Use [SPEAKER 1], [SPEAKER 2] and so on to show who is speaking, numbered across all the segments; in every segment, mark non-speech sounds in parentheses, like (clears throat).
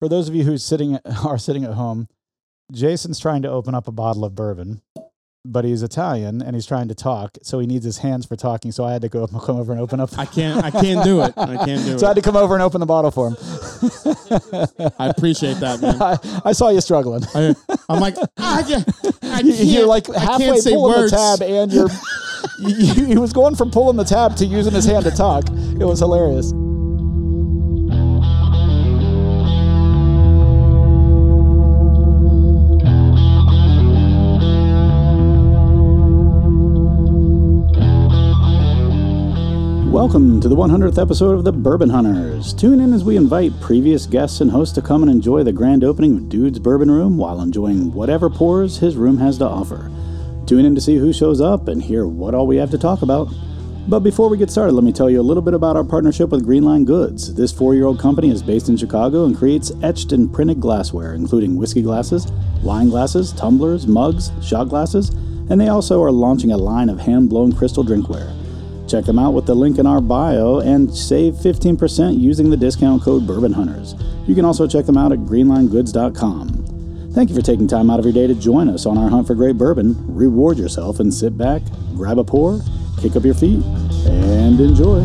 [SPEAKER 1] for those of you who sitting are sitting at (laughs) home, Jason's trying to open up a bottle of bourbon, but he's Italian and he's trying to talk, so he needs his hands for talking. So I had to go come over and open up.
[SPEAKER 2] I can't. I can't do it. I can't
[SPEAKER 1] (laughs)
[SPEAKER 2] do
[SPEAKER 1] so I had
[SPEAKER 2] it.
[SPEAKER 1] to come over and open the bottle for him.
[SPEAKER 2] I appreciate that,
[SPEAKER 1] (laughs)
[SPEAKER 2] man.
[SPEAKER 1] I, I saw you struggling.
[SPEAKER 2] I, I'm like, "Ah, I, can't- I
[SPEAKER 1] (laughs)
[SPEAKER 2] can't.
[SPEAKER 1] You're like
[SPEAKER 2] I can't
[SPEAKER 1] halfway
[SPEAKER 2] say
[SPEAKER 1] pulling
[SPEAKER 2] words.
[SPEAKER 1] the tab, and
[SPEAKER 2] (laughs)
[SPEAKER 1] you're. (laughs) he he was going from pulling the tab to using his hand to talk. It was hilarious. Welcome to the 100th episode of The Bourbon Hunters. Tune in as we invite previous guests and hosts to come and enjoy the grand opening of Dude's Bourbon Room while enjoying whatever pours his room has to offer. Tune in to see who shows up and hear what all we have to talk about. But before we get started, let me tell you a little bit about our partnership with Greenline Goods. This four year old company is based in Chicago and creates etched and printed glassware, including whiskey glasses, wine glasses, tumblers, mugs, shot glasses, and they also are launching a line of hand blown crystal drinkware. Check them out with the link in our bio and save 15% using the discount code Bourbon Hunters. You can also check them out at greenlinegoods.com. Thank you for taking time out of your day to join us on our hunt for great bourbon. Reward yourself and sit back, grab a pour, kick up your feet, and enjoy.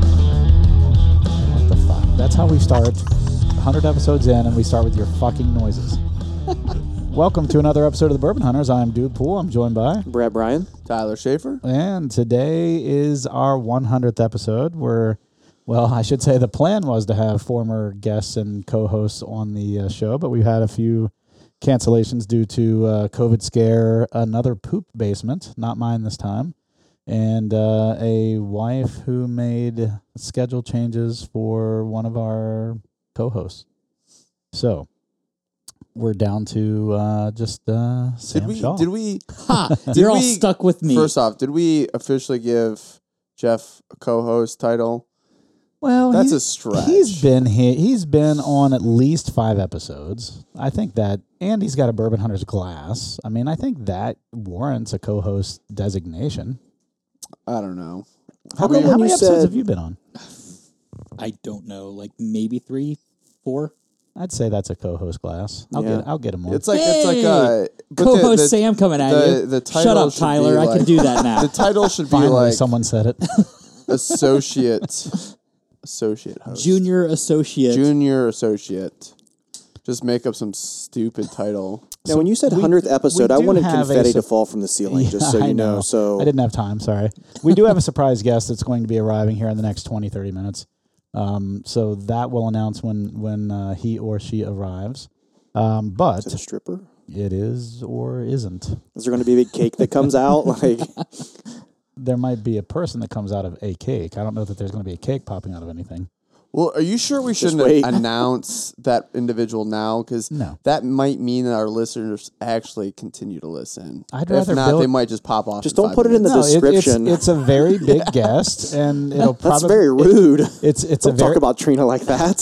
[SPEAKER 1] What the fuck? That's how we start 100 episodes in, and we start with your fucking noises. (laughs) Welcome to another episode of the Bourbon Hunters. I'm Dude Pool. I'm joined by
[SPEAKER 3] Brad Bryan, Tyler Schaefer.
[SPEAKER 1] And today is our 100th episode where, well, I should say the plan was to have former guests and co hosts on the uh, show, but we've had a few cancellations due to uh, COVID scare, another poop basement, not mine this time, and uh, a wife who made schedule changes for one of our co hosts. So. We're down to uh, just uh, Sam
[SPEAKER 3] Did we?
[SPEAKER 1] Shaw.
[SPEAKER 3] Did we?
[SPEAKER 4] Ha!
[SPEAKER 3] Did
[SPEAKER 4] You're all
[SPEAKER 3] we-
[SPEAKER 4] stuck with me.
[SPEAKER 3] First off, did we officially give Jeff a co-host title?
[SPEAKER 1] well,
[SPEAKER 3] That's
[SPEAKER 1] he-
[SPEAKER 3] a stretch.
[SPEAKER 1] He's been here. He's been on at least five episodes. I think that, and he's got a Bourbon Hunters glass. I mean, I think that warrants a co-host designation.
[SPEAKER 3] I don't know.
[SPEAKER 1] How,
[SPEAKER 3] I
[SPEAKER 1] come,
[SPEAKER 3] mean,
[SPEAKER 1] how
[SPEAKER 3] when
[SPEAKER 1] many
[SPEAKER 3] you
[SPEAKER 1] episodes
[SPEAKER 3] said-
[SPEAKER 1] have you been on?
[SPEAKER 4] I don't know, like maybe three, four.
[SPEAKER 1] I'd say that's a co-host glass. I'll
[SPEAKER 3] Yeah.
[SPEAKER 1] get. I'll get him on.
[SPEAKER 3] It's like it's like
[SPEAKER 4] Hey!
[SPEAKER 3] a but
[SPEAKER 4] (laughs)
[SPEAKER 3] the-
[SPEAKER 4] Co-host
[SPEAKER 3] the-
[SPEAKER 4] Oh, Sam coming at
[SPEAKER 3] the-
[SPEAKER 4] you.
[SPEAKER 3] the
[SPEAKER 4] Shut
[SPEAKER 3] title
[SPEAKER 4] up,
[SPEAKER 3] should be
[SPEAKER 4] Tyler. I
[SPEAKER 3] like-
[SPEAKER 4] can do that
[SPEAKER 3] (laughs)
[SPEAKER 4] now.
[SPEAKER 3] The title should be
[SPEAKER 1] Finally,
[SPEAKER 3] like
[SPEAKER 1] someone said
[SPEAKER 3] (laughs)
[SPEAKER 1] it.
[SPEAKER 3] associate associate host,
[SPEAKER 4] Junior associate.
[SPEAKER 3] junior associate. Just make up some stupid title.
[SPEAKER 5] Now, when you said
[SPEAKER 1] we-
[SPEAKER 5] hundredth
[SPEAKER 1] we
[SPEAKER 5] episode, I
[SPEAKER 1] do
[SPEAKER 5] wanted
[SPEAKER 1] have a
[SPEAKER 5] confetti to
[SPEAKER 1] sup-
[SPEAKER 5] fall from the ceiling, just so
[SPEAKER 1] Yeah, (laughs)
[SPEAKER 5] you
[SPEAKER 1] I
[SPEAKER 5] know. So
[SPEAKER 1] I didn't have time. Sorry. We do have a surprise guest that's going to be arriving here in the next 20, 30 minutes. Um, so that will announce when when uh, he or she arrives. Um, but (laughs)
[SPEAKER 5] is it a stripper?
[SPEAKER 1] it is or isn't.
[SPEAKER 5] Is there going to be a big cake that comes out? (laughs) Like,
[SPEAKER 1] there might be a person that comes out of a cake. I don't know that there's going to be a cake popping out of anything.
[SPEAKER 3] Well, are you sure we shouldn't
[SPEAKER 5] wait.
[SPEAKER 3] announce that individual now? Because
[SPEAKER 1] No.
[SPEAKER 3] that might mean that our listeners actually continue to listen.
[SPEAKER 1] I'd
[SPEAKER 3] if
[SPEAKER 1] rather
[SPEAKER 3] not,
[SPEAKER 1] build-
[SPEAKER 3] they might just pop off.
[SPEAKER 5] Just don't
[SPEAKER 3] five
[SPEAKER 5] put it in
[SPEAKER 3] minutes.
[SPEAKER 5] the
[SPEAKER 1] No, it- it's,
[SPEAKER 5] description.
[SPEAKER 1] it's a very
[SPEAKER 5] (laughs)
[SPEAKER 1] big guest, and it'll (laughs)
[SPEAKER 5] that's
[SPEAKER 1] probably
[SPEAKER 5] very rude.
[SPEAKER 1] it's it's a
[SPEAKER 5] Don't
[SPEAKER 1] very
[SPEAKER 5] talk about Trina
[SPEAKER 1] (laughs)
[SPEAKER 5] like that.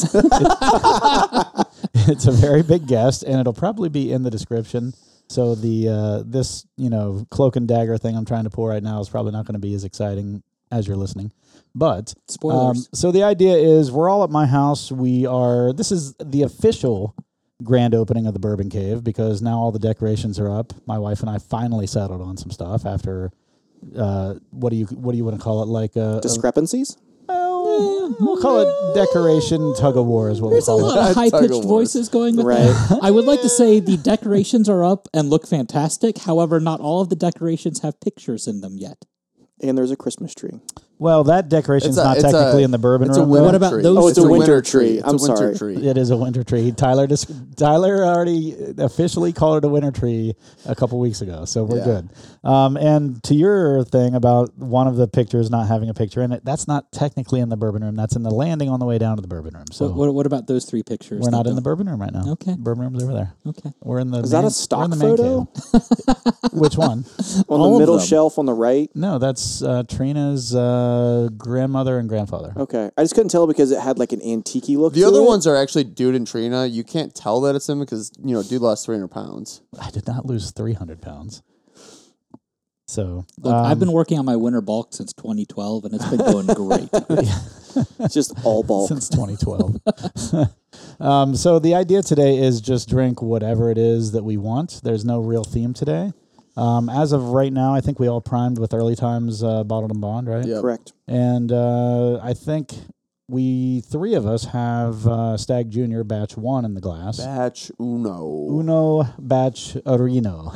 [SPEAKER 1] it's a very big guest, and it'll probably be in the description. So the uh, this you know cloak and dagger thing I'm trying to pull right now is probably not going to be as exciting as you're listening, but um,
[SPEAKER 4] Spoilers.
[SPEAKER 1] so the idea is we're all at my house. We are. This is the official grand opening of the Bourbon Cave because now all the decorations are up. My wife and I finally settled on some stuff after. Uh, what do you what do you want to call it? Like a, a
[SPEAKER 5] Discrepancies.
[SPEAKER 1] well, we'll call it decoration tug of war is what we
[SPEAKER 4] There's a
[SPEAKER 1] call it.
[SPEAKER 3] (laughs)
[SPEAKER 4] lot of high
[SPEAKER 3] Tiger
[SPEAKER 4] pitched
[SPEAKER 3] Woods.
[SPEAKER 4] voices going with
[SPEAKER 5] Right.
[SPEAKER 4] that. I would like to say the decorations are up and look fantastic. However, not all of the decorations have pictures in them yet.
[SPEAKER 5] And there's a Christmas tree.
[SPEAKER 1] Well, that decoration's
[SPEAKER 3] It's a-
[SPEAKER 1] not
[SPEAKER 3] it's a-
[SPEAKER 1] technically in the bourbon
[SPEAKER 3] It's a
[SPEAKER 1] room.
[SPEAKER 3] winter
[SPEAKER 1] though.
[SPEAKER 4] What about
[SPEAKER 3] tree.
[SPEAKER 4] those- Oh,
[SPEAKER 5] it's a winter tree.
[SPEAKER 3] It's
[SPEAKER 5] I'm
[SPEAKER 3] a winter
[SPEAKER 5] sorry.
[SPEAKER 3] tree.
[SPEAKER 1] It is a winter tree. Tyler just Tyler already officially called it a winter tree a couple weeks ago, so we're
[SPEAKER 3] Yeah.
[SPEAKER 1] good. Um, and to your thing about one of the pictures not having a picture in it, that's not technically in the bourbon room. That's in the landing on the way down to the bourbon room. So
[SPEAKER 3] Oh.
[SPEAKER 4] What, what, what about those three pictures?
[SPEAKER 1] we're
[SPEAKER 4] that
[SPEAKER 1] not in the
[SPEAKER 4] don't-
[SPEAKER 1] bourbon room right now.
[SPEAKER 4] Okay.
[SPEAKER 1] bourbon room's over there.
[SPEAKER 4] Okay.
[SPEAKER 1] We're in the.
[SPEAKER 5] Is that a
[SPEAKER 1] main-
[SPEAKER 5] stock
[SPEAKER 1] we're in the main
[SPEAKER 5] photo?
[SPEAKER 1] cave. Which one?
[SPEAKER 5] On
[SPEAKER 4] All of
[SPEAKER 5] the middle
[SPEAKER 4] them.
[SPEAKER 5] shelf on the right.
[SPEAKER 1] No, that's uh, Trina's uh, uh, grandmother and grandfather.
[SPEAKER 5] Okay, I just couldn't tell because it had like an antique look.
[SPEAKER 3] The
[SPEAKER 5] to
[SPEAKER 3] other
[SPEAKER 5] it.
[SPEAKER 3] ones are actually Dude and Trina. You can't tell that it's him because you know Dude lost 300 pounds.
[SPEAKER 1] I did not lose 300 pounds. So
[SPEAKER 4] Look,
[SPEAKER 1] um,
[SPEAKER 4] I've been working on my winter bulk since 2012, and it's been
[SPEAKER 3] (laughs)
[SPEAKER 4] going great.
[SPEAKER 5] It's just
[SPEAKER 1] (laughs)
[SPEAKER 5] all bulk.
[SPEAKER 1] since 2012. (laughs) um, so the idea today is just drink whatever it is that we want. There's no real theme today. Um, as of right now, I think we all primed with early times uh, bottled and bond, right?
[SPEAKER 3] Yeah.
[SPEAKER 5] Correct.
[SPEAKER 1] And uh, I think we three of us have uh, Stag Junior batch one in the glass.
[SPEAKER 3] Batch uno.
[SPEAKER 1] Uno batch (laughs) arino.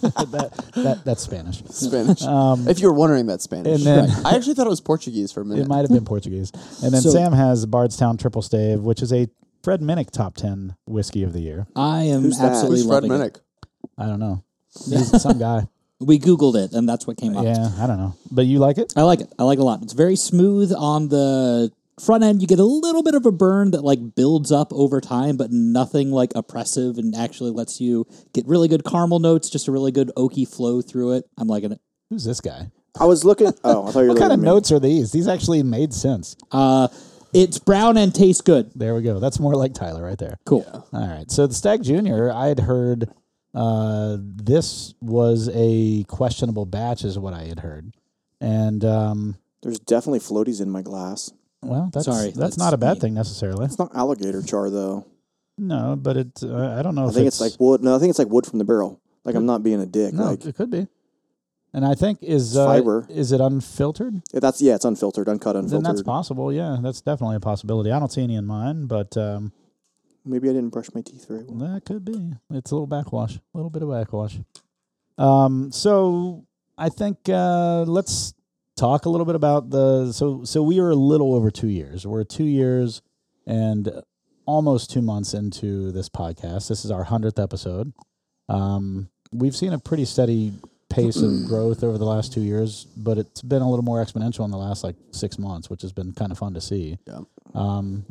[SPEAKER 1] that, that, that's Spanish. (laughs)
[SPEAKER 3] Spanish. if you were wondering, that's Spanish.
[SPEAKER 1] Um, and then-
[SPEAKER 3] Right. I actually thought it was Portuguese for a minute.
[SPEAKER 1] It might have been Portuguese. And then Sam has Bardstown Triple Stave, which is a Fred Minnick top 10 whiskey of the year.
[SPEAKER 4] I am
[SPEAKER 5] Who's that?
[SPEAKER 4] absolutely
[SPEAKER 3] Who's Fred
[SPEAKER 4] loving it.
[SPEAKER 3] Minnick?
[SPEAKER 1] I don't know. He's some
[SPEAKER 5] (laughs)
[SPEAKER 1] guy.
[SPEAKER 4] We Googled it, and that's what came up.
[SPEAKER 1] Yeah, I don't know. But you like it?
[SPEAKER 4] I like it. I like it a lot. It's very smooth on the front end. You get a little bit of a burn that like builds up over time, but nothing like oppressive and actually lets you get really good caramel notes, just a really good oaky flow through it. I'm liking it.
[SPEAKER 1] Who's this guy?
[SPEAKER 5] I was looking. Oh, I thought you were
[SPEAKER 1] What kind of
[SPEAKER 5] looking at me.
[SPEAKER 1] notes are these? These actually made sense.
[SPEAKER 4] Uh it's brown and tastes good.
[SPEAKER 1] There we go. That's more like Tyler right there.
[SPEAKER 4] Cool.
[SPEAKER 1] All right. So the Stag Junior, I had heard uh, this was a questionable batch, is what I had heard. And, um,
[SPEAKER 5] There's definitely floaties in my glass.
[SPEAKER 1] well, that's,
[SPEAKER 4] Sorry,
[SPEAKER 1] that's,
[SPEAKER 4] that's
[SPEAKER 1] not a bad
[SPEAKER 4] me.
[SPEAKER 1] thing necessarily.
[SPEAKER 5] It's not alligator char though.
[SPEAKER 1] No, but it, uh, I don't know
[SPEAKER 5] I
[SPEAKER 1] if
[SPEAKER 5] think it's,
[SPEAKER 1] it's
[SPEAKER 5] like wood. No, I think it's like wood from the barrel. Like I'm not being a dick.
[SPEAKER 1] No,
[SPEAKER 5] Like
[SPEAKER 1] it could be. And I think is uh,
[SPEAKER 5] Fiber.
[SPEAKER 1] Is it unfiltered?
[SPEAKER 5] that's yeah, it's unfiltered, uncut,
[SPEAKER 1] Then that's
[SPEAKER 5] unfiltered.
[SPEAKER 1] possible. Yeah, that's definitely a possibility. I don't see any in mine, but um,
[SPEAKER 5] Maybe I didn't brush my teeth very well.
[SPEAKER 1] that could be. It's a little backwash, a little bit of backwash. Um, so I think uh, let's talk a little bit about the. So so we are a little over two years. We're two years and almost two months into this podcast. This is our hundredth episode. Um, we've seen a pretty steady pace of growth over the last two years, but it's been a little more exponential in the last like six months, which has been kind of fun to see.
[SPEAKER 3] Yeah.
[SPEAKER 1] Um,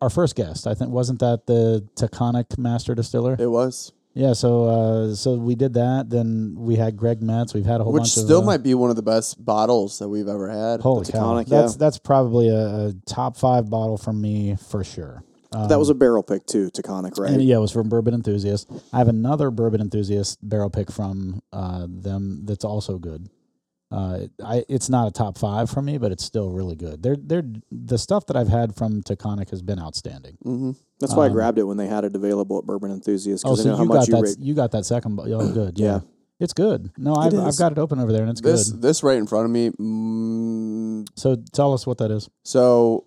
[SPEAKER 1] our first guest, I think, wasn't that the Taconic Master Distiller?
[SPEAKER 3] It was,
[SPEAKER 1] Yeah. So, uh, so we did that. Then we had Greg Metz. We've had a whole
[SPEAKER 3] which
[SPEAKER 1] bunch
[SPEAKER 3] still
[SPEAKER 1] of uh,
[SPEAKER 3] might be one of the best bottles that we've ever had.
[SPEAKER 1] holy
[SPEAKER 5] the
[SPEAKER 1] cow.
[SPEAKER 5] Taconic,
[SPEAKER 1] That's
[SPEAKER 5] yeah.
[SPEAKER 1] that's probably a, a top five bottle from me for sure.
[SPEAKER 5] that was a barrel pick too, Taconic, right?
[SPEAKER 1] And yeah, it was from Bourbon Enthusiast. I have another Bourbon Enthusiast barrel pick from uh, them that's also good. Uh, I it's not a top five for me, but it's still really good. They're they're the stuff that I've had from Taconic has been outstanding.
[SPEAKER 3] mm-hmm.
[SPEAKER 5] That's why I grabbed it when they had it available at Bourbon Enthusiast
[SPEAKER 1] Oh,
[SPEAKER 5] because I
[SPEAKER 1] so
[SPEAKER 5] know how
[SPEAKER 1] you
[SPEAKER 5] much
[SPEAKER 1] got
[SPEAKER 5] you
[SPEAKER 1] that
[SPEAKER 5] rate.
[SPEAKER 1] you got that second bottle. Oh, good. Yeah.
[SPEAKER 5] Yeah.
[SPEAKER 1] It's good. No, I've, I've
[SPEAKER 5] is.
[SPEAKER 1] got it open over there and it's
[SPEAKER 3] This
[SPEAKER 1] good.
[SPEAKER 3] this right in front of me. Mm,
[SPEAKER 1] So tell us what that is.
[SPEAKER 3] so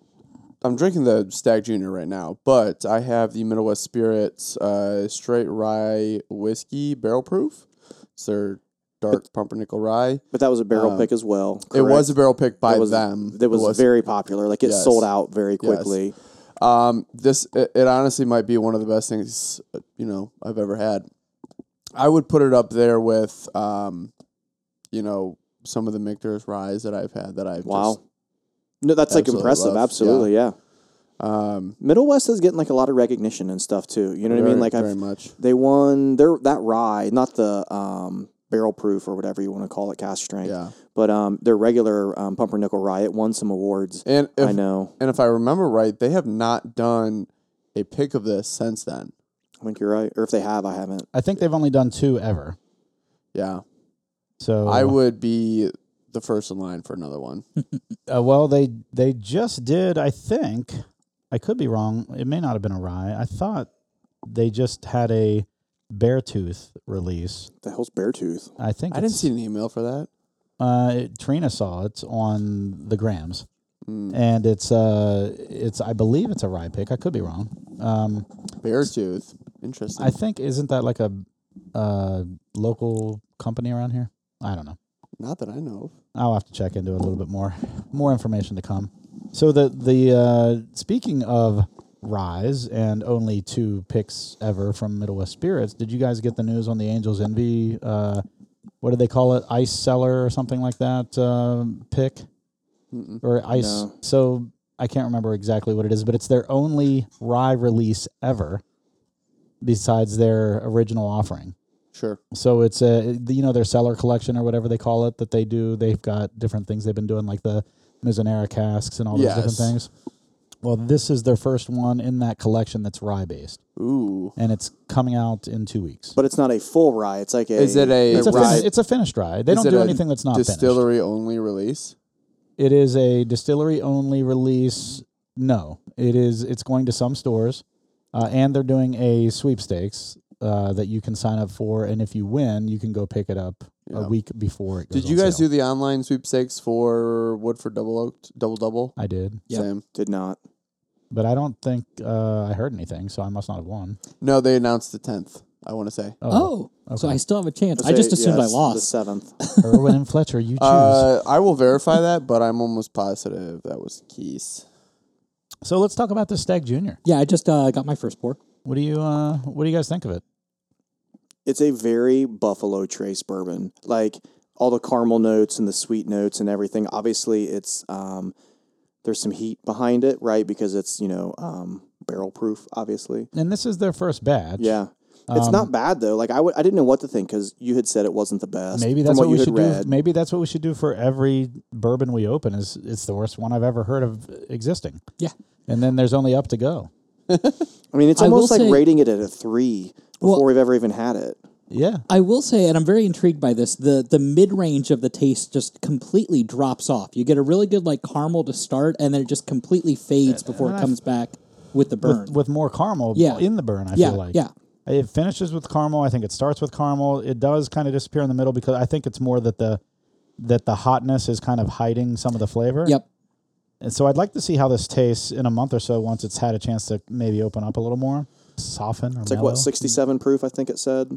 [SPEAKER 3] I'm drinking the Stag Junior right now, but I have the Middle West Spirits uh, straight rye whiskey barrel proof. It's their dark pumpernickel rye.
[SPEAKER 5] But that was a barrel
[SPEAKER 3] Um,
[SPEAKER 5] pick as well.
[SPEAKER 3] It
[SPEAKER 5] correct?
[SPEAKER 3] was a barrel pick by
[SPEAKER 5] It was,
[SPEAKER 3] them.
[SPEAKER 5] That was,
[SPEAKER 3] It was-
[SPEAKER 5] very popular. Like it
[SPEAKER 3] Yes.
[SPEAKER 5] sold out very
[SPEAKER 3] Yes.
[SPEAKER 5] quickly.
[SPEAKER 3] Um, this it, it honestly might be one of the best things uh, you know I've ever had. I would put it up there with, um, you know, some of the Michter's ryes that I've had that I've
[SPEAKER 5] Wow. No, that's like
[SPEAKER 3] Absolutely
[SPEAKER 5] impressive.
[SPEAKER 3] love, yeah.
[SPEAKER 5] Absolutely, yeah.
[SPEAKER 3] just, um,
[SPEAKER 5] Middle West is getting like a lot of recognition and stuff too. You know what I mean?
[SPEAKER 3] very-
[SPEAKER 5] Like
[SPEAKER 3] very
[SPEAKER 5] I've,
[SPEAKER 3] much.
[SPEAKER 5] they won their that rye, not the um, barrel proof or whatever you want to call it, cast strength.
[SPEAKER 3] Yeah,
[SPEAKER 5] But um, their regular um, pumpernickel rye, it won some awards.
[SPEAKER 3] and if,
[SPEAKER 5] I know.
[SPEAKER 3] and if I remember right, they have not done a pick of this since then.
[SPEAKER 5] I think you're right. Or if they have, I haven't.
[SPEAKER 1] I think they've only done two ever.
[SPEAKER 3] Yeah,
[SPEAKER 1] So
[SPEAKER 3] I would be the first in line for another one.
[SPEAKER 1] Uh, well, they they just did. I think I could be wrong. It may not have been a rye. I thought they just had a Beartooth release.
[SPEAKER 5] The hell's Beartooth?
[SPEAKER 1] I think
[SPEAKER 3] I didn't
[SPEAKER 1] it's-
[SPEAKER 3] see an email for that.
[SPEAKER 1] Uh, it- Trina saw it on the grams,
[SPEAKER 3] Mm.
[SPEAKER 1] and it's uh, it's I believe it's a rye pick. I could be wrong. Um,
[SPEAKER 3] Beartooth, interesting.
[SPEAKER 1] I think isn't that like a uh local company around here? I don't know.
[SPEAKER 3] not that I know. of.
[SPEAKER 1] I'll have to check into it a little bit more. More information to come. So the the uh, speaking of rise and only two picks ever from Middle West Spirits. Did you guys get the news on the Angels Envy? Uh, what do they call it? Ice cellar or something like that? Um, pick
[SPEAKER 3] Mm-mm.
[SPEAKER 1] or ice?
[SPEAKER 5] No.
[SPEAKER 1] So I can't remember exactly what it is, but it's their only rye release ever, besides their original offering.
[SPEAKER 3] Sure.
[SPEAKER 1] So it's a you know their cellar collection or whatever they call it that they do. They've got different things they've been doing like the Mizanera casks and all those different
[SPEAKER 3] Yes.
[SPEAKER 1] things. Well, this is their first one in that collection that's rye based,
[SPEAKER 3] Ooh.
[SPEAKER 1] and it's coming out in two weeks.
[SPEAKER 5] But it's not a full rye. It's like a.
[SPEAKER 3] Is it a,
[SPEAKER 1] it's a
[SPEAKER 3] rye-
[SPEAKER 1] fin- it's a finished rye. They
[SPEAKER 3] is
[SPEAKER 1] don't
[SPEAKER 3] it
[SPEAKER 1] do
[SPEAKER 3] a
[SPEAKER 1] anything that's not distillery.
[SPEAKER 3] distillery only release?
[SPEAKER 1] It is a distillery only release. No, it is. It's going to some stores, uh, and they're doing a sweepstakes uh, that you can sign up for, and if you win, you can go pick it up a
[SPEAKER 3] Yeah.
[SPEAKER 1] week before it. Goes
[SPEAKER 3] Did you guys do the online sweepstakes for Woodford Double Oak Double Double?
[SPEAKER 1] I did,
[SPEAKER 4] Yep.
[SPEAKER 3] Same.
[SPEAKER 5] Did not.
[SPEAKER 1] but I don't think uh, I heard anything, so I must not have won.
[SPEAKER 3] No, they announced the tenth. I want to say.
[SPEAKER 4] Oh, so I still have a chance. I just
[SPEAKER 5] Say-
[SPEAKER 4] assumed
[SPEAKER 5] yeah,
[SPEAKER 4] I
[SPEAKER 5] it's The
[SPEAKER 4] lost.
[SPEAKER 5] seventh.
[SPEAKER 4] Oh.
[SPEAKER 1] (laughs) Irwin and Fletcher, you choose.
[SPEAKER 3] Uh, I will verify that, but I'm almost positive that was Keys.
[SPEAKER 1] so let's talk about this Stag Junior.
[SPEAKER 4] Yeah, I just uh, got my first pour.
[SPEAKER 1] What do you uh, What do you guys think of it?
[SPEAKER 5] It's a very Buffalo Trace bourbon. Like all the caramel notes and the sweet notes and everything. Obviously, it's um, there's some heat behind it, right? Because it's you know um, barrel proof, obviously.
[SPEAKER 1] And this is their first batch.
[SPEAKER 5] Yeah. It's
[SPEAKER 1] Um,
[SPEAKER 5] not bad though. Like I would, I didn't know what to think because you had said it wasn't the best.
[SPEAKER 1] Maybe
[SPEAKER 5] from
[SPEAKER 1] that's what,
[SPEAKER 5] you
[SPEAKER 1] we
[SPEAKER 5] had
[SPEAKER 1] should
[SPEAKER 5] read.
[SPEAKER 1] do. Maybe that's what we should do for every bourbon we open. Is it's the worst one I've ever heard of existing,
[SPEAKER 4] Yeah.
[SPEAKER 1] and then there's only up to go.
[SPEAKER 5] I mean, it's
[SPEAKER 4] I will
[SPEAKER 5] almost like
[SPEAKER 4] say-
[SPEAKER 5] rating it at a three before we've ever even had it.
[SPEAKER 1] Yeah,
[SPEAKER 4] I will say, and I'm very intrigued by this. the The mid range of the taste just completely drops off. You get a really good like caramel to start, and then it just completely fades before it comes back with the burn.
[SPEAKER 1] with more caramel
[SPEAKER 4] Yeah.
[SPEAKER 1] in the burn. I
[SPEAKER 4] Yeah,
[SPEAKER 1] feel like
[SPEAKER 4] yeah.
[SPEAKER 1] It finishes with caramel. I think it starts with caramel. It does kind of disappear in the middle because I think it's more that the that the hotness is kind of hiding some of the flavor.
[SPEAKER 4] yep.
[SPEAKER 1] And so I'd like to see how this tastes in a month or so once it's had a chance to maybe open up a little more, soften or
[SPEAKER 5] It's like
[SPEAKER 1] mellow.
[SPEAKER 5] what sixty-seven proof, I think it said.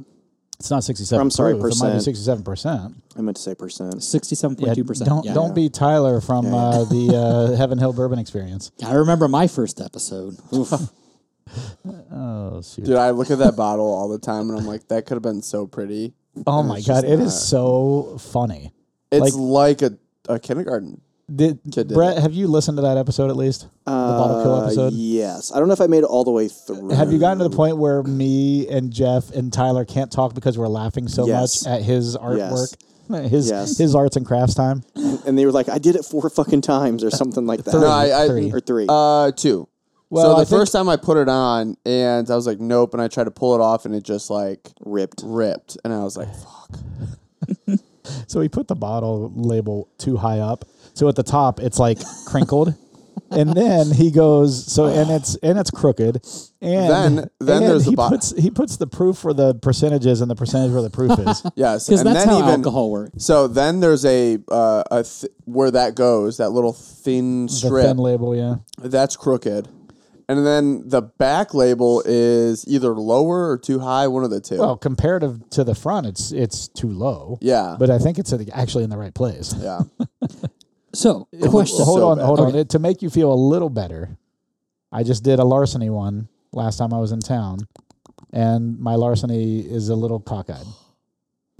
[SPEAKER 1] It's not sixty-seven.
[SPEAKER 5] I'm sorry,
[SPEAKER 1] proof. It might be
[SPEAKER 5] percent.
[SPEAKER 1] sixty-seven percent.
[SPEAKER 5] I meant to say percent.
[SPEAKER 4] Sixty-seven point two percent.
[SPEAKER 1] Don't don't be Tyler from uh,
[SPEAKER 5] (laughs)
[SPEAKER 1] the uh, Heaven Hill Bourbon Experience.
[SPEAKER 4] I remember my first (laughs) episode. Oof.
[SPEAKER 1] Oh shoot.
[SPEAKER 3] Dude, I look at that bottle all the time, and I'm like, that could have been so pretty.
[SPEAKER 1] Oh my god, it is so funny.
[SPEAKER 3] It's like, a, a kindergarten.
[SPEAKER 1] Did,
[SPEAKER 3] Kid did
[SPEAKER 1] Brett, have you listened to that episode at least? the bottle kill
[SPEAKER 5] Uh,
[SPEAKER 1] episode.
[SPEAKER 5] yes, I don't know if I made it all the way through.
[SPEAKER 1] Have you gotten to the point where me and Jeff and Tyler can't talk because we're laughing so
[SPEAKER 5] Yes.
[SPEAKER 1] much at his artwork, (laughs) his
[SPEAKER 5] Yes.
[SPEAKER 1] his arts and crafts time?
[SPEAKER 5] And they were like, "I did it four
[SPEAKER 1] (laughs)
[SPEAKER 5] fucking times" or something like that.
[SPEAKER 3] No, I, I
[SPEAKER 1] Three.
[SPEAKER 5] or three.
[SPEAKER 3] Uh, two.
[SPEAKER 1] Well,
[SPEAKER 3] so the
[SPEAKER 1] I think-
[SPEAKER 3] first time I put it on, and I was like, nope, and I tried to pull it off, and it just like
[SPEAKER 5] Ripped.
[SPEAKER 3] ripped, and I was like, fuck.
[SPEAKER 1] So he put the bottle label too high up, so at the top it's like
[SPEAKER 3] (laughs)
[SPEAKER 1] crinkled. And then he goes so, and it's and it's crooked. And
[SPEAKER 3] Ah. Then- then
[SPEAKER 1] and
[SPEAKER 3] there's the
[SPEAKER 1] he
[SPEAKER 3] bo-
[SPEAKER 1] puts he puts the proof where the percentage is and the percentage where the proof
[SPEAKER 3] (laughs)
[SPEAKER 1] is.
[SPEAKER 3] Yes,
[SPEAKER 4] Because
[SPEAKER 3] and
[SPEAKER 4] that's
[SPEAKER 3] then
[SPEAKER 4] how
[SPEAKER 3] even,
[SPEAKER 4] alcohol works.
[SPEAKER 3] So then there's a uh, a th- where that goes, that little thin
[SPEAKER 1] the
[SPEAKER 3] strip.
[SPEAKER 1] thin label, yeah.
[SPEAKER 3] That's crooked. And then the back label is either lower or too high, one of the two.
[SPEAKER 1] Well, comparative to the front, it's it's too low.
[SPEAKER 3] yeah.
[SPEAKER 1] But I think it's at the- actually in the right place.
[SPEAKER 3] yeah.
[SPEAKER 4] So, question.
[SPEAKER 1] hold
[SPEAKER 3] so
[SPEAKER 1] on,
[SPEAKER 3] bad.
[SPEAKER 1] hold on. It- to make you feel a little better, I just did a larceny one last time I was in town, and my larceny is a little cockeyed.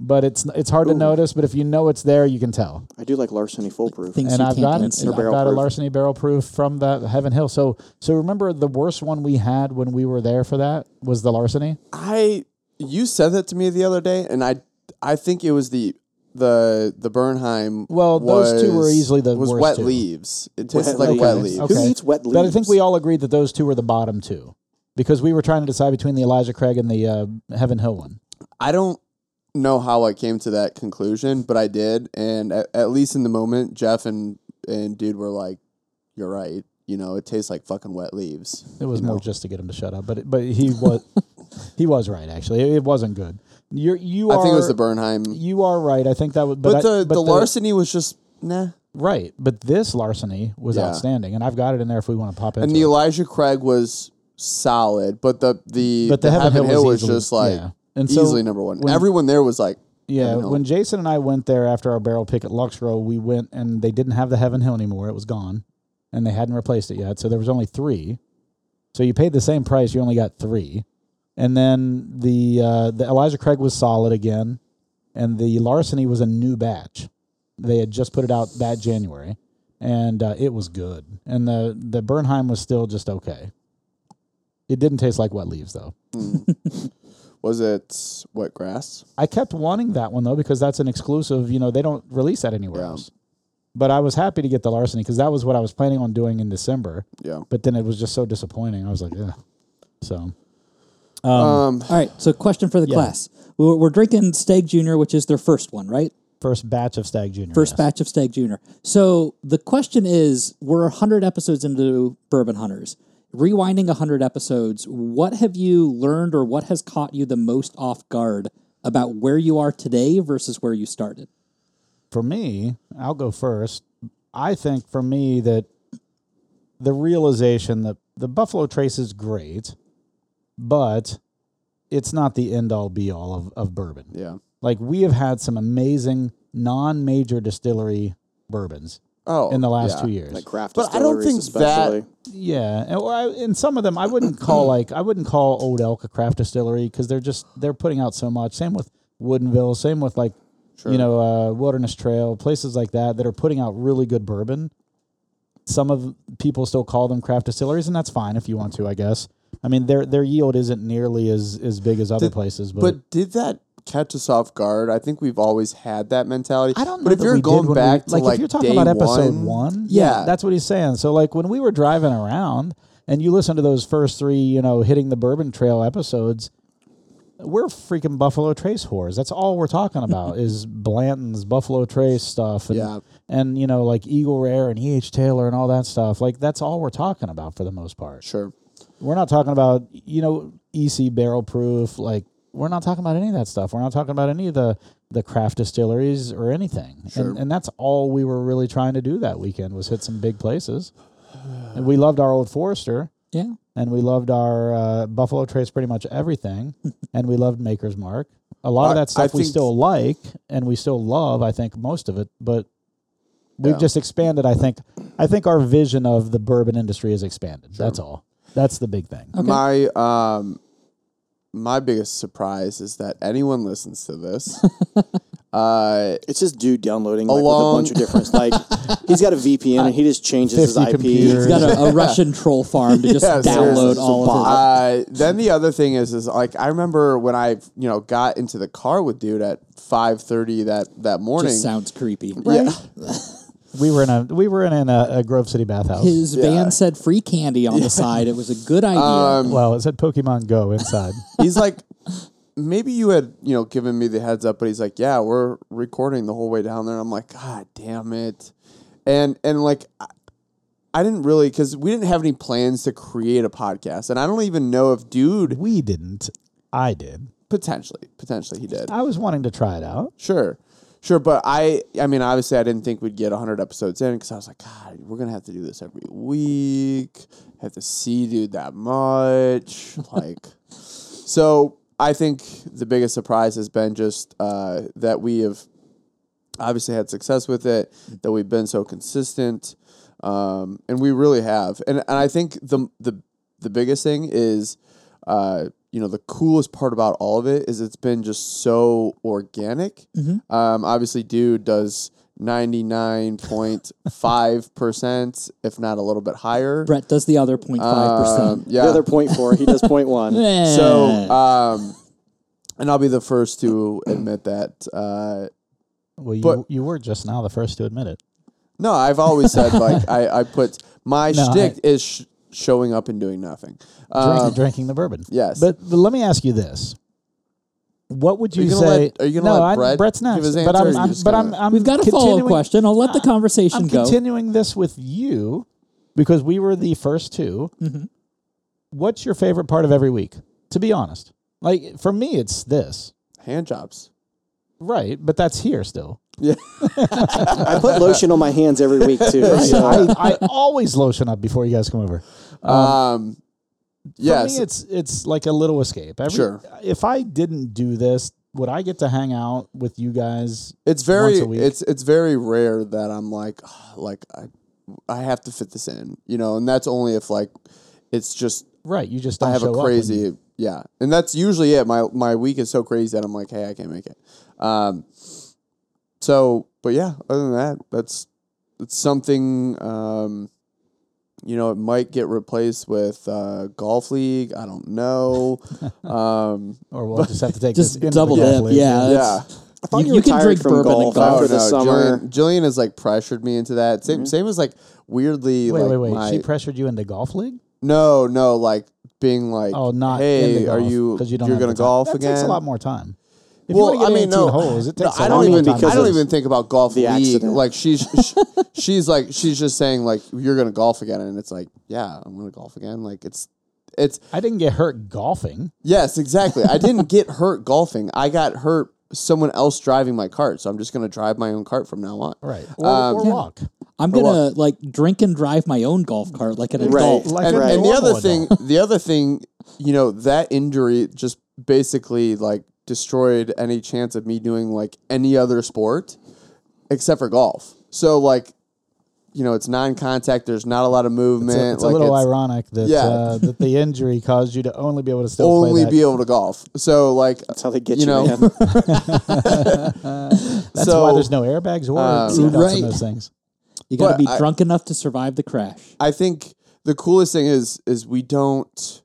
[SPEAKER 1] But it's it's hard to notice. But if you know it's there, you can tell.
[SPEAKER 5] I do like larceny foolproof.
[SPEAKER 4] Things
[SPEAKER 1] And
[SPEAKER 4] you
[SPEAKER 1] I've
[SPEAKER 4] can't
[SPEAKER 1] got it.
[SPEAKER 4] unsee.
[SPEAKER 1] I've
[SPEAKER 5] barrel
[SPEAKER 1] got a
[SPEAKER 5] proof.
[SPEAKER 1] larceny barrel proof from the Heaven Hill. So so remember the worst one we had when we were there for that was the larceny.
[SPEAKER 3] I you said that to me the other day and I I think it was the the the Bernheim
[SPEAKER 1] Well, those two were
[SPEAKER 3] was-
[SPEAKER 1] easily the
[SPEAKER 3] was
[SPEAKER 1] worst
[SPEAKER 3] wet
[SPEAKER 1] two.
[SPEAKER 3] leaves. It tasted
[SPEAKER 5] Wet
[SPEAKER 3] like wet
[SPEAKER 1] leaves.
[SPEAKER 3] leaves.
[SPEAKER 1] Okay.
[SPEAKER 5] Who eats wet leaves?
[SPEAKER 1] But I think we all agreed that those two were the bottom two because we were trying to decide between the Elijah Craig and the uh, Heaven Hill one.
[SPEAKER 3] I don't know how I came to that conclusion, but I did and at, at least in the moment Jeff and and dude were like you're right. You know, it tastes like fucking wet leaves.
[SPEAKER 1] It was more just to get him to shut up, but but he
[SPEAKER 3] (laughs)
[SPEAKER 1] was he was right actually. It, wasn't good. You you
[SPEAKER 3] I
[SPEAKER 1] are
[SPEAKER 3] think it was the Bernheim.
[SPEAKER 1] you are right. I think that would
[SPEAKER 3] But,
[SPEAKER 1] but, I-
[SPEAKER 3] the, the larceny was just nah.
[SPEAKER 1] right. But this larceny was
[SPEAKER 3] Yeah.
[SPEAKER 1] outstanding, and I've got it in there if we want to pop into.
[SPEAKER 3] And the Elijah Craig was solid, but the the,
[SPEAKER 1] it. But the, Heaven, Hill,
[SPEAKER 3] was,
[SPEAKER 1] easily-
[SPEAKER 3] just like
[SPEAKER 1] yeah. and so
[SPEAKER 3] easily number one.
[SPEAKER 1] when-
[SPEAKER 3] Everyone there was like,
[SPEAKER 1] Yeah,
[SPEAKER 3] Heaven Hill.
[SPEAKER 1] when Jason and I went there after our barrel pick at Lux Row, we went and they didn't have the Heaven Hill anymore. It was gone, and they hadn't replaced it yet. So there was only three. So you paid the same price. You only got three, and then the uh, the Elijah Craig was solid again, and the Larceny was a new batch. They had just put it out that January, and uh, it was good. And the the Bernheim was still just okay. It didn't taste like wet leaves though.
[SPEAKER 3] Was it wet grass?
[SPEAKER 1] I kept wanting that one though because that's an exclusive. You know, they don't release that anywhere
[SPEAKER 3] Yeah.
[SPEAKER 1] else. But I was happy to get the larceny because that was what I was planning on doing in December.
[SPEAKER 3] Yeah.
[SPEAKER 1] But then it was just so disappointing. I was like, yeah. So
[SPEAKER 3] Um,
[SPEAKER 4] All right. So, question for the class: we're, we're drinking Stag Junior, which is their first one, right?
[SPEAKER 1] first batch of Stag Junior.
[SPEAKER 4] First batch of Stag Junior. So the question is: We're hundred episodes into Bourbon Hunters. Rewinding hundred episodes, what have you learned, or what has caught you the most off guard about where you are today versus where you started?
[SPEAKER 1] for me, I'll go first. I think for me that the realization that the Buffalo Trace is great, but it's not the end all be all of, of bourbon.
[SPEAKER 3] yeah.
[SPEAKER 1] Like we have had some amazing non major distillery bourbons
[SPEAKER 3] Oh,
[SPEAKER 1] in the last
[SPEAKER 3] yeah.
[SPEAKER 1] two years.
[SPEAKER 5] like craft
[SPEAKER 3] But I don't
[SPEAKER 5] distilleries
[SPEAKER 3] think
[SPEAKER 5] especially.
[SPEAKER 3] that-
[SPEAKER 1] Yeah, and, or I, and some of them I wouldn't call like I wouldn't call Old Elk a craft distillery because they're just they're putting out so much. Same with Woodenville. Same with like you know uh, Wilderness Trail places like that that are putting out really good bourbon. Some of people still call them craft distilleries, and that's fine if you want to. I guess. I mean their their yield isn't nearly as as big as other places, but,
[SPEAKER 3] But did that catch us off guard? I think we've always had that mentality.
[SPEAKER 1] I don't know.
[SPEAKER 3] But if
[SPEAKER 1] that
[SPEAKER 3] you're
[SPEAKER 1] we did
[SPEAKER 3] going
[SPEAKER 1] when we-
[SPEAKER 3] back to
[SPEAKER 1] like,
[SPEAKER 3] like,
[SPEAKER 1] if you're talking
[SPEAKER 3] day
[SPEAKER 1] about episode
[SPEAKER 3] one,
[SPEAKER 1] yeah,
[SPEAKER 3] yeah.
[SPEAKER 1] that's what he's saying. So like when we were driving around and you listen to those first three, you know, hitting the Bourbon Trail episodes, we're freaking Buffalo Trace whores. That's all we're talking
[SPEAKER 3] (laughs)
[SPEAKER 1] about is Blanton's Buffalo Trace stuff, and
[SPEAKER 3] Yeah.
[SPEAKER 1] and you know like Eagle Rare and E. H. Taylor and all that stuff. Like that's all we're talking about for the most part.
[SPEAKER 3] sure.
[SPEAKER 1] We're not talking about you know EC barrel proof. Like we're not talking about any of that stuff. We're not talking about any of the the craft distilleries or anything. And, and that's all we were really trying to do that weekend was hit some big places. And we loved our old Forester,
[SPEAKER 4] Yeah.
[SPEAKER 1] and we loved our uh, Buffalo Trace, pretty much everything, and we loved Maker's Mark. A lot of
[SPEAKER 3] I-
[SPEAKER 1] that stuff
[SPEAKER 3] I
[SPEAKER 1] we
[SPEAKER 3] think-
[SPEAKER 1] still like and we still love. I think most of it, but we've
[SPEAKER 3] Yeah.
[SPEAKER 1] just expanded. I think I think our vision of the bourbon industry has expanded. That's all. That's the big
[SPEAKER 3] Um,
[SPEAKER 1] thing.
[SPEAKER 3] My um my biggest surprise is that anyone listens
[SPEAKER 1] (laughs)
[SPEAKER 3] to this. uh
[SPEAKER 5] It's just dude downloading like, with a
[SPEAKER 3] Along-
[SPEAKER 5] bunch of different. Like he's got a VPN and he just changes his
[SPEAKER 1] 50
[SPEAKER 5] IP.
[SPEAKER 1] computers.
[SPEAKER 4] He's got a, a Russian
[SPEAKER 3] (laughs)
[SPEAKER 4] troll farm to just
[SPEAKER 3] Yeah,
[SPEAKER 4] download
[SPEAKER 3] seriously.
[SPEAKER 4] all of his.
[SPEAKER 3] uh then the other thing is is like I remember when I, you know, got into the car with dude at 5:30 that that morning.
[SPEAKER 4] Just sounds creepy.
[SPEAKER 3] yeah.
[SPEAKER 1] We were in a we were in an, uh, a Grove City bathhouse.
[SPEAKER 4] His van said free candy on the side. It was a good idea.
[SPEAKER 3] Um,
[SPEAKER 1] Um, well, it said Pokemon Go inside.
[SPEAKER 3] He's like maybe you had, you know, given me the heads up, but he's like, "Yeah, we're recording the whole way down there." And I'm like, "God damn it." And and like I- I didn't really cuz we didn't have any plans to create a podcast. And I don't even know if dude
[SPEAKER 1] we didn't. I did.
[SPEAKER 3] potentially potentially he did.
[SPEAKER 1] I was wanting to try it out.
[SPEAKER 3] Sure. Sure, but I I mean obviously I didn't think we'd get 100 episodes in cuz I was like god, we're going to have to do this every week. Have to see dude that much like so I think the biggest surprise has been just uh, that we have obviously had success with it, that we've been so consistent, um, and we really have. And and I think the the the biggest thing is, uh, you know, the coolest part about all of it is it's been just so organic.
[SPEAKER 5] Mm-hmm.
[SPEAKER 3] Um, obviously, dude does. 99.5% if not a little bit higher
[SPEAKER 4] Brett does the other 0.5%.
[SPEAKER 3] Um, yeah
[SPEAKER 5] The other point four, he does point one.
[SPEAKER 4] Eh.
[SPEAKER 3] so,
[SPEAKER 1] Mm.
[SPEAKER 3] um, and I'll be the first to admit that. Uh,
[SPEAKER 1] Well, you
[SPEAKER 3] But-
[SPEAKER 1] you were just now the first to admit it.
[SPEAKER 3] no, I've always
[SPEAKER 1] (laughs)
[SPEAKER 3] said like I, I put my
[SPEAKER 1] No,
[SPEAKER 3] shtick is sh- showing up and doing nothing.
[SPEAKER 1] Drink,
[SPEAKER 3] Um,
[SPEAKER 1] drinking the bourbon.
[SPEAKER 3] yes.
[SPEAKER 1] But, but let me ask you this: What would
[SPEAKER 3] Are
[SPEAKER 1] you
[SPEAKER 3] you gonna
[SPEAKER 1] say?
[SPEAKER 3] let- are you gonna
[SPEAKER 1] no,
[SPEAKER 3] let
[SPEAKER 1] I-
[SPEAKER 3] Brett
[SPEAKER 1] Brett's next.
[SPEAKER 3] give his
[SPEAKER 1] but
[SPEAKER 3] answer, or
[SPEAKER 1] I'm,
[SPEAKER 3] you
[SPEAKER 1] I'm
[SPEAKER 3] just
[SPEAKER 1] but
[SPEAKER 3] gonna-
[SPEAKER 1] I'm, I'm
[SPEAKER 4] We've got a follow up
[SPEAKER 1] continuing-
[SPEAKER 4] question. I'll let the conversation
[SPEAKER 1] I'm
[SPEAKER 4] go.
[SPEAKER 1] continuing this with you because we were the first 2
[SPEAKER 4] Mm-hmm.
[SPEAKER 1] What's your favorite part of every week? To be honest, like for me, it's this.
[SPEAKER 3] hand jobs.
[SPEAKER 1] Right, but that's here still.
[SPEAKER 5] I put lotion on my hands every week too. so-
[SPEAKER 1] I, I always lotion up before you guys come over.
[SPEAKER 3] Um,
[SPEAKER 1] Yeah, For
[SPEAKER 3] yes.
[SPEAKER 1] me, it's it's like a little escape. Every,
[SPEAKER 3] Sure.
[SPEAKER 1] If I didn't do this, would I get to hang out with you guys?
[SPEAKER 3] It's
[SPEAKER 1] once
[SPEAKER 3] very
[SPEAKER 1] a week.
[SPEAKER 3] it's it's very rare that I'm like (sighs) "Ugh, like I I have to fit this in, you know, and that's only if like it's just
[SPEAKER 1] Right, you just don't
[SPEAKER 3] I have
[SPEAKER 1] show
[SPEAKER 3] a
[SPEAKER 1] up when you-
[SPEAKER 3] crazy yeah, and that's usually it. My my week is so crazy that I'm like, hey, I can't make it. Um, so but yeah, other than that, that's it's something um, You know, it might get replaced with uh, golf league. I
[SPEAKER 1] (laughs)
[SPEAKER 3] don't know. um,
[SPEAKER 1] Or we'll just have to (laughs) take
[SPEAKER 4] Just
[SPEAKER 1] this into the
[SPEAKER 4] double
[SPEAKER 1] golf
[SPEAKER 4] dip.
[SPEAKER 1] league.
[SPEAKER 4] Yeah,
[SPEAKER 3] yeah.
[SPEAKER 4] that's-
[SPEAKER 5] I thought you,
[SPEAKER 4] You- you can
[SPEAKER 5] retired
[SPEAKER 4] drink
[SPEAKER 5] from
[SPEAKER 4] bourbon and
[SPEAKER 5] golf
[SPEAKER 4] golf.
[SPEAKER 5] for
[SPEAKER 3] Oh
[SPEAKER 5] the
[SPEAKER 3] no,
[SPEAKER 5] summer.
[SPEAKER 3] Jillian, Jillian has like pressured me into that. Same, same as like weirdly
[SPEAKER 1] Mm-hmm. Wait,
[SPEAKER 3] like
[SPEAKER 1] wait, wait.
[SPEAKER 3] my
[SPEAKER 1] She pressured you into golf league?
[SPEAKER 3] no, no, like being like
[SPEAKER 1] Oh, not
[SPEAKER 3] hey,
[SPEAKER 1] into golf,
[SPEAKER 3] are you
[SPEAKER 1] 'cause you don't
[SPEAKER 3] you're
[SPEAKER 1] have the
[SPEAKER 3] gonna
[SPEAKER 1] time.
[SPEAKER 3] golf
[SPEAKER 1] that
[SPEAKER 3] again?
[SPEAKER 1] Takes a lot more time. If
[SPEAKER 3] well,
[SPEAKER 1] you wanna
[SPEAKER 3] I
[SPEAKER 1] get
[SPEAKER 3] mean,
[SPEAKER 1] 18
[SPEAKER 3] no,
[SPEAKER 1] holes. It
[SPEAKER 3] no,
[SPEAKER 1] takes a
[SPEAKER 3] I
[SPEAKER 1] long
[SPEAKER 3] don't even.
[SPEAKER 1] time to
[SPEAKER 3] I don't
[SPEAKER 1] do.
[SPEAKER 3] even think about golf
[SPEAKER 5] the
[SPEAKER 3] league.
[SPEAKER 5] accident.
[SPEAKER 3] Like
[SPEAKER 1] (laughs)
[SPEAKER 3] she's sh- she's like she's just saying like you're gonna golf again, and it's like yeah, I'm gonna golf again. Like it's it's
[SPEAKER 1] I didn't get hurt golfing.
[SPEAKER 3] yes, exactly. I didn't get hurt golfing. I got hurt someone else driving my cart, so I'm just gonna drive my own cart from now on.
[SPEAKER 1] Right. Or,
[SPEAKER 3] Um,
[SPEAKER 1] or
[SPEAKER 3] Yeah.
[SPEAKER 1] walk.
[SPEAKER 4] I'm gonna like drink and drive my own golf cart like an
[SPEAKER 5] Right.
[SPEAKER 4] adult.
[SPEAKER 1] Like
[SPEAKER 3] and,
[SPEAKER 1] a
[SPEAKER 5] Right.
[SPEAKER 3] and the
[SPEAKER 1] normal
[SPEAKER 3] other
[SPEAKER 1] adult. (laughs)
[SPEAKER 3] thing, the other thing, you know, that injury just basically like destroyed any chance of me doing like any other sport except for golf. So like, you know, it's non-contact. There's not a lot of movement.
[SPEAKER 1] It's a, it's a
[SPEAKER 3] like
[SPEAKER 1] little
[SPEAKER 3] it's
[SPEAKER 1] ironic that
[SPEAKER 3] Yeah.
[SPEAKER 1] uh, that the injury caused you to only be able to still play
[SPEAKER 3] only
[SPEAKER 1] that.
[SPEAKER 3] be able to golf. So like,
[SPEAKER 5] That's how they get
[SPEAKER 3] You
[SPEAKER 5] you,
[SPEAKER 3] know.
[SPEAKER 5] man.
[SPEAKER 1] That's
[SPEAKER 3] so
[SPEAKER 1] why there's no airbags or
[SPEAKER 3] Um,
[SPEAKER 1] seatbelts
[SPEAKER 4] Right.
[SPEAKER 1] in those things.
[SPEAKER 4] You gotta
[SPEAKER 3] But
[SPEAKER 4] be
[SPEAKER 3] I-
[SPEAKER 4] drunk enough to survive the crash.
[SPEAKER 3] I think the coolest thing is is we don't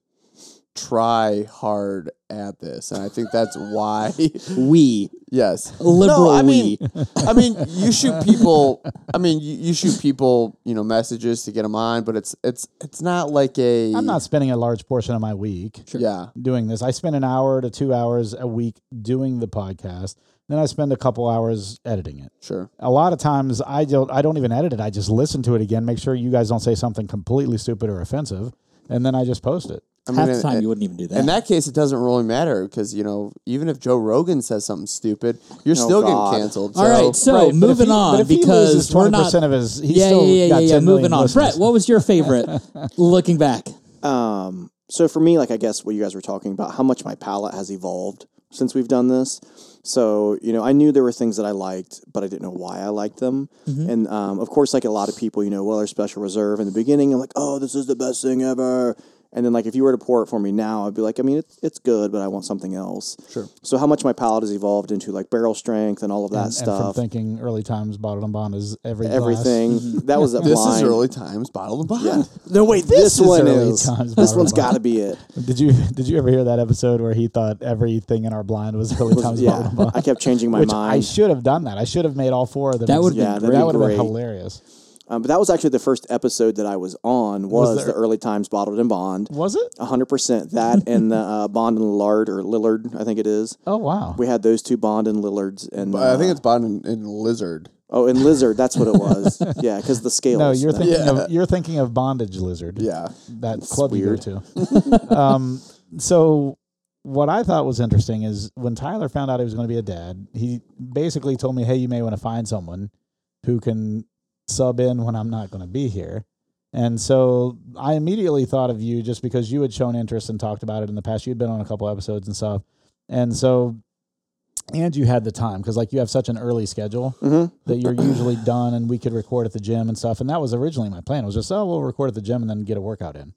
[SPEAKER 3] try hard at this, and I think that's
[SPEAKER 1] (laughs)
[SPEAKER 3] why
[SPEAKER 4] We
[SPEAKER 3] yes.
[SPEAKER 4] liberal
[SPEAKER 3] I mean,
[SPEAKER 4] we.
[SPEAKER 3] I mean, you shoot people. I mean, you, you shoot people. You know, messages to get them on, but it's it's it's not like a.
[SPEAKER 1] I'm not spending a large portion of my week
[SPEAKER 3] Yeah,
[SPEAKER 1] doing this. I spend an hour to two hours a week doing the podcast. Then I spend a couple hours editing it.
[SPEAKER 3] sure.
[SPEAKER 1] A lot of times I don't I don't even edit it. I just listen to it again, make sure you guys don't say something completely stupid or offensive, and then I just post it.
[SPEAKER 3] I
[SPEAKER 4] Half
[SPEAKER 3] mean,
[SPEAKER 4] the time
[SPEAKER 3] in,
[SPEAKER 4] you wouldn't even do that.
[SPEAKER 3] in that case, it doesn't really matter because you know, even if Joe Rogan says something stupid, you're still
[SPEAKER 5] God.
[SPEAKER 3] getting canceled. So,
[SPEAKER 4] All right, so
[SPEAKER 1] Right, but if
[SPEAKER 4] moving
[SPEAKER 1] he-
[SPEAKER 4] on
[SPEAKER 1] but if he
[SPEAKER 4] because
[SPEAKER 1] loses
[SPEAKER 4] we're
[SPEAKER 1] 20%
[SPEAKER 4] not.
[SPEAKER 1] of his he's
[SPEAKER 4] yeah,
[SPEAKER 1] still
[SPEAKER 4] yeah, yeah,
[SPEAKER 1] got
[SPEAKER 4] yeah, yeah.
[SPEAKER 1] 10 million
[SPEAKER 4] Moving on.
[SPEAKER 1] listeners.
[SPEAKER 4] Brett, what
[SPEAKER 1] (laughs)
[SPEAKER 4] was your favorite? looking back,
[SPEAKER 5] Um, so for me, like I guess what you guys were talking about, how much my palate has evolved since we've done this. So you know, I knew there were things that I liked, but I didn't know why I liked them.
[SPEAKER 1] Mm-hmm.
[SPEAKER 5] And um, of course, like a lot of people, you know, well, our special reserve in the beginning, I'm like, oh, this is the best thing ever. And then like if you were to pour it for me now, I'd be like, I mean, it's it's good, but I want something else. Sure. So how much my palate has evolved into like barrel strength and all of
[SPEAKER 1] and,
[SPEAKER 5] that
[SPEAKER 1] and from
[SPEAKER 5] stuff,
[SPEAKER 1] thinking early times bottled and bond is every glass. Mm-hmm.
[SPEAKER 5] everything
[SPEAKER 1] (laughs)
[SPEAKER 5] that was that
[SPEAKER 3] this
[SPEAKER 5] line.
[SPEAKER 3] is early times bottled and bond.
[SPEAKER 5] Yeah. No wait,
[SPEAKER 1] This
[SPEAKER 5] this,
[SPEAKER 1] is
[SPEAKER 5] one
[SPEAKER 1] early
[SPEAKER 5] is.
[SPEAKER 1] times
[SPEAKER 5] This one's
[SPEAKER 1] Bottled
[SPEAKER 5] got to be it.
[SPEAKER 1] Did you did you ever hear that episode where he thought everything in our blind was early (laughs) times bottled
[SPEAKER 5] Yeah,
[SPEAKER 1] and bond?
[SPEAKER 5] I kept changing my
[SPEAKER 1] Which I
[SPEAKER 5] mind.
[SPEAKER 1] should have done that. I should have made all four of them.
[SPEAKER 4] That would've
[SPEAKER 1] exist.
[SPEAKER 4] been Yeah,
[SPEAKER 5] that'd
[SPEAKER 1] that
[SPEAKER 5] be
[SPEAKER 1] would have been
[SPEAKER 5] great.
[SPEAKER 1] hilarious.
[SPEAKER 5] Um, but that was actually the first episode that I was on was,
[SPEAKER 1] there-
[SPEAKER 5] the early times bottled and bond.
[SPEAKER 1] Was it?
[SPEAKER 5] hundred percent that and
[SPEAKER 1] (laughs)
[SPEAKER 5] the uh, Bond and Lillard or Lillard, I think it is.
[SPEAKER 1] Oh wow.
[SPEAKER 5] We had those two Bond and Lillards and
[SPEAKER 3] But (laughs) I think
[SPEAKER 5] uh,
[SPEAKER 3] it's bond and, and lizard.
[SPEAKER 5] oh and Lizard, that's what
[SPEAKER 1] (laughs)
[SPEAKER 5] it was. yeah, because the scales.
[SPEAKER 1] no, you're
[SPEAKER 5] That-
[SPEAKER 1] thinking of you're thinking of bondage lizard.
[SPEAKER 3] Yeah,
[SPEAKER 1] that club you go to. um, so what I thought was interesting is when Tyler found out he was going to be a dad, he basically told me, "Hey, you may want to find someone who can sub in when I'm not going to be here." And so I immediately thought of you just because you had shown interest and talked about it in the past. You'd been on a couple episodes and stuff. And so and you had the time because like you have such an early schedule
[SPEAKER 5] Mhm.
[SPEAKER 1] that you're usually done and we could record at the gym and stuff and that was originally my plan it was just oh we'll record at the gym and then get a workout in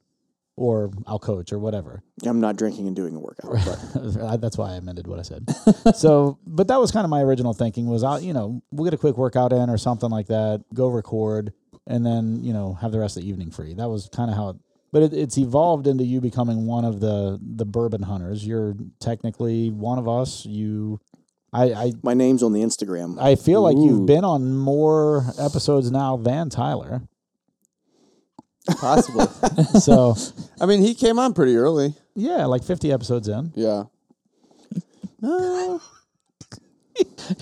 [SPEAKER 1] or i'll coach or whatever (laughs)
[SPEAKER 5] I'm not drinking and doing a workout. But
[SPEAKER 1] that's why i amended what i said so but that was kind of my original thinking was i'll you know we'll get a quick workout in or something like that go record and then you know have the rest of the evening free that was kind of how it but it, it's evolved into you becoming one of the the bourbon hunters you're technically one of us you I, I
[SPEAKER 5] my name's on the Instagram.
[SPEAKER 1] I feel like you've been on more episodes now than Tyler.
[SPEAKER 5] (laughs)
[SPEAKER 3] possibly.
[SPEAKER 1] So
[SPEAKER 3] (laughs) I mean, he came on pretty early.
[SPEAKER 1] yeah, like fifty episodes in.
[SPEAKER 3] Yeah.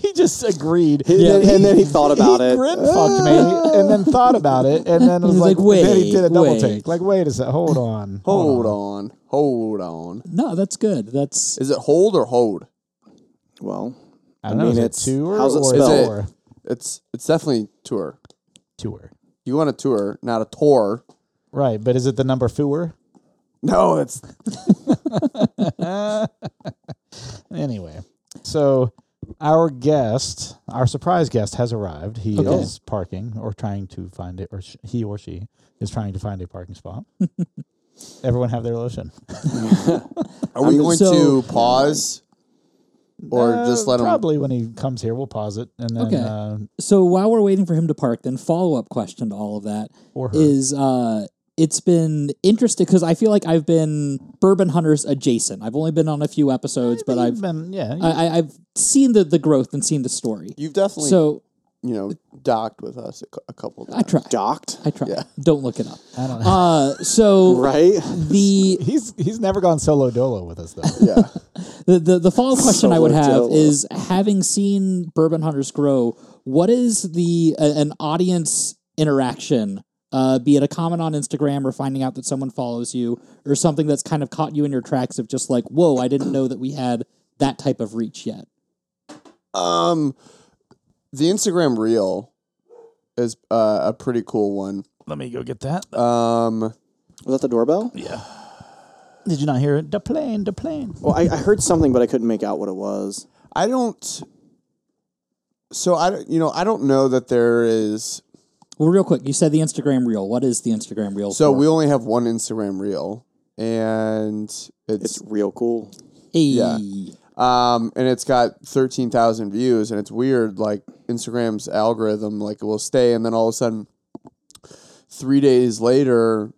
[SPEAKER 1] He just agreed.
[SPEAKER 5] and, and then he thought about
[SPEAKER 1] he
[SPEAKER 5] it.
[SPEAKER 1] grin fucked me and then thought about it and then was
[SPEAKER 4] was
[SPEAKER 1] like,
[SPEAKER 4] like, wait,
[SPEAKER 1] then he did a double
[SPEAKER 4] wait.
[SPEAKER 1] take. Like, wait a sec, hold on.
[SPEAKER 3] Hold on. Hold on.
[SPEAKER 4] no, that's good. That's
[SPEAKER 3] Is it hold or hold?
[SPEAKER 5] Well,
[SPEAKER 1] I don't know,
[SPEAKER 5] mean,
[SPEAKER 1] is it
[SPEAKER 5] it's-
[SPEAKER 1] tour
[SPEAKER 5] how's it
[SPEAKER 1] or
[SPEAKER 5] spelled?
[SPEAKER 3] Is it-
[SPEAKER 1] tour?
[SPEAKER 3] It's it's definitely tour.
[SPEAKER 1] Tour.
[SPEAKER 3] You want a tour, not a tour.
[SPEAKER 1] Right, but is it the number four?
[SPEAKER 3] No, it's
[SPEAKER 1] Anyway, so our guest, our surprise guest, has arrived. He
[SPEAKER 4] Okay.
[SPEAKER 1] is parking or trying to find it, or sh- he or she is trying to find a parking spot. Everyone have their lotion,
[SPEAKER 3] Are we
[SPEAKER 4] I'm-
[SPEAKER 3] going
[SPEAKER 4] so-
[SPEAKER 3] to pause or
[SPEAKER 1] Uh,
[SPEAKER 3] just let him?
[SPEAKER 1] Probably when he comes here, we'll pause it and then.
[SPEAKER 4] Okay.
[SPEAKER 1] Uh,
[SPEAKER 4] so. While we're waiting for him to park, then follow up question to all of that
[SPEAKER 1] or her.
[SPEAKER 4] is: uh, it's been interesting because I feel like I've been bourbon hunters adjacent. I've only been on a few episodes, but I've
[SPEAKER 1] been yeah. you-
[SPEAKER 4] I, I- I've seen the the growth and seen the story.
[SPEAKER 3] You've definitely,
[SPEAKER 4] So
[SPEAKER 3] you know, docked with us a, cou- a couple
[SPEAKER 4] I
[SPEAKER 3] times.
[SPEAKER 4] try.
[SPEAKER 5] Docked,
[SPEAKER 4] I try. Don't look it up.
[SPEAKER 1] I don't know.
[SPEAKER 4] Uh,
[SPEAKER 3] (laughs)
[SPEAKER 4] so
[SPEAKER 5] right?
[SPEAKER 4] the
[SPEAKER 1] he's he's never gone solo dolo with us though.
[SPEAKER 3] Yeah.
[SPEAKER 4] The the, the follow up question I would
[SPEAKER 5] Solo
[SPEAKER 4] have
[SPEAKER 5] Dolo.
[SPEAKER 4] is having seen Bourbon Hunters grow, what is the a- an audience interaction? Uh, be it a comment on Instagram or finding out that someone follows you or something that's kind of caught you in your tracks of just like, whoa, I didn't know that we had that type of reach yet.
[SPEAKER 3] Um, the Instagram reel is uh, a pretty cool one.
[SPEAKER 1] Let me go get that.
[SPEAKER 3] Um,
[SPEAKER 5] Was that the doorbell?
[SPEAKER 1] Did you not hear it? The plane, the plane.
[SPEAKER 5] Well, I, I heard something, but I couldn't make out what it was.
[SPEAKER 3] I don't. So I, don't- you know, I don't know that there is.
[SPEAKER 4] Well, real quick, you said the Instagram reel. What is the Instagram reel?
[SPEAKER 3] So
[SPEAKER 4] for?
[SPEAKER 3] we only have one Instagram reel, and it's
[SPEAKER 5] It's real cool.
[SPEAKER 4] Hey.
[SPEAKER 3] yeah. um, and it's got thirteen thousand views, and it's weird. Like Instagram's algorithm, like it will stay, and then all of a sudden, three days later,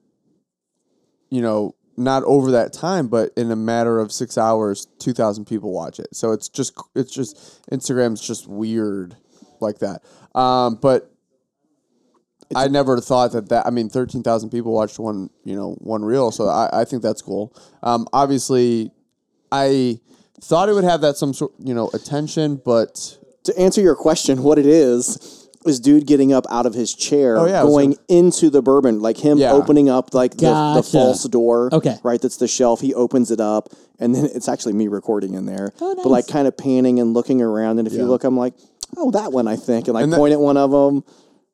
[SPEAKER 3] you know, not over that time, but in a matter of six hours, two thousand people watch it. So it's just, it's just Instagram's just weird like that. Um, but I never thought that that. I mean, thirteen thousand people watched one, you know, one reel. So I, I think that's cool. Um, obviously, I thought it would have that some sort, you know, attention, but
[SPEAKER 5] To answer your question, what it is is dude getting up out of his chair,
[SPEAKER 3] Oh, yeah, I was
[SPEAKER 5] going into the bourbon, like him
[SPEAKER 3] Yeah.
[SPEAKER 5] opening up like the, the
[SPEAKER 4] Gotcha.
[SPEAKER 5] false door.
[SPEAKER 4] Okay.
[SPEAKER 5] right. That's the shelf. He opens it up, and then it's actually me recording in there,
[SPEAKER 4] Oh,
[SPEAKER 5] but like kind of panning and looking around. And if you look, I'm like, oh, that one, I think, and I
[SPEAKER 3] that-
[SPEAKER 5] point at one of them.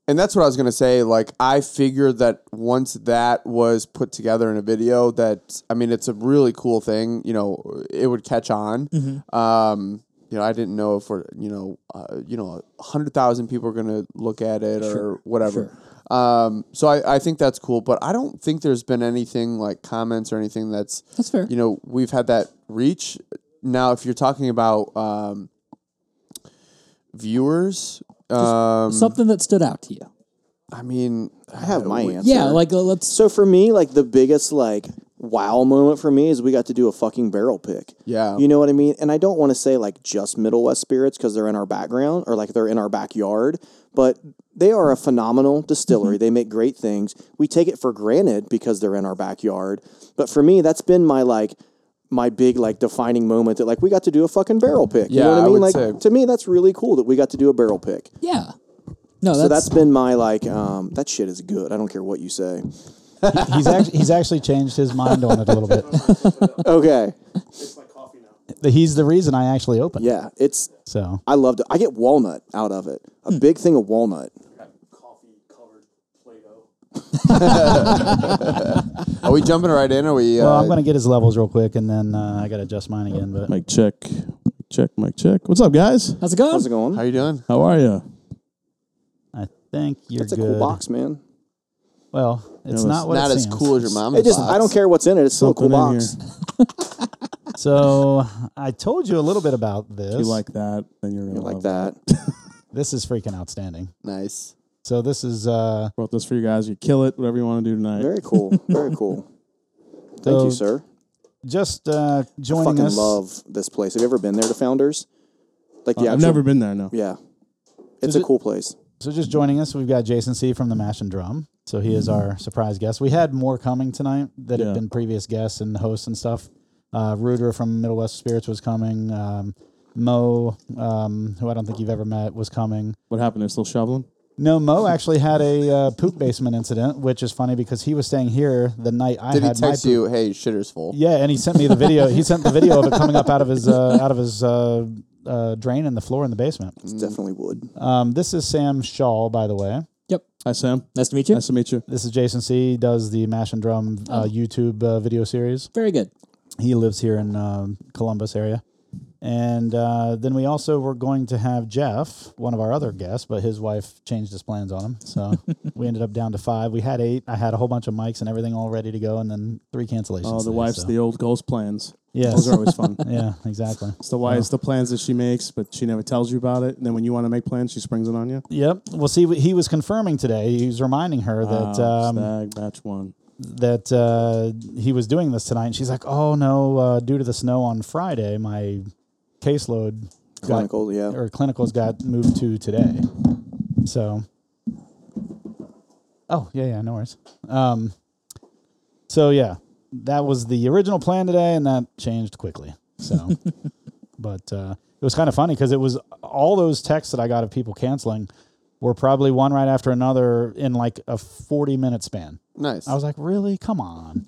[SPEAKER 3] and that's what I was gonna say. Like, I figured that once that was put together in a video, that I mean, it's a really cool thing. You know, it would catch on.
[SPEAKER 5] Mm-hmm.
[SPEAKER 3] Um, you know, I didn't know if we're, you know, uh, you know, hundred thousand people are gonna look at it or whatever. Um, so I, I think that's cool, but I don't think there's been anything like comments or anything that's
[SPEAKER 4] That's fair.
[SPEAKER 3] you know, we've had that reach. Now, if you're talking about um, viewers, um,
[SPEAKER 4] something that stood out to you.
[SPEAKER 3] I mean,
[SPEAKER 5] I have my answer.
[SPEAKER 4] Yeah, like uh, let's
[SPEAKER 5] So for me, like the biggest like wow moment for me is we got to do a fucking barrel pick.
[SPEAKER 3] Yeah.
[SPEAKER 5] You know what I mean? And I don't want to say like just Middle West spirits because they're in our background or like they're in our backyard, but they are a phenomenal distillery.
[SPEAKER 3] Mm-hmm.
[SPEAKER 5] They make great things. We take it for granted because they're in our backyard. But for me, that's been my like my big like defining moment that like we got to do a fucking barrel pick. you
[SPEAKER 3] Yeah,
[SPEAKER 5] know what I
[SPEAKER 3] I
[SPEAKER 5] mean?
[SPEAKER 3] would
[SPEAKER 5] like
[SPEAKER 3] say-
[SPEAKER 5] to me that's really cool that we got to do a barrel pick.
[SPEAKER 4] yeah. No,
[SPEAKER 5] so
[SPEAKER 4] that's,
[SPEAKER 5] that's been my like um that shit is good. I don't care what you
[SPEAKER 3] (laughs)
[SPEAKER 5] say.
[SPEAKER 1] He's actually he's actually changed his mind on it a little bit.
[SPEAKER 5] Okay.
[SPEAKER 1] He's the reason I actually opened.
[SPEAKER 5] Yeah, it's
[SPEAKER 1] So
[SPEAKER 5] I loved it. I get walnut out of it. A
[SPEAKER 1] Hmm.
[SPEAKER 5] big thing of walnut.
[SPEAKER 3] are we jumping right in? Are we? Uh,
[SPEAKER 1] well, I'm gonna get his levels real quick, and then uh, I gotta adjust mine again. But
[SPEAKER 2] Mic check, check, mic check. What's up, guys?
[SPEAKER 4] how's it going?
[SPEAKER 5] How's it going?
[SPEAKER 3] how you doing?
[SPEAKER 2] How are you?
[SPEAKER 1] I think you're
[SPEAKER 5] That's a
[SPEAKER 1] good.
[SPEAKER 5] cool box, man.
[SPEAKER 1] Well, it's
[SPEAKER 2] it's
[SPEAKER 1] not (laughs) what
[SPEAKER 3] Not
[SPEAKER 1] it
[SPEAKER 3] as
[SPEAKER 1] seems.
[SPEAKER 3] cool as your mom.
[SPEAKER 5] It just I don't care what's in it. It's still a cool
[SPEAKER 2] Something in
[SPEAKER 5] box.
[SPEAKER 1] So I told you a little bit about this.
[SPEAKER 2] If you like that, then you're gonna
[SPEAKER 5] Like
[SPEAKER 2] love
[SPEAKER 5] that.
[SPEAKER 1] (laughs) this is freaking outstanding.
[SPEAKER 3] nice.
[SPEAKER 1] So this is uh,
[SPEAKER 2] It. Brought this for you guys. You kill it. Whatever you want to do tonight.
[SPEAKER 5] Very cool. Very cool. Thank
[SPEAKER 1] So
[SPEAKER 5] you, sir.
[SPEAKER 1] just uh,
[SPEAKER 5] I
[SPEAKER 1] joining
[SPEAKER 5] fucking
[SPEAKER 1] us.
[SPEAKER 5] love this place. Have you ever been there to Founders? Like
[SPEAKER 1] Uh,
[SPEAKER 5] the
[SPEAKER 2] I've
[SPEAKER 5] actual,
[SPEAKER 2] never been there. No.
[SPEAKER 5] Yeah. It's
[SPEAKER 1] Does
[SPEAKER 5] a
[SPEAKER 1] it-
[SPEAKER 5] cool place.
[SPEAKER 1] So just joining us, we've got Jason C from the Mash and Drum. So he is our surprise guest. We had more coming tonight that
[SPEAKER 2] Yeah.
[SPEAKER 1] have been previous guests and hosts and stuff. Uh, Ruder from Middle West Spirits was coming. Um, Mo, um, who I don't think you've ever met, was coming.
[SPEAKER 2] What happened? They're still shoveling.
[SPEAKER 1] No, Mo actually had a uh, poop basement incident, which is funny because he was staying here the night I
[SPEAKER 3] Did he
[SPEAKER 1] had my
[SPEAKER 3] text
[SPEAKER 1] poop
[SPEAKER 3] you? Hey, shitter's full.
[SPEAKER 1] Yeah, and he sent me the video. he sent the video of it coming up out of his uh, out of his uh, uh, drain in the floor in the basement.
[SPEAKER 5] It's definitely wood.
[SPEAKER 1] Um, this is Sam Shaw, by the way.
[SPEAKER 4] Yep.
[SPEAKER 2] Hi, Sam.
[SPEAKER 4] Nice to meet you.
[SPEAKER 2] Nice to meet you.
[SPEAKER 1] This is Jason C. He does the Mash and Drum uh, YouTube uh, video series.
[SPEAKER 4] Very good.
[SPEAKER 1] He lives here in um, Columbus area. And uh, then we also were going to have Jeff, one of our other guests, but his wife changed his plans on him.
[SPEAKER 2] (laughs)
[SPEAKER 1] So we ended up down to five. We had eight. I had a whole bunch of mics and everything all ready to go, and then three cancellations.
[SPEAKER 2] Oh, the
[SPEAKER 1] today,
[SPEAKER 2] wife's
[SPEAKER 1] so-
[SPEAKER 2] the old ghost plans.
[SPEAKER 1] Yes.
[SPEAKER 2] Those are always fun.
[SPEAKER 1] (laughs) yeah, exactly.
[SPEAKER 2] It's the (laughs) wife's the plans that she makes, but she never tells you about it. And then when you want to make plans, she springs it on you.
[SPEAKER 1] Yep. Well, see, he was confirming today. He was reminding her that
[SPEAKER 2] Wow,
[SPEAKER 1] um,
[SPEAKER 2] Oh, stag batch one.
[SPEAKER 1] that uh, he was doing this tonight, and she's like, "Oh no, uh, due to the snow on Friday, my caseload got,
[SPEAKER 5] Clinical, yeah.
[SPEAKER 1] or clinicals got moved to today." So, oh yeah, yeah, no worries. Um, so yeah, that was the original plan today, and that changed quickly. So, but uh, it was kind of funny because it was all those texts that I got of people canceling were probably one right after another in like a forty-minute span.
[SPEAKER 3] Nice.
[SPEAKER 1] I was like, really? Come on.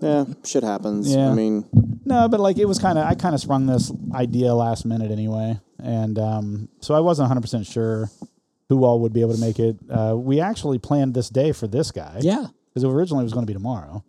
[SPEAKER 5] Yeah, shit happens.
[SPEAKER 1] Yeah.
[SPEAKER 5] I mean,
[SPEAKER 1] No, but like it was kind of, I kind of sprung this idea last minute anyway. And um, so I wasn't 100% sure who all would be able to make it. Uh, we actually planned this day for this guy.
[SPEAKER 4] Yeah.
[SPEAKER 1] Because originally it was going to be tomorrow,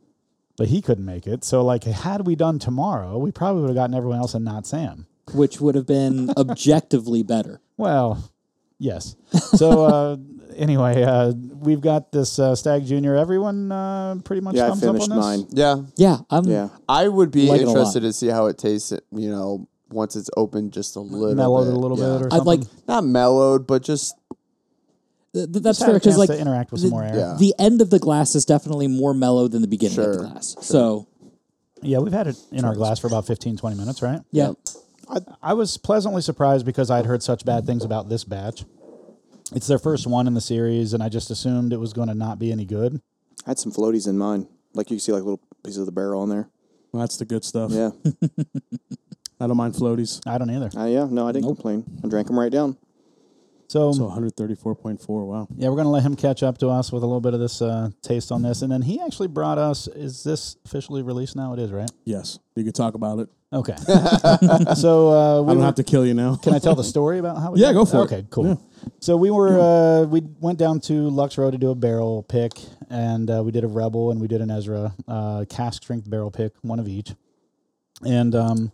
[SPEAKER 1] but he couldn't make it. So, like, had we done tomorrow, we probably would have gotten everyone else and not Sam.
[SPEAKER 4] Which would have been objectively better.
[SPEAKER 1] Well,
[SPEAKER 4] (laughs)
[SPEAKER 1] yes. So, uh, anyway, uh, we've got this uh, Stag Junior. Everyone uh, pretty much
[SPEAKER 5] yeah, I
[SPEAKER 1] thumbs up on
[SPEAKER 5] finished
[SPEAKER 1] this?
[SPEAKER 5] mine.
[SPEAKER 3] yeah,
[SPEAKER 4] Yeah, I'm.
[SPEAKER 5] Yeah.
[SPEAKER 3] I would be
[SPEAKER 4] Like it a lot.
[SPEAKER 3] interested to see how it tastes. You know, once it's opened just a little,
[SPEAKER 1] Mellowed
[SPEAKER 3] bit.
[SPEAKER 1] a little
[SPEAKER 3] Yeah.
[SPEAKER 1] bit or
[SPEAKER 4] I'd
[SPEAKER 1] something.
[SPEAKER 4] like.
[SPEAKER 3] Not mellowed, but just
[SPEAKER 4] Th- th- that's
[SPEAKER 1] Just had
[SPEAKER 4] fair
[SPEAKER 1] a
[SPEAKER 4] because
[SPEAKER 1] chance
[SPEAKER 4] like
[SPEAKER 1] to interact with
[SPEAKER 4] the,
[SPEAKER 1] some more air.
[SPEAKER 3] Yeah.
[SPEAKER 4] the end of the glass is definitely more mellow than the beginning of
[SPEAKER 3] Sure,
[SPEAKER 4] the glass. So
[SPEAKER 1] Yeah, we've had it in our glass for about 15, 20 minutes, right?
[SPEAKER 4] yeah,
[SPEAKER 1] I was pleasantly surprised because I'd heard such bad things about this batch. It's their first one in the series, and I just assumed it was going to not be any good.
[SPEAKER 5] I had some floaties in mine. Like you can see like little pieces of the barrel in there.
[SPEAKER 2] That's the good stuff.
[SPEAKER 5] Yeah.
[SPEAKER 2] I don't mind floaties.
[SPEAKER 1] I don't either.
[SPEAKER 5] Uh, yeah, no, I didn't complain. I drank them right down.
[SPEAKER 1] So,
[SPEAKER 2] So 134.4. Wow.
[SPEAKER 1] yeah, we're going to let him catch up to us with a little bit of this uh, taste on this. And then he actually brought us, is this officially released now? It is, right?
[SPEAKER 2] Yes, you could talk about it.
[SPEAKER 1] Okay. (laughs) so, uh, we
[SPEAKER 2] (laughs) I don't
[SPEAKER 1] were-
[SPEAKER 2] have to kill you now.
[SPEAKER 1] Can I tell the story about how? We
[SPEAKER 2] Yeah,
[SPEAKER 1] got-
[SPEAKER 2] go for it.
[SPEAKER 1] okay, cool. So we were uh, we went down to Lux Row to do a barrel pick, and uh, we did a Rebel and we did an Ezra uh, cask strength barrel pick, one of each. And um,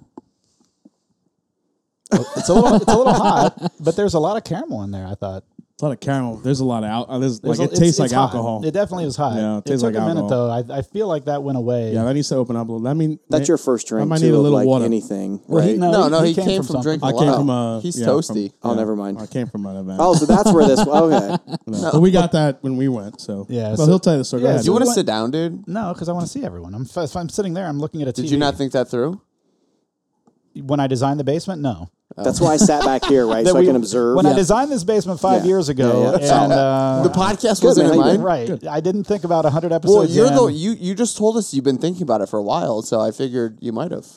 [SPEAKER 1] oh, it's a little it's a little hot, but there's a lot of caramel in there. I thought
[SPEAKER 2] a lot of caramel. There's a lot of al- uh, there's,
[SPEAKER 1] There's a-
[SPEAKER 2] like it
[SPEAKER 1] it's-
[SPEAKER 2] tastes like
[SPEAKER 1] it's hot.
[SPEAKER 2] alcohol.
[SPEAKER 1] It definitely is hot.
[SPEAKER 2] Yeah, it
[SPEAKER 1] it,
[SPEAKER 2] tastes
[SPEAKER 1] took
[SPEAKER 2] like
[SPEAKER 1] a minute though.
[SPEAKER 2] alcohol.
[SPEAKER 1] I, I feel like that went away.
[SPEAKER 2] yeah, that needs to open up a little. I mean,
[SPEAKER 5] That's your first drink.
[SPEAKER 2] I might
[SPEAKER 5] too,
[SPEAKER 2] need a
[SPEAKER 5] of,
[SPEAKER 2] little
[SPEAKER 5] like
[SPEAKER 2] water.
[SPEAKER 5] anything,
[SPEAKER 1] Well, he-
[SPEAKER 5] right?
[SPEAKER 1] no,
[SPEAKER 3] no, no. He,
[SPEAKER 1] came, from, uh, something.
[SPEAKER 3] drinking.
[SPEAKER 2] I
[SPEAKER 3] a
[SPEAKER 2] came
[SPEAKER 3] lot.
[SPEAKER 2] from a.
[SPEAKER 3] He's
[SPEAKER 2] yeah,
[SPEAKER 3] toasty.
[SPEAKER 2] from-
[SPEAKER 5] Oh,
[SPEAKER 2] yeah,
[SPEAKER 5] never mind.
[SPEAKER 2] I came from an event.
[SPEAKER 5] Oh, so that's
[SPEAKER 2] (laughs)
[SPEAKER 5] where this. Okay.
[SPEAKER 2] No. But we got that when we went. So
[SPEAKER 1] Yeah,
[SPEAKER 2] Well,
[SPEAKER 1] so-
[SPEAKER 2] he'll tell you the story. Go
[SPEAKER 1] yeah,
[SPEAKER 2] ahead.
[SPEAKER 3] Do you want
[SPEAKER 1] We
[SPEAKER 3] to
[SPEAKER 1] went-
[SPEAKER 3] sit down, dude?
[SPEAKER 1] No, because I want to see everyone. I'm if I'm sitting there, I'm looking at a TV.
[SPEAKER 3] Did you not think that through?
[SPEAKER 1] when I designed the basement? No.
[SPEAKER 5] That's why I sat back here, right? so I
[SPEAKER 1] we-
[SPEAKER 5] can observe.
[SPEAKER 1] When I
[SPEAKER 5] Yeah.
[SPEAKER 1] designed this basement five
[SPEAKER 5] Yeah.
[SPEAKER 1] years ago,
[SPEAKER 5] Yeah,
[SPEAKER 1] and uh,
[SPEAKER 3] the podcast
[SPEAKER 5] Good,
[SPEAKER 3] wasn't
[SPEAKER 5] man.
[SPEAKER 3] in
[SPEAKER 5] How you
[SPEAKER 3] mine.
[SPEAKER 5] doing?
[SPEAKER 1] right, I didn't think about hundred
[SPEAKER 3] Well,
[SPEAKER 1] episodes.
[SPEAKER 3] you're the
[SPEAKER 1] in.
[SPEAKER 3] you. You just told us you've been thinking about it for a while, so I figured you might have.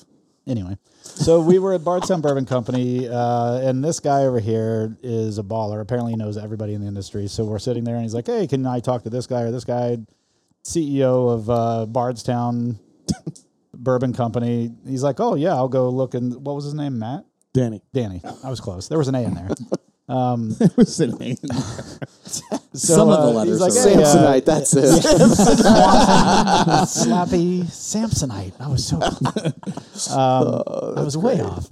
[SPEAKER 1] anyway. So we were at Bardstown Bourbon Company, uh, and this guy over here is a baller. Apparently, he knows everybody in the industry. So we're sitting there, and he's like, "Hey, can I talk to this guy or this guy, CEO of uh, Bardstown (laughs) Bourbon Company?" He's like, "Oh yeah, I'll go look." And what was his name? Matt.
[SPEAKER 2] Danny.
[SPEAKER 1] Danny, I was close. There was an A
[SPEAKER 5] (laughs)
[SPEAKER 1] in there.
[SPEAKER 2] What's the name?
[SPEAKER 1] So,
[SPEAKER 4] Some of the
[SPEAKER 1] he's
[SPEAKER 4] letters
[SPEAKER 1] like,
[SPEAKER 4] are
[SPEAKER 1] "Hey, uh,
[SPEAKER 5] Samsonite, that's it.
[SPEAKER 1] Slappy Samsonite. I was so (laughs) close. Um, I was way off.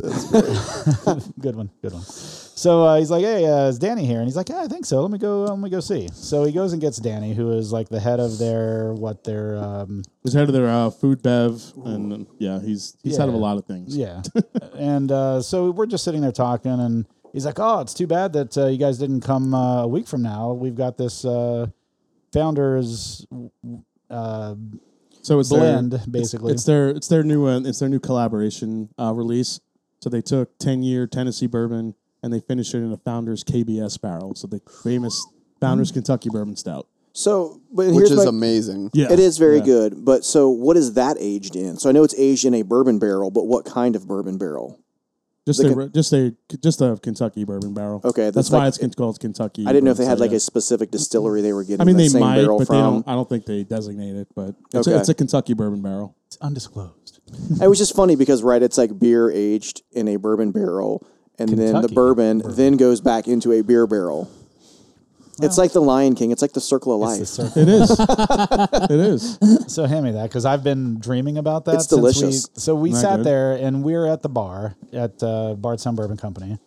[SPEAKER 1] (laughs) good one. Good one. So uh, he's like, "Hey, uh, is Danny here?" And he's like, "Yeah, I think so. Let me go. uh, Let me go see." So he goes and gets Danny, who is like the head of their what their um,
[SPEAKER 2] He's head of their uh, food bev, and um, yeah, he's he's head of a
[SPEAKER 1] Yeah.
[SPEAKER 2] lot of things.
[SPEAKER 1] yeah. and uh, so we're just sitting there talking, and he's like, "Oh, it's too bad that uh, you guys didn't come uh, a week from now. We've got this uh, founders uh,
[SPEAKER 2] So it's
[SPEAKER 1] blend,
[SPEAKER 2] their, it's-
[SPEAKER 1] basically.
[SPEAKER 2] It's, their it's their new uh, it's their new collaboration uh, release. So they took ten year Tennessee bourbon and they finished it in a Founders KBS barrel. So the famous Founders Kentucky Bourbon Stout.
[SPEAKER 5] (laughs) So, but here's
[SPEAKER 3] which is
[SPEAKER 5] my,
[SPEAKER 3] amazing.
[SPEAKER 2] Yeah,
[SPEAKER 5] It is very good. But so, what is that aged in? So I know it's aged in a bourbon barrel, but what kind of bourbon barrel?
[SPEAKER 2] Just a, just a just a Kentucky bourbon barrel.
[SPEAKER 5] Okay,
[SPEAKER 2] that's,
[SPEAKER 5] that's
[SPEAKER 2] why
[SPEAKER 5] like-
[SPEAKER 2] it's con- called Kentucky.
[SPEAKER 5] I didn't know if
[SPEAKER 2] Bourbon
[SPEAKER 5] they had
[SPEAKER 2] Stout,
[SPEAKER 5] like
[SPEAKER 2] yeah.
[SPEAKER 5] a specific distillery they were getting
[SPEAKER 2] I mean,
[SPEAKER 5] that
[SPEAKER 2] they
[SPEAKER 5] same
[SPEAKER 2] might,
[SPEAKER 5] barrel
[SPEAKER 2] but they
[SPEAKER 5] from.
[SPEAKER 2] don't. I don't think they designate it, but it's, a,
[SPEAKER 5] Okay.
[SPEAKER 2] it's a Kentucky bourbon barrel. (laughs)
[SPEAKER 1] it's undisclosed."
[SPEAKER 5] It was just funny because right, it's like beer aged in a bourbon barrel, and then the
[SPEAKER 1] Kentucky
[SPEAKER 5] bourbon, then goes back into a beer barrel. it's like the Lion King. It's like the circle of life.
[SPEAKER 1] It's the
[SPEAKER 2] It is. (laughs) it is.
[SPEAKER 1] So hand me that because I've been dreaming about that.
[SPEAKER 5] It's
[SPEAKER 1] since we-
[SPEAKER 5] delicious.
[SPEAKER 1] so we
[SPEAKER 2] Isn't that
[SPEAKER 1] sat
[SPEAKER 2] good?
[SPEAKER 1] there and we were at the bar at uh, Bardstown Bourbon Company,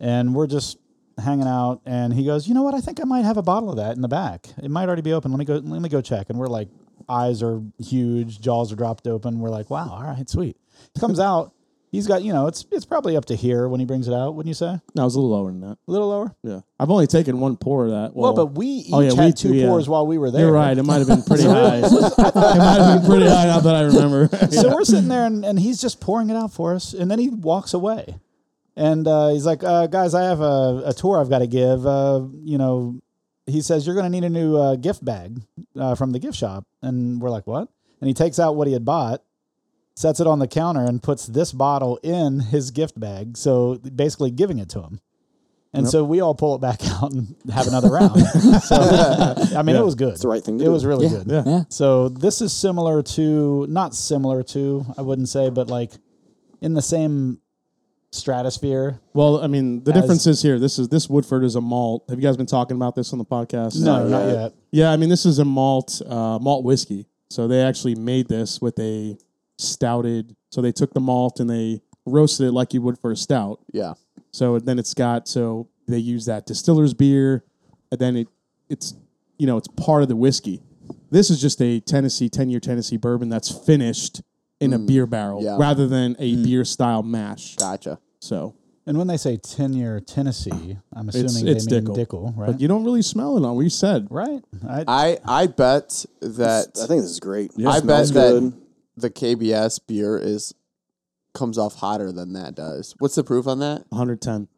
[SPEAKER 1] and we're just hanging out. And he goes, "You know what? I think I might have a bottle of that in the back. It might already be open. Let me go. Let me go check." And we're like,
[SPEAKER 2] (laughs)
[SPEAKER 1] eyes are huge, jaws are dropped open. We're like, "Wow, all right, sweet." Comes out. He's got, you know, it's it's probably up to here when he brings it out, wouldn't you say? A
[SPEAKER 2] No, it was a little lower than that.
[SPEAKER 1] little lower.
[SPEAKER 2] Yeah, I've only taken one pour of that.
[SPEAKER 1] Well,
[SPEAKER 2] Well,
[SPEAKER 1] but we each
[SPEAKER 2] oh, yeah, we
[SPEAKER 1] had
[SPEAKER 2] two,
[SPEAKER 1] two
[SPEAKER 2] yeah.
[SPEAKER 1] pours while we were there.
[SPEAKER 2] you're right. It might have been pretty high. it might have been pretty high. Not that I
[SPEAKER 5] (laughs)
[SPEAKER 2] remember.
[SPEAKER 1] So we're sitting there, and, and he's just pouring it out for us, and then he walks away, and uh, he's like, uh, "Guys, I have a, a tour I've got to give." Uh, you know, he says, "You're going to need a new uh, gift bag uh, from the gift shop," and we're like, "What?" And he takes out what he had bought, sets it on the counter, and puts this bottle in his gift bag, so basically giving it to him. And so we all pull it back (laughs) out and have another round. so, I mean, it was good. It's
[SPEAKER 5] the right thing to
[SPEAKER 1] it
[SPEAKER 5] do.
[SPEAKER 1] was really
[SPEAKER 4] Yeah.
[SPEAKER 1] good.
[SPEAKER 2] Yeah.
[SPEAKER 4] Yeah.
[SPEAKER 1] So this is similar to, not similar to, I wouldn't say, but like in the same stratosphere.
[SPEAKER 2] Well, I mean, the
[SPEAKER 1] As-
[SPEAKER 2] difference is here. This is this Woodford is a malt. Have you guys been talking about this on the podcast?
[SPEAKER 1] No, not yet.
[SPEAKER 2] Yeah, I mean, this is a malt uh, malt whiskey. So they actually made this with a stouted. So they took the malt and they roasted it like you would for a stout.
[SPEAKER 3] Yeah.
[SPEAKER 2] So then it's got so they use that distiller's beer, and then it it's you know it's part of the whiskey. This is just a Tennessee ten year Tennessee bourbon that's finished in
[SPEAKER 1] Mm.
[SPEAKER 2] a beer barrel
[SPEAKER 3] yeah.
[SPEAKER 2] rather than a beer style mash.
[SPEAKER 3] Gotcha.
[SPEAKER 2] So,
[SPEAKER 1] And when they say 10 year Tennessee, I'm assuming they
[SPEAKER 2] it's
[SPEAKER 1] mean
[SPEAKER 2] Dickel.
[SPEAKER 1] Dickel, right?
[SPEAKER 2] but you don't really smell it on. We said
[SPEAKER 1] right. I,
[SPEAKER 3] I I bet that
[SPEAKER 5] I think this is great.
[SPEAKER 3] I bet
[SPEAKER 5] smells
[SPEAKER 3] that
[SPEAKER 5] good.
[SPEAKER 3] the KBS beer is comes off hotter than that does. What's the proof on that?
[SPEAKER 2] 110.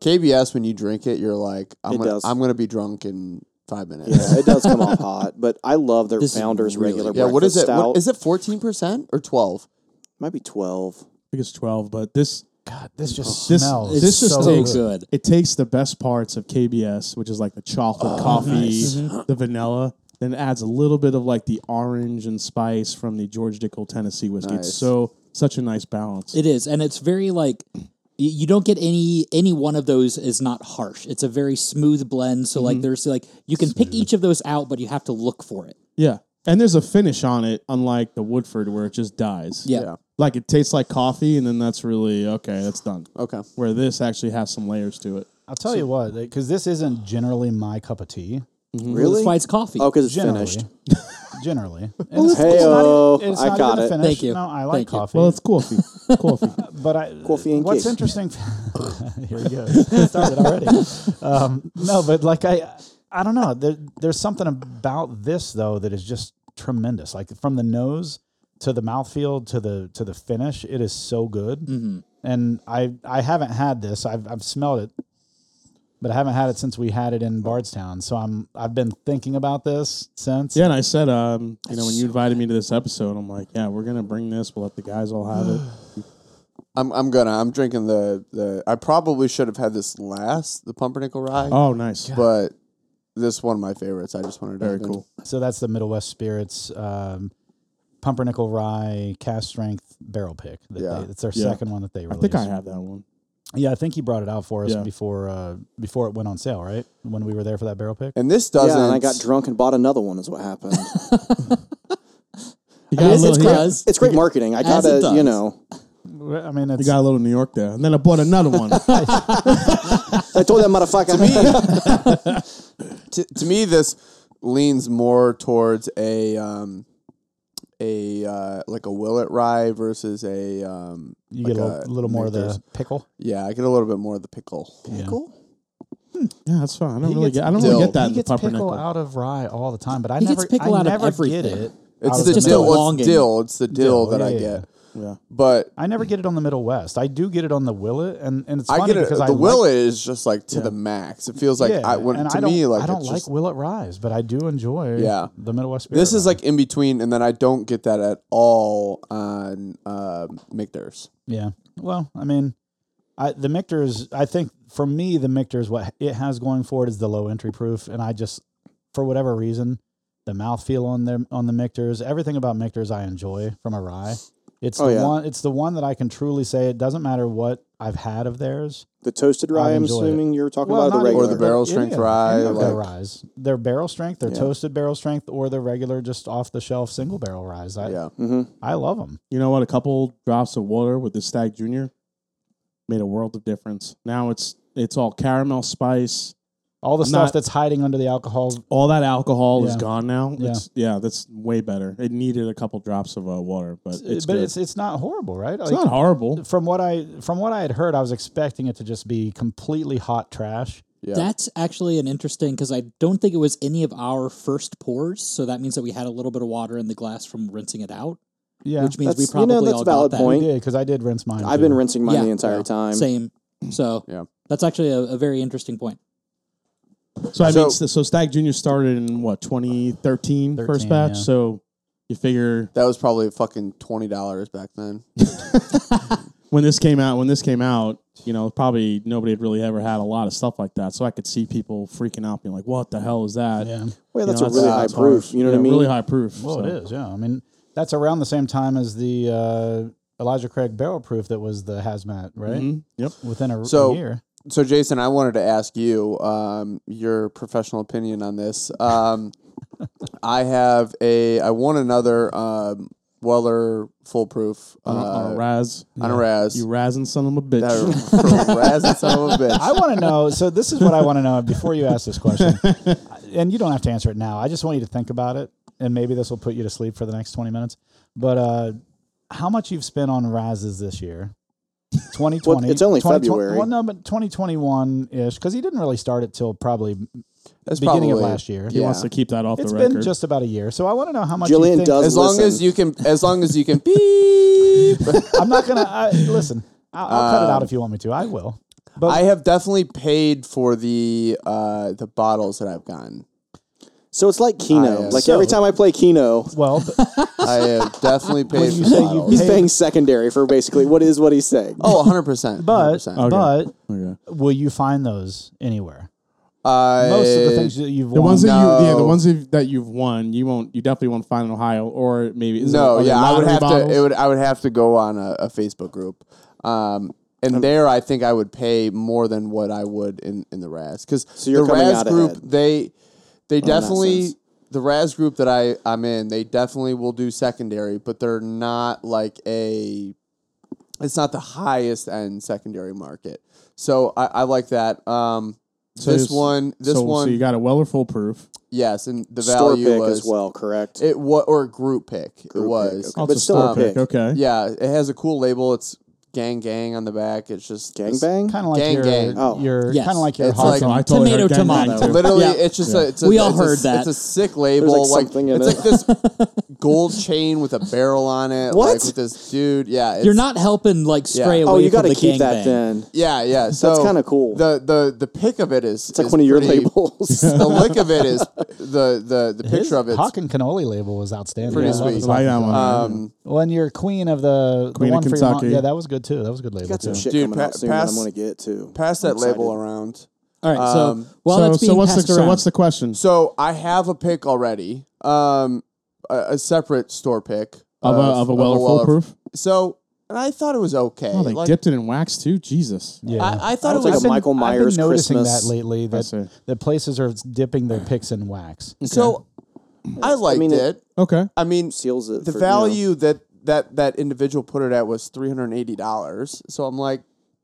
[SPEAKER 3] KBS when you drink it, you're like, I'm
[SPEAKER 5] It
[SPEAKER 3] gonna
[SPEAKER 5] does.
[SPEAKER 3] I'm gonna be drunk in five minutes.
[SPEAKER 5] Yeah, it does come off hot, but I love their
[SPEAKER 4] This is
[SPEAKER 5] founders
[SPEAKER 4] really
[SPEAKER 5] regular.
[SPEAKER 3] Yeah, what
[SPEAKER 5] breakfast
[SPEAKER 3] is it?
[SPEAKER 5] Stout.
[SPEAKER 3] What, is it fourteen percent or twelve?
[SPEAKER 5] Might be twelve.
[SPEAKER 2] I think it's 12, but this
[SPEAKER 1] God, this just
[SPEAKER 2] this
[SPEAKER 1] smells.
[SPEAKER 4] It's
[SPEAKER 2] this just
[SPEAKER 1] so
[SPEAKER 2] takes
[SPEAKER 1] good.
[SPEAKER 4] good.
[SPEAKER 2] it takes the best parts of KBS, which is like the chocolate coffee, the vanilla, then adds a little bit of like the orange and spice from the George Dickel Tennessee whiskey.
[SPEAKER 3] Nice.
[SPEAKER 2] It's so such a nice balance.
[SPEAKER 4] It is, and it's very like y- you don't get any any one of those is not harsh. It's a very smooth blend. So like there's like you can pick each of those out, but you have to look for it.
[SPEAKER 2] yeah. And there's a finish on it, unlike the Woodford where it just dies.
[SPEAKER 4] Yeah.
[SPEAKER 2] Like it tastes like coffee and then that's really okay, that's done.
[SPEAKER 3] Okay.
[SPEAKER 2] Where this actually has some layers to it.
[SPEAKER 1] I'll tell you what, because this isn't generally my cup of tea.
[SPEAKER 4] Well,
[SPEAKER 5] Really?
[SPEAKER 4] That's why it's coffee.
[SPEAKER 5] Oh, because it's
[SPEAKER 1] Generally.
[SPEAKER 5] finished.
[SPEAKER 1] Generally. And it's- it's
[SPEAKER 5] Hey-o,
[SPEAKER 1] not even- it's
[SPEAKER 5] I
[SPEAKER 1] not
[SPEAKER 5] got
[SPEAKER 1] even a
[SPEAKER 5] it.
[SPEAKER 1] finish.
[SPEAKER 4] Thank you.
[SPEAKER 1] No, I like
[SPEAKER 4] Thank you.
[SPEAKER 1] coffee.
[SPEAKER 2] Well, it's coffee. coffee.
[SPEAKER 1] but I,
[SPEAKER 5] Coffee and
[SPEAKER 1] what's
[SPEAKER 5] cake.
[SPEAKER 1] interesting (laughs) here he goes It started already um, no but like i i don't know there, there's something about this though that is just tremendous like from the nose to the mouthfeel to the to the finish it is so good
[SPEAKER 5] Mm-hmm.
[SPEAKER 1] and i i haven't had this i've i've smelled it but I haven't had it since we had it in Bardstown, so I'm I've been thinking about this since.
[SPEAKER 2] Yeah, and I said, um, you know, when you invited me to this episode, I'm like, yeah, we're gonna bring this. We'll let the guys all have it.
[SPEAKER 3] I'm I'm gonna I'm drinking the, the I probably should have had this last, the pumpernickel rye.
[SPEAKER 2] Oh, nice.
[SPEAKER 3] but this one of my favorites. I just wanted to
[SPEAKER 2] Very cool.
[SPEAKER 1] So that's the Middle West Spirits um, Pumpernickel Rye Cast Strength Barrel Pick. That
[SPEAKER 3] Yeah.
[SPEAKER 1] they, it's their
[SPEAKER 2] Yeah.
[SPEAKER 1] second one that they
[SPEAKER 2] I
[SPEAKER 1] released.
[SPEAKER 2] think I have that one.
[SPEAKER 1] Yeah, I think he brought it out for us
[SPEAKER 2] Yeah.
[SPEAKER 1] before uh, before it went on sale, right? When we were there for that barrel pick.
[SPEAKER 3] And this
[SPEAKER 5] Yeah,
[SPEAKER 3] doesn't
[SPEAKER 5] and I got drunk and bought another one. Is what happened.
[SPEAKER 2] You got, a
[SPEAKER 4] Yes, it's
[SPEAKER 2] little, you got-
[SPEAKER 4] does.
[SPEAKER 5] it's great marketing. I
[SPEAKER 4] As it
[SPEAKER 5] gotta, you
[SPEAKER 4] does.
[SPEAKER 5] know.
[SPEAKER 1] I mean,
[SPEAKER 2] you
[SPEAKER 1] it's
[SPEAKER 2] got a little New York there, and then I bought another one.
[SPEAKER 5] I told that motherfucker. (laughs)
[SPEAKER 3] to, to me this leans more towards a um a uh like a Willet rye versus a um
[SPEAKER 1] you get a
[SPEAKER 3] like
[SPEAKER 1] little, little more of the
[SPEAKER 3] Maker's.
[SPEAKER 1] pickle.
[SPEAKER 3] yeah, I get a little bit more of the pickle.
[SPEAKER 5] Pickle?
[SPEAKER 2] yeah, that's fine. I don't
[SPEAKER 1] He
[SPEAKER 2] really
[SPEAKER 1] gets
[SPEAKER 2] get. I don't really
[SPEAKER 3] dill.
[SPEAKER 2] get that
[SPEAKER 1] He
[SPEAKER 2] in the
[SPEAKER 1] gets pickle
[SPEAKER 2] pumpernickel.
[SPEAKER 1] out of rye all the time, but I
[SPEAKER 4] He
[SPEAKER 1] never
[SPEAKER 4] gets pickle
[SPEAKER 1] I
[SPEAKER 4] out of
[SPEAKER 1] never get
[SPEAKER 4] everything.
[SPEAKER 1] it.
[SPEAKER 3] It's
[SPEAKER 1] out
[SPEAKER 3] the
[SPEAKER 1] of
[SPEAKER 4] just a
[SPEAKER 3] dill. well,
[SPEAKER 4] longing.
[SPEAKER 3] It's dill. It's the dill,
[SPEAKER 1] Dill,
[SPEAKER 3] that I
[SPEAKER 1] yeah,
[SPEAKER 3] get.
[SPEAKER 1] yeah.
[SPEAKER 2] Yeah.
[SPEAKER 3] But
[SPEAKER 1] I never get it on the middle west. I do get it on the Willet, and and it's
[SPEAKER 3] I
[SPEAKER 1] funny
[SPEAKER 3] get it.
[SPEAKER 1] because
[SPEAKER 3] The
[SPEAKER 1] I like-
[SPEAKER 3] Willet is just like to the max. It feels like I when,
[SPEAKER 1] and
[SPEAKER 3] to
[SPEAKER 1] I don't,
[SPEAKER 3] me like
[SPEAKER 1] I don't
[SPEAKER 3] it's
[SPEAKER 1] like
[SPEAKER 3] just,
[SPEAKER 1] Willet Rise, but I do enjoy
[SPEAKER 3] Yeah.
[SPEAKER 1] the Middle West. Spirit
[SPEAKER 3] this is
[SPEAKER 1] Rye.
[SPEAKER 3] like in between, and then I don't get that at all on um, McNairs.
[SPEAKER 1] yeah. Well, I mean, I the Michter's. I think for me, the Michter's what it has going for it is the low entry proof, and I just for whatever reason, the mouthfeel on their on the Michter's, everything about Michter's I enjoy from a rye. It's
[SPEAKER 5] Oh,
[SPEAKER 1] the
[SPEAKER 5] yeah.
[SPEAKER 1] one. It's the one that I can truly say it doesn't matter what I've had of theirs.
[SPEAKER 5] The toasted
[SPEAKER 1] I
[SPEAKER 5] rye. I'm
[SPEAKER 1] enjoy it.
[SPEAKER 5] assuming you were talking
[SPEAKER 1] Well,
[SPEAKER 5] about
[SPEAKER 1] not
[SPEAKER 5] the
[SPEAKER 1] even-
[SPEAKER 5] regular.
[SPEAKER 3] Or the barrel
[SPEAKER 1] but
[SPEAKER 3] strength
[SPEAKER 1] any of-
[SPEAKER 3] rye,
[SPEAKER 1] any of their
[SPEAKER 3] like-
[SPEAKER 1] ryes, their barrel strength, their
[SPEAKER 5] Yeah.
[SPEAKER 1] toasted barrel strength, or their regular just off the shelf single barrel ryes. I
[SPEAKER 3] Yeah,
[SPEAKER 5] Mm-hmm.
[SPEAKER 1] I love them.
[SPEAKER 2] You know what? A couple drops of water with the Stag Junior made a world of difference. Now it's it's all caramel spice,
[SPEAKER 1] All the stuff
[SPEAKER 2] not-
[SPEAKER 1] that's hiding under the alcohol.
[SPEAKER 2] All that alcohol is
[SPEAKER 1] Yeah.
[SPEAKER 2] gone now.
[SPEAKER 1] Yeah.
[SPEAKER 2] It's, yeah, that's way better. It needed a couple drops of uh, water, but it's
[SPEAKER 1] but
[SPEAKER 2] good.
[SPEAKER 1] it's it's not horrible, right?
[SPEAKER 2] It's not horrible.
[SPEAKER 1] From what I from what I had heard, I was expecting it to just be completely hot trash.
[SPEAKER 3] Yeah.
[SPEAKER 4] That's actually an interesting because I don't think it was any of our first pours, so that means that we had a little bit of water in the glass from rinsing it out,
[SPEAKER 1] Yeah,
[SPEAKER 4] which means we
[SPEAKER 5] That's- you know,
[SPEAKER 4] probably
[SPEAKER 5] that's
[SPEAKER 4] all
[SPEAKER 5] a valid
[SPEAKER 4] got that.
[SPEAKER 5] point.
[SPEAKER 1] yeah, because I did rinse mine.
[SPEAKER 5] I've
[SPEAKER 1] too.
[SPEAKER 5] been rinsing mine
[SPEAKER 4] Yeah.
[SPEAKER 5] the entire
[SPEAKER 4] Yeah.
[SPEAKER 5] time.
[SPEAKER 4] Same.
[SPEAKER 5] (clears throat)
[SPEAKER 4] So
[SPEAKER 3] Yeah.
[SPEAKER 4] that's actually a, a very interesting point.
[SPEAKER 2] So I
[SPEAKER 3] So-
[SPEAKER 2] mean, so, so Stag Junior started in what 2013 first
[SPEAKER 1] 13,
[SPEAKER 2] batch.
[SPEAKER 1] yeah.
[SPEAKER 2] So you figure
[SPEAKER 3] That was probably fucking twenty dollars back then.
[SPEAKER 2] when this came out, when this came out, you know, probably nobody had really ever had a lot of stuff like that. So I could see people freaking out, being like, "What the hell is that?"
[SPEAKER 1] Yeah.
[SPEAKER 5] Well, that's
[SPEAKER 2] know,
[SPEAKER 5] a
[SPEAKER 2] that's-
[SPEAKER 5] really
[SPEAKER 2] that's
[SPEAKER 5] high proof. You know
[SPEAKER 2] Yeah,
[SPEAKER 5] what I mean?
[SPEAKER 2] Really high proof.
[SPEAKER 1] Well,
[SPEAKER 2] so.
[SPEAKER 1] it is. Yeah, I mean that's around the same time as the uh, Elijah Craig barrel proof that was the hazmat, right?
[SPEAKER 2] Mhm. Yep.
[SPEAKER 1] Within a,
[SPEAKER 3] So-
[SPEAKER 1] a year.
[SPEAKER 3] So Jason, I wanted to ask you um, your professional opinion on this. Um, I have a I want another um, Weller foolproof uh,
[SPEAKER 2] On a, on a Raz.
[SPEAKER 3] on a Raz.
[SPEAKER 2] You razzing son of a bitch.
[SPEAKER 3] (laughs) that Raz and son of a bitch.
[SPEAKER 1] I want to know. So this is what I want to know before you ask this question,
[SPEAKER 5] (laughs)
[SPEAKER 1] and you don't have to answer it now. I just want you to think about it, and maybe this will put you to sleep for the next twenty minutes. But uh, how much you've spent on Rises this year? Twenty twenty.
[SPEAKER 5] Well, it's only February.
[SPEAKER 1] Well, no, but twenty twenty one ish because he didn't really start it till probably
[SPEAKER 3] That's
[SPEAKER 1] beginning of
[SPEAKER 3] probably-
[SPEAKER 1] last year.
[SPEAKER 2] He
[SPEAKER 3] Yeah.
[SPEAKER 2] wants to keep that off
[SPEAKER 1] It's
[SPEAKER 2] the
[SPEAKER 1] been
[SPEAKER 2] record.
[SPEAKER 1] just about a year. So I want to know how much you
[SPEAKER 5] Jillian
[SPEAKER 1] think-
[SPEAKER 5] does
[SPEAKER 3] As long
[SPEAKER 5] listen.
[SPEAKER 3] as you can, as long as you can beep.
[SPEAKER 1] I'm not gonna I, listen. I'll, I'll cut it
[SPEAKER 5] Um,
[SPEAKER 1] out if you want me to. I will. But
[SPEAKER 3] I have definitely paid for the uh, the bottles that I've gotten.
[SPEAKER 5] So it's like Keno.
[SPEAKER 3] Ah, yeah.
[SPEAKER 5] Like
[SPEAKER 1] So-
[SPEAKER 5] every time I play Keno,
[SPEAKER 1] well, but
[SPEAKER 3] I have definitely paid
[SPEAKER 1] you
[SPEAKER 3] for
[SPEAKER 1] say you
[SPEAKER 3] bottles.
[SPEAKER 5] he's
[SPEAKER 1] Hey.
[SPEAKER 5] paying secondary for basically what is what he's saying.
[SPEAKER 3] Oh, 100
[SPEAKER 5] (laughs)
[SPEAKER 3] percent.
[SPEAKER 1] but, but
[SPEAKER 2] Okay.
[SPEAKER 1] will you find those anywhere?
[SPEAKER 3] I,
[SPEAKER 1] Most
[SPEAKER 5] Uh,
[SPEAKER 1] of the things that you've
[SPEAKER 2] The
[SPEAKER 1] won.
[SPEAKER 2] ones that you, yeah, the
[SPEAKER 3] No.
[SPEAKER 2] ones that that you've won, you won't, you definitely won't find in Ohio, or maybe is it-
[SPEAKER 3] No,
[SPEAKER 2] are they
[SPEAKER 3] yeah, I would
[SPEAKER 2] lottery
[SPEAKER 3] have
[SPEAKER 2] bottles?
[SPEAKER 3] to. It would. I would have to go on a, a Facebook group. Um, and there, I think I would pay more than what I would in in the Raz because
[SPEAKER 5] you're
[SPEAKER 3] the
[SPEAKER 5] coming
[SPEAKER 3] Raz
[SPEAKER 5] out
[SPEAKER 3] group
[SPEAKER 5] ahead.
[SPEAKER 3] they they
[SPEAKER 5] that
[SPEAKER 3] definitely
[SPEAKER 5] sense.
[SPEAKER 3] the Raz group that I I'm in they definitely will do secondary, but they're not like a it's not the highest end secondary market. So I, I like that. Um,
[SPEAKER 2] So
[SPEAKER 3] this
[SPEAKER 2] it's-
[SPEAKER 3] one, this
[SPEAKER 2] so,
[SPEAKER 3] one,
[SPEAKER 2] So you got a Weller foolproof.
[SPEAKER 3] yes, and the
[SPEAKER 5] Store
[SPEAKER 3] value
[SPEAKER 5] pick
[SPEAKER 3] was
[SPEAKER 5] as well, correct?
[SPEAKER 3] It was or group pick.
[SPEAKER 5] Group
[SPEAKER 3] it
[SPEAKER 5] pick,
[SPEAKER 3] was.
[SPEAKER 5] okay.
[SPEAKER 2] Oh,
[SPEAKER 5] But
[SPEAKER 2] it's a
[SPEAKER 5] still
[SPEAKER 2] store
[SPEAKER 5] a pick.
[SPEAKER 2] Okay.
[SPEAKER 3] Yeah, it has a cool label. It's gang gang on the back. It's just
[SPEAKER 5] Gang
[SPEAKER 3] it's-
[SPEAKER 5] bang?
[SPEAKER 1] kind of like
[SPEAKER 3] Gang,
[SPEAKER 1] your,
[SPEAKER 3] gang.
[SPEAKER 5] Oh.
[SPEAKER 1] your
[SPEAKER 4] Yes.
[SPEAKER 1] kind of like your
[SPEAKER 3] It's
[SPEAKER 1] hot
[SPEAKER 3] like-
[SPEAKER 1] sauce.
[SPEAKER 2] I totally
[SPEAKER 4] Tomato,
[SPEAKER 2] heard gang bang,
[SPEAKER 4] tomato.
[SPEAKER 2] too.
[SPEAKER 3] Literally,
[SPEAKER 4] Yeah.
[SPEAKER 3] it's just a, it's a,
[SPEAKER 4] We all
[SPEAKER 3] it's a-
[SPEAKER 4] heard
[SPEAKER 3] It's
[SPEAKER 4] that.
[SPEAKER 3] a sick label.
[SPEAKER 5] There's, like,
[SPEAKER 3] like,
[SPEAKER 5] something in
[SPEAKER 3] it's
[SPEAKER 5] it.
[SPEAKER 3] like
[SPEAKER 5] (laughs)
[SPEAKER 3] this gold chain with a barrel on it.
[SPEAKER 5] What?
[SPEAKER 3] Like with this dude? Yeah, it's,
[SPEAKER 4] You're not helping like stray
[SPEAKER 3] Yeah.
[SPEAKER 5] oh,
[SPEAKER 4] away
[SPEAKER 5] you
[SPEAKER 4] from
[SPEAKER 5] got to
[SPEAKER 4] the
[SPEAKER 5] keep that
[SPEAKER 4] gangbang.
[SPEAKER 5] then.
[SPEAKER 3] Yeah, yeah. So
[SPEAKER 5] kinda cool.
[SPEAKER 3] The the the pick of it is
[SPEAKER 5] It's like one of your labels.
[SPEAKER 3] (laughs) the lick of
[SPEAKER 5] (laughs)
[SPEAKER 3] it is the the the picture of
[SPEAKER 1] His
[SPEAKER 3] it's
[SPEAKER 1] Hawk and cannoli label was outstanding.
[SPEAKER 3] Pretty
[SPEAKER 1] I love
[SPEAKER 3] sweet.
[SPEAKER 1] his
[SPEAKER 2] I
[SPEAKER 1] Hawk
[SPEAKER 2] like that
[SPEAKER 1] and
[SPEAKER 2] one.
[SPEAKER 1] Cannoli.
[SPEAKER 3] um
[SPEAKER 1] Well, and your queen of the
[SPEAKER 2] Queen
[SPEAKER 1] the
[SPEAKER 2] of
[SPEAKER 1] one for your mom-
[SPEAKER 2] Kentucky.
[SPEAKER 1] Yeah, that was good too. That was a good label
[SPEAKER 5] got
[SPEAKER 1] too.
[SPEAKER 5] some shit
[SPEAKER 3] Dude,
[SPEAKER 5] coming out
[SPEAKER 3] pa-
[SPEAKER 5] soon that
[SPEAKER 3] pass-
[SPEAKER 5] I'm going to get to.
[SPEAKER 3] pass that
[SPEAKER 5] I'm
[SPEAKER 3] label
[SPEAKER 5] excited.
[SPEAKER 3] around.
[SPEAKER 4] All right. So
[SPEAKER 3] Um,
[SPEAKER 4] while
[SPEAKER 2] so,
[SPEAKER 4] that's being
[SPEAKER 2] so what's the
[SPEAKER 4] passed
[SPEAKER 2] so
[SPEAKER 4] around,
[SPEAKER 2] what's the question?
[SPEAKER 3] So I have a pick already. Um, a, a separate store pick
[SPEAKER 2] of a of a Weller foolproof?
[SPEAKER 3] So, and I thought it was okay.
[SPEAKER 2] Oh, they
[SPEAKER 3] Like,
[SPEAKER 2] dipped it in wax too. Jesus.
[SPEAKER 1] Yeah.
[SPEAKER 3] I, I thought it
[SPEAKER 5] It's like
[SPEAKER 3] was
[SPEAKER 5] a Michael
[SPEAKER 1] I've
[SPEAKER 5] Myers
[SPEAKER 1] been noticing
[SPEAKER 5] Christmas.
[SPEAKER 1] that lately that,
[SPEAKER 2] That's
[SPEAKER 1] that places are dipping their picks in wax.
[SPEAKER 3] so. I liked
[SPEAKER 5] mean,
[SPEAKER 3] it.
[SPEAKER 5] it-
[SPEAKER 2] Okay.
[SPEAKER 3] I mean,
[SPEAKER 5] Seals it.
[SPEAKER 3] the
[SPEAKER 5] for, you know.
[SPEAKER 3] value that that that individual put it at was three hundred and eighty dollars. So I'm like,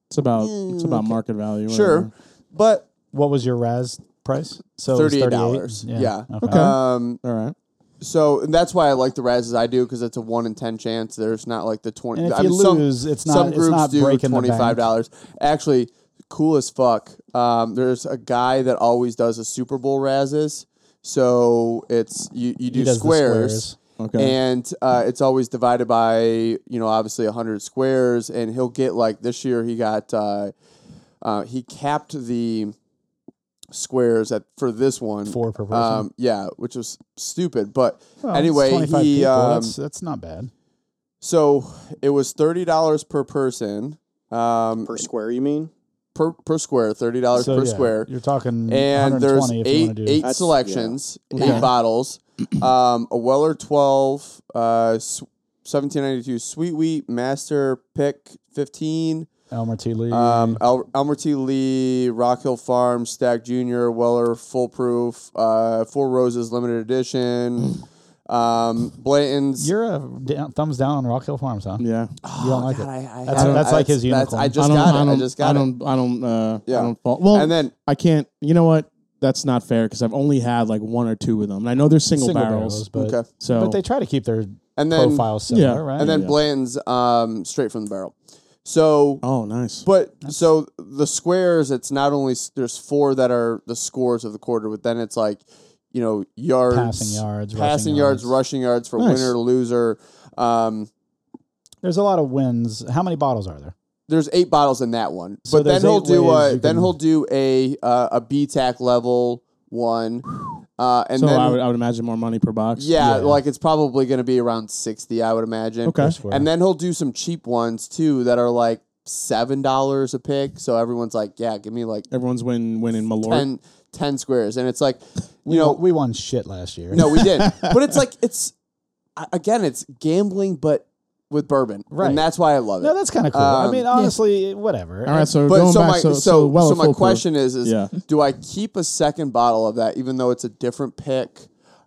[SPEAKER 2] It's about it's about market value.
[SPEAKER 3] Mm, sure, but
[SPEAKER 1] What was your Raz price? So it was
[SPEAKER 3] thirty eight dollars.
[SPEAKER 1] 38?
[SPEAKER 3] Yeah.
[SPEAKER 1] Okay.
[SPEAKER 3] Um.
[SPEAKER 2] All right.
[SPEAKER 3] So and that's why I like the Razz as I do because it's a one in ten chance. There's not like the twenty.
[SPEAKER 1] And if
[SPEAKER 3] I
[SPEAKER 1] you
[SPEAKER 3] mean, some-
[SPEAKER 1] lose, it's not-
[SPEAKER 3] Some
[SPEAKER 1] it's
[SPEAKER 3] groups
[SPEAKER 1] not
[SPEAKER 3] do
[SPEAKER 1] breaking the
[SPEAKER 3] twenty
[SPEAKER 1] bank.
[SPEAKER 3] five dollars. Actually, cool as fuck. Um, there's a guy that always does a Super Bowl Razzes. So it's you you do
[SPEAKER 1] does the
[SPEAKER 3] squares.
[SPEAKER 1] squares.
[SPEAKER 2] Okay.
[SPEAKER 3] And uh, it's always divided by, you know, obviously 100 squares. And he'll get like this year, he got, uh, uh, he capped the squares at for this one.
[SPEAKER 1] Four per person.
[SPEAKER 3] Um, yeah, which was stupid. But
[SPEAKER 1] Well, it's
[SPEAKER 3] anyway,
[SPEAKER 1] 25
[SPEAKER 3] he
[SPEAKER 1] people.
[SPEAKER 3] um,
[SPEAKER 1] that's, that's not bad.
[SPEAKER 3] so it was thirty dollars per person, um,
[SPEAKER 5] per square, you mean?
[SPEAKER 3] per per square, thirty dollars
[SPEAKER 1] So,
[SPEAKER 3] per
[SPEAKER 1] yeah,
[SPEAKER 3] square,
[SPEAKER 1] You're talking
[SPEAKER 3] and
[SPEAKER 1] 120
[SPEAKER 3] there's
[SPEAKER 1] if you
[SPEAKER 3] eight
[SPEAKER 1] want to do
[SPEAKER 3] eight
[SPEAKER 5] That's-
[SPEAKER 3] selections,
[SPEAKER 2] Okay.
[SPEAKER 1] (clears throat)
[SPEAKER 3] eight bottles, um, a Weller twelve, uh, seventeen ninety two, Sweet Wheat Master Pick fifteen.
[SPEAKER 1] Elmer T. Lee.
[SPEAKER 3] Um, El- Elmer T. Lee, Rock Hill Farm, Stack Jr., Weller, Foolproof, uh, Four Roses Limited (clears throat) Edition, um, Blanton's.
[SPEAKER 1] you're a da- thumbs down on Rock Hill Farms, huh?
[SPEAKER 2] Yeah.
[SPEAKER 1] You
[SPEAKER 3] (sighs)
[SPEAKER 1] don't like
[SPEAKER 3] God,
[SPEAKER 1] it.
[SPEAKER 3] I- I
[SPEAKER 1] That's-
[SPEAKER 3] haven't-
[SPEAKER 1] that's like his
[SPEAKER 3] that's-
[SPEAKER 1] unicorn.
[SPEAKER 3] I
[SPEAKER 2] I
[SPEAKER 3] just
[SPEAKER 2] don't.
[SPEAKER 3] got
[SPEAKER 2] I
[SPEAKER 3] it.
[SPEAKER 2] don't.
[SPEAKER 3] I just got
[SPEAKER 2] I
[SPEAKER 3] it.
[SPEAKER 2] don't. I don't. Uh,
[SPEAKER 3] Yeah.
[SPEAKER 2] I don't fall. Well,
[SPEAKER 3] And then-
[SPEAKER 2] I can't. You know what? that's not fair because I've only had like one or two of them. And I know they're single,
[SPEAKER 1] Single
[SPEAKER 2] barrels,
[SPEAKER 1] barrels, but
[SPEAKER 3] Okay.
[SPEAKER 2] so
[SPEAKER 1] but they try to keep their
[SPEAKER 3] And then
[SPEAKER 1] profile similar,
[SPEAKER 2] yeah,
[SPEAKER 1] right?
[SPEAKER 3] and then Blanton's um, straight from the barrel. So
[SPEAKER 2] oh nice.
[SPEAKER 3] But so the squares, it's not only s- there's four that are the scores of the quarter, but then it's like, you know, yards,
[SPEAKER 1] Passing yards, rushing
[SPEAKER 3] passing yards,
[SPEAKER 1] yards.
[SPEAKER 3] rushing yards for
[SPEAKER 2] Nice.
[SPEAKER 3] winner, loser. Um,
[SPEAKER 1] There's a lot of wins. How many bottles are there?
[SPEAKER 3] there's eight bottles in that one,
[SPEAKER 1] So
[SPEAKER 3] but then
[SPEAKER 1] there's
[SPEAKER 3] he'll
[SPEAKER 1] eight
[SPEAKER 3] do
[SPEAKER 1] ways
[SPEAKER 3] a
[SPEAKER 1] you
[SPEAKER 3] then
[SPEAKER 1] can-
[SPEAKER 3] he'll do a uh, a BTAC level
[SPEAKER 1] (sighs)
[SPEAKER 3] one, uh, and
[SPEAKER 2] so
[SPEAKER 3] then
[SPEAKER 2] I would I would imagine more money per box.
[SPEAKER 3] yeah,
[SPEAKER 1] yeah.
[SPEAKER 3] like it's probably going to be around sixty, I would imagine.
[SPEAKER 2] Okay.
[SPEAKER 1] Square.
[SPEAKER 3] and then he'll do some cheap ones too that are like seven dollars a pick. So everyone's like, yeah, give me like.
[SPEAKER 2] Everyone's win winning Malort.
[SPEAKER 3] 10, 10 squares and it's like
[SPEAKER 1] we,
[SPEAKER 3] you know
[SPEAKER 1] won- we won shit last year.
[SPEAKER 3] no we did but it's like it's I- again it's gambling but with bourbon
[SPEAKER 1] Right.
[SPEAKER 3] and that's why i love
[SPEAKER 1] (laughs)
[SPEAKER 3] it
[SPEAKER 1] No, that's kind of cool. I
[SPEAKER 3] Um,
[SPEAKER 1] mean, honestly, whatever. Uh,
[SPEAKER 2] All right, so
[SPEAKER 3] but
[SPEAKER 2] going
[SPEAKER 3] so
[SPEAKER 2] back,
[SPEAKER 3] my so,
[SPEAKER 2] so,
[SPEAKER 3] so,
[SPEAKER 2] well at
[SPEAKER 3] my
[SPEAKER 2] full proof.
[SPEAKER 3] question is is
[SPEAKER 2] Yeah.
[SPEAKER 3] do i keep a second bottle of that even though it's a different pick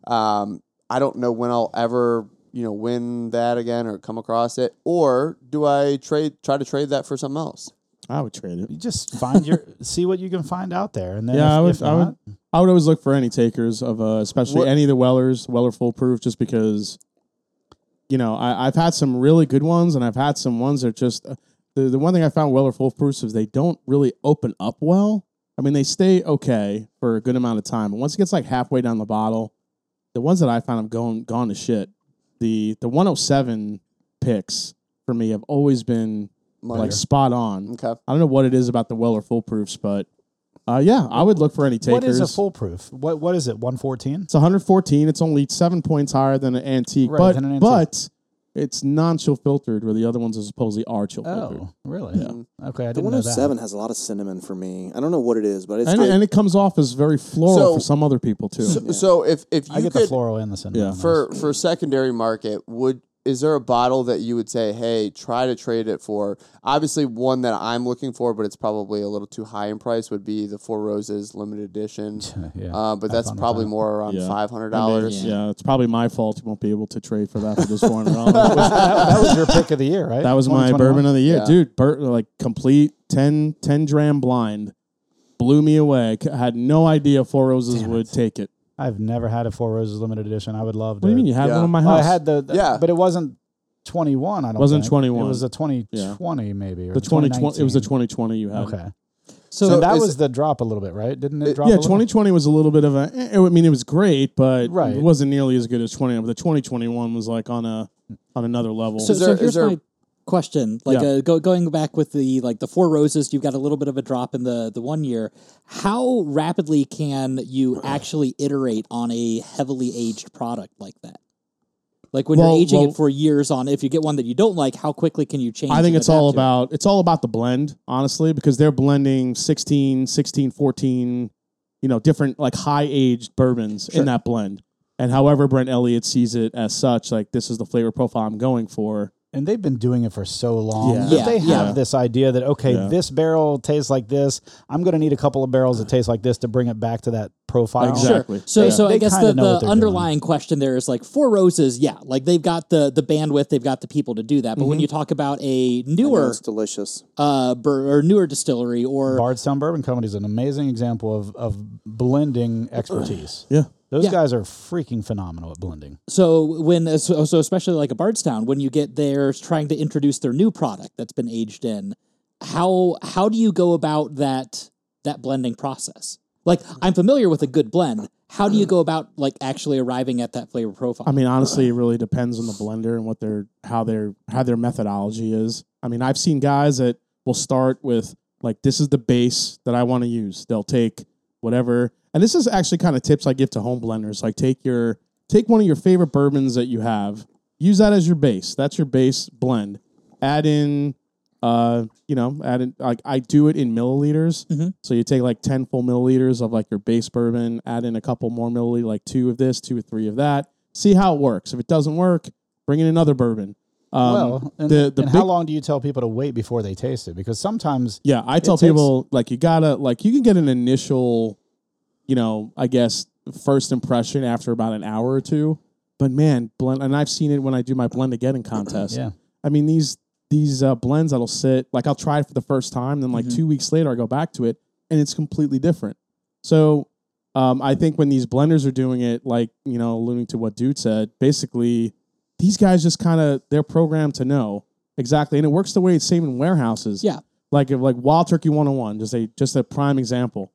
[SPEAKER 3] um i don't know when i'll ever you know win that again or come across it or do i trade try to trade that for something else
[SPEAKER 2] I would trade it.
[SPEAKER 1] You just find your (laughs) see what you can find out there, and then
[SPEAKER 2] Yeah, I
[SPEAKER 1] if,
[SPEAKER 2] would.
[SPEAKER 1] if
[SPEAKER 2] I would.
[SPEAKER 1] not-
[SPEAKER 2] I would always look for any takers of, uh, especially
[SPEAKER 3] What-
[SPEAKER 2] any of the Wellers, Weller Full Proof, just because, you know, I, I've had some really good ones, and I've had some ones that just uh, the the one thing I found Weller Full Proofs is they don't really open up well. I mean, they stay okay for a good amount of time, but once it gets like halfway down the bottle, the ones that I found have gone gone to shit. The the 107 picks for me have always been
[SPEAKER 3] Money.
[SPEAKER 2] like spot on.
[SPEAKER 3] okay
[SPEAKER 2] I don't know what it is about the Weller foolproofs, but uh, yeah, I would look for any takers.
[SPEAKER 1] what is a foolproof? What what is it? One fourteen?
[SPEAKER 2] It's 114. It's only seven points higher than an antique,
[SPEAKER 1] Right,
[SPEAKER 2] but
[SPEAKER 1] than an antique.
[SPEAKER 2] but it's non-chill filtered, where the other ones are supposedly are chill filtered.
[SPEAKER 1] Oh, really? Okay, I
[SPEAKER 5] The
[SPEAKER 1] didn't
[SPEAKER 3] oh
[SPEAKER 1] know that.
[SPEAKER 5] 107 has a lot of cinnamon for me. I don't know what it is, but it's
[SPEAKER 2] And,
[SPEAKER 5] good.
[SPEAKER 2] and it comes off as very floral
[SPEAKER 3] So-
[SPEAKER 2] for some other people too.
[SPEAKER 3] so, so if if you
[SPEAKER 1] I get the
[SPEAKER 3] could
[SPEAKER 1] floral and the cinnamon.
[SPEAKER 2] Yeah.
[SPEAKER 1] on those.
[SPEAKER 3] for for secondary market would is there a bottle that you would say hey try to trade it for obviously one that i'm looking for but it's probably a little too high in price would be the four roses
[SPEAKER 2] (laughs)
[SPEAKER 3] limited edition
[SPEAKER 1] yeah.
[SPEAKER 3] uh, but that's
[SPEAKER 1] fun with
[SPEAKER 3] probably
[SPEAKER 1] that.
[SPEAKER 3] more around
[SPEAKER 2] Yeah.
[SPEAKER 3] $500
[SPEAKER 2] yeah, it's probably my fault. You won't be able to trade for that for
[SPEAKER 1] (laughs)
[SPEAKER 2] this four hundred
[SPEAKER 1] (laughs)
[SPEAKER 2] dollars.
[SPEAKER 1] that, that was your pick of the year, right?
[SPEAKER 2] That was my
[SPEAKER 1] 2021?
[SPEAKER 2] bourbon of the year,
[SPEAKER 3] Yeah.
[SPEAKER 2] dude. Bur- like complete 10, 10 dram blind, blew me away. C- had no idea Four Roses would take it.
[SPEAKER 1] I've never had a Four Roses limited edition. I would love.
[SPEAKER 2] What do
[SPEAKER 1] to,
[SPEAKER 2] you mean you had
[SPEAKER 3] Yeah.
[SPEAKER 2] one in my
[SPEAKER 1] Well,
[SPEAKER 2] house?
[SPEAKER 1] I had the,
[SPEAKER 3] Yeah.
[SPEAKER 1] but it wasn't twenty one. I don't
[SPEAKER 2] Wasn't
[SPEAKER 1] think.
[SPEAKER 2] 21.
[SPEAKER 1] It was a twenty twenty maybe or
[SPEAKER 2] the 2020 it was the
[SPEAKER 1] 2019.
[SPEAKER 2] 2020 you had
[SPEAKER 1] Okay,
[SPEAKER 4] So,
[SPEAKER 1] so that
[SPEAKER 3] is-
[SPEAKER 1] was the drop a little bit, right? Didn't it,
[SPEAKER 3] It-
[SPEAKER 1] drop? a
[SPEAKER 2] yeah
[SPEAKER 1] little?
[SPEAKER 2] 2020 was a little bit of a eh, i mean it was great but
[SPEAKER 1] Right.
[SPEAKER 2] it wasn't nearly as good as 20 but the 2021 was like on a on another level
[SPEAKER 4] so,
[SPEAKER 3] Is there-
[SPEAKER 4] so here's
[SPEAKER 3] is there-
[SPEAKER 4] my question. Like
[SPEAKER 2] Yeah.
[SPEAKER 4] uh, go, going back with the like the four roses, you've got a little bit of a drop in the the one year. How rapidly can you actually iterate on a heavily aged product like that? Like when
[SPEAKER 2] Well-
[SPEAKER 4] you're aging
[SPEAKER 2] well-
[SPEAKER 4] it for years on, if you get one that you don't like, how quickly can you change?
[SPEAKER 2] i think
[SPEAKER 4] and
[SPEAKER 2] it's all
[SPEAKER 4] adapt to it?
[SPEAKER 2] about it's all about the blend honestly because they're blending 16 16 14 you know different like high aged bourbons in that blend and however brent elliott sees it as such like this is the flavor profile i'm going for
[SPEAKER 1] and they've been doing it for so long
[SPEAKER 2] Yeah.
[SPEAKER 1] that
[SPEAKER 4] Yeah,
[SPEAKER 1] they have
[SPEAKER 2] yeah.
[SPEAKER 1] this idea that okay
[SPEAKER 2] Yeah.
[SPEAKER 1] this barrel tastes like this i'm going to need a couple of barrels that taste like this to bring it back to that profile
[SPEAKER 2] exactly
[SPEAKER 4] So,
[SPEAKER 2] Yeah.
[SPEAKER 4] so I
[SPEAKER 1] They
[SPEAKER 4] guess
[SPEAKER 1] kinda
[SPEAKER 4] the,
[SPEAKER 1] know what
[SPEAKER 4] the
[SPEAKER 1] they're
[SPEAKER 4] underlying question there is like Four Roses, yeah, like they've got the the bandwidth, they've got the people to do that. But
[SPEAKER 3] Mm-hmm.
[SPEAKER 4] when you talk about a
[SPEAKER 5] I know
[SPEAKER 4] newer
[SPEAKER 5] it's delicious.
[SPEAKER 4] uh bur- or newer distillery or
[SPEAKER 1] bardstown bourbon company is an amazing example of, of blending expertise
[SPEAKER 2] (sighs) yeah
[SPEAKER 1] those
[SPEAKER 4] Yeah.
[SPEAKER 1] guys are freaking phenomenal at blending
[SPEAKER 4] so when so so especially like a Bardstown when you get there trying to introduce their new product that's been aged in, how how do you go about that that blending process? Like I'm familiar with a good blend. How do you go about like actually arriving at that flavor profile?
[SPEAKER 2] I mean, honestly, it really depends on the blender and what their how their how their methodology is. I mean, I've seen guys that will start with like this is the base that I want to use. They'll take whatever, and this is actually kind of tips I give to home blenders. Like take your take one of your favorite bourbons that you have, use that as your base. That's your base blend. Add in, uh, you know, add in like I do it in milliliters.
[SPEAKER 1] Mm-hmm.
[SPEAKER 2] So you take like 10 full milliliters of like your base bourbon, add in a couple more milliliters, like two of this, two or three of that. See how it works. If it doesn't work, bring in another bourbon. Um,
[SPEAKER 1] well and,
[SPEAKER 2] the, the
[SPEAKER 1] and
[SPEAKER 2] big-
[SPEAKER 1] how long do you tell people to wait before they taste it because sometimes
[SPEAKER 2] Yeah, I tell
[SPEAKER 1] takes-
[SPEAKER 2] people like you gotta like you can get an initial, you know, I guess first impression after about an hour or two. But man, blend, and I've seen it when I do my blend again contest.
[SPEAKER 1] Yeah.
[SPEAKER 2] I mean these these uh, blends that'll sit like I'll try it for the first time, then like two weeks later I go back to it and it's completely different. So Um, I think when these blenders are doing it, like you know, alluding to what Dude said, basically these guys just kind of they're programmed to know exactly, and it works the way it's same in warehouses.
[SPEAKER 4] Yeah.
[SPEAKER 2] like if, like Wild Turkey One Hundred One, just a just a prime example.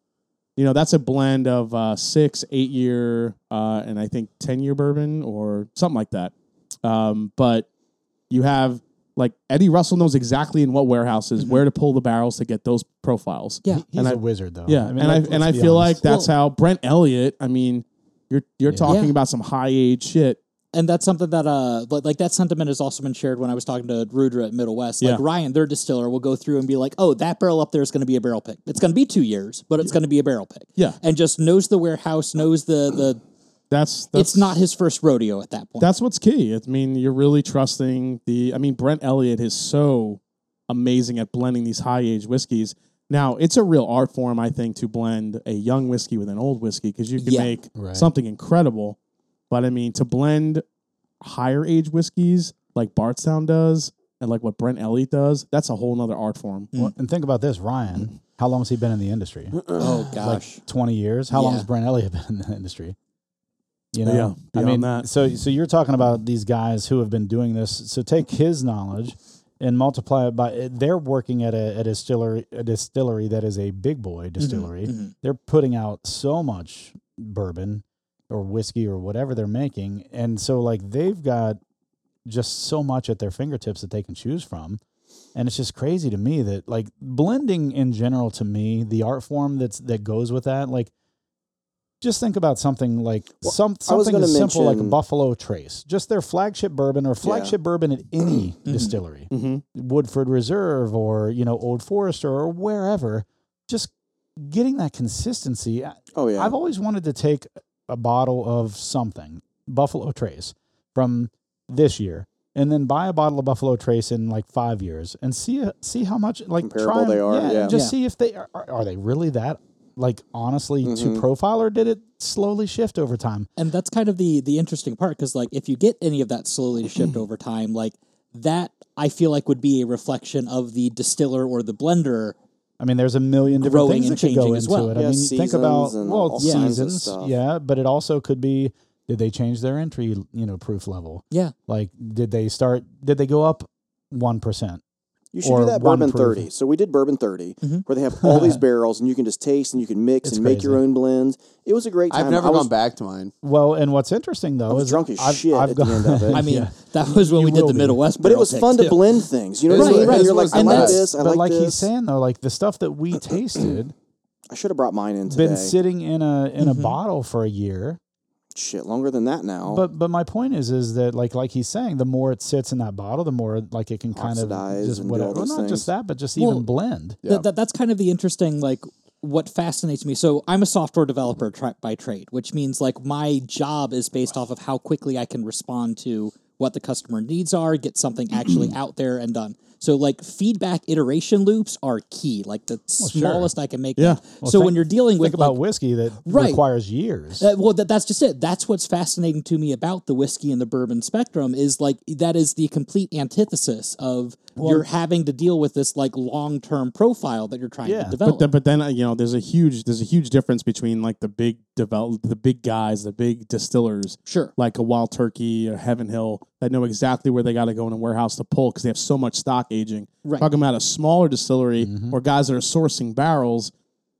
[SPEAKER 2] You know, that's a blend of uh, six, eight year, uh, and I think ten year bourbon or something like that. Um, but you have like Eddie Russell knows exactly in what warehouses
[SPEAKER 1] Mm-hmm.
[SPEAKER 2] where to pull the barrels to get those profiles.
[SPEAKER 4] Yeah.
[SPEAKER 1] He's
[SPEAKER 2] And
[SPEAKER 1] a
[SPEAKER 2] I-
[SPEAKER 1] wizard, though.
[SPEAKER 2] Yeah, and I
[SPEAKER 1] like,
[SPEAKER 2] and I
[SPEAKER 1] let's be
[SPEAKER 2] feel like
[SPEAKER 1] honest.
[SPEAKER 2] that's how Brent Elliott. I mean, you're you're talking
[SPEAKER 4] Yeah.
[SPEAKER 2] about some high age shit.
[SPEAKER 4] and that's something that uh but like that sentiment has also been shared when I was talking to Rudra at Middle West. Like
[SPEAKER 2] Yeah.
[SPEAKER 4] Ryan, their distiller, will go through and be like, "Oh, that barrel up there is going to be a barrel pick. It's going to be two years, but it's going to be a barrel pick."
[SPEAKER 2] Yeah.
[SPEAKER 4] and just knows the warehouse, knows the the.
[SPEAKER 2] That's, that's
[SPEAKER 4] it's not his first rodeo at that point.
[SPEAKER 2] That's what's key. I mean, you're really trusting the. I mean, Brent Elliott is so amazing at blending these high age whiskeys. Now, it's a real art form, I think, to blend a young whiskey with an old whiskey because you can
[SPEAKER 4] Yeah.
[SPEAKER 2] make
[SPEAKER 1] Right.
[SPEAKER 2] something incredible. But I mean, to blend higher age whiskeys like Bartstown does and like what Brent Elliott does, that's a whole nother art form.
[SPEAKER 1] Well, and think about this, Ryan. How long has he been in the industry?
[SPEAKER 4] oh gosh,
[SPEAKER 1] Twenty years. How long
[SPEAKER 4] Yeah.
[SPEAKER 1] has Brent Elliott been in the industry? You know,
[SPEAKER 2] Yeah,
[SPEAKER 1] I
[SPEAKER 2] beyond
[SPEAKER 1] mean,
[SPEAKER 2] that.
[SPEAKER 1] so so you're talking about these guys who have been doing this. So take his knowledge and multiply it by. They're working at a, at a distillery, a distillery that is a big boy
[SPEAKER 2] Mm-hmm,
[SPEAKER 1] distillery.
[SPEAKER 4] mhm.
[SPEAKER 1] They're putting out so much bourbon or whiskey or whatever they're making, and so like they've got just so much at their fingertips that they can choose from. And it's just crazy to me that like blending in general to me, the art form that's that goes with that, like just think about something like
[SPEAKER 5] Well,
[SPEAKER 1] some,
[SPEAKER 5] I was
[SPEAKER 1] something
[SPEAKER 5] gonna
[SPEAKER 1] as simple like a
[SPEAKER 5] mention-
[SPEAKER 1] Buffalo Trace, just their flagship bourbon or flagship
[SPEAKER 5] (clears throat)
[SPEAKER 1] bourbon at any
[SPEAKER 5] Mm-hmm.
[SPEAKER 1] distillery,
[SPEAKER 2] Mhm.
[SPEAKER 1] Woodford Reserve or you know Old Forester or wherever. Just getting that consistency. I-
[SPEAKER 5] Oh yeah.
[SPEAKER 1] I've always wanted to take a bottle of something, Buffalo Trace, from this year, and then buy a bottle of Buffalo Trace in like five years and see uh, see how much like
[SPEAKER 5] Comparable
[SPEAKER 1] try 'em-
[SPEAKER 5] they are,
[SPEAKER 1] and
[SPEAKER 5] yeah.
[SPEAKER 1] just
[SPEAKER 4] Yeah.
[SPEAKER 1] see if they are are are they really that like honestly to
[SPEAKER 5] Mhm.
[SPEAKER 1] profile or did it slowly shift over time?
[SPEAKER 4] and that's kind of the the interesting part because like if you get any of that slowly to shift over time, like that I feel like would be a reflection of the distiller or the blender.
[SPEAKER 1] I mean, there's a million different
[SPEAKER 4] Growing
[SPEAKER 1] things
[SPEAKER 4] and
[SPEAKER 1] that could go
[SPEAKER 4] changing as
[SPEAKER 1] into
[SPEAKER 4] well.
[SPEAKER 1] it. I
[SPEAKER 5] Yeah,
[SPEAKER 1] mean, you think about
[SPEAKER 5] seasons and
[SPEAKER 1] well
[SPEAKER 5] all kinds of
[SPEAKER 1] seasons,
[SPEAKER 5] stuff.
[SPEAKER 1] yeah, but it also could be did they change their entry you know proof level?
[SPEAKER 4] Yeah,
[SPEAKER 1] Like, did they start? Did they go up one percent?
[SPEAKER 5] You should
[SPEAKER 1] or
[SPEAKER 5] do that
[SPEAKER 1] one
[SPEAKER 5] bourbon
[SPEAKER 1] proof. Mm-hmm.
[SPEAKER 5] 30. So we did bourbon 30, where they have all
[SPEAKER 1] (laughs)
[SPEAKER 5] these barrels and you can just taste and you can mix
[SPEAKER 1] It's
[SPEAKER 5] and make your
[SPEAKER 1] crazy.
[SPEAKER 5] own blends. It was a great time.
[SPEAKER 3] I've never
[SPEAKER 5] I was,
[SPEAKER 3] gone back to mine.
[SPEAKER 1] Well, and what's interesting though
[SPEAKER 5] I was
[SPEAKER 1] is
[SPEAKER 5] drunk as
[SPEAKER 1] I've,
[SPEAKER 5] shit
[SPEAKER 1] I've
[SPEAKER 5] at
[SPEAKER 1] got,
[SPEAKER 5] the end
[SPEAKER 1] (laughs)
[SPEAKER 5] of it.
[SPEAKER 4] I mean that was when
[SPEAKER 1] You
[SPEAKER 4] we did
[SPEAKER 1] will
[SPEAKER 4] the
[SPEAKER 1] be.
[SPEAKER 4] Middle West,
[SPEAKER 5] But it
[SPEAKER 4] barrel
[SPEAKER 5] was
[SPEAKER 4] pick,
[SPEAKER 5] fun to
[SPEAKER 4] too.
[SPEAKER 5] blend things. You know what
[SPEAKER 3] Right,
[SPEAKER 5] I mean?
[SPEAKER 3] right.
[SPEAKER 5] And you're like,
[SPEAKER 3] That's
[SPEAKER 5] I
[SPEAKER 3] what
[SPEAKER 5] like
[SPEAKER 3] it was.
[SPEAKER 5] this. I
[SPEAKER 1] but
[SPEAKER 5] like,
[SPEAKER 1] like
[SPEAKER 5] this.
[SPEAKER 1] he's saying though, like the stuff that
[SPEAKER 5] (clears throat)
[SPEAKER 1] we tasted
[SPEAKER 5] I should have brought mine in today. Mm-hmm.
[SPEAKER 1] been sitting in a in a bottle for a year.
[SPEAKER 5] Shit, longer than that now.
[SPEAKER 1] But but my point is is that like like he's saying, the more it sits in that bottle, the more like it can kind
[SPEAKER 5] Oxidize
[SPEAKER 1] of just
[SPEAKER 5] and do all
[SPEAKER 1] whatever. Well,
[SPEAKER 5] those
[SPEAKER 1] not
[SPEAKER 5] things.
[SPEAKER 1] just that, but just
[SPEAKER 4] Well,
[SPEAKER 1] even blend.
[SPEAKER 3] Yeah.
[SPEAKER 4] Th- that, that's kind of the interesting like what fascinates me so i'm a software developer tra- by trade which means like my job is based off of how quickly i can respond to what the customer needs are
[SPEAKER 1] (clears throat)
[SPEAKER 4] get something actually out there and done so like feedback iteration loops are key like the
[SPEAKER 1] Oh,
[SPEAKER 4] smallest i can make
[SPEAKER 2] Yeah.
[SPEAKER 4] them. so when you're dealing with
[SPEAKER 1] Think about
[SPEAKER 4] like,
[SPEAKER 1] whiskey that
[SPEAKER 4] Right.
[SPEAKER 1] requires years.
[SPEAKER 4] uh, well, that, that's just it. That's what's fascinating to me about the whiskey and the bourbon spectrum is like that is the complete antithesis of you're having to deal with this like long term profile that you're trying
[SPEAKER 1] Yeah.
[SPEAKER 4] to
[SPEAKER 1] But
[SPEAKER 4] develop.
[SPEAKER 2] Th- but then uh, you know there's a huge there's a huge difference between like the big develop the big guys the big distillers
[SPEAKER 4] sure.
[SPEAKER 2] like a wild turkey or heaven hill that know exactly where they got to go in a warehouse to pull because they have so much stock aging
[SPEAKER 4] Right.
[SPEAKER 2] talking about a smaller distillery or guys that are sourcing barrels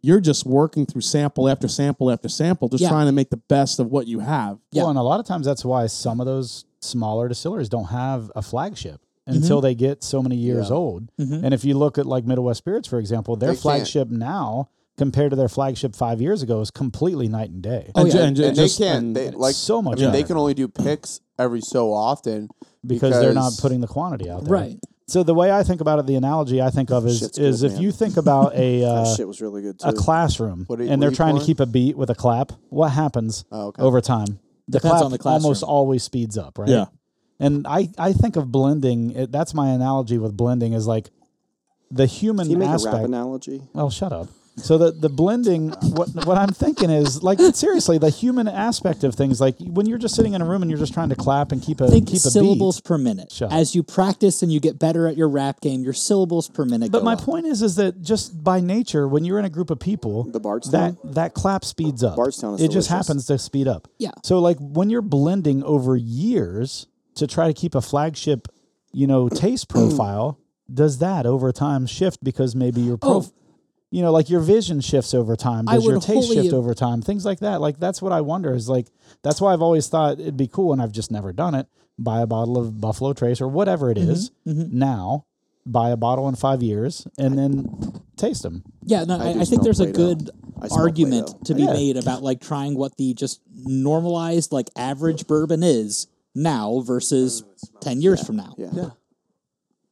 [SPEAKER 2] you're just working through sample after sample after sample just
[SPEAKER 4] Yeah.
[SPEAKER 2] trying to make the best of what you have
[SPEAKER 4] Yeah.
[SPEAKER 1] Well, and a lot of times that's why some of those smaller distilleries don't have a flagship until they get so many years old. And if you look at like Middle West Spirits, for example, their
[SPEAKER 3] They can't.
[SPEAKER 1] flagship now compared to their flagship five years ago is completely night and day.
[SPEAKER 4] Oh,
[SPEAKER 2] ju-
[SPEAKER 4] yeah.
[SPEAKER 2] ju-
[SPEAKER 3] And they
[SPEAKER 2] just-
[SPEAKER 3] can't.
[SPEAKER 2] and-
[SPEAKER 3] They, like
[SPEAKER 1] so much
[SPEAKER 3] I mean, they
[SPEAKER 1] better.
[SPEAKER 3] can only do picks every so often
[SPEAKER 1] because, they're not
[SPEAKER 3] because-
[SPEAKER 1] putting the quantity out there.
[SPEAKER 4] Right.
[SPEAKER 1] So the way I think about it, the analogy I think of is
[SPEAKER 5] Shit's good,
[SPEAKER 1] is if
[SPEAKER 5] man.
[SPEAKER 1] you think about a
[SPEAKER 5] that
[SPEAKER 1] uh,
[SPEAKER 5] shit was really good too.
[SPEAKER 1] a classroom
[SPEAKER 3] What are you-
[SPEAKER 1] and
[SPEAKER 3] what
[SPEAKER 1] they're
[SPEAKER 3] are you
[SPEAKER 1] trying to
[SPEAKER 3] pouring?
[SPEAKER 1] keep a beat with a clap, what happens
[SPEAKER 3] Oh, okay.
[SPEAKER 1] over time? The
[SPEAKER 4] Depends
[SPEAKER 1] clap
[SPEAKER 4] on the classroom.
[SPEAKER 1] almost always speeds up, right?
[SPEAKER 2] yeah
[SPEAKER 1] And I, I think of blending. It, that's my analogy with blending is like the human
[SPEAKER 5] Can you make a rap
[SPEAKER 1] aspect.
[SPEAKER 5] analogy?
[SPEAKER 1] Well, shut up. So the the blending, what what I'm thinking is like seriously the human aspect of things. Like when you're just sitting in a room and you're just trying to clap and keep a
[SPEAKER 4] Think
[SPEAKER 1] keep a
[SPEAKER 4] syllables
[SPEAKER 1] beat.
[SPEAKER 4] per minute.
[SPEAKER 1] Sure.
[SPEAKER 4] As you practice and you get better at your rap game, your syllables per minute.
[SPEAKER 1] But
[SPEAKER 4] go
[SPEAKER 1] my
[SPEAKER 4] up.
[SPEAKER 1] point is, is that just by nature, when you're in a group of people,
[SPEAKER 5] The Bardstown?
[SPEAKER 1] that that clap speeds up.
[SPEAKER 5] Bardstown is
[SPEAKER 1] it just
[SPEAKER 5] delicious.
[SPEAKER 1] happens to speed up.
[SPEAKER 4] Yeah.
[SPEAKER 1] So like when you're blending over years to try to keep a flagship, you know,
[SPEAKER 5] (clears throat)
[SPEAKER 1] taste profile, does that over time shift because maybe your prof, you know, like your vision shifts over time.
[SPEAKER 4] I
[SPEAKER 1] Does your
[SPEAKER 4] would
[SPEAKER 1] taste
[SPEAKER 4] wholly-
[SPEAKER 1] shift over time? Things like that. Like that's what I wonder. Is like that's why I've always thought it'd be cool, and I've just never done it. Buy a bottle of Buffalo Trace or whatever it
[SPEAKER 4] Mm-hmm,
[SPEAKER 1] is now buy a bottle in five years and then taste them.
[SPEAKER 4] Yeah, no, I, I
[SPEAKER 5] do
[SPEAKER 4] think
[SPEAKER 5] smell
[SPEAKER 4] there's a
[SPEAKER 5] Play-Doh.
[SPEAKER 4] good
[SPEAKER 5] I smell Play-Doh.
[SPEAKER 4] argument to be
[SPEAKER 1] Yeah.
[SPEAKER 4] made about like trying what the just normalized like average bourbon is now versus ten years from now.
[SPEAKER 5] Yeah.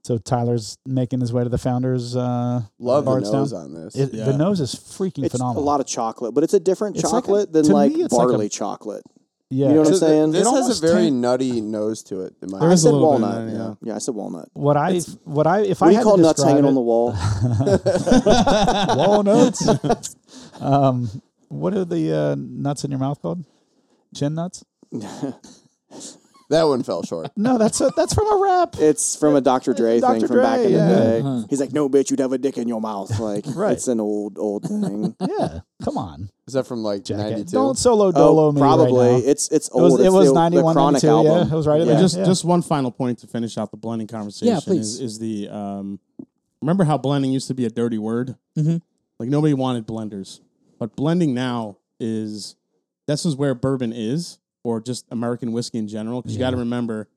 [SPEAKER 1] So Tyler's making his way to the founders. Uh,
[SPEAKER 3] Love the
[SPEAKER 1] Bardstown.
[SPEAKER 3] nose on this.
[SPEAKER 1] It- The nose is freaking
[SPEAKER 5] It's
[SPEAKER 1] phenomenal.
[SPEAKER 5] a lot of chocolate, but it's a different
[SPEAKER 1] It's like a-
[SPEAKER 5] chocolate than
[SPEAKER 1] to
[SPEAKER 5] like
[SPEAKER 1] me, it's like a-
[SPEAKER 5] barley chocolate.
[SPEAKER 1] yeah.
[SPEAKER 5] You know what I'm
[SPEAKER 3] So th-
[SPEAKER 5] saying?
[SPEAKER 3] This
[SPEAKER 5] It
[SPEAKER 3] has
[SPEAKER 5] almost
[SPEAKER 3] a very
[SPEAKER 5] tan-
[SPEAKER 3] nutty nose to it. In my
[SPEAKER 2] There
[SPEAKER 5] I
[SPEAKER 2] is a
[SPEAKER 5] said
[SPEAKER 2] little bit in
[SPEAKER 5] walnut.
[SPEAKER 2] there, yeah.
[SPEAKER 5] yeah. I said walnut.
[SPEAKER 1] what I what I if I
[SPEAKER 5] We
[SPEAKER 1] had
[SPEAKER 5] call
[SPEAKER 1] to
[SPEAKER 5] nuts
[SPEAKER 1] describe
[SPEAKER 5] hanging
[SPEAKER 1] it,
[SPEAKER 5] on the wall.
[SPEAKER 1] walnuts. um,
[SPEAKER 5] (laughs)
[SPEAKER 1] what are the uh, nuts in your mouth called? Chin nuts?
[SPEAKER 3] that one fell short.
[SPEAKER 1] No, that's a, that's from a rap.
[SPEAKER 5] It's from a Dr. Dre
[SPEAKER 1] Dr.
[SPEAKER 5] thing from back
[SPEAKER 1] Dre,
[SPEAKER 5] in the
[SPEAKER 1] yeah.
[SPEAKER 5] day. He's like, "No, bitch, you'd have a dick in
[SPEAKER 1] (laughs)
[SPEAKER 5] your mouth." Like, it's an old, old thing. Oh,
[SPEAKER 1] Yeah, come on,
[SPEAKER 3] Is that from like
[SPEAKER 1] Jack.
[SPEAKER 3] ninety two?
[SPEAKER 1] Don't solo dolo
[SPEAKER 5] oh,
[SPEAKER 1] me
[SPEAKER 5] probably.
[SPEAKER 1] Right now.
[SPEAKER 5] it's it's
[SPEAKER 1] it was
[SPEAKER 5] old.
[SPEAKER 1] it
[SPEAKER 5] it's
[SPEAKER 1] was
[SPEAKER 5] the,
[SPEAKER 1] 91,
[SPEAKER 5] the Chronic
[SPEAKER 1] 92,
[SPEAKER 5] album.
[SPEAKER 1] Yeah, it was right in there.
[SPEAKER 2] just
[SPEAKER 1] yeah.
[SPEAKER 2] just one final point to finish out the blending conversation
[SPEAKER 4] please.
[SPEAKER 2] Is, is the um, remember how blending used to be a dirty word
[SPEAKER 4] Mhm.
[SPEAKER 2] like nobody wanted blenders but blending now is this is where bourbon is or just american whiskey in general because you got to remember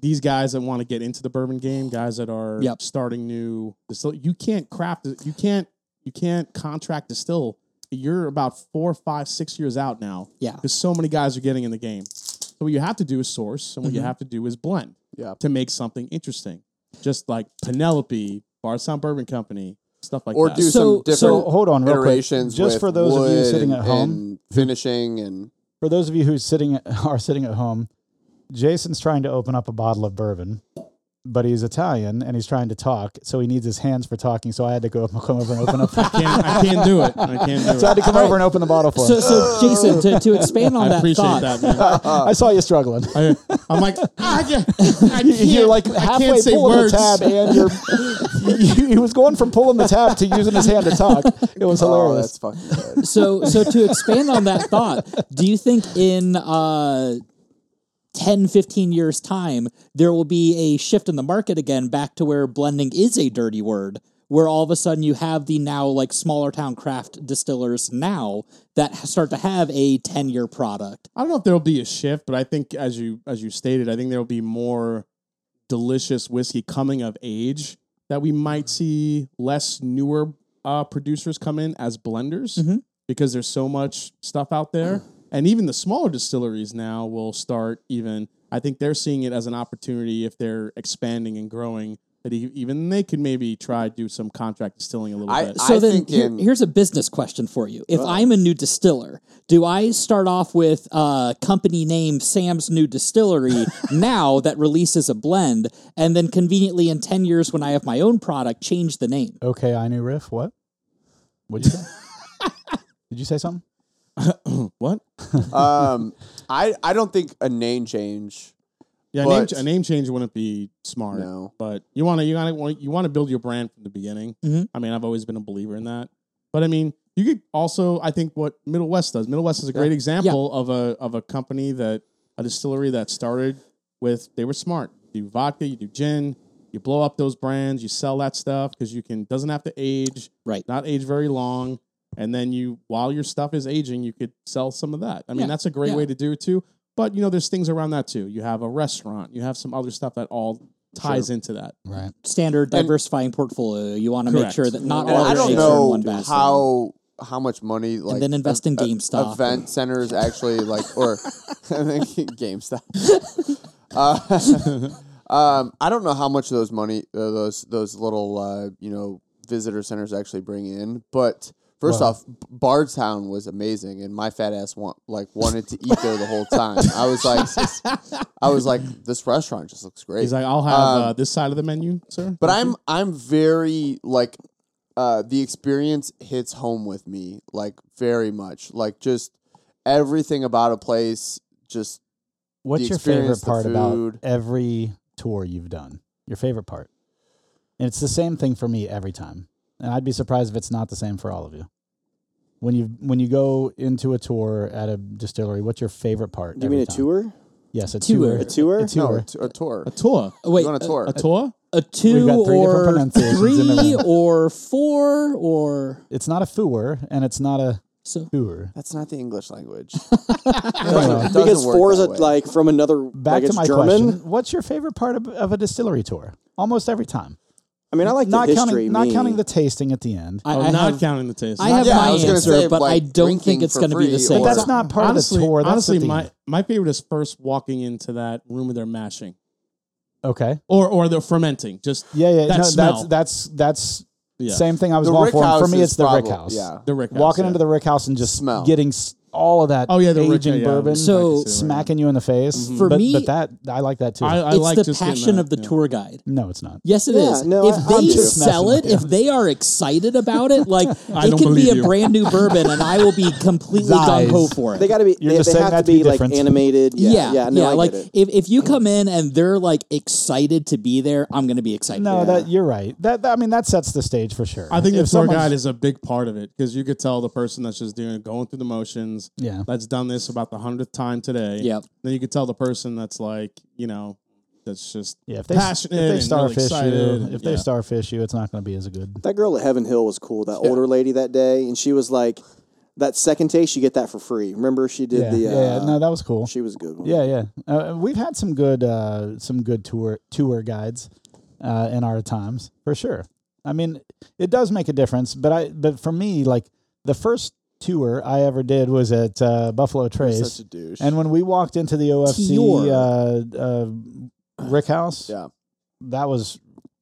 [SPEAKER 2] these guys that want to get into the bourbon game guys that are
[SPEAKER 4] Yep.
[SPEAKER 2] starting new distill you can't craft it you can't you can't contract distill you're about four five six years out now
[SPEAKER 4] Yeah.
[SPEAKER 2] because so many guys are getting in the game so what you have to do is source, and what you have to do is blend.
[SPEAKER 3] Yeah.
[SPEAKER 2] To make something interesting, just like Penelope, Bardstown Bourbon Company, stuff like
[SPEAKER 3] or
[SPEAKER 2] that.
[SPEAKER 3] do
[SPEAKER 4] So-
[SPEAKER 3] some different
[SPEAKER 1] so hold on real quick.
[SPEAKER 3] iterations
[SPEAKER 1] Just
[SPEAKER 3] with
[SPEAKER 1] for those of you
[SPEAKER 3] wood
[SPEAKER 1] sitting
[SPEAKER 3] and-
[SPEAKER 1] at home
[SPEAKER 3] and finishing and
[SPEAKER 1] for those of you who sitting are sitting at (laughs) home, Jason's trying to open up a bottle of bourbon, but he's Italian and he's trying to talk, so he needs his hands for talking. So I had to go (laughs) up come over and open up. so
[SPEAKER 2] I can't, I can't do it. I can't do
[SPEAKER 1] I had
[SPEAKER 2] it.
[SPEAKER 5] (laughs)
[SPEAKER 1] to come over and open the bottle for
[SPEAKER 4] So,
[SPEAKER 1] him.
[SPEAKER 4] so Jason, to, to expand on
[SPEAKER 2] I
[SPEAKER 4] that
[SPEAKER 2] appreciate
[SPEAKER 4] thought,
[SPEAKER 2] that. Man.
[SPEAKER 1] (laughs) I saw you struggling.
[SPEAKER 2] I, I'm like, "Ah, I, can't- I can't,
[SPEAKER 1] You're like
[SPEAKER 2] I
[SPEAKER 1] halfway
[SPEAKER 2] can't say
[SPEAKER 1] pulling
[SPEAKER 2] words.
[SPEAKER 1] the tab, and (laughs) you're. he was going from pulling the tab to using his hand to talk. It (laughs) was
[SPEAKER 3] oh,
[SPEAKER 1] hilarious.
[SPEAKER 3] that's fucking good.
[SPEAKER 4] so so to expand on that thought do you think in uh 10 15 years time there will be a shift in the market again back to where blending is a dirty word where all of a sudden you have the now like smaller town craft distillers now that start to have a 10 year product
[SPEAKER 2] I don't know if there'll be a shift, but I think as you as you stated, I think there'll be more delicious whiskey coming of age that we
[SPEAKER 3] Mm-hmm.
[SPEAKER 2] might see less newer uh, producers come in as blenders
[SPEAKER 3] Mm-hmm.
[SPEAKER 2] because there's so much stuff out there, and even the smaller distilleries now will start even. I think they're seeing it as an opportunity if they're expanding and growing that e- even they could maybe try do some contract distilling a little
[SPEAKER 3] I,
[SPEAKER 2] bit.
[SPEAKER 4] so
[SPEAKER 3] I
[SPEAKER 4] then
[SPEAKER 3] think
[SPEAKER 4] here-
[SPEAKER 3] in,
[SPEAKER 4] here's a business question for you if i'm a new distiller do i start off with uh, company name sam's
[SPEAKER 3] (laughs)
[SPEAKER 4] new distillery now that releases a blend and then conveniently in 10 years when i have my own product change the name
[SPEAKER 1] Okay, I knew riff. What? What'd you say? (laughs) Did you say something?
[SPEAKER 2] what?
[SPEAKER 3] um, I I don't think a name change.
[SPEAKER 2] Yeah, a name,
[SPEAKER 3] But-
[SPEAKER 2] ch- a name change wouldn't be smart.
[SPEAKER 3] No.
[SPEAKER 2] but you want to you want to you want to build your brand from the beginning.
[SPEAKER 3] Mm-hmm.
[SPEAKER 4] Mhm.
[SPEAKER 2] I mean, I've always been a believer in that. But I mean, you could also I think what Middle West does. Middle West is a great example of a of a company that a distillery that started with they were smart. You do vodka, you do gin, you blow up those brands, you sell that stuff because you can doesn't have to age,
[SPEAKER 4] Right.
[SPEAKER 2] Not age very long, and then you while your stuff is aging, you could sell some of that. I mean,
[SPEAKER 4] Yeah.
[SPEAKER 2] that's a great
[SPEAKER 4] Yeah.
[SPEAKER 2] way to do it too. But you know, there's things around that too. You have a restaurant, you have some other stuff that all ties into that.
[SPEAKER 1] Right.
[SPEAKER 4] standard diversifying portfolio you want to make
[SPEAKER 2] Correct.
[SPEAKER 4] sure that not
[SPEAKER 3] And
[SPEAKER 4] all
[SPEAKER 3] I
[SPEAKER 4] your
[SPEAKER 3] don't
[SPEAKER 4] eggs are in one
[SPEAKER 3] know
[SPEAKER 4] basket
[SPEAKER 3] how how much money like
[SPEAKER 4] then invest in
[SPEAKER 3] ev- ev-
[SPEAKER 4] GameStop.
[SPEAKER 3] event centers actually like
[SPEAKER 4] (laughs)
[SPEAKER 3] or (laughs) I think GameStop. (laughs) Uh, (laughs) um, I don't know how much of those money uh, those those little uh, you know visitor centers actually bring in, but. First off, B- Bardstown was amazing, and my fat ass want, like wanted to eat there the whole time. I was like,
[SPEAKER 4] (laughs)
[SPEAKER 3] I was like, this restaurant just looks great.
[SPEAKER 1] Um,
[SPEAKER 2] He's like,
[SPEAKER 3] Um,
[SPEAKER 4] uh,
[SPEAKER 2] I'll have uh, this side of the menu, sir.
[SPEAKER 3] But I'm I'm very like uh, the experience hits home with me like very much. Like just everything about a place. Just
[SPEAKER 1] What's
[SPEAKER 3] the
[SPEAKER 1] your favorite
[SPEAKER 3] experience, the
[SPEAKER 1] part about
[SPEAKER 3] food.
[SPEAKER 1] every tour you've done? Your favorite part. And it's the same thing for me every time. And I'd be surprised if it's not the same for all of you. When you when you go into a tour at a distillery, what's your favorite part?
[SPEAKER 5] You mean
[SPEAKER 1] every
[SPEAKER 5] a
[SPEAKER 1] time?
[SPEAKER 5] tour?
[SPEAKER 1] Yes, a tour.
[SPEAKER 4] Tour. A
[SPEAKER 5] tour?
[SPEAKER 1] A
[SPEAKER 3] no,
[SPEAKER 1] tour.
[SPEAKER 3] a, t- a tour.
[SPEAKER 2] A tour.
[SPEAKER 4] Oh, wait,
[SPEAKER 3] you on a tour?
[SPEAKER 2] A tour?
[SPEAKER 4] a two
[SPEAKER 1] got three different
[SPEAKER 4] or
[SPEAKER 1] pronunciations in a
[SPEAKER 4] three
[SPEAKER 1] row.
[SPEAKER 4] or four or
[SPEAKER 1] it's not a four, and it's not a
[SPEAKER 4] so.
[SPEAKER 1] tour.
[SPEAKER 3] That's not the English language.
[SPEAKER 1] Anyway,
[SPEAKER 5] (laughs) Because four is
[SPEAKER 3] a
[SPEAKER 5] a, like from another.
[SPEAKER 1] back
[SPEAKER 5] like
[SPEAKER 1] to
[SPEAKER 5] it's
[SPEAKER 1] my
[SPEAKER 5] German.
[SPEAKER 1] question. What's your favorite part of, of a distillery tour? Almost every time.
[SPEAKER 5] I mean, I like
[SPEAKER 1] not
[SPEAKER 5] the
[SPEAKER 1] counting
[SPEAKER 5] history.
[SPEAKER 1] not
[SPEAKER 5] me.
[SPEAKER 1] counting the tasting at the end.
[SPEAKER 4] I,
[SPEAKER 2] Oh,
[SPEAKER 4] I
[SPEAKER 2] not
[SPEAKER 4] have,
[SPEAKER 2] counting the taste.
[SPEAKER 4] I
[SPEAKER 2] Not-
[SPEAKER 4] have
[SPEAKER 3] Yeah, I
[SPEAKER 4] my
[SPEAKER 3] was gonna
[SPEAKER 4] answer,
[SPEAKER 3] say,
[SPEAKER 4] but I
[SPEAKER 3] like,
[SPEAKER 4] don't think
[SPEAKER 3] drinking
[SPEAKER 4] it's
[SPEAKER 3] for
[SPEAKER 4] going to be the
[SPEAKER 3] free
[SPEAKER 4] same.
[SPEAKER 3] or-
[SPEAKER 1] But that's not part
[SPEAKER 2] honestly,
[SPEAKER 1] of the tour. That's
[SPEAKER 2] honestly,
[SPEAKER 1] at the
[SPEAKER 2] my
[SPEAKER 1] end.
[SPEAKER 2] my favorite is first walking into that room where they're mashing
[SPEAKER 1] okay.
[SPEAKER 2] or or they're fermenting. Just
[SPEAKER 1] Yeah, yeah.
[SPEAKER 2] that
[SPEAKER 1] no,
[SPEAKER 2] smell.
[SPEAKER 1] that's that's that's
[SPEAKER 2] Yeah.
[SPEAKER 1] same thing I was
[SPEAKER 3] The
[SPEAKER 1] going
[SPEAKER 3] Rick
[SPEAKER 1] for. For
[SPEAKER 3] House
[SPEAKER 1] me,
[SPEAKER 3] is
[SPEAKER 1] it's the
[SPEAKER 3] probably-
[SPEAKER 1] Rick House. (laughs)
[SPEAKER 3] yeah.
[SPEAKER 2] the Rick.
[SPEAKER 1] Walking
[SPEAKER 2] House,
[SPEAKER 1] into the Rick House and just
[SPEAKER 3] Smell.
[SPEAKER 1] getting s- all of that.
[SPEAKER 2] Oh, yeah, the Rick-
[SPEAKER 1] aging
[SPEAKER 2] yeah, yeah.
[SPEAKER 1] bourbon.
[SPEAKER 4] So-
[SPEAKER 2] I can see that right
[SPEAKER 1] smacking you in the face.
[SPEAKER 4] For
[SPEAKER 1] but,
[SPEAKER 4] me-
[SPEAKER 1] but that I like that too.
[SPEAKER 2] I, I
[SPEAKER 4] it's
[SPEAKER 2] like
[SPEAKER 4] the
[SPEAKER 2] just getting
[SPEAKER 4] passion
[SPEAKER 2] that,
[SPEAKER 4] of the
[SPEAKER 2] yeah.
[SPEAKER 4] tour guide.
[SPEAKER 1] no, it's not.
[SPEAKER 4] Yes, it is.
[SPEAKER 5] Yeah, no,
[SPEAKER 4] if
[SPEAKER 5] I- I'm
[SPEAKER 4] they
[SPEAKER 5] just
[SPEAKER 4] sell it,
[SPEAKER 1] messing
[SPEAKER 4] if they are excited about
[SPEAKER 5] (laughs)
[SPEAKER 4] it, like it
[SPEAKER 2] don't
[SPEAKER 4] can be
[SPEAKER 2] believe
[SPEAKER 4] a
[SPEAKER 2] you.
[SPEAKER 4] brand new bourbon, and I
[SPEAKER 2] (laughs)
[SPEAKER 4] will be completely
[SPEAKER 1] Lies.
[SPEAKER 4] gung ho for it.
[SPEAKER 5] They got to be.
[SPEAKER 1] You're
[SPEAKER 5] they,
[SPEAKER 1] just
[SPEAKER 5] they
[SPEAKER 1] saying that
[SPEAKER 5] have
[SPEAKER 1] to
[SPEAKER 5] to
[SPEAKER 1] be
[SPEAKER 5] be, like
[SPEAKER 1] different.
[SPEAKER 5] animated. Yeah, yeah. no, I
[SPEAKER 4] like
[SPEAKER 5] get it.
[SPEAKER 4] if if you come in and they're like excited to be there, I'm gonna be excited.
[SPEAKER 1] No, that you're right. That, that- I mean that sets the stage for sure.
[SPEAKER 2] I think
[SPEAKER 1] If
[SPEAKER 2] the tour
[SPEAKER 1] someone's-
[SPEAKER 2] guide is a big part of it because you could tell the person that's just doing going through the motions.
[SPEAKER 1] Yeah.
[SPEAKER 2] that's done this about the hundredth time today.
[SPEAKER 4] Yep.
[SPEAKER 2] Then you could tell the person that's like you know that's just
[SPEAKER 1] Yeah, if they
[SPEAKER 2] passionate
[SPEAKER 1] if they
[SPEAKER 2] and really
[SPEAKER 1] starfish
[SPEAKER 2] excited
[SPEAKER 1] you,
[SPEAKER 2] and-
[SPEAKER 1] if they
[SPEAKER 2] yeah.
[SPEAKER 1] starfish you, it's not going to be as good.
[SPEAKER 5] That girl at Heaven Hill was cool. That older lady that day, and she was like, that second taste, you get that for free. Remember, she did
[SPEAKER 1] Yeah,
[SPEAKER 5] the.
[SPEAKER 1] yeah,
[SPEAKER 5] Uh,
[SPEAKER 1] yeah, no, that was cool.
[SPEAKER 5] She was a good. One.
[SPEAKER 1] Yeah, yeah. Uh, we've had some good uh, some good tour tour guides uh, in our times for sure. I mean, it does make a difference, but I but for me, like the first tour I ever did was at uh, Buffalo
[SPEAKER 3] Such
[SPEAKER 1] Trace,
[SPEAKER 3] a douche.
[SPEAKER 1] and when we walked into the OFC uh, uh, Rick House,
[SPEAKER 3] Yeah.
[SPEAKER 1] that was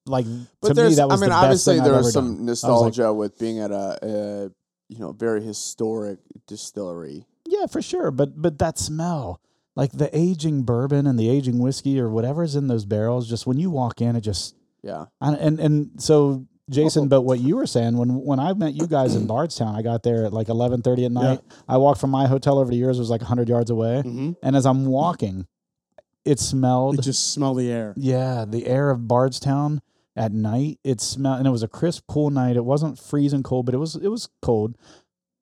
[SPEAKER 1] like
[SPEAKER 3] but
[SPEAKER 1] to
[SPEAKER 3] there's,
[SPEAKER 1] me that was
[SPEAKER 3] I mean,
[SPEAKER 1] the best
[SPEAKER 3] obviously
[SPEAKER 1] thing I've
[SPEAKER 3] there
[SPEAKER 1] ever
[SPEAKER 3] was some
[SPEAKER 1] done.
[SPEAKER 3] nostalgia with being at a, a you know very historic distillery.
[SPEAKER 1] Yeah, for sure. But but that smell, like the aging bourbon and the aging whiskey or whatever's in those barrels, just when you walk in, it just
[SPEAKER 3] Yeah,
[SPEAKER 1] I, and and so Jason, but what you were saying when when I met you guys in Bardstown, I got there at like eleven thirty at night. I walked from my hotel over to yours, it was like hundred yards away, and as I'm walking, it smelled.
[SPEAKER 2] You just smell the air.
[SPEAKER 1] yeah, the air of Bardstown at night. It smelled, and it was a crisp, cool night. It wasn't freezing cold, but it was it was cold.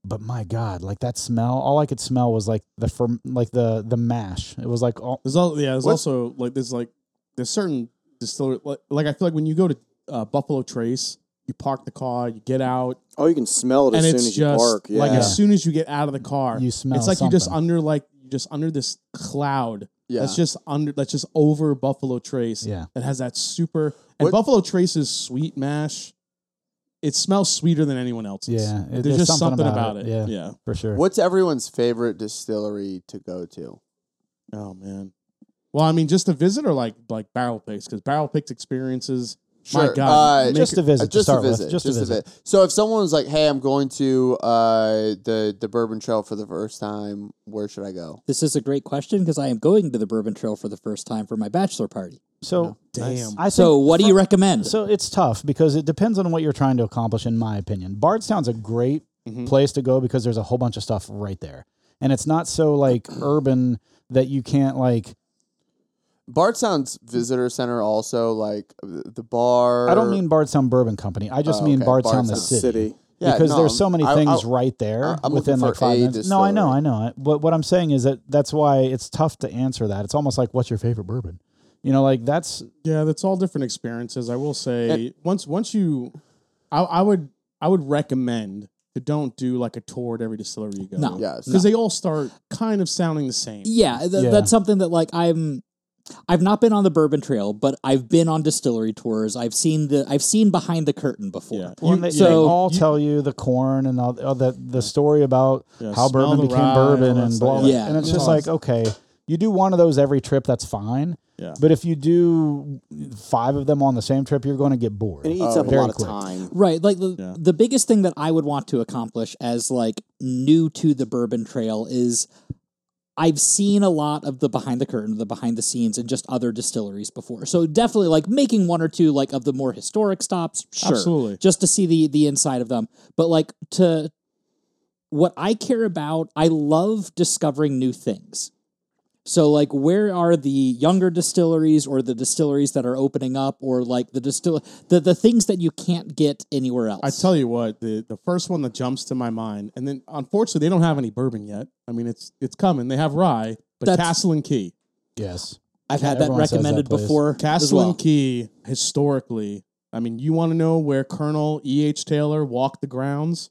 [SPEAKER 1] But my God, like that smell! All I could smell was like the firm, like the the mash. It was like all
[SPEAKER 2] There's all yeah. There's
[SPEAKER 3] What-
[SPEAKER 2] also like there's like there's certain distillery like, like I feel like when you go to uh, Buffalo Trace, you park the car, you get out,
[SPEAKER 5] Oh, you can smell it
[SPEAKER 2] and
[SPEAKER 5] as
[SPEAKER 2] it's
[SPEAKER 5] soon as you
[SPEAKER 2] just
[SPEAKER 5] park. Yeah.
[SPEAKER 2] like as soon as you get out of the car,
[SPEAKER 1] You smell
[SPEAKER 2] It's like you're just
[SPEAKER 1] something.
[SPEAKER 2] under like you're just under this cloud.
[SPEAKER 3] Yeah.
[SPEAKER 2] that's just under that's just over Buffalo Trace.
[SPEAKER 1] Yeah.
[SPEAKER 2] that has that super and
[SPEAKER 3] What-
[SPEAKER 2] Buffalo Trace's sweet mash. It smells sweeter than anyone else's.
[SPEAKER 1] Yeah, it-
[SPEAKER 2] there's, just something, about, it.
[SPEAKER 1] yeah.
[SPEAKER 2] yeah.
[SPEAKER 1] for sure.
[SPEAKER 3] what's everyone's favorite distillery to go to?
[SPEAKER 2] Oh man. Well, I mean, just a visitor like like Barrel Picks because Barrel Picks experiences. My God,
[SPEAKER 3] uh,
[SPEAKER 2] make
[SPEAKER 1] Just a visit
[SPEAKER 3] Uh,
[SPEAKER 1] to
[SPEAKER 3] just
[SPEAKER 1] start
[SPEAKER 3] a
[SPEAKER 1] with.
[SPEAKER 3] visit.
[SPEAKER 1] Just a visit.
[SPEAKER 3] So if someone's like, "Hey, I'm going to uh, the the Bourbon Trail for the first time. Where should I go?"
[SPEAKER 4] This is a great question because I am going to the Bourbon Trail for the first time for my bachelor party.
[SPEAKER 1] So
[SPEAKER 2] Damn.
[SPEAKER 1] I
[SPEAKER 4] So,
[SPEAKER 1] think-
[SPEAKER 4] what do you recommend?
[SPEAKER 1] So it's tough because it depends on what you're trying to accomplish, in my opinion. Bardstown's a great
[SPEAKER 3] Mm-hmm.
[SPEAKER 1] place to go because there's a whole bunch of stuff right there. And it's not so like
[SPEAKER 3] (clears throat)
[SPEAKER 1] urban that you can't like
[SPEAKER 3] Bardstown's visitor center also like the the bar.
[SPEAKER 1] I don't mean Bardstown Bourbon Company. I just
[SPEAKER 3] Oh,
[SPEAKER 1] mean
[SPEAKER 3] okay.
[SPEAKER 1] Bardstown, the
[SPEAKER 3] Bardstown.
[SPEAKER 1] city.
[SPEAKER 5] City.
[SPEAKER 3] Yeah,
[SPEAKER 1] because
[SPEAKER 3] no,
[SPEAKER 1] there's so many
[SPEAKER 3] I-
[SPEAKER 1] things
[SPEAKER 3] I-
[SPEAKER 1] right there
[SPEAKER 3] I- I'm
[SPEAKER 1] within
[SPEAKER 3] looking
[SPEAKER 1] like
[SPEAKER 3] for
[SPEAKER 1] five
[SPEAKER 3] a
[SPEAKER 1] minutes. No, I know, I
[SPEAKER 3] distillery.
[SPEAKER 1] know. What what I'm saying is that that's why it's tough to answer that. It's almost like what's your favorite bourbon? You know, like that's
[SPEAKER 2] Yeah, that's all different experiences. I will say once once you, I, I would I would recommend to don't do like a tour at every distillery you go.
[SPEAKER 4] No.
[SPEAKER 3] Yes.
[SPEAKER 2] because they all start kind of sounding the same.
[SPEAKER 4] yeah, th-
[SPEAKER 1] Yeah.
[SPEAKER 4] that's something that like I'm. I've not been on the Bourbon Trail, but I've been on distillery tours. I've seen the I've seen behind the curtain before.
[SPEAKER 2] Yeah.
[SPEAKER 1] Well, and they, they
[SPEAKER 4] so
[SPEAKER 1] all
[SPEAKER 2] you-
[SPEAKER 1] tell you the corn and all, all the the story about
[SPEAKER 2] Yeah,
[SPEAKER 1] how
[SPEAKER 2] smell
[SPEAKER 1] bourbon
[SPEAKER 2] the
[SPEAKER 1] became
[SPEAKER 2] rye
[SPEAKER 1] bourbon
[SPEAKER 2] and all that
[SPEAKER 1] and
[SPEAKER 2] stuff.
[SPEAKER 1] blah blah.
[SPEAKER 4] Yeah.
[SPEAKER 1] And it's
[SPEAKER 4] Yeah.
[SPEAKER 1] just like okay, you do one of those every trip, that's fine.
[SPEAKER 2] Yeah.
[SPEAKER 1] But if you do five of them on the same trip, you're going to get bored.
[SPEAKER 5] And it eats up a
[SPEAKER 1] very
[SPEAKER 5] lot of
[SPEAKER 1] quick.
[SPEAKER 5] time.
[SPEAKER 4] Right. Like the,
[SPEAKER 2] Yeah.
[SPEAKER 4] the biggest thing that I would want to accomplish as like new to the bourbon trail is I've seen a lot of the behind the curtain, the behind the scenes, and just other distilleries before. So definitely like making one or two like of the more historic stops, sure,
[SPEAKER 2] Absolutely.
[SPEAKER 4] just to see the the inside of them. But like to what I care about, I love discovering new things. So like where are the younger distilleries or the distilleries that are opening up or like the distill the, the things that you can't get anywhere else.
[SPEAKER 2] I tell you what, the, the first one that jumps to my mind, and then unfortunately they don't have any bourbon yet. I mean, it's it's coming. They have rye, but
[SPEAKER 4] That's-
[SPEAKER 2] Castle and Key,
[SPEAKER 1] Yes.
[SPEAKER 4] I've had that
[SPEAKER 1] Everyone says that
[SPEAKER 4] recommended
[SPEAKER 1] place.
[SPEAKER 4] before. as
[SPEAKER 2] Castle
[SPEAKER 4] well.
[SPEAKER 2] and Key historically. I mean, you want to know where Colonel E. H. Taylor walked the grounds?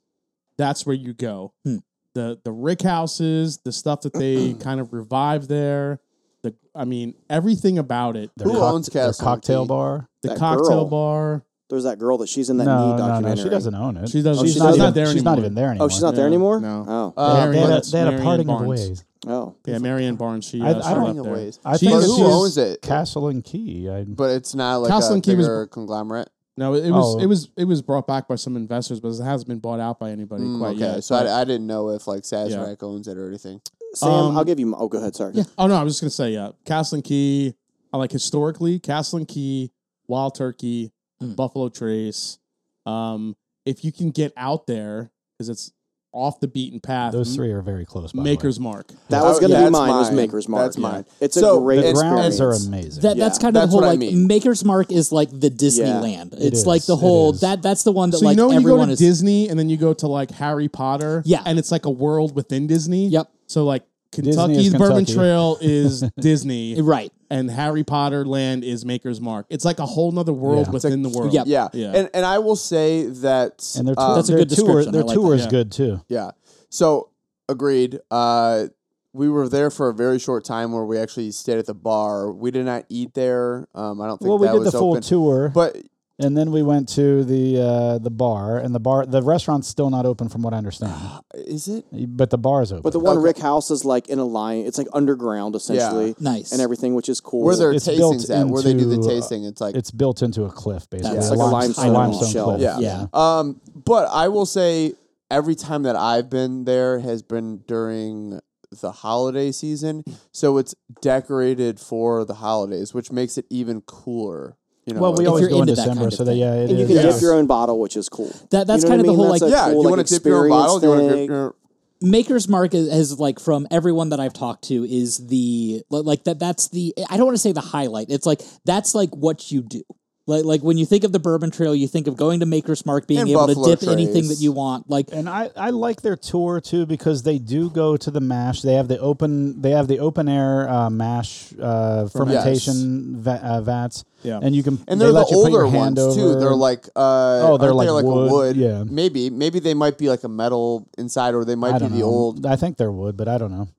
[SPEAKER 2] That's where you go.
[SPEAKER 4] Hmm.
[SPEAKER 2] The the rick houses, the stuff that they kind of revived there. The I mean, everything about it.
[SPEAKER 1] Their
[SPEAKER 3] Who
[SPEAKER 1] cock-
[SPEAKER 3] owns
[SPEAKER 1] their
[SPEAKER 3] Castle
[SPEAKER 1] cocktail
[SPEAKER 3] Key?
[SPEAKER 1] bar?
[SPEAKER 2] The
[SPEAKER 5] That
[SPEAKER 2] cocktail
[SPEAKER 5] girl.
[SPEAKER 2] bar.
[SPEAKER 5] There's that girl that she's in that
[SPEAKER 1] no,
[SPEAKER 5] knee
[SPEAKER 1] no,
[SPEAKER 5] documentary.
[SPEAKER 1] no. She doesn't own it.
[SPEAKER 2] She does.
[SPEAKER 5] she's
[SPEAKER 2] she's not,
[SPEAKER 5] not even-
[SPEAKER 2] there anymore.
[SPEAKER 1] She's not even there anymore.
[SPEAKER 5] Oh, she's not there
[SPEAKER 2] No,
[SPEAKER 5] anymore.
[SPEAKER 2] no.
[SPEAKER 5] Oh.
[SPEAKER 3] Uh,
[SPEAKER 1] They had a,
[SPEAKER 2] that's
[SPEAKER 1] they had a
[SPEAKER 2] Marion
[SPEAKER 1] parting of
[SPEAKER 2] Barnes.
[SPEAKER 1] ways.
[SPEAKER 5] Oh.
[SPEAKER 2] Yeah, Marianne Barnes. She.
[SPEAKER 1] I-
[SPEAKER 2] Uh,
[SPEAKER 1] I
[SPEAKER 2] she
[SPEAKER 1] don't-
[SPEAKER 2] left there.
[SPEAKER 3] ways.
[SPEAKER 1] I
[SPEAKER 2] She
[SPEAKER 1] think
[SPEAKER 3] But
[SPEAKER 2] is-
[SPEAKER 1] it's
[SPEAKER 3] who owns it?
[SPEAKER 1] Castle and Key. I,
[SPEAKER 3] But it's not like
[SPEAKER 2] Castle
[SPEAKER 3] a
[SPEAKER 2] and Key was-
[SPEAKER 3] bigger conglomerate.
[SPEAKER 2] No, it was
[SPEAKER 1] Oh.
[SPEAKER 2] it was it was brought back by some investors, but it hasn't been bought out by anybody
[SPEAKER 3] Mm,
[SPEAKER 2] quite
[SPEAKER 3] okay,
[SPEAKER 2] yet.
[SPEAKER 3] so
[SPEAKER 2] but-
[SPEAKER 3] I, I didn't know if like Sazerac owns it or anything.
[SPEAKER 5] Sam,
[SPEAKER 2] Um,
[SPEAKER 5] I'll give you. m- Oh, go ahead. Sorry.
[SPEAKER 2] oh no, I was just gonna say yeah, Castle and Key. I like historically Castle and Key, Wild Turkey,
[SPEAKER 4] Mm.
[SPEAKER 2] Buffalo Trace. Um, if you can get out there because it's off the beaten path.
[SPEAKER 1] those
[SPEAKER 2] M-
[SPEAKER 1] three are very close. By the way.
[SPEAKER 2] Maker's Mark.
[SPEAKER 5] That was
[SPEAKER 3] Oh,
[SPEAKER 5] going to be
[SPEAKER 3] that's
[SPEAKER 5] mine, Was
[SPEAKER 3] mine.
[SPEAKER 5] Maker's Mark.
[SPEAKER 3] That's mine.
[SPEAKER 5] It's a
[SPEAKER 3] So,
[SPEAKER 5] great
[SPEAKER 1] The
[SPEAKER 5] experience.
[SPEAKER 1] grounds are amazing.
[SPEAKER 4] That, that's
[SPEAKER 5] Yeah,
[SPEAKER 4] kind of
[SPEAKER 3] that's
[SPEAKER 4] the whole
[SPEAKER 3] what I
[SPEAKER 4] like
[SPEAKER 3] mean.
[SPEAKER 4] Maker's Mark is like the Disneyland.
[SPEAKER 5] Yeah.
[SPEAKER 4] land.
[SPEAKER 1] It
[SPEAKER 4] it's like
[SPEAKER 1] is,
[SPEAKER 4] the
[SPEAKER 1] it
[SPEAKER 4] whole
[SPEAKER 1] is.
[SPEAKER 4] that that's the one that
[SPEAKER 2] So
[SPEAKER 4] like
[SPEAKER 2] you know when you go
[SPEAKER 4] everyone
[SPEAKER 2] to
[SPEAKER 4] is
[SPEAKER 2] Disney and then you go to like Harry Potter,
[SPEAKER 4] Yeah.
[SPEAKER 2] and it's like a world within Disney.
[SPEAKER 4] Yep.
[SPEAKER 2] So like
[SPEAKER 1] is
[SPEAKER 2] Kentucky's Bourbon
[SPEAKER 1] Kentucky.
[SPEAKER 2] Trail is Disney,
[SPEAKER 4] right.
[SPEAKER 2] and Harry Potter Land is Maker's Mark. It's like a whole nother world
[SPEAKER 1] Yeah.
[SPEAKER 2] within the world.
[SPEAKER 4] yeah.
[SPEAKER 3] Yeah.
[SPEAKER 2] Yeah.
[SPEAKER 3] And and I will say that
[SPEAKER 1] and their tour,
[SPEAKER 3] um,
[SPEAKER 4] That's a
[SPEAKER 1] Uh, their
[SPEAKER 4] good
[SPEAKER 1] tour,
[SPEAKER 4] description. I
[SPEAKER 1] their
[SPEAKER 4] like
[SPEAKER 1] tour
[SPEAKER 4] that.
[SPEAKER 1] is
[SPEAKER 2] Yeah.
[SPEAKER 1] good too.
[SPEAKER 3] Yeah. So agreed. Uh, we were there for a very short time where we actually stayed at the bar. We did not eat there. Um, I don't think
[SPEAKER 1] Well, we
[SPEAKER 3] that
[SPEAKER 1] did the
[SPEAKER 3] was
[SPEAKER 1] full
[SPEAKER 3] open.
[SPEAKER 1] tour,
[SPEAKER 3] But
[SPEAKER 1] and then we went to the uh, the bar, and the bar the restaurant's still not open, from what I understand.
[SPEAKER 3] is it?
[SPEAKER 1] but the bar's open.
[SPEAKER 5] But the one Rick House is like in a line. It's like underground essentially.
[SPEAKER 4] Nice.
[SPEAKER 5] And everything, which is cool.
[SPEAKER 3] Where their
[SPEAKER 1] It's built
[SPEAKER 3] tastings at? Where they do the
[SPEAKER 1] into, uh,
[SPEAKER 3] tasting? It's like
[SPEAKER 1] it's built into a cliff, basically.
[SPEAKER 4] That's
[SPEAKER 5] like a limestone shell.
[SPEAKER 3] Yeah.
[SPEAKER 4] Yeah.
[SPEAKER 3] Um, but I will say every time that I've been there has been during the holiday season, so it's decorated for the holidays, which makes it even cooler. You know,
[SPEAKER 1] Well, we
[SPEAKER 4] If
[SPEAKER 1] always
[SPEAKER 4] you're
[SPEAKER 1] go in
[SPEAKER 4] into that
[SPEAKER 1] December,
[SPEAKER 4] kind of
[SPEAKER 1] so that
[SPEAKER 4] thing.
[SPEAKER 1] yeah, it
[SPEAKER 5] and you
[SPEAKER 1] is-
[SPEAKER 5] can
[SPEAKER 1] yeah.
[SPEAKER 5] dip your own bottle, which is cool.
[SPEAKER 4] That- that's
[SPEAKER 5] You know
[SPEAKER 4] kind of
[SPEAKER 5] what I
[SPEAKER 4] the
[SPEAKER 5] mean?
[SPEAKER 4] whole,
[SPEAKER 5] That's
[SPEAKER 4] like-
[SPEAKER 5] a
[SPEAKER 3] yeah,
[SPEAKER 5] cool,
[SPEAKER 3] you
[SPEAKER 5] like,
[SPEAKER 3] want to dip your own
[SPEAKER 5] experience
[SPEAKER 3] bottle. You want to
[SPEAKER 5] thing.
[SPEAKER 3] dip your
[SPEAKER 4] Maker's Mark is, is like from everyone that I've talked to is the li- like that that's the I don't want to say the highlight. It's like that's like what you do. Like like when you think of the Bourbon Trail, you think of going to Maker's Mark, being
[SPEAKER 3] And
[SPEAKER 4] able
[SPEAKER 3] Buffalo
[SPEAKER 4] to dip anything
[SPEAKER 3] Trace.
[SPEAKER 4] that you want. Like
[SPEAKER 1] And I, I like their tour too because they do go to the mash. They have the open they have the open air uh, mash uh, fermentation va- uh, vats.
[SPEAKER 2] Yeah.
[SPEAKER 1] and you can
[SPEAKER 3] And
[SPEAKER 1] they
[SPEAKER 3] they're the
[SPEAKER 1] let you put your
[SPEAKER 3] older
[SPEAKER 1] hand
[SPEAKER 3] ones
[SPEAKER 1] over.
[SPEAKER 3] too. They're like uh,
[SPEAKER 1] Oh, they're
[SPEAKER 3] aren't they
[SPEAKER 1] like wood,
[SPEAKER 3] a wood.
[SPEAKER 1] yeah.
[SPEAKER 3] maybe maybe they might be like a metal inside, or they might
[SPEAKER 1] I
[SPEAKER 3] be
[SPEAKER 1] don't
[SPEAKER 3] the
[SPEAKER 1] know.
[SPEAKER 3] old.
[SPEAKER 1] I think there would, but I don't know.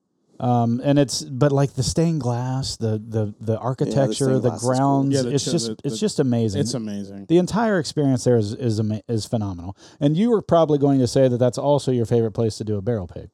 [SPEAKER 1] Um, and it's but like the stained glass, the the the architecture,
[SPEAKER 5] stained
[SPEAKER 1] the
[SPEAKER 5] glass is cool.
[SPEAKER 1] grounds.
[SPEAKER 2] Yeah, the
[SPEAKER 1] it's
[SPEAKER 2] ch-
[SPEAKER 1] just
[SPEAKER 2] the-
[SPEAKER 1] it's
[SPEAKER 2] the-
[SPEAKER 1] just amazing.
[SPEAKER 2] It's amazing.
[SPEAKER 1] the entire experience there is is ama- is phenomenal. And you were probably going to say that that's also your favorite place to do a barrel pig,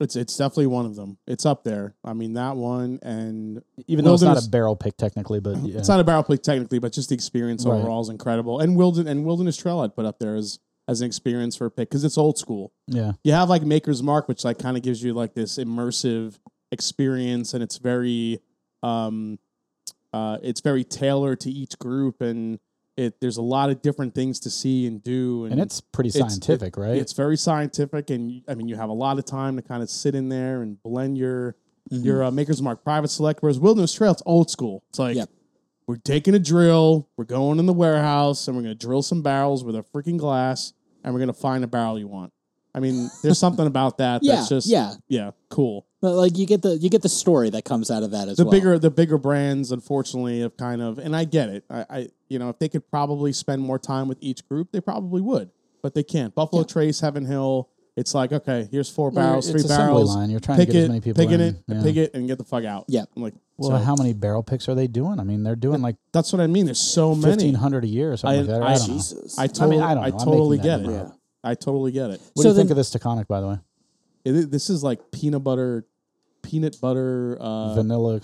[SPEAKER 2] It's it's definitely one of them. It's up there. I mean that one, and
[SPEAKER 1] even though it's not
[SPEAKER 2] Wilderness-
[SPEAKER 1] a barrel pig technically, but yeah.
[SPEAKER 2] it's not a barrel plate technically, but just the experience
[SPEAKER 1] Right.
[SPEAKER 2] overall is incredible. And Wilden and Wilderness Trail I'd put up there as as an experience for a pick because it's old school.
[SPEAKER 1] yeah.
[SPEAKER 2] You have like Maker's Mark, which like kind of gives you like this immersive experience, and it's very um uh it's very tailored to each group, and it there's a lot of different things to see and do, and,
[SPEAKER 1] And it's pretty
[SPEAKER 2] It's- it-
[SPEAKER 1] scientific, right?
[SPEAKER 2] It's very scientific, and you- I mean, you have a lot of time to kind of sit in there and blend your
[SPEAKER 4] Mm-hmm.
[SPEAKER 2] your uh, Maker's Mark Private Select. Whereas Wilderness Trail, it's old school. It's like
[SPEAKER 4] Yep.
[SPEAKER 2] we're taking a drill, we're going in the warehouse, and we're going to drill some barrels with a freaking glass, and we're going to find a barrel you want. I mean, there's something about that
[SPEAKER 4] (laughs) yeah,
[SPEAKER 2] that's just
[SPEAKER 4] yeah.
[SPEAKER 2] yeah, cool.
[SPEAKER 4] But, like you get the you get the story that comes out of that as
[SPEAKER 2] The
[SPEAKER 4] well.
[SPEAKER 2] bigger the bigger brands, unfortunately, have kind of, and I get it. I, I you know, if they could probably spend more time with each group, they probably would, but they can't. Buffalo Trace, Heaven Hill, it's like okay, here's four barrels,
[SPEAKER 1] it's
[SPEAKER 2] three
[SPEAKER 1] assembly
[SPEAKER 2] barrels.
[SPEAKER 1] line. You're trying to
[SPEAKER 2] Pick
[SPEAKER 1] get as
[SPEAKER 2] it,
[SPEAKER 1] many people
[SPEAKER 2] pick
[SPEAKER 1] in.
[SPEAKER 2] it, in,
[SPEAKER 1] Yeah.
[SPEAKER 2] pick it, and get the fuck out.
[SPEAKER 4] Yeah.
[SPEAKER 2] I'm like,
[SPEAKER 1] Well,
[SPEAKER 2] so-
[SPEAKER 1] how many barrel picks are they doing? I mean, they're doing like
[SPEAKER 2] that's what I mean. There's so many.
[SPEAKER 1] fifteen hundred a year or something like
[SPEAKER 2] I-
[SPEAKER 1] that. I,
[SPEAKER 2] I-
[SPEAKER 1] don't know.
[SPEAKER 5] Jesus.
[SPEAKER 2] I
[SPEAKER 1] I
[SPEAKER 2] totally,
[SPEAKER 1] mean,
[SPEAKER 2] I,
[SPEAKER 1] I don't know. I'm
[SPEAKER 2] totally
[SPEAKER 1] making that
[SPEAKER 2] get it.
[SPEAKER 1] number
[SPEAKER 5] yeah.
[SPEAKER 1] up.
[SPEAKER 2] I totally get it.
[SPEAKER 1] What
[SPEAKER 4] So
[SPEAKER 1] do you think
[SPEAKER 4] then-
[SPEAKER 1] of this Taconic, by the way?
[SPEAKER 2] It- This is like peanut butter, peanut butter, uh, vanilla,
[SPEAKER 1] Vanilla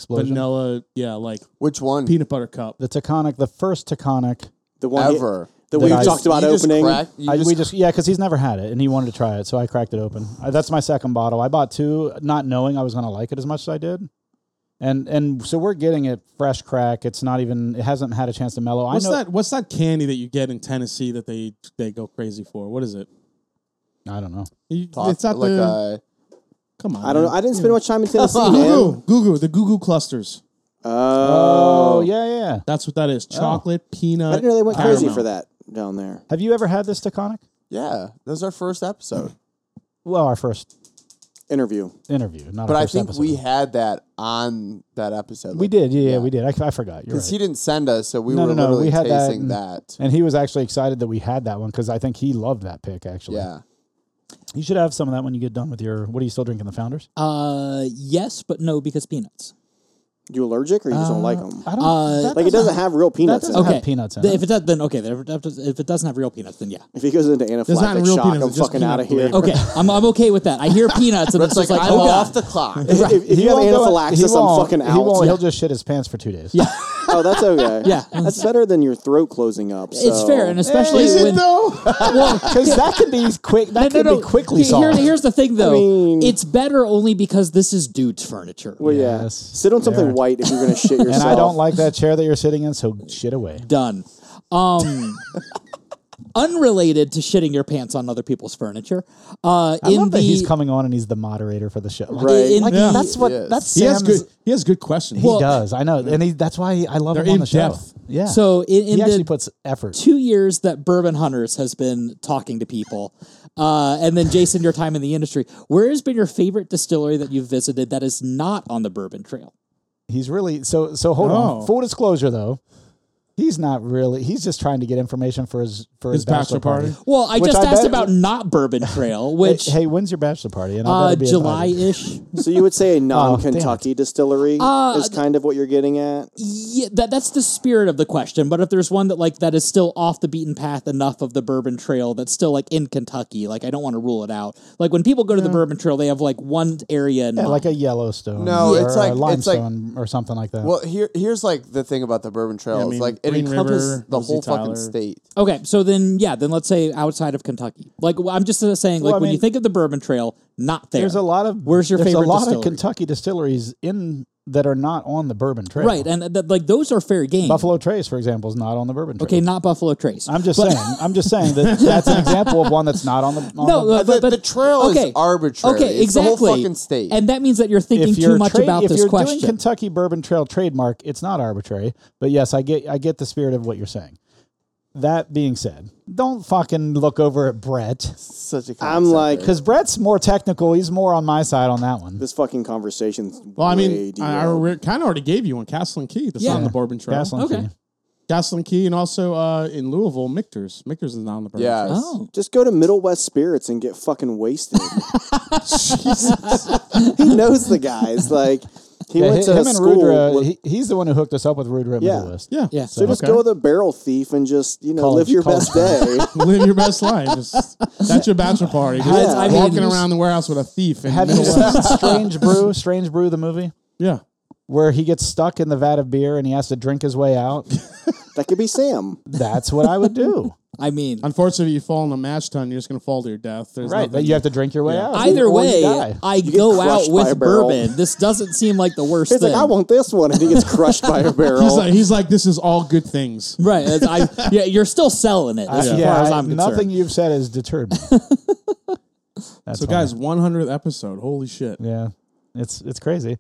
[SPEAKER 1] explosion.
[SPEAKER 2] Yeah, like
[SPEAKER 3] Which one
[SPEAKER 2] peanut butter cup.
[SPEAKER 1] The Taconic, the first Taconic.
[SPEAKER 5] The one he-
[SPEAKER 3] ever?
[SPEAKER 5] that
[SPEAKER 1] That
[SPEAKER 5] we've
[SPEAKER 1] I-
[SPEAKER 5] talked about
[SPEAKER 3] You just
[SPEAKER 5] opening.
[SPEAKER 3] crack- you
[SPEAKER 1] I just,
[SPEAKER 3] just
[SPEAKER 1] we just yeah, because he's never had it, and he wanted to try it, so I cracked it open. I, that's my second bottle. I bought two, not knowing I was going to like it as much as I did, and and so we're getting it fresh crack. It's not even. It hasn't had a chance to mellow.
[SPEAKER 2] What's
[SPEAKER 1] I know.
[SPEAKER 2] that? What's that candy that you get in Tennessee that they they go crazy for? What is it?
[SPEAKER 1] I don't know.
[SPEAKER 2] You-
[SPEAKER 3] talk
[SPEAKER 2] it's not
[SPEAKER 3] like uh,
[SPEAKER 2] the.
[SPEAKER 3] a-
[SPEAKER 2] come on.
[SPEAKER 5] uh, I don't know. I didn't spend much time in Tennessee,
[SPEAKER 2] Goo
[SPEAKER 5] man.
[SPEAKER 2] goo, goo goo, the goo goo clusters.
[SPEAKER 5] Oh,
[SPEAKER 1] Oh yeah, yeah. yeah.
[SPEAKER 2] That's what that is. Chocolate,
[SPEAKER 5] I
[SPEAKER 2] peanut.
[SPEAKER 5] didn't know they went crazy
[SPEAKER 2] caramel.
[SPEAKER 5] for that down there.
[SPEAKER 1] Have you ever had this Taconic?
[SPEAKER 3] yeah. That was our first episode,
[SPEAKER 1] Mm. Well, our first
[SPEAKER 5] Interview.
[SPEAKER 1] interview, not.
[SPEAKER 3] but
[SPEAKER 1] our
[SPEAKER 3] I
[SPEAKER 1] first
[SPEAKER 3] think
[SPEAKER 1] episode.
[SPEAKER 3] we had that on that episode.
[SPEAKER 1] we
[SPEAKER 3] like,
[SPEAKER 1] did. Yeah, yeah, we did. I, I forgot. You're
[SPEAKER 3] Because
[SPEAKER 1] right.
[SPEAKER 3] he didn't send us, so we
[SPEAKER 1] No,
[SPEAKER 3] were
[SPEAKER 1] no, no,
[SPEAKER 3] literally
[SPEAKER 1] we had that
[SPEAKER 3] tasting
[SPEAKER 1] and-
[SPEAKER 3] that.
[SPEAKER 1] and he was actually excited that we had that one because I think he loved that pick. Actually,
[SPEAKER 3] Yeah.
[SPEAKER 1] You should have some of that when you get done with your. What are you still drinking? The Founders?
[SPEAKER 4] Uh, yes, but no, because peanuts.
[SPEAKER 5] You allergic or you just don't like them?
[SPEAKER 1] I don't.
[SPEAKER 4] Uh,
[SPEAKER 1] that
[SPEAKER 5] Like it doesn't have real
[SPEAKER 1] that
[SPEAKER 5] peanuts in
[SPEAKER 1] doesn't
[SPEAKER 5] it.
[SPEAKER 4] Okay.
[SPEAKER 1] have peanuts in it.
[SPEAKER 4] Th- If it does, then okay. Then if it does- if it doesn't have real peanuts,
[SPEAKER 3] (laughs)
[SPEAKER 4] then yeah.
[SPEAKER 5] If he goes into
[SPEAKER 2] not
[SPEAKER 5] anaphylactic
[SPEAKER 2] real
[SPEAKER 5] shock,
[SPEAKER 2] peanuts,
[SPEAKER 5] I'm
[SPEAKER 2] it's just
[SPEAKER 5] fucking out of
[SPEAKER 2] peanut
[SPEAKER 5] here.
[SPEAKER 2] flavor.
[SPEAKER 4] Okay, I'm, I'm okay with that. I hear peanuts, and it's
[SPEAKER 3] It's like,
[SPEAKER 4] just like,
[SPEAKER 3] I'm
[SPEAKER 4] oh god.
[SPEAKER 3] off the clock.
[SPEAKER 1] (laughs)
[SPEAKER 5] If, if you have
[SPEAKER 1] won't go-
[SPEAKER 5] anaphylaxis,
[SPEAKER 1] he
[SPEAKER 5] I'm
[SPEAKER 1] won't-
[SPEAKER 5] fucking
[SPEAKER 1] He won't.
[SPEAKER 5] out.
[SPEAKER 1] He'll just shit his pants for two days. (laughs)
[SPEAKER 4] yeah,
[SPEAKER 5] Oh, that's okay.
[SPEAKER 4] Yeah.
[SPEAKER 5] that's better than your throat closing up.
[SPEAKER 4] it's
[SPEAKER 5] so-
[SPEAKER 4] fair, and especially when
[SPEAKER 1] because that could be quick. That
[SPEAKER 4] no,
[SPEAKER 1] could
[SPEAKER 4] no,
[SPEAKER 1] be quickly
[SPEAKER 4] Here- here-
[SPEAKER 1] solved.
[SPEAKER 4] here's the thing, though.
[SPEAKER 5] mean-
[SPEAKER 4] it's better only because this is dude's furniture.
[SPEAKER 5] Well, yeah.
[SPEAKER 1] Yes.
[SPEAKER 5] Sit on something
[SPEAKER 1] There.
[SPEAKER 5] white if you're gonna shit yourself.
[SPEAKER 1] and I don't like that chair that you're sitting in, so shit away.
[SPEAKER 4] Done.
[SPEAKER 1] (laughs)
[SPEAKER 4] Um, unrelated to shitting your pants on other people's furniture. Uh,
[SPEAKER 1] I
[SPEAKER 4] in
[SPEAKER 1] love
[SPEAKER 4] the
[SPEAKER 1] that he's coming on and he's the moderator for the show. Like,
[SPEAKER 5] Right.
[SPEAKER 4] in the-
[SPEAKER 1] That's what.
[SPEAKER 3] Yes.
[SPEAKER 1] That's
[SPEAKER 2] He has
[SPEAKER 1] Sam's.
[SPEAKER 2] good. He has good questions.
[SPEAKER 1] he does. I know, and he, that's why I love
[SPEAKER 2] They're
[SPEAKER 1] him on
[SPEAKER 2] in
[SPEAKER 1] the show.
[SPEAKER 2] depth.
[SPEAKER 1] Yeah.
[SPEAKER 4] So in, in
[SPEAKER 1] he actually
[SPEAKER 4] the
[SPEAKER 1] puts effort.
[SPEAKER 4] two years that Bourbon Hunters has been talking to people, uh, and then Jason, your time in the industry, where has been your favorite distillery that you've visited that is not on the Bourbon Trail?
[SPEAKER 1] He's really so. So hold
[SPEAKER 2] Oh.
[SPEAKER 1] on. Full disclosure, though, he's not really. He's just trying to get information for his for his,
[SPEAKER 2] His bachelor party.
[SPEAKER 4] Well, I
[SPEAKER 1] Which
[SPEAKER 4] just
[SPEAKER 1] I
[SPEAKER 4] asked
[SPEAKER 1] bet-
[SPEAKER 4] about not Bourbon (laughs) Trail, which
[SPEAKER 1] Hey, hey, when's your bachelor party? And I
[SPEAKER 4] uh,
[SPEAKER 1] better be
[SPEAKER 4] July
[SPEAKER 1] invited.
[SPEAKER 4] ish.
[SPEAKER 5] So you would say a
[SPEAKER 1] damn
[SPEAKER 5] non-Kentucky distillery
[SPEAKER 4] Uh,
[SPEAKER 5] is kind of what you're getting at.
[SPEAKER 4] yeah, that that's the spirit of the question. But if there's one that like that is still off the beaten path enough of the Bourbon Trail that's still like in Kentucky, like I don't want to rule it out. Like when people go to the Bourbon Trail, they have like one area in
[SPEAKER 1] Yeah,
[SPEAKER 4] mind.
[SPEAKER 1] like a Yellowstone.
[SPEAKER 3] No,
[SPEAKER 1] or
[SPEAKER 3] it's
[SPEAKER 1] a
[SPEAKER 3] like- it's like-
[SPEAKER 1] limestone or something like that.
[SPEAKER 3] Well, here here's like the thing about the Bourbon Trail.
[SPEAKER 2] mean,
[SPEAKER 3] it's like it
[SPEAKER 2] Green
[SPEAKER 3] encompasses
[SPEAKER 2] River,
[SPEAKER 3] the
[SPEAKER 2] Lizzie
[SPEAKER 3] whole
[SPEAKER 2] Tyler.
[SPEAKER 3] fucking state.
[SPEAKER 4] Okay, so then yeah, then let's say outside of Kentucky. Like well, I'm just uh, saying, like
[SPEAKER 1] Well, I
[SPEAKER 4] when you
[SPEAKER 1] mean-
[SPEAKER 4] think of the Bourbon Trail, not there.
[SPEAKER 1] there's a lot of
[SPEAKER 4] Where's your
[SPEAKER 1] there's
[SPEAKER 4] favorite
[SPEAKER 1] a lot
[SPEAKER 4] distillery?
[SPEAKER 1] of Kentucky distilleries in that are not on the Bourbon Trail.
[SPEAKER 4] right, and th- th- like those are fair game.
[SPEAKER 1] Buffalo Trace, for example, is not on the Bourbon Trail.
[SPEAKER 4] okay, not Buffalo Trace.
[SPEAKER 1] I'm just
[SPEAKER 4] But-
[SPEAKER 1] saying. I'm just saying
[SPEAKER 4] (laughs)
[SPEAKER 1] that that's an example of one that's not on the. On
[SPEAKER 4] No,
[SPEAKER 1] the,
[SPEAKER 4] uh,
[SPEAKER 3] The-
[SPEAKER 4] but, but
[SPEAKER 3] the trail is
[SPEAKER 4] okay.
[SPEAKER 3] arbitrary.
[SPEAKER 4] Okay,
[SPEAKER 3] It's the
[SPEAKER 4] exactly.
[SPEAKER 3] whole fucking state.
[SPEAKER 4] and that means that you're thinking
[SPEAKER 1] if you're
[SPEAKER 4] too much
[SPEAKER 1] tra-
[SPEAKER 4] about
[SPEAKER 1] if
[SPEAKER 4] this
[SPEAKER 1] you're
[SPEAKER 4] question.
[SPEAKER 1] doing Kentucky Bourbon Trail trademark, it's not arbitrary. But yes, I get I get the spirit of what you're saying. That being said, don't fucking look over at Brett
[SPEAKER 3] Such a
[SPEAKER 5] I'm
[SPEAKER 3] concept,
[SPEAKER 5] like-
[SPEAKER 3] right?
[SPEAKER 1] because Brett's more technical. He's more on my side on that one.
[SPEAKER 5] This fucking conversation's
[SPEAKER 2] Well, I
[SPEAKER 5] way
[SPEAKER 2] mean, I,
[SPEAKER 5] derailed.
[SPEAKER 2] kind of already gave you one, Castle and Key. That's
[SPEAKER 4] Yeah.
[SPEAKER 2] not on the Bourbon Trail.
[SPEAKER 1] Gaslin
[SPEAKER 4] Okay.
[SPEAKER 1] Key.
[SPEAKER 2] Castle and Key, and also uh, in Louisville, Mictors. Mictors is not on the Bourbon
[SPEAKER 3] Yes.
[SPEAKER 2] Trail.
[SPEAKER 4] oh,
[SPEAKER 5] Just go to Middle West Spirits and get
[SPEAKER 1] (laughs)
[SPEAKER 5] fucking wasted. he knows the guys. Like he
[SPEAKER 1] Yeah,
[SPEAKER 5] went
[SPEAKER 1] hi-
[SPEAKER 5] to
[SPEAKER 1] him and
[SPEAKER 5] school.
[SPEAKER 1] Rudra,
[SPEAKER 5] with-
[SPEAKER 1] he, he's the one who hooked us up with Rudra at
[SPEAKER 5] Yeah.
[SPEAKER 1] Middle West.
[SPEAKER 2] Yeah.
[SPEAKER 4] yeah.
[SPEAKER 5] so just
[SPEAKER 2] okay.
[SPEAKER 5] go with a barrel thief and just you know
[SPEAKER 1] College-
[SPEAKER 5] live your
[SPEAKER 1] college
[SPEAKER 5] best
[SPEAKER 2] (laughs)
[SPEAKER 5] day.
[SPEAKER 2] Live your best life. Just- that's your bachelor party. Just
[SPEAKER 4] Has- I mean-
[SPEAKER 2] walking around the warehouse with a thief. And
[SPEAKER 1] Have you seen (laughs) Strange Brew? Strange Brew, the movie
[SPEAKER 2] yeah.
[SPEAKER 1] where he gets stuck in the vat of beer and he has to drink his way (laughs) out.
[SPEAKER 5] that could
[SPEAKER 1] (laughs)
[SPEAKER 5] be Sam.
[SPEAKER 1] That's what I would do.
[SPEAKER 4] I mean,
[SPEAKER 2] Unfortunately, you fall in a match ton, you're just going to fall to your death.
[SPEAKER 1] (laughs)
[SPEAKER 2] There's
[SPEAKER 1] right,
[SPEAKER 2] nothing-
[SPEAKER 1] you have to drink your way out. or
[SPEAKER 4] either
[SPEAKER 1] you
[SPEAKER 4] way,
[SPEAKER 1] die.
[SPEAKER 4] I go out
[SPEAKER 5] crushed by a
[SPEAKER 4] with
[SPEAKER 5] barrel.
[SPEAKER 4] bourbon. This doesn't seem like the worst
[SPEAKER 5] He's
[SPEAKER 4] thing.
[SPEAKER 5] like, I want this one, and he gets crushed
[SPEAKER 1] (laughs)
[SPEAKER 5] by a barrel.
[SPEAKER 2] he's, like, he's like, this is all good things.
[SPEAKER 4] Right, as I, yeah, you're still selling it
[SPEAKER 1] (laughs)
[SPEAKER 4] as
[SPEAKER 1] I-
[SPEAKER 4] far as
[SPEAKER 1] I-
[SPEAKER 4] I'm concerned.
[SPEAKER 1] nothing you've said has deterred
[SPEAKER 4] (laughs)
[SPEAKER 1] me. That's funny.
[SPEAKER 2] So, guys, 100th episode. Holy shit.
[SPEAKER 1] yeah, it's it's crazy.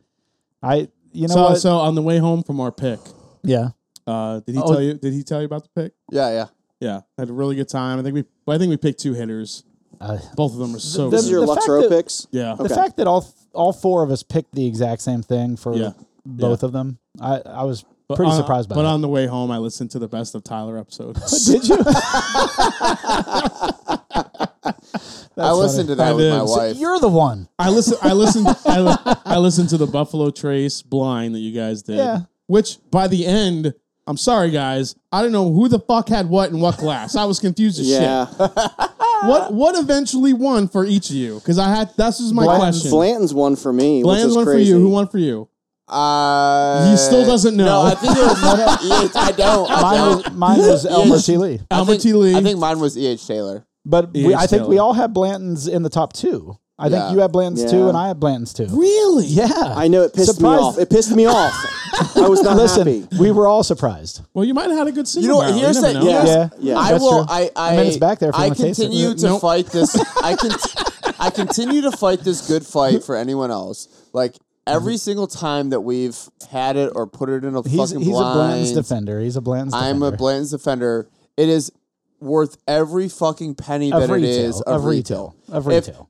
[SPEAKER 1] I you know
[SPEAKER 2] so,
[SPEAKER 1] what?
[SPEAKER 2] so on the way home from our pick,
[SPEAKER 1] yeah,
[SPEAKER 2] uh, did he
[SPEAKER 1] Oh.
[SPEAKER 2] tell you? Did he tell you about the pick?
[SPEAKER 3] yeah, yeah.
[SPEAKER 2] Yeah, had a really good time. I think we, well, I think we picked two hitters.
[SPEAKER 1] Uh,
[SPEAKER 2] Both of them are so
[SPEAKER 5] this is
[SPEAKER 2] good.
[SPEAKER 5] your
[SPEAKER 1] the fact
[SPEAKER 5] Luxro
[SPEAKER 1] that-
[SPEAKER 5] picks.
[SPEAKER 2] yeah,
[SPEAKER 1] the fact that all all four of us picked the exact same thing for
[SPEAKER 2] Yeah.
[SPEAKER 1] both of them, I I was pretty
[SPEAKER 2] on-
[SPEAKER 1] surprised by.
[SPEAKER 2] Uh, But
[SPEAKER 1] that.
[SPEAKER 2] on the way home, I listened to the best of Tyler episode.
[SPEAKER 1] (laughs) did you?
[SPEAKER 3] I listened to that
[SPEAKER 2] I
[SPEAKER 3] with my
[SPEAKER 2] did. So
[SPEAKER 3] wife.
[SPEAKER 1] You're the (laughs) one.
[SPEAKER 2] I listen. I listened. I, li- I listened to the Buffalo Trace blind that you guys did.
[SPEAKER 1] Yeah.
[SPEAKER 2] Which by the end, I'm sorry guys, I don't know who the fuck had what in what glass. I was confused as shit.
[SPEAKER 5] Yeah,
[SPEAKER 2] What what eventually won for each of you? Because I had this is my
[SPEAKER 1] Blanton's-
[SPEAKER 2] question.
[SPEAKER 5] (laughs) Blanton's one for me. which
[SPEAKER 2] Bland's
[SPEAKER 5] is
[SPEAKER 2] one
[SPEAKER 5] crazy.
[SPEAKER 2] for you. Who won for you?
[SPEAKER 3] Uh,
[SPEAKER 2] He still doesn't know.
[SPEAKER 3] No, I think it was. EH,
[SPEAKER 1] (laughs)
[SPEAKER 3] Uh, I don't. I
[SPEAKER 1] Mine
[SPEAKER 3] don't.
[SPEAKER 1] was, mine was Elmer T. Lee.
[SPEAKER 2] (laughs)
[SPEAKER 3] I
[SPEAKER 2] Albert
[SPEAKER 3] think-
[SPEAKER 2] T. Lee.
[SPEAKER 3] I think mine was E.H. Taylor.
[SPEAKER 1] But we, I think we
[SPEAKER 2] Taylor.
[SPEAKER 1] all had Blanton's in the top two. I
[SPEAKER 3] Yeah.
[SPEAKER 1] think you had Blanton's two,
[SPEAKER 5] Yeah.
[SPEAKER 1] and I had Blanton's two.
[SPEAKER 4] Really?
[SPEAKER 1] Yeah.
[SPEAKER 5] I know it pissed
[SPEAKER 1] Surprised-
[SPEAKER 5] me off. It pissed me
[SPEAKER 1] (laughs)
[SPEAKER 5] off. I was not
[SPEAKER 1] Listen,
[SPEAKER 5] happy.
[SPEAKER 1] we were all surprised.
[SPEAKER 2] Well, you might have had a good
[SPEAKER 3] You
[SPEAKER 2] single.
[SPEAKER 3] know,
[SPEAKER 2] barrel.
[SPEAKER 3] here's
[SPEAKER 2] never
[SPEAKER 3] the
[SPEAKER 2] know.
[SPEAKER 3] here's,
[SPEAKER 1] Yeah. Yeah.
[SPEAKER 3] I
[SPEAKER 1] That's
[SPEAKER 3] will.
[SPEAKER 1] true.
[SPEAKER 3] I I,
[SPEAKER 1] I mean, it's back there if you
[SPEAKER 3] I
[SPEAKER 1] wanna taste it.
[SPEAKER 3] continue to
[SPEAKER 2] Nope.
[SPEAKER 3] fight this.
[SPEAKER 1] (laughs)
[SPEAKER 3] I can. I continue to fight this good fight for anyone else. Like every single time that we've had it or put it in a
[SPEAKER 1] Mm-hmm. He's
[SPEAKER 3] fucking
[SPEAKER 1] he's a Blanton's
[SPEAKER 3] blind.
[SPEAKER 1] defender. He's a Blanton's
[SPEAKER 3] I'm
[SPEAKER 1] defender.
[SPEAKER 3] a Blanton's defender. It is worth every fucking penny
[SPEAKER 1] Of
[SPEAKER 3] that
[SPEAKER 1] retail,
[SPEAKER 3] it is
[SPEAKER 1] of
[SPEAKER 3] of
[SPEAKER 1] retail, of
[SPEAKER 3] If
[SPEAKER 1] retail.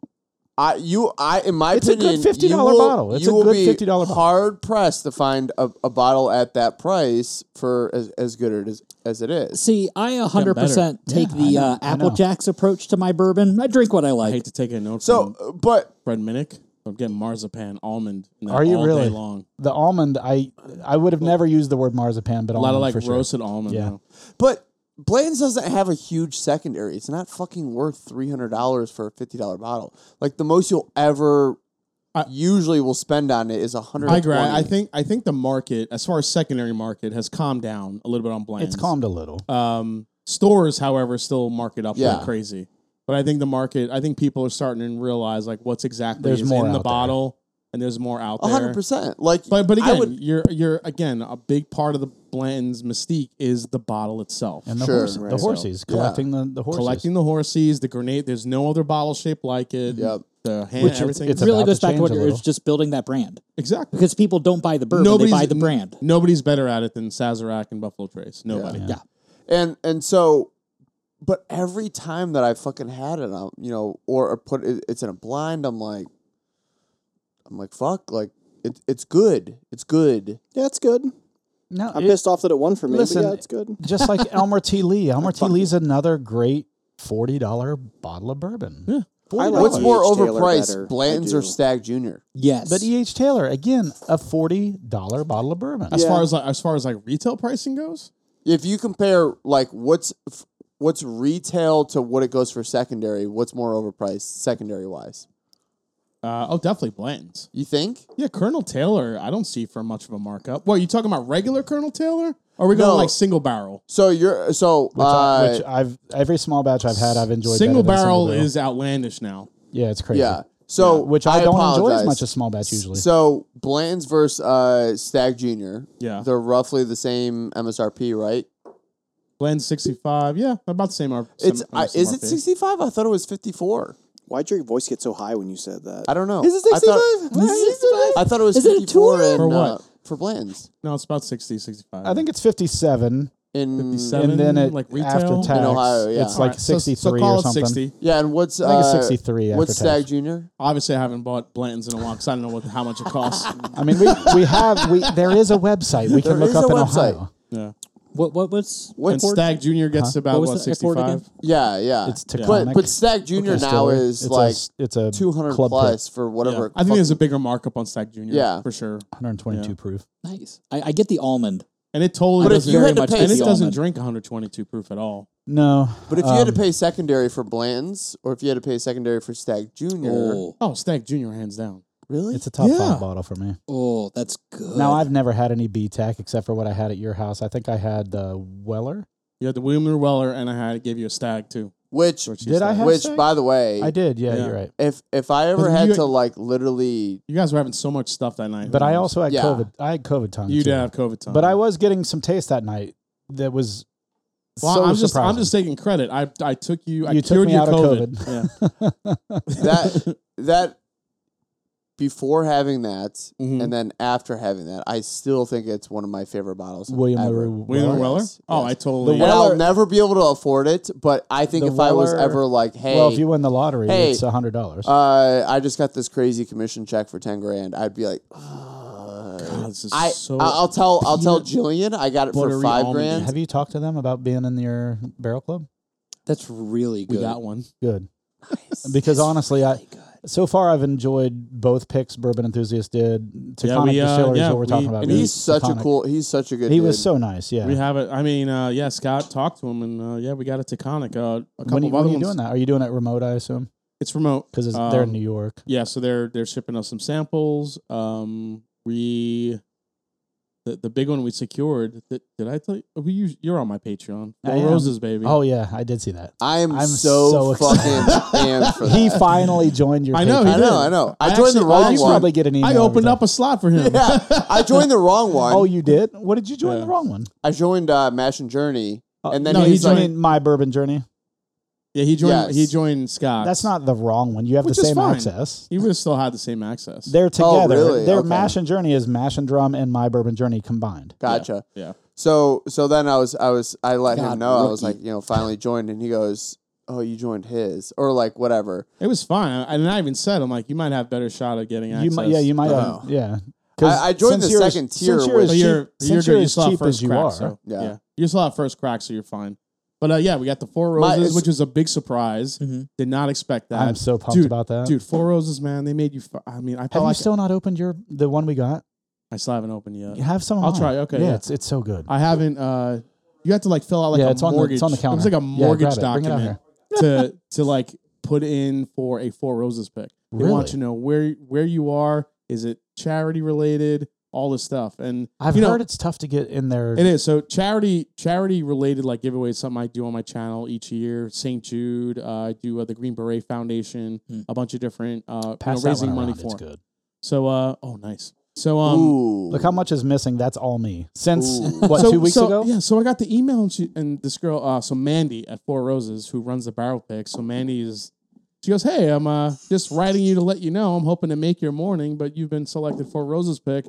[SPEAKER 3] I you I in my
[SPEAKER 1] It's a good
[SPEAKER 3] opinion,
[SPEAKER 1] $50
[SPEAKER 3] you will-
[SPEAKER 1] bottle. It's
[SPEAKER 3] you
[SPEAKER 1] a
[SPEAKER 3] will
[SPEAKER 1] good
[SPEAKER 3] be
[SPEAKER 1] $50 bottle.
[SPEAKER 3] Hard pressed to find a, a bottle at that price for as, as good it is as it is.
[SPEAKER 4] See, I 100% take
[SPEAKER 1] Yeah, I
[SPEAKER 4] the
[SPEAKER 1] know,
[SPEAKER 4] uh,
[SPEAKER 1] I
[SPEAKER 4] Apple
[SPEAKER 1] know.
[SPEAKER 4] Jacks approach to my bourbon. I drink what I
[SPEAKER 2] I
[SPEAKER 4] like.
[SPEAKER 2] hate to take a note
[SPEAKER 3] So,
[SPEAKER 2] from
[SPEAKER 3] uh,
[SPEAKER 1] Mm-hmm.
[SPEAKER 3] but
[SPEAKER 2] Fred Minnick. I'm getting marzipan almond. in that
[SPEAKER 1] Are you
[SPEAKER 2] all
[SPEAKER 1] really
[SPEAKER 2] day long?
[SPEAKER 1] the almond? I I would have never used the word marzipan, but
[SPEAKER 2] A lot of
[SPEAKER 1] almond
[SPEAKER 2] like
[SPEAKER 1] for sure.
[SPEAKER 2] roasted almond.
[SPEAKER 1] Yeah.
[SPEAKER 2] though.
[SPEAKER 3] but Blanton's doesn't have a huge secondary. It's not fucking worth three hundred dollars for a fifty dollar bottle. Like the most you'll ever usually will spend on it is a hundred.
[SPEAKER 2] I agree. I think I think the market, as far as secondary market, has calmed down a little bit on Blanton's.
[SPEAKER 1] It's calmed a little.
[SPEAKER 2] Um, stores, however, still mark it up
[SPEAKER 3] Yeah.
[SPEAKER 2] like crazy. But I think the market, I think people are starting to realize like what's exactly
[SPEAKER 1] There's
[SPEAKER 2] is
[SPEAKER 1] more
[SPEAKER 2] in
[SPEAKER 1] out
[SPEAKER 2] the
[SPEAKER 1] there.
[SPEAKER 2] bottle, and there's more out
[SPEAKER 3] a
[SPEAKER 2] there.
[SPEAKER 3] hundred percent. Like,
[SPEAKER 2] But but
[SPEAKER 3] I
[SPEAKER 2] again,
[SPEAKER 3] would-
[SPEAKER 2] you're you're again a big part of the Blanton's mystique is the bottle itself.
[SPEAKER 1] and the
[SPEAKER 3] sure,
[SPEAKER 1] horses, the
[SPEAKER 3] right.
[SPEAKER 1] horses, collecting the the horses.
[SPEAKER 2] collecting the horses, the grenade. There's no other bottle shape like it.
[SPEAKER 3] Yep.
[SPEAKER 2] The hand,
[SPEAKER 1] Which it's-
[SPEAKER 2] everything.
[SPEAKER 1] it's
[SPEAKER 4] it really
[SPEAKER 1] about to
[SPEAKER 4] goes back
[SPEAKER 1] change
[SPEAKER 4] to what
[SPEAKER 1] a
[SPEAKER 4] you're
[SPEAKER 1] little.
[SPEAKER 4] it's just building that brand
[SPEAKER 2] exactly.
[SPEAKER 4] because people don't buy the bourbon;
[SPEAKER 2] Nobody's-
[SPEAKER 4] they buy the brand.
[SPEAKER 2] Nobody's better at it than Sazerac and Buffalo Trace. Nobody.
[SPEAKER 4] Yeah.
[SPEAKER 3] and and so, but every time that I fucking had it, I'm you know, or, or put it, it's in a blind. I'm like, I'm like, fuck, like it, it's good. It's good.
[SPEAKER 5] Yeah, it's good.
[SPEAKER 1] no,
[SPEAKER 5] I'm
[SPEAKER 1] it-
[SPEAKER 5] pissed off that it won for me.
[SPEAKER 1] Listen,
[SPEAKER 5] but yeah, it's good.
[SPEAKER 1] just like Elmer T. Lee. Elmer T. Lee's another great forty dollar bottle of bourbon. Yeah.
[SPEAKER 5] I like
[SPEAKER 3] What's
[SPEAKER 5] E.H.
[SPEAKER 3] more
[SPEAKER 5] Taylor
[SPEAKER 3] overpriced,
[SPEAKER 5] better. I
[SPEAKER 3] Blanton's or
[SPEAKER 5] do.
[SPEAKER 3] Stag Junior?
[SPEAKER 4] Yes,
[SPEAKER 1] But E. H. Taylor again, a forty dollar bottle of bourbon.
[SPEAKER 2] As
[SPEAKER 5] Yeah.
[SPEAKER 2] far as like as far as like retail pricing goes,
[SPEAKER 3] If you compare like what's f- what's retail to what it goes for secondary, what's more overpriced secondary wise?
[SPEAKER 2] uh, oh, definitely Blanton's.
[SPEAKER 3] You think?
[SPEAKER 2] Yeah, Colonel Taylor, I don't see for much of a markup. What, are you talking about regular Colonel Taylor? Or are we going
[SPEAKER 3] No.
[SPEAKER 2] like single barrel?
[SPEAKER 3] So you're so
[SPEAKER 1] Which, I,
[SPEAKER 3] uh,
[SPEAKER 1] which I've every small batch I've had, I've enjoyed.
[SPEAKER 2] Single
[SPEAKER 1] better than
[SPEAKER 2] barrel,
[SPEAKER 1] single
[SPEAKER 2] is outlandish now.
[SPEAKER 1] yeah, it's crazy.
[SPEAKER 3] yeah. So
[SPEAKER 1] which I, don't enjoy as
[SPEAKER 3] apologize.
[SPEAKER 1] much as small batch usually.
[SPEAKER 3] So Bland's versus uh, Stag Junior.
[SPEAKER 2] Yeah.
[SPEAKER 3] they're roughly the same MSRP, right?
[SPEAKER 2] Blend 65, yeah, about the same. R-
[SPEAKER 3] It's
[SPEAKER 2] same-
[SPEAKER 3] I,
[SPEAKER 2] same
[SPEAKER 3] is it
[SPEAKER 2] RP.
[SPEAKER 3] sixty five? I thought it was fifty four.
[SPEAKER 5] Why'd your voice get so high when you said that?
[SPEAKER 3] I don't know.
[SPEAKER 5] Is it
[SPEAKER 3] I thought-
[SPEAKER 5] 65? Is it 65?
[SPEAKER 3] I thought it was
[SPEAKER 4] Is it a
[SPEAKER 3] fifty four.
[SPEAKER 4] touring?
[SPEAKER 2] For what?
[SPEAKER 3] for Bland's
[SPEAKER 2] No, it's about 60, 65.
[SPEAKER 1] I think it's fifty seven,
[SPEAKER 3] in
[SPEAKER 2] 57,
[SPEAKER 1] and then it
[SPEAKER 2] like retail.
[SPEAKER 1] after tax,
[SPEAKER 3] In Ohio, yeah.
[SPEAKER 1] it's like
[SPEAKER 2] Alright, so-
[SPEAKER 1] sixty three
[SPEAKER 2] so call
[SPEAKER 1] or
[SPEAKER 2] it
[SPEAKER 1] something.
[SPEAKER 2] 60.
[SPEAKER 3] Yeah, and what's
[SPEAKER 1] I think it's
[SPEAKER 3] uh,
[SPEAKER 1] sixty three.
[SPEAKER 3] What's
[SPEAKER 1] after tax.
[SPEAKER 3] Stag Junior?
[SPEAKER 2] Obviously, I haven't bought Blanton's in a while because I don't know what how
[SPEAKER 3] (laughs)
[SPEAKER 2] much it costs.
[SPEAKER 1] I mean, we, we have we there is a website we
[SPEAKER 3] There
[SPEAKER 1] can look
[SPEAKER 3] is
[SPEAKER 1] up
[SPEAKER 3] a
[SPEAKER 1] in
[SPEAKER 3] website.
[SPEAKER 1] Ohio.
[SPEAKER 2] yeah.
[SPEAKER 4] What what was
[SPEAKER 2] And
[SPEAKER 3] What's
[SPEAKER 2] Stag Junior gets about
[SPEAKER 4] What
[SPEAKER 2] what,
[SPEAKER 4] was the F word
[SPEAKER 2] 65.
[SPEAKER 4] again?
[SPEAKER 3] yeah, yeah.
[SPEAKER 1] It's
[SPEAKER 3] But
[SPEAKER 1] Taconic.
[SPEAKER 3] but Stag Junior now
[SPEAKER 1] Distillery.
[SPEAKER 3] is
[SPEAKER 1] It's a
[SPEAKER 3] like
[SPEAKER 1] s- it's a
[SPEAKER 3] two hundred
[SPEAKER 1] club
[SPEAKER 3] plus for whatever.
[SPEAKER 2] I think
[SPEAKER 3] fuck-
[SPEAKER 2] there's a bigger markup on Stag Junior.
[SPEAKER 3] Yeah.
[SPEAKER 2] for sure.
[SPEAKER 1] one hundred twenty two proof.
[SPEAKER 4] nice. I, I get the almond.
[SPEAKER 2] And it totally
[SPEAKER 3] But if
[SPEAKER 2] doesn't.
[SPEAKER 3] you
[SPEAKER 4] very
[SPEAKER 3] had to
[SPEAKER 4] much
[SPEAKER 3] pay-
[SPEAKER 4] get
[SPEAKER 2] and it
[SPEAKER 4] the
[SPEAKER 2] doesn't
[SPEAKER 4] almond.
[SPEAKER 2] drink 122 proof at all.
[SPEAKER 1] No,
[SPEAKER 3] but if you had to
[SPEAKER 1] um,
[SPEAKER 3] pay secondary for Blanton's, or if you had to pay secondary for Stag Junior,
[SPEAKER 4] Oh,
[SPEAKER 2] Oh, Stag Junior, hands down.
[SPEAKER 3] really?
[SPEAKER 1] it's a top
[SPEAKER 2] Yeah.
[SPEAKER 1] five bottle for me.
[SPEAKER 4] oh, that's good.
[SPEAKER 1] Now I've never had any BTAC except for what I had at your house. I think I had the Weller.
[SPEAKER 2] You had the William Weller, and I had gave you a Stag too.
[SPEAKER 3] which
[SPEAKER 2] Or two
[SPEAKER 1] Did I
[SPEAKER 2] Stags.
[SPEAKER 1] have
[SPEAKER 3] which,
[SPEAKER 1] Stag?
[SPEAKER 3] by the way,
[SPEAKER 1] I did. Yeah,
[SPEAKER 2] Yeah.
[SPEAKER 1] you're right.
[SPEAKER 3] if if I ever
[SPEAKER 2] But
[SPEAKER 3] had
[SPEAKER 2] you-
[SPEAKER 3] to like literally,
[SPEAKER 2] You guys were having so much stuff that night.
[SPEAKER 1] But I also had
[SPEAKER 3] Yeah.
[SPEAKER 1] COVID. I had COVID time.
[SPEAKER 2] Mm. you
[SPEAKER 1] too.
[SPEAKER 2] did have COVID time.
[SPEAKER 1] But I was getting some taste that night. That was
[SPEAKER 2] Well,
[SPEAKER 1] so
[SPEAKER 2] I'm just
[SPEAKER 1] surprising. (laughs)
[SPEAKER 2] I'm just taking credit. I I took you. I
[SPEAKER 1] You took
[SPEAKER 2] cured
[SPEAKER 1] me
[SPEAKER 2] your
[SPEAKER 1] out of
[SPEAKER 2] COVID.
[SPEAKER 1] (laughs) COVID.
[SPEAKER 2] yeah.
[SPEAKER 1] (laughs)
[SPEAKER 3] that that before having that
[SPEAKER 1] Mm-hmm.
[SPEAKER 2] Mhm.
[SPEAKER 3] and then after having that, I still think it's one of my favorite bottles.
[SPEAKER 1] William
[SPEAKER 3] ever.
[SPEAKER 1] LaRue
[SPEAKER 2] William
[SPEAKER 1] Weller.
[SPEAKER 2] Weller.
[SPEAKER 3] Yes,
[SPEAKER 2] Oh,
[SPEAKER 3] yes.
[SPEAKER 2] I totally.
[SPEAKER 3] And I'll never be able to afford it, but I think
[SPEAKER 1] The
[SPEAKER 3] if I was
[SPEAKER 1] Weller-
[SPEAKER 3] ever like, hey,
[SPEAKER 1] Well, if you win the lottery,
[SPEAKER 3] Hey.
[SPEAKER 1] it's a hundred dollars.
[SPEAKER 3] uh, I just got this crazy commission check for ten grand, I'd be like, "Ugh."
[SPEAKER 2] God, this is
[SPEAKER 3] I
[SPEAKER 2] so
[SPEAKER 3] I- I'll tell I'll tell
[SPEAKER 2] peanut
[SPEAKER 3] Jillian I got it for
[SPEAKER 2] buttery
[SPEAKER 3] five
[SPEAKER 2] almond.
[SPEAKER 3] grand.
[SPEAKER 1] have you talked to them about being in your barrel club?
[SPEAKER 4] that's really
[SPEAKER 2] We
[SPEAKER 4] good.
[SPEAKER 2] got one.
[SPEAKER 1] Good. Because honestly, I so far I've enjoyed both picks. Bourbon enthusiast did. Taconic
[SPEAKER 2] Yeah, we, uh,
[SPEAKER 1] Distillery is
[SPEAKER 2] yeah,
[SPEAKER 1] what we're
[SPEAKER 2] we-
[SPEAKER 1] talking about.
[SPEAKER 2] and
[SPEAKER 3] And
[SPEAKER 1] dude.
[SPEAKER 3] he's such a
[SPEAKER 1] Taconic.
[SPEAKER 3] cool. He's such a good.
[SPEAKER 1] He
[SPEAKER 3] dude.
[SPEAKER 1] was so nice. Yeah.
[SPEAKER 2] We have it. I mean, uh, yeah, Scott talked to him, and uh, yeah, we got a Taconic. Uh, a couple
[SPEAKER 1] when you-
[SPEAKER 2] of
[SPEAKER 1] when
[SPEAKER 2] other
[SPEAKER 1] are you
[SPEAKER 2] ones.
[SPEAKER 1] doing that? Are you doing it remote? I assume
[SPEAKER 2] It's remote
[SPEAKER 1] because they're in
[SPEAKER 2] Um,
[SPEAKER 1] New York.
[SPEAKER 2] Yeah, so they're they're shipping us some samples. Um, we the, the big one we secured. Did, did I tell you? oh, We use, you're on my Patreon.
[SPEAKER 1] I
[SPEAKER 2] Four
[SPEAKER 1] am.
[SPEAKER 2] roses, baby.
[SPEAKER 1] Oh yeah, I did see
[SPEAKER 2] (laughs)
[SPEAKER 1] that.
[SPEAKER 3] I am
[SPEAKER 1] I'm so
[SPEAKER 3] so,
[SPEAKER 1] excited.
[SPEAKER 3] fucking amped for that.
[SPEAKER 1] He finally joined your.
[SPEAKER 2] I know, he
[SPEAKER 3] I
[SPEAKER 1] Patreon.
[SPEAKER 2] did.
[SPEAKER 3] know, I know. I,
[SPEAKER 2] I
[SPEAKER 3] joined
[SPEAKER 2] actually-
[SPEAKER 3] the
[SPEAKER 2] I
[SPEAKER 3] wrong
[SPEAKER 1] You
[SPEAKER 2] actually
[SPEAKER 3] one.
[SPEAKER 1] probably get an email.
[SPEAKER 2] I
[SPEAKER 1] every
[SPEAKER 2] opened
[SPEAKER 1] time.
[SPEAKER 2] up a slot for him.
[SPEAKER 3] Yeah, I joined the wrong one.
[SPEAKER 1] Oh, you did? What did you join the wrong one?
[SPEAKER 3] I joined uh, Mash and Journey,
[SPEAKER 1] Uh,
[SPEAKER 3] and then
[SPEAKER 2] Uh, no,
[SPEAKER 3] he's
[SPEAKER 2] he joined-
[SPEAKER 3] like,
[SPEAKER 1] mean, my bourbon journey.
[SPEAKER 2] (laughs) Yeah, he joined.
[SPEAKER 3] Yes.
[SPEAKER 2] He joined Scott.
[SPEAKER 1] That's not the wrong one. You have
[SPEAKER 2] Which
[SPEAKER 1] the
[SPEAKER 2] is
[SPEAKER 1] same
[SPEAKER 2] fine.
[SPEAKER 1] access.
[SPEAKER 2] He would have still had the same access.
[SPEAKER 1] They're together.
[SPEAKER 3] Oh, really?
[SPEAKER 1] Their
[SPEAKER 3] Okay.
[SPEAKER 1] mash and journey is mash and drum and my bourbon journey combined.
[SPEAKER 3] "Gotcha."
[SPEAKER 2] yeah.
[SPEAKER 3] So, so then I was, I was, I let
[SPEAKER 4] God,
[SPEAKER 3] him know. I was
[SPEAKER 4] rookie.
[SPEAKER 3] like, you know, finally joined, and he goes, "Oh, you joined his," or like whatever.
[SPEAKER 2] It was fine. I, and I even said, I'm like, you might have better shot at getting access.
[SPEAKER 1] You
[SPEAKER 2] Oh.
[SPEAKER 1] might, yeah, you might,
[SPEAKER 3] Wow.
[SPEAKER 1] have, yeah.
[SPEAKER 3] I- I joined
[SPEAKER 1] since
[SPEAKER 3] the
[SPEAKER 1] you're as-
[SPEAKER 3] second tier
[SPEAKER 1] Since you're as
[SPEAKER 2] But
[SPEAKER 1] cheap,
[SPEAKER 2] you're, you're,
[SPEAKER 1] since
[SPEAKER 2] good.
[SPEAKER 1] you're
[SPEAKER 2] You
[SPEAKER 1] as
[SPEAKER 2] still have
[SPEAKER 1] cheap
[SPEAKER 2] first
[SPEAKER 1] as you
[SPEAKER 2] crack,
[SPEAKER 1] are.
[SPEAKER 2] So,
[SPEAKER 3] Yeah.
[SPEAKER 2] yeah. You still have first crack, so you're fine. But uh, yeah, we got the Four
[SPEAKER 3] My-
[SPEAKER 2] Roses,
[SPEAKER 3] it's-
[SPEAKER 2] which was a big surprise.
[SPEAKER 4] Mhm.
[SPEAKER 2] Did not expect that.
[SPEAKER 1] Mm-hmm. I'm so pumped
[SPEAKER 2] Dude,
[SPEAKER 1] about that.
[SPEAKER 2] Dude, Four Roses, man, they made you. F- I mean, Oh, I
[SPEAKER 1] have
[SPEAKER 2] felt
[SPEAKER 1] you
[SPEAKER 2] like
[SPEAKER 1] still not opened your the one we got?
[SPEAKER 2] I still haven't opened yet.
[SPEAKER 1] You have some.
[SPEAKER 2] Uh, I'll
[SPEAKER 1] on.
[SPEAKER 2] try, okay,
[SPEAKER 1] Yeah,
[SPEAKER 2] yeah.
[SPEAKER 1] It's, it's so good.
[SPEAKER 2] I haven't. uh You have to like fill out like
[SPEAKER 1] yeah,
[SPEAKER 2] a
[SPEAKER 1] it's on, the,
[SPEAKER 2] mortgage.
[SPEAKER 1] it's on the counter.
[SPEAKER 2] It was like a
[SPEAKER 1] Yeah, grab
[SPEAKER 2] mortgage
[SPEAKER 1] it. Bring it out
[SPEAKER 2] document
[SPEAKER 1] here.
[SPEAKER 2] to
[SPEAKER 1] (laughs)
[SPEAKER 2] to like put in for a Four Roses pick. They
[SPEAKER 1] Really?
[SPEAKER 2] want to know where where you are. Is it charity related? All this stuff, and
[SPEAKER 1] I've
[SPEAKER 2] you know,
[SPEAKER 1] heard it's tough to get in there.
[SPEAKER 2] It is so charity charity related like giveaways. Something I do on my channel each year. St. Jude. Uh, I do uh, the Green Beret Foundation.
[SPEAKER 4] Hmm.
[SPEAKER 2] A bunch of different uh, you know,
[SPEAKER 1] Pass that
[SPEAKER 2] raising
[SPEAKER 1] one
[SPEAKER 2] money
[SPEAKER 1] around. It's
[SPEAKER 2] for. 'em.
[SPEAKER 1] good.
[SPEAKER 2] So uh, oh nice. So um
[SPEAKER 3] Ooh,
[SPEAKER 1] Look how much is missing. That's all me. Since
[SPEAKER 3] Ooh.
[SPEAKER 1] (laughs) what
[SPEAKER 2] so,
[SPEAKER 1] two weeks
[SPEAKER 2] so-
[SPEAKER 1] ago?
[SPEAKER 2] Yeah. So I got the email and she and this girl. Uh, so Mandy at Four Roses who runs the Barrel Pick. So Mandy is. She goes, hey, I'm uh, just writing you to let you know I'm hoping to make your morning, but you've been selected for Roses pick.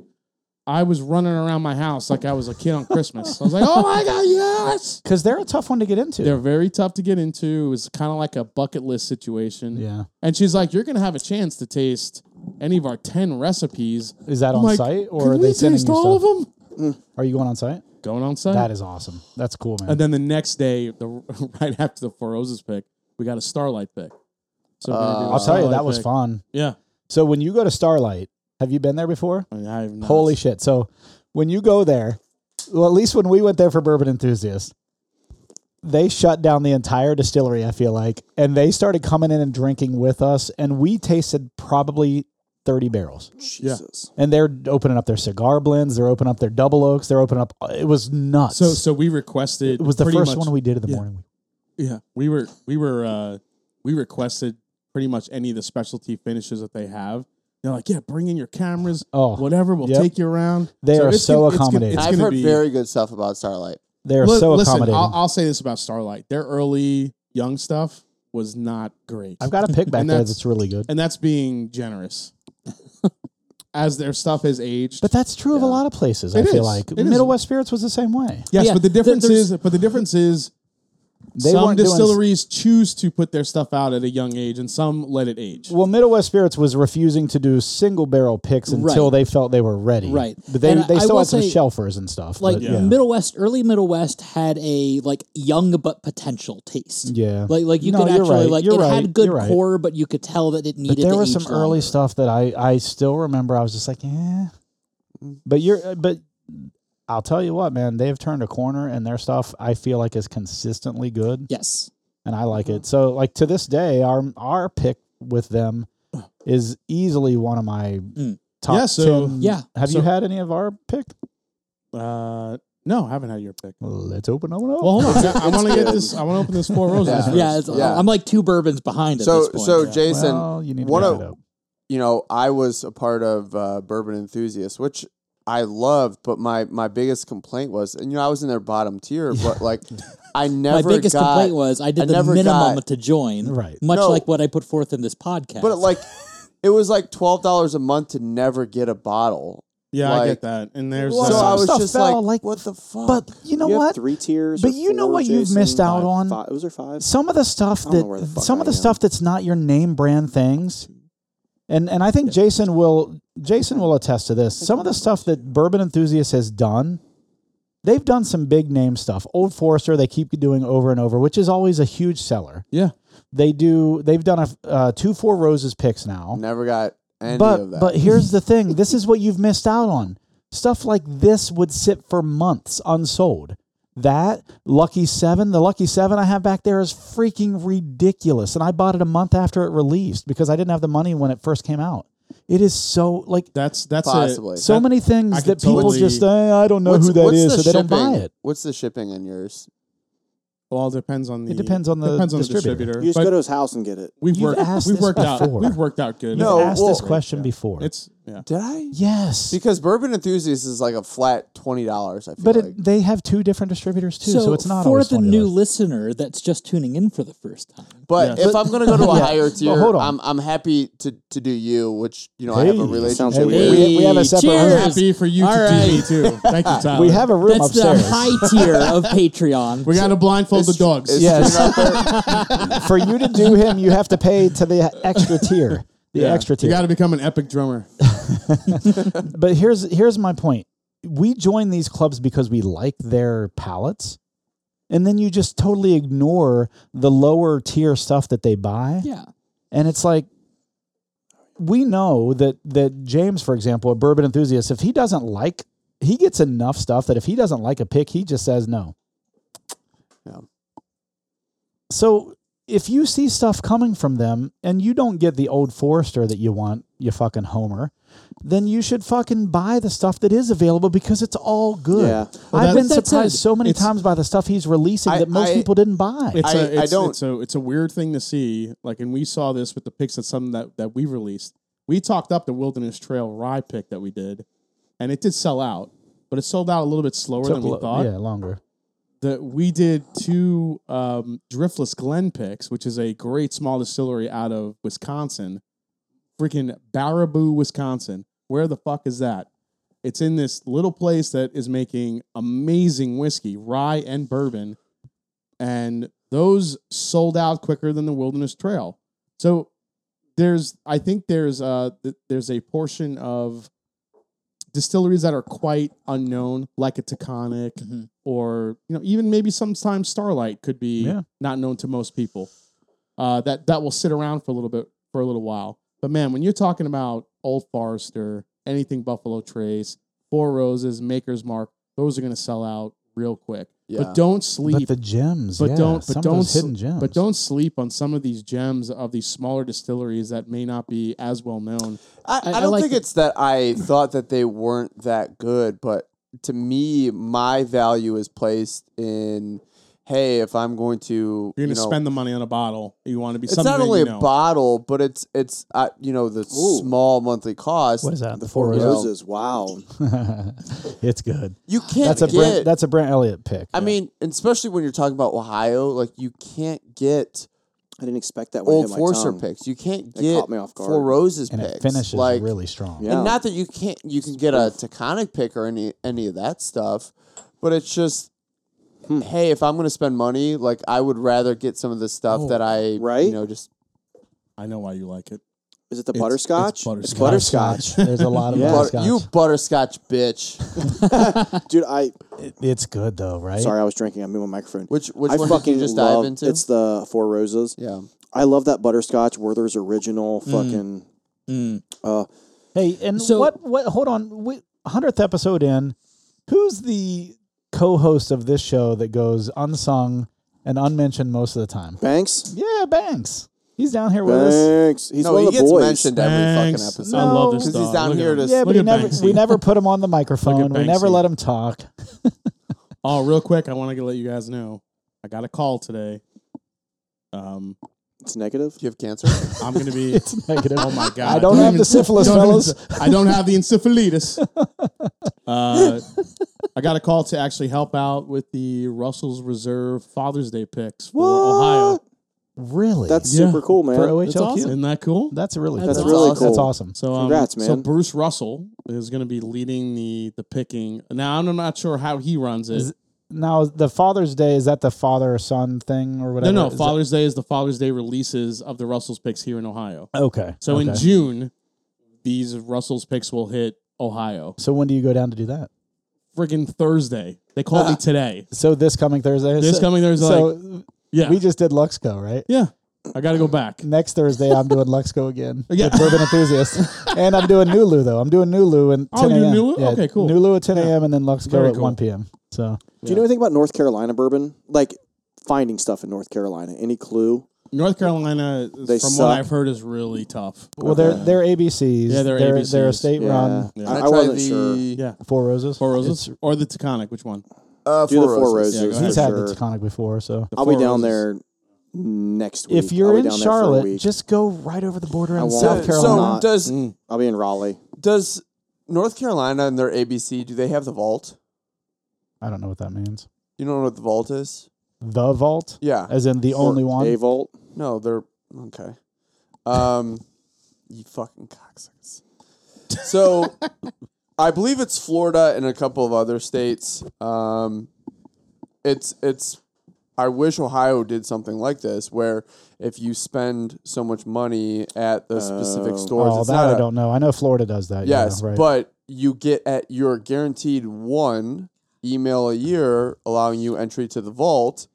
[SPEAKER 2] I was running around my house like I was a kid on Christmas. I was like, oh my god, yes!
[SPEAKER 1] Because they're a tough one to get into.
[SPEAKER 2] They're very tough to get into. It was kind of like a bucket list situation.
[SPEAKER 1] yeah.
[SPEAKER 2] And she's like, "You're gonna have a chance to taste any of our ten recipes."
[SPEAKER 1] Is that
[SPEAKER 2] I'm
[SPEAKER 1] on
[SPEAKER 2] like,
[SPEAKER 1] site
[SPEAKER 2] "Can
[SPEAKER 1] or are
[SPEAKER 2] we
[SPEAKER 1] they sending you
[SPEAKER 2] taste
[SPEAKER 1] stuff?
[SPEAKER 2] all of them?
[SPEAKER 1] Are you going on site?
[SPEAKER 2] Going on site.
[SPEAKER 1] That is awesome. That's cool, man.
[SPEAKER 2] and then the next day, the (laughs) right after the Four Roses pick, we got a Starlight pick. So we're gonna
[SPEAKER 1] I'll
[SPEAKER 2] do a
[SPEAKER 1] tell you,
[SPEAKER 2] Starlight
[SPEAKER 1] that was
[SPEAKER 2] pick.
[SPEAKER 1] fun.
[SPEAKER 2] Yeah.
[SPEAKER 1] So when you go to Starlight, have you been there before?
[SPEAKER 2] I mean, I have not-
[SPEAKER 1] Holy shit! So when you go there, well, at least when we went there for Bourbon Enthusiast, they shut down the entire distillery. I feel like, and they started coming in and drinking with us, and we tasted probably thirty barrels.
[SPEAKER 5] Jesus.
[SPEAKER 1] And they're opening up their cigar blends. They're opening up their double oaks. They're opening up. It was nuts.
[SPEAKER 2] So so we requested.
[SPEAKER 1] it was the
[SPEAKER 2] pretty
[SPEAKER 1] first
[SPEAKER 2] much-
[SPEAKER 1] one we did in the
[SPEAKER 2] yeah.
[SPEAKER 1] morning.
[SPEAKER 2] Yeah, we were we were uh we requested pretty much any of the specialty finishes that they have. They're like, yeah, bring in your cameras,
[SPEAKER 1] Oh,
[SPEAKER 2] whatever. We'll
[SPEAKER 1] yep.
[SPEAKER 2] take you around.
[SPEAKER 1] They are
[SPEAKER 2] it's
[SPEAKER 1] so
[SPEAKER 2] gonna- it's gonna-
[SPEAKER 1] accommodating.
[SPEAKER 2] it's
[SPEAKER 3] I've
[SPEAKER 2] gonna
[SPEAKER 3] heard
[SPEAKER 2] be-
[SPEAKER 3] very good stuff about Starlight.
[SPEAKER 1] They are
[SPEAKER 2] Li-
[SPEAKER 1] so
[SPEAKER 2] listen,
[SPEAKER 1] accommodating.
[SPEAKER 2] I'll, I'll say this about Starlight: their early young stuff was not great,
[SPEAKER 1] I've
[SPEAKER 2] (laughs)
[SPEAKER 1] got a pick back
[SPEAKER 2] And
[SPEAKER 1] there
[SPEAKER 2] that's-
[SPEAKER 1] that's really good.
[SPEAKER 2] and that's being
[SPEAKER 1] (laughs)
[SPEAKER 2] generous. As their stuff is aged,
[SPEAKER 1] But that's true of a lot of places. I
[SPEAKER 2] It
[SPEAKER 1] feel
[SPEAKER 2] is.
[SPEAKER 1] like
[SPEAKER 2] It is.
[SPEAKER 1] Middle West Spirits was the same way.
[SPEAKER 2] yes,
[SPEAKER 4] Yeah,
[SPEAKER 2] but the
[SPEAKER 4] there-
[SPEAKER 2] difference
[SPEAKER 4] there's-
[SPEAKER 2] is, but the difference is,
[SPEAKER 1] They
[SPEAKER 2] some
[SPEAKER 1] weren't doing-
[SPEAKER 2] distilleries choose to put their stuff out at a young age, and some let it age.
[SPEAKER 1] Well, Middle West Spirits was refusing to do single barrel picks until
[SPEAKER 4] Right.
[SPEAKER 1] they felt they were ready.
[SPEAKER 4] Right.
[SPEAKER 1] But they,
[SPEAKER 4] And
[SPEAKER 1] they
[SPEAKER 4] I
[SPEAKER 1] still
[SPEAKER 4] will
[SPEAKER 1] had some
[SPEAKER 4] say,
[SPEAKER 1] shelfers and stuff.
[SPEAKER 4] Like
[SPEAKER 1] but yeah.
[SPEAKER 4] Middle West, early Middle West had a like young but potential taste.
[SPEAKER 1] Yeah.
[SPEAKER 4] Like like you
[SPEAKER 1] No,
[SPEAKER 4] could
[SPEAKER 1] you're
[SPEAKER 4] actually
[SPEAKER 1] right,
[SPEAKER 4] like
[SPEAKER 1] you're
[SPEAKER 4] it
[SPEAKER 1] right,
[SPEAKER 4] had good
[SPEAKER 1] you're right.
[SPEAKER 4] core, but you could tell that it needed.
[SPEAKER 1] but there
[SPEAKER 4] to
[SPEAKER 1] was
[SPEAKER 4] age
[SPEAKER 1] some early
[SPEAKER 4] longer.
[SPEAKER 1] stuff that I, I still remember. I was just like, eh. But you're but I'll tell you what, man, they've turned a corner and their stuff I feel like is consistently good.
[SPEAKER 4] Yes.
[SPEAKER 1] and I like
[SPEAKER 4] Mm-hmm.
[SPEAKER 1] it. So like to this day, our our pick with them
[SPEAKER 4] (clears throat)
[SPEAKER 1] is easily one of my top
[SPEAKER 2] Yeah, so-
[SPEAKER 1] ten.
[SPEAKER 4] Mm. Yeah.
[SPEAKER 1] have
[SPEAKER 2] So-
[SPEAKER 1] you had any of our pick?
[SPEAKER 2] Uh, no, I haven't had your pick.
[SPEAKER 1] Let's open one up.
[SPEAKER 2] Well,
[SPEAKER 1] (laughs)
[SPEAKER 2] hold on. I, want to get this. I want to open this four roses.
[SPEAKER 3] Yeah.
[SPEAKER 2] first.
[SPEAKER 4] Yeah, it's, uh,
[SPEAKER 3] Yeah.
[SPEAKER 4] I'm like two bourbons behind at
[SPEAKER 3] So,
[SPEAKER 4] this point.
[SPEAKER 3] so
[SPEAKER 4] Yeah.
[SPEAKER 3] Jason,
[SPEAKER 1] Well, you need to
[SPEAKER 3] one
[SPEAKER 1] wrap
[SPEAKER 3] of-
[SPEAKER 1] it up.
[SPEAKER 3] you know, I was a part of uh, Bourbon Enthusiast, which I loved, but my my biggest complaint was, and you know, I was in their bottom tier, but like, I
[SPEAKER 4] My
[SPEAKER 3] never
[SPEAKER 4] biggest
[SPEAKER 3] got,
[SPEAKER 4] complaint was I did
[SPEAKER 3] I
[SPEAKER 4] the
[SPEAKER 3] never
[SPEAKER 4] minimum
[SPEAKER 3] got-
[SPEAKER 4] to join,
[SPEAKER 1] Right.
[SPEAKER 4] Much
[SPEAKER 3] No.
[SPEAKER 4] like what I put forth in this podcast.
[SPEAKER 3] but like, it was like twelve dollars a month to never get a bottle.
[SPEAKER 2] Yeah, I
[SPEAKER 3] Like-
[SPEAKER 2] get that. And there's
[SPEAKER 3] So
[SPEAKER 1] Well,
[SPEAKER 2] uh,
[SPEAKER 3] I was
[SPEAKER 1] stuff
[SPEAKER 3] just
[SPEAKER 1] fell,
[SPEAKER 3] like,
[SPEAKER 1] like-
[SPEAKER 3] what the fuck?
[SPEAKER 1] But you know
[SPEAKER 5] You have
[SPEAKER 1] what?
[SPEAKER 5] Three tiers.
[SPEAKER 1] But
[SPEAKER 5] or
[SPEAKER 1] you know
[SPEAKER 5] four,
[SPEAKER 1] what you've
[SPEAKER 5] Jason?
[SPEAKER 1] missed out
[SPEAKER 5] Five-
[SPEAKER 1] on?
[SPEAKER 5] Five, was there five?
[SPEAKER 1] Some of the stuff
[SPEAKER 5] I don't know where
[SPEAKER 1] that
[SPEAKER 5] the fuck
[SPEAKER 1] some of the
[SPEAKER 5] I am.
[SPEAKER 1] stuff that's not your name brand things. And and I think Jason will Jason will attest to this. Some of the stuff that Bourbon Enthusiast has done, they've done some big name stuff. Old Forester they keep doing over and over, which is always a huge seller.
[SPEAKER 2] yeah.
[SPEAKER 1] They do they've done a uh, two four roses picks now.
[SPEAKER 3] never got any
[SPEAKER 1] but
[SPEAKER 3] of that.
[SPEAKER 1] but here's the thing. This is what you've missed out on. Stuff like this would sit for months unsold. That Lucky 7, the Lucky 7 I have back there is freaking ridiculous and I bought it a month after it released because I didn't have the money when it first came out. It is so like
[SPEAKER 2] That's that's
[SPEAKER 3] Possibly.
[SPEAKER 2] A,
[SPEAKER 1] so
[SPEAKER 2] that-
[SPEAKER 1] many things
[SPEAKER 2] I
[SPEAKER 1] that
[SPEAKER 2] could
[SPEAKER 1] people
[SPEAKER 2] totally-
[SPEAKER 1] just eh, I don't know who that is, so they don't buy it.
[SPEAKER 3] What's the shipping on yours?
[SPEAKER 2] Well, it depends on the.
[SPEAKER 1] depends on the
[SPEAKER 2] depends on
[SPEAKER 1] distributor.
[SPEAKER 2] the distributor.
[SPEAKER 5] You just
[SPEAKER 2] but
[SPEAKER 5] go to his house and get it.
[SPEAKER 2] we've
[SPEAKER 1] You've
[SPEAKER 2] worked.
[SPEAKER 1] asked
[SPEAKER 2] We've
[SPEAKER 1] this
[SPEAKER 2] worked out.
[SPEAKER 1] before.
[SPEAKER 2] We've worked out good.
[SPEAKER 3] No,
[SPEAKER 1] I've asked
[SPEAKER 3] well-
[SPEAKER 1] this question before.
[SPEAKER 2] it's yeah.
[SPEAKER 3] Did I?
[SPEAKER 1] yes,
[SPEAKER 3] Because Bourbon Enthusiast is like a flat twenty dollars. I feel
[SPEAKER 1] but
[SPEAKER 3] like.
[SPEAKER 1] it, they have two different distributors too, so, it's not
[SPEAKER 4] for
[SPEAKER 1] always
[SPEAKER 4] the
[SPEAKER 1] $20.
[SPEAKER 4] new listener that's just tuning in for the first time.
[SPEAKER 3] But if I'm gonna go
[SPEAKER 1] (laughs)
[SPEAKER 3] to a higher tier,
[SPEAKER 1] hold on.
[SPEAKER 3] I'm I'm happy to to do you, which you know I have
[SPEAKER 1] Hey,
[SPEAKER 3] a
[SPEAKER 1] sounds
[SPEAKER 3] relationship.
[SPEAKER 5] Sounds
[SPEAKER 1] Hey,
[SPEAKER 5] like
[SPEAKER 1] we, we- we have a separate
[SPEAKER 4] Cheers.
[SPEAKER 1] room.
[SPEAKER 2] Happy for you
[SPEAKER 4] All
[SPEAKER 2] to
[SPEAKER 4] right.
[SPEAKER 2] do me too. Thank you,
[SPEAKER 1] (laughs)
[SPEAKER 2] Tyler.
[SPEAKER 1] We have a room
[SPEAKER 4] That's
[SPEAKER 1] upstairs.
[SPEAKER 4] the high
[SPEAKER 1] (laughs)
[SPEAKER 4] tier of Patreon.
[SPEAKER 2] We got to blindfold the dogs.
[SPEAKER 1] (laughs)
[SPEAKER 3] It's
[SPEAKER 1] Yes.
[SPEAKER 3] straight up there.
[SPEAKER 1] For you to do him, you have to pay to the extra tier, the
[SPEAKER 2] Yeah.
[SPEAKER 1] extra tier.
[SPEAKER 2] You got to become an epic drummer.
[SPEAKER 3] (laughs)
[SPEAKER 1] but here's here's my point. We join these clubs because we like their palettes, and then you just totally ignore the lower tier stuff that they buy.
[SPEAKER 4] yeah.
[SPEAKER 1] And it's like we know that that James, for example, a bourbon enthusiast, if he doesn't like he gets enough stuff that if he doesn't like a pick, he just says no.
[SPEAKER 3] Yeah.
[SPEAKER 1] So if you see stuff coming from them and you don't get the old Forester that you want, you fucking homer, then you should fucking buy the stuff that is available because it's all good.
[SPEAKER 5] Yeah.
[SPEAKER 1] I've
[SPEAKER 2] that-
[SPEAKER 1] been
[SPEAKER 2] but that's
[SPEAKER 1] surprised
[SPEAKER 2] it.
[SPEAKER 1] so many
[SPEAKER 2] It's-
[SPEAKER 1] times by the stuff he's releasing
[SPEAKER 3] I-
[SPEAKER 1] that most
[SPEAKER 3] I-
[SPEAKER 1] people didn't buy.
[SPEAKER 2] It's
[SPEAKER 3] I-
[SPEAKER 2] a,
[SPEAKER 3] I
[SPEAKER 2] it's,
[SPEAKER 3] don't-
[SPEAKER 2] It's a, it's a weird thing to see. Like, and we saw this with the picks that some that, that we released. We talked up the Wilderness Trail rye pick that we did, and it did sell out, but it sold out a little bit slower
[SPEAKER 1] Took
[SPEAKER 2] than
[SPEAKER 1] lo-
[SPEAKER 2] we thought.
[SPEAKER 1] yeah, longer.
[SPEAKER 2] That we did two um, Driftless Glen picks, which is a great small distillery out of Wisconsin, freaking Baraboo, Wisconsin. Where the fuck is that? It's in this little place that is making amazing whiskey, rye and bourbon, and those sold out quicker than the Wilderness Trail. So there's, I think there's uh th- there's a portion of distilleries that are quite unknown, like a Taconic,
[SPEAKER 4] Mhm.
[SPEAKER 2] or you know even maybe sometimes Starlight could be
[SPEAKER 1] Yeah.
[SPEAKER 2] not known to most people. Uh, that that will sit around for a little bit for a little while. But man, when you're talking about Old Forester, anything Buffalo Trace, Four Roses, Maker's Mark, those are going to sell out real quick.
[SPEAKER 3] Yeah.
[SPEAKER 2] But don't
[SPEAKER 1] But
[SPEAKER 2] sleep.
[SPEAKER 1] the gems,
[SPEAKER 2] But
[SPEAKER 1] yeah,
[SPEAKER 2] don't- but
[SPEAKER 1] some
[SPEAKER 2] don't
[SPEAKER 1] of those
[SPEAKER 2] s-
[SPEAKER 1] hidden gems.
[SPEAKER 2] But don't sleep on some of these gems of these smaller distilleries that may not be as well known.
[SPEAKER 3] I, I
[SPEAKER 4] I
[SPEAKER 3] don't
[SPEAKER 4] like
[SPEAKER 3] think
[SPEAKER 4] it.
[SPEAKER 3] it's that I thought that they weren't that good, but to me, my value is placed in, hey, if I'm going to,
[SPEAKER 2] You're going
[SPEAKER 3] you
[SPEAKER 2] to
[SPEAKER 3] know,
[SPEAKER 2] spend the money on a bottle. You want to be
[SPEAKER 3] It's
[SPEAKER 2] something
[SPEAKER 3] not
[SPEAKER 2] that
[SPEAKER 3] only
[SPEAKER 2] you
[SPEAKER 3] a
[SPEAKER 2] know.
[SPEAKER 3] bottle, but it's it's uh, you know the small monthly cost.
[SPEAKER 1] What is that? The
[SPEAKER 5] Four
[SPEAKER 1] four
[SPEAKER 3] Roses.
[SPEAKER 5] roses. Wow.
[SPEAKER 1] it's good.
[SPEAKER 3] You can't
[SPEAKER 1] That's a
[SPEAKER 3] get.
[SPEAKER 1] Brent, that's a Brent Elliott pick.
[SPEAKER 3] I mean, and especially when you're talking about Ohio, like you can't get
[SPEAKER 5] I didn't expect that. When it
[SPEAKER 3] old
[SPEAKER 5] hit my
[SPEAKER 3] Forcer
[SPEAKER 5] tongue.
[SPEAKER 3] picks. You can't
[SPEAKER 5] That
[SPEAKER 3] get
[SPEAKER 5] caught me off guard.
[SPEAKER 3] Four Roses
[SPEAKER 1] and
[SPEAKER 3] picks.
[SPEAKER 1] it finishes
[SPEAKER 3] like
[SPEAKER 1] really strong.
[SPEAKER 5] Yeah.
[SPEAKER 3] And not that you can't you can get a Taconic pick or any any of that stuff, but it's just
[SPEAKER 5] Hmm.
[SPEAKER 3] hey, if I'm gonna spend money, like I would rather get some of the stuff
[SPEAKER 2] Oh,
[SPEAKER 3] that I
[SPEAKER 5] Right?
[SPEAKER 3] you know, just
[SPEAKER 2] I know why you like it.
[SPEAKER 5] Is it the
[SPEAKER 2] It's-
[SPEAKER 5] butterscotch?
[SPEAKER 2] it's butterscotch.
[SPEAKER 5] It's
[SPEAKER 1] (laughs)
[SPEAKER 5] butterscotch.
[SPEAKER 1] There's a
[SPEAKER 3] (laughs)
[SPEAKER 1] lot of
[SPEAKER 5] Yeah.
[SPEAKER 3] butter,
[SPEAKER 1] butterscotch.
[SPEAKER 3] you butterscotch bitch.
[SPEAKER 5] Dude,
[SPEAKER 3] (laughs)
[SPEAKER 5] I
[SPEAKER 1] it's good though, right?
[SPEAKER 5] sorry I was drinking. I moved my microphone.
[SPEAKER 3] Which which
[SPEAKER 5] I
[SPEAKER 3] one did
[SPEAKER 5] fucking
[SPEAKER 3] you just
[SPEAKER 5] love,
[SPEAKER 3] dive into?
[SPEAKER 5] It's the Four Roses.
[SPEAKER 3] yeah.
[SPEAKER 5] I love that butterscotch Werther's original
[SPEAKER 3] Mm.
[SPEAKER 5] fucking. Uh,
[SPEAKER 1] Hey, and
[SPEAKER 4] So-
[SPEAKER 1] what? What? Hold on. Hundredth episode in. Who's the co-host of this show that goes unsung and unmentioned most of the time?
[SPEAKER 5] Banks.
[SPEAKER 1] Yeah, Banks. He's down here with us.
[SPEAKER 5] Banks. He's
[SPEAKER 3] No,
[SPEAKER 5] one
[SPEAKER 3] he
[SPEAKER 5] of the
[SPEAKER 3] gets
[SPEAKER 5] boys.
[SPEAKER 3] mentioned every
[SPEAKER 2] Thanks.
[SPEAKER 3] fucking episode.
[SPEAKER 2] I love this
[SPEAKER 3] Because
[SPEAKER 2] dog.
[SPEAKER 3] he's down
[SPEAKER 2] Look at
[SPEAKER 3] here
[SPEAKER 2] him.
[SPEAKER 3] to
[SPEAKER 1] Yeah, but
[SPEAKER 2] Look
[SPEAKER 1] he
[SPEAKER 2] at
[SPEAKER 1] never,
[SPEAKER 2] Banksy.
[SPEAKER 1] we never put him on the microphone. We never
[SPEAKER 2] Banksy.
[SPEAKER 1] let him talk.
[SPEAKER 2] Oh, real quick, I want to let you guys know. I got a call today. Um,
[SPEAKER 5] It's negative.
[SPEAKER 3] Do you have cancer?
[SPEAKER 2] I'm gonna (laughs) be.
[SPEAKER 1] It's negative.
[SPEAKER 2] oh my god!
[SPEAKER 1] I don't have the syphilis,
[SPEAKER 2] (laughs) don't even-
[SPEAKER 1] fellas.
[SPEAKER 2] I don't have the (laughs) encephalitis. Uh, I got a call to actually help out with the Russell's Reserve Father's Day picks for Ohio.
[SPEAKER 1] Really?
[SPEAKER 5] That's
[SPEAKER 2] Yeah.
[SPEAKER 5] super cool, man.
[SPEAKER 1] for OHLQ.
[SPEAKER 2] That's awesome. Isn't that cool?
[SPEAKER 1] That's really.
[SPEAKER 4] That's
[SPEAKER 5] really
[SPEAKER 1] awesome. That's
[SPEAKER 5] cool.
[SPEAKER 1] awesome.
[SPEAKER 2] So, um,
[SPEAKER 5] Congrats,
[SPEAKER 2] So
[SPEAKER 5] man.
[SPEAKER 2] Bruce Russell is going to be leading the the picking. Now I'm not sure how he runs it.
[SPEAKER 1] Is- Now the Father's Day is that the father son thing or
[SPEAKER 2] no,
[SPEAKER 1] whatever?
[SPEAKER 2] no.
[SPEAKER 1] Is
[SPEAKER 2] Father's Day is the Father's Day releases of the Russell's picks here in Ohio.
[SPEAKER 1] that- okay.
[SPEAKER 2] So in
[SPEAKER 1] okay.
[SPEAKER 2] June, these Russell's picks will hit Ohio.
[SPEAKER 1] so when do you go down to do that?
[SPEAKER 2] Friggin' Thursday. They
[SPEAKER 5] Ah.
[SPEAKER 2] called me today.
[SPEAKER 1] So this coming Thursday.
[SPEAKER 2] This
[SPEAKER 1] so,
[SPEAKER 2] coming Thursday. like,
[SPEAKER 1] So
[SPEAKER 2] yeah,
[SPEAKER 1] we just did Luxco, right?
[SPEAKER 2] yeah. I got to go back.
[SPEAKER 1] Next Thursday I'm doing Luxco
[SPEAKER 2] (laughs)
[SPEAKER 1] again.
[SPEAKER 2] Yeah.
[SPEAKER 1] with Bourbon enthusiast, and I'm doing Nulu though. I'm doing Nulu and
[SPEAKER 2] Oh,
[SPEAKER 1] 10
[SPEAKER 2] you do
[SPEAKER 1] a.m.
[SPEAKER 2] Nulu?
[SPEAKER 1] Yeah,
[SPEAKER 2] Okay, cool.
[SPEAKER 1] Nulu at 10 a.m. and then Luxco
[SPEAKER 2] Very
[SPEAKER 1] at
[SPEAKER 2] cool.
[SPEAKER 1] 1 p.m. So
[SPEAKER 5] Do you know anything about North Carolina bourbon? Like finding stuff in North Carolina. Any clue?
[SPEAKER 2] North Carolina, is-
[SPEAKER 5] They
[SPEAKER 2] from
[SPEAKER 5] suck.
[SPEAKER 2] what I've heard, is really tough.
[SPEAKER 1] Well, they're they're ABCs.
[SPEAKER 2] Yeah, they're
[SPEAKER 1] they're, a
[SPEAKER 2] ABCs.
[SPEAKER 1] state run.
[SPEAKER 5] Yeah.
[SPEAKER 3] Can
[SPEAKER 5] I, I
[SPEAKER 3] try
[SPEAKER 5] wasn't
[SPEAKER 3] the-
[SPEAKER 5] sure.
[SPEAKER 2] Yeah,
[SPEAKER 1] Four roses.
[SPEAKER 2] Four Roses or the Taconic. Which one?
[SPEAKER 3] Uh,
[SPEAKER 5] Do the four roses.
[SPEAKER 2] Yeah, go
[SPEAKER 5] for
[SPEAKER 1] He's had
[SPEAKER 5] sure.
[SPEAKER 1] the taconic before, so
[SPEAKER 5] I'll be
[SPEAKER 2] Four Roses.
[SPEAKER 5] down there next week.
[SPEAKER 1] if you're
[SPEAKER 5] I'll be
[SPEAKER 1] in
[SPEAKER 5] down there for a
[SPEAKER 1] Charlotte,
[SPEAKER 5] week.
[SPEAKER 1] just go right over the border
[SPEAKER 5] I
[SPEAKER 1] in
[SPEAKER 5] won't.
[SPEAKER 1] South
[SPEAKER 5] So-
[SPEAKER 1] Carolina.
[SPEAKER 3] So does
[SPEAKER 5] I'll be in Raleigh.
[SPEAKER 3] does North Carolina and their ABC do they have the vault?
[SPEAKER 1] I don't know what that means.
[SPEAKER 3] You don't know what the vault is?
[SPEAKER 1] The vault,
[SPEAKER 3] Yeah.
[SPEAKER 1] as in the
[SPEAKER 5] Or
[SPEAKER 1] only one.
[SPEAKER 5] A volt.
[SPEAKER 3] No, they're okay. Um, you fucking cocksuckers. So, I believe it's Florida and a couple of other states. Um, it's it's. I wish Ohio did something like this, where if you spend so much money at the specific stores,
[SPEAKER 1] oh,
[SPEAKER 3] it's
[SPEAKER 1] that
[SPEAKER 3] not
[SPEAKER 1] I
[SPEAKER 3] a-
[SPEAKER 1] don't know. I know Florida does that. yeah,
[SPEAKER 3] Yes,
[SPEAKER 1] right.
[SPEAKER 3] but you get at you're guaranteed one email a year, allowing you entry to the vault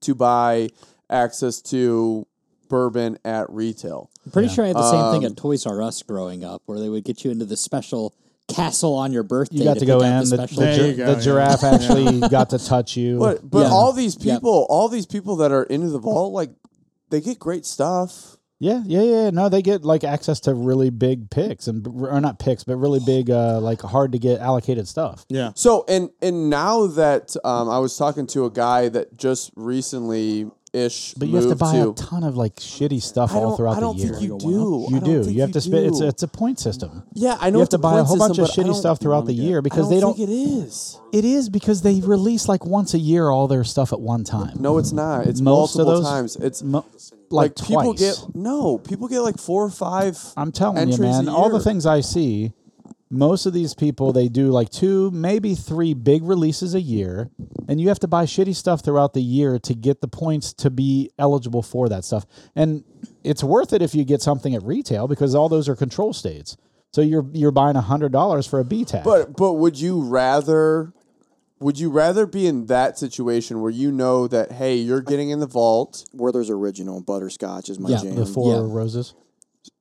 [SPEAKER 3] to buy access to bourbon at retail.
[SPEAKER 4] I'm pretty sure I had the same thing
[SPEAKER 3] Um,
[SPEAKER 4] at Toys R Us growing up, where they would get you into the special castle on your birthday.
[SPEAKER 1] you got to,
[SPEAKER 4] pick
[SPEAKER 1] go
[SPEAKER 4] out
[SPEAKER 1] in. The,
[SPEAKER 4] The
[SPEAKER 1] the,
[SPEAKER 4] special
[SPEAKER 2] There
[SPEAKER 1] gi-
[SPEAKER 2] you go,
[SPEAKER 1] the
[SPEAKER 2] yeah.
[SPEAKER 1] giraffe actually got to touch
[SPEAKER 3] (laughs)
[SPEAKER 1] you.
[SPEAKER 3] But but
[SPEAKER 4] Yeah.
[SPEAKER 3] all these
[SPEAKER 4] Yeah.
[SPEAKER 3] people, all these people that are into the vault, like they get great stuff.
[SPEAKER 1] yeah, yeah, yeah. No, they get like access to really big picks and or not picks, but really big, uh, like hard to get allocated stuff.
[SPEAKER 2] Yeah,
[SPEAKER 3] So and and now that um, I was talking to a guy that just recently ish,
[SPEAKER 1] But you have to buy a ton of like shitty stuff
[SPEAKER 3] I
[SPEAKER 1] all
[SPEAKER 3] don't,
[SPEAKER 1] throughout
[SPEAKER 3] I don't
[SPEAKER 1] the year.
[SPEAKER 3] think you do. I
[SPEAKER 1] You
[SPEAKER 3] don't
[SPEAKER 1] do.
[SPEAKER 3] think
[SPEAKER 1] You have to spend. It's
[SPEAKER 3] do.
[SPEAKER 1] it's a point system.
[SPEAKER 3] yeah, I
[SPEAKER 1] You have
[SPEAKER 3] know what
[SPEAKER 1] to
[SPEAKER 3] the
[SPEAKER 1] buy a
[SPEAKER 3] point
[SPEAKER 1] whole bunch
[SPEAKER 3] system,
[SPEAKER 1] of
[SPEAKER 3] but I
[SPEAKER 1] shitty
[SPEAKER 3] don't-
[SPEAKER 1] stuff throughout the year because they don't.
[SPEAKER 3] think it is.
[SPEAKER 1] It is because they release like once a year all their stuff at one time.
[SPEAKER 3] No, it's not. It's
[SPEAKER 1] Most of
[SPEAKER 3] multiple
[SPEAKER 1] those-
[SPEAKER 3] times. It's
[SPEAKER 1] Mo-
[SPEAKER 3] like,
[SPEAKER 1] like, twice.
[SPEAKER 3] people get no. People get like four or five.
[SPEAKER 1] I'm telling you,
[SPEAKER 3] entries
[SPEAKER 1] man.
[SPEAKER 3] a
[SPEAKER 1] All the
[SPEAKER 3] year.
[SPEAKER 1] things I see, most of these people they do like two, maybe three big releases a year, and you have to buy shitty stuff throughout the year to get the points to be eligible for that stuff. And it's worth it if you get something at retail because all those are control states. So you're you're buying hundred dollars for a B tag.
[SPEAKER 3] But but would you rather? Would you rather be in that situation where you know that hey, you're getting in the vault,
[SPEAKER 5] Werther's original butterscotch is my
[SPEAKER 4] Yeah,
[SPEAKER 5] jam.
[SPEAKER 1] the four
[SPEAKER 4] Yeah.
[SPEAKER 1] roses.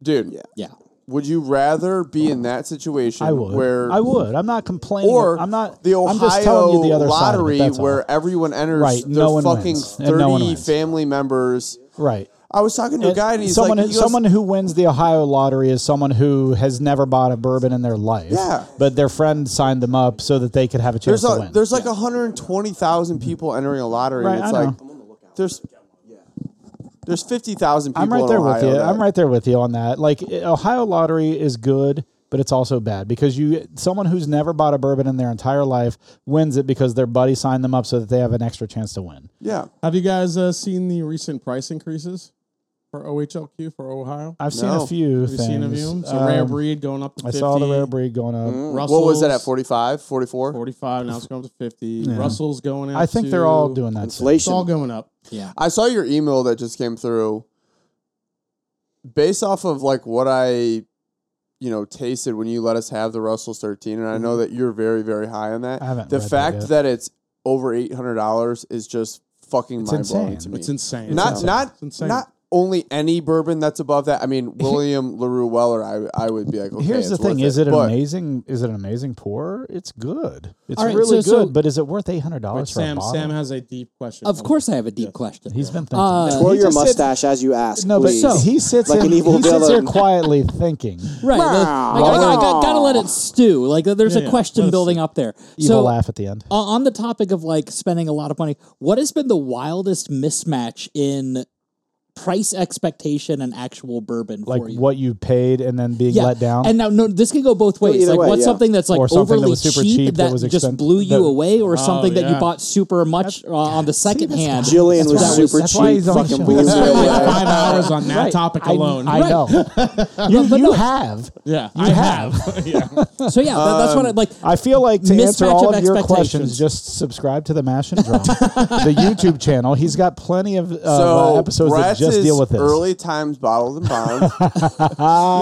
[SPEAKER 3] dude?
[SPEAKER 4] Yeah.
[SPEAKER 3] Would you rather be in that situation
[SPEAKER 1] I would.
[SPEAKER 3] where
[SPEAKER 1] I would. I'm not complaining.
[SPEAKER 3] or
[SPEAKER 1] I'm not.
[SPEAKER 3] the
[SPEAKER 1] I'm
[SPEAKER 3] Ohio
[SPEAKER 1] just telling you the other side of it,
[SPEAKER 3] lottery
[SPEAKER 1] that's all.
[SPEAKER 3] where everyone enters
[SPEAKER 1] Right,
[SPEAKER 3] their
[SPEAKER 1] no one
[SPEAKER 3] fucking
[SPEAKER 1] wins, and
[SPEAKER 3] thirty
[SPEAKER 1] no one wins.
[SPEAKER 3] family members.
[SPEAKER 1] right.
[SPEAKER 3] I was talking to a guy and he's
[SPEAKER 1] someone,
[SPEAKER 3] like, he goes,
[SPEAKER 1] someone who wins the Ohio lottery is someone who has never bought a bourbon in their life.
[SPEAKER 3] Yeah.
[SPEAKER 1] But their friend signed them up so that they could have a chance
[SPEAKER 3] There's
[SPEAKER 1] to
[SPEAKER 3] a,
[SPEAKER 1] win.
[SPEAKER 3] there's like 120,000 people entering a lottery.
[SPEAKER 1] Right,
[SPEAKER 3] and
[SPEAKER 1] I
[SPEAKER 3] it's
[SPEAKER 1] know.
[SPEAKER 3] like there's there's 50,000 people.
[SPEAKER 1] I'm right
[SPEAKER 3] in
[SPEAKER 1] there
[SPEAKER 3] Ohio
[SPEAKER 1] with you.
[SPEAKER 3] that-
[SPEAKER 1] I'm right there with you on that. Like i- Ohio lottery is good, but it's also bad because you someone who's never bought a bourbon in their entire life wins it because their buddy signed them up so that they have an extra chance to win.
[SPEAKER 3] Yeah,
[SPEAKER 2] have you guys uh, seen the recent price increases for OHLQ for Ohio?
[SPEAKER 1] I've seen
[SPEAKER 3] No.
[SPEAKER 1] a few
[SPEAKER 2] Have you
[SPEAKER 1] things.
[SPEAKER 2] seen any of them? So rare
[SPEAKER 1] Um,
[SPEAKER 2] breed going up to
[SPEAKER 1] I
[SPEAKER 2] 50.
[SPEAKER 1] saw the rare breed going up.
[SPEAKER 2] Russell's,
[SPEAKER 3] what was that at 45, 44?
[SPEAKER 2] 45, now it's going up to 50. Russell's going out
[SPEAKER 1] I think they're
[SPEAKER 2] to-
[SPEAKER 1] all doing that. stuff.
[SPEAKER 2] It's
[SPEAKER 5] Inflation.
[SPEAKER 2] all going up.
[SPEAKER 4] Yeah.
[SPEAKER 3] I saw your email that just came through. Based off of like what I, you know, tasted when you let us have the Russell's 13, and I know that you're very very high on that.
[SPEAKER 1] Mm-hmm. I haven't
[SPEAKER 3] the
[SPEAKER 1] read that
[SPEAKER 3] fact
[SPEAKER 1] yet.
[SPEAKER 3] that, it's over eight hundred dollars is just fucking
[SPEAKER 1] It's
[SPEAKER 3] mind blowing
[SPEAKER 1] insane.
[SPEAKER 3] to me.
[SPEAKER 2] It's insane.
[SPEAKER 3] not
[SPEAKER 2] It's insane.
[SPEAKER 3] not
[SPEAKER 2] It's insane.
[SPEAKER 3] not only any bourbon that's above that.
[SPEAKER 1] (laughs)
[SPEAKER 3] I mean, William Larue Weller, I I would be like, okay,
[SPEAKER 1] Here's the
[SPEAKER 3] it's
[SPEAKER 1] thing:
[SPEAKER 3] worth
[SPEAKER 1] is it an
[SPEAKER 3] But
[SPEAKER 1] amazing? Is it an amazing pour? It's good. It's
[SPEAKER 4] All right,
[SPEAKER 1] really
[SPEAKER 4] so- so-
[SPEAKER 1] good. but is it worth eight hundred
[SPEAKER 2] Wait,
[SPEAKER 1] dollars for a
[SPEAKER 2] Sam,
[SPEAKER 1] bottle?
[SPEAKER 2] Sam has a deep question.
[SPEAKER 4] Of course, I have a deep question.
[SPEAKER 1] He's been thinking.
[SPEAKER 4] Uh,
[SPEAKER 5] Twirl
[SPEAKER 1] He
[SPEAKER 5] your
[SPEAKER 1] just said-
[SPEAKER 5] mustache as you ask.
[SPEAKER 1] no, but
[SPEAKER 5] please.
[SPEAKER 1] so he sits
[SPEAKER 5] Like
[SPEAKER 1] in-
[SPEAKER 5] an evil
[SPEAKER 1] he sits here
[SPEAKER 5] villain.
[SPEAKER 1] quietly
[SPEAKER 4] (laughs)
[SPEAKER 1] thinking.
[SPEAKER 4] Right. like, I, I- I- I got, gotta let it stew. Like, there's
[SPEAKER 2] yeah.
[SPEAKER 4] a question building up there.
[SPEAKER 1] Evil
[SPEAKER 4] so,
[SPEAKER 1] laugh at the end.
[SPEAKER 4] o- on the topic of like spending a lot of money, what has been the wildest mismatch in price expectation and actual bourbon
[SPEAKER 1] Like
[SPEAKER 4] for you?
[SPEAKER 1] what you paid and then being
[SPEAKER 4] yeah.
[SPEAKER 1] let down.
[SPEAKER 4] And now, no, this can go both ways.
[SPEAKER 5] either
[SPEAKER 4] Like,
[SPEAKER 5] way,
[SPEAKER 4] what's
[SPEAKER 5] yeah.
[SPEAKER 4] something that's like
[SPEAKER 1] Or something that
[SPEAKER 4] overly
[SPEAKER 1] was super
[SPEAKER 4] cheap,
[SPEAKER 1] cheap that
[SPEAKER 4] that,
[SPEAKER 1] was
[SPEAKER 4] just
[SPEAKER 1] expen-
[SPEAKER 4] blew you
[SPEAKER 1] that-
[SPEAKER 4] away, or something that
[SPEAKER 2] yeah.
[SPEAKER 4] you bought super much uh, on the second hand?
[SPEAKER 5] Jillian
[SPEAKER 1] That's
[SPEAKER 5] was
[SPEAKER 1] why-
[SPEAKER 5] super
[SPEAKER 1] that's why
[SPEAKER 5] cheap.
[SPEAKER 1] he's on the
[SPEAKER 5] Fucking
[SPEAKER 1] show.
[SPEAKER 5] blew me
[SPEAKER 1] That's
[SPEAKER 2] like
[SPEAKER 5] away.
[SPEAKER 2] five hours on that
[SPEAKER 1] Right.
[SPEAKER 2] topic
[SPEAKER 1] I-
[SPEAKER 2] alone.
[SPEAKER 1] I, know. (laughs) you you have.
[SPEAKER 2] yeah, I have. (laughs) yeah.
[SPEAKER 4] So yeah, that, that's what I like.
[SPEAKER 1] I feel like to answer
[SPEAKER 4] Mismatch
[SPEAKER 1] all
[SPEAKER 4] of
[SPEAKER 1] of your questions,
[SPEAKER 4] expectations.
[SPEAKER 1] just subscribe to the Mash and
[SPEAKER 4] (laughs)
[SPEAKER 1] Drum, the YouTube channel. He's got plenty of uh,
[SPEAKER 3] So
[SPEAKER 1] episodes
[SPEAKER 3] Brett's
[SPEAKER 1] that just
[SPEAKER 3] is
[SPEAKER 1] deal with this.
[SPEAKER 3] early times bottled and
[SPEAKER 1] (laughs)
[SPEAKER 3] bond.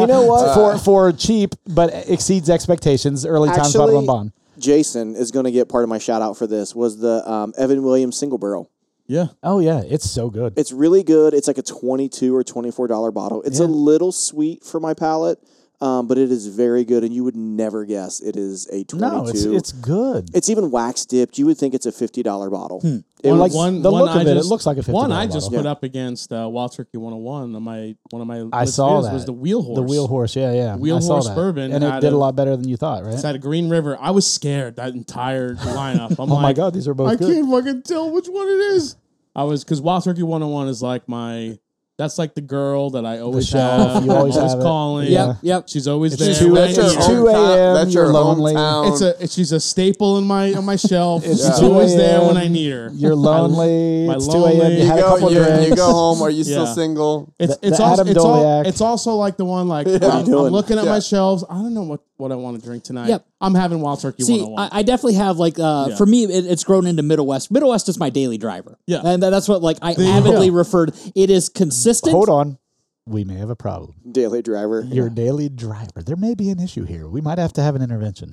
[SPEAKER 1] you know what? for for cheap but exceeds expectations. Early times bottle and bond.
[SPEAKER 5] Jason is going to get part of my shout out for this. Was the um, Evan Williams single barrel?
[SPEAKER 2] yeah.
[SPEAKER 1] Oh yeah, it's so good.
[SPEAKER 5] It's really good. It's like a twenty-two or twenty-four dollar bottle. It's a little sweet for my palate. um, but it is very good, and you would never guess it is a twenty-two.
[SPEAKER 1] No, it's it's good.
[SPEAKER 5] It's even wax dipped. You would think it's a fifty dollar bottle.
[SPEAKER 1] (laughs)
[SPEAKER 5] It
[SPEAKER 1] Like
[SPEAKER 5] was-
[SPEAKER 1] the look
[SPEAKER 2] I
[SPEAKER 1] of it, it
[SPEAKER 2] just-
[SPEAKER 1] looks like a $50
[SPEAKER 2] One I just
[SPEAKER 1] bottle.
[SPEAKER 2] put up against uh, Wild Turkey 101 on my one of my
[SPEAKER 1] I
[SPEAKER 2] list
[SPEAKER 1] saw
[SPEAKER 2] videos
[SPEAKER 1] that
[SPEAKER 2] was the wheel horse.
[SPEAKER 1] The wheel horse, yeah, yeah.
[SPEAKER 2] Wheel
[SPEAKER 1] I saw
[SPEAKER 2] horse
[SPEAKER 1] that.
[SPEAKER 2] bourbon
[SPEAKER 1] and it
[SPEAKER 2] out
[SPEAKER 1] did a
[SPEAKER 2] of-
[SPEAKER 1] lot better than you thought, right?
[SPEAKER 2] It's out of Green River. I was scared that
[SPEAKER 1] (laughs)
[SPEAKER 2] entire lineup. I'm
[SPEAKER 1] Oh
[SPEAKER 2] like,
[SPEAKER 1] my god, these are both
[SPEAKER 2] I
[SPEAKER 1] good.
[SPEAKER 2] can't fucking tell which one it is. I was because Wild Turkey 101 is like my. That's like the girl that I always
[SPEAKER 1] chef,
[SPEAKER 2] have.
[SPEAKER 1] you always
[SPEAKER 2] I'm always
[SPEAKER 1] have it.
[SPEAKER 2] calling.
[SPEAKER 1] Yeah.
[SPEAKER 4] Yep.
[SPEAKER 2] She's always
[SPEAKER 1] It's
[SPEAKER 2] there.
[SPEAKER 1] two-
[SPEAKER 2] right?
[SPEAKER 1] it's
[SPEAKER 3] your
[SPEAKER 1] It's
[SPEAKER 2] Yeah.
[SPEAKER 1] two-
[SPEAKER 3] hometown-
[SPEAKER 1] 2 a.m.,
[SPEAKER 3] That's your
[SPEAKER 1] you're lonely.
[SPEAKER 3] hometown.
[SPEAKER 2] It's a she's a staple in my on my shelf.
[SPEAKER 1] It's
[SPEAKER 2] She's
[SPEAKER 1] 2
[SPEAKER 2] always there
[SPEAKER 1] a.m..
[SPEAKER 2] when I need her.
[SPEAKER 1] (laughs) You're lonely.
[SPEAKER 2] my
[SPEAKER 1] it's two a.m.
[SPEAKER 2] lonely-
[SPEAKER 1] You
[SPEAKER 3] you,
[SPEAKER 1] had a
[SPEAKER 3] go,
[SPEAKER 1] couple
[SPEAKER 3] you,
[SPEAKER 1] drinks.
[SPEAKER 3] you go home. Are you still
[SPEAKER 2] Yeah.
[SPEAKER 3] single?
[SPEAKER 2] It's
[SPEAKER 1] The-
[SPEAKER 2] it's
[SPEAKER 1] the
[SPEAKER 2] also
[SPEAKER 1] Adam
[SPEAKER 2] it's, all,
[SPEAKER 1] Doliak.
[SPEAKER 2] it's also like the one like
[SPEAKER 3] What are you
[SPEAKER 2] I'm, I'm
[SPEAKER 5] doing?
[SPEAKER 2] looking at my
[SPEAKER 3] Yeah.
[SPEAKER 2] shelves. I don't know what, what I want to drink tonight.
[SPEAKER 4] Yep.
[SPEAKER 2] I'm having Wild Turkey
[SPEAKER 4] See,
[SPEAKER 2] 101.
[SPEAKER 4] I, I definitely have like uh,
[SPEAKER 2] Yeah.
[SPEAKER 4] for me, it, it's grown into Middle West. Middle West is my daily driver.
[SPEAKER 2] Yeah.
[SPEAKER 4] and that- that's what like I
[SPEAKER 2] you
[SPEAKER 4] avidly
[SPEAKER 2] go.
[SPEAKER 4] referred. It is consistent.
[SPEAKER 1] (laughs) Hold on, we may have a problem.
[SPEAKER 5] Daily Driver.
[SPEAKER 1] Your daily driver. There may be an issue here. We might have to have an intervention.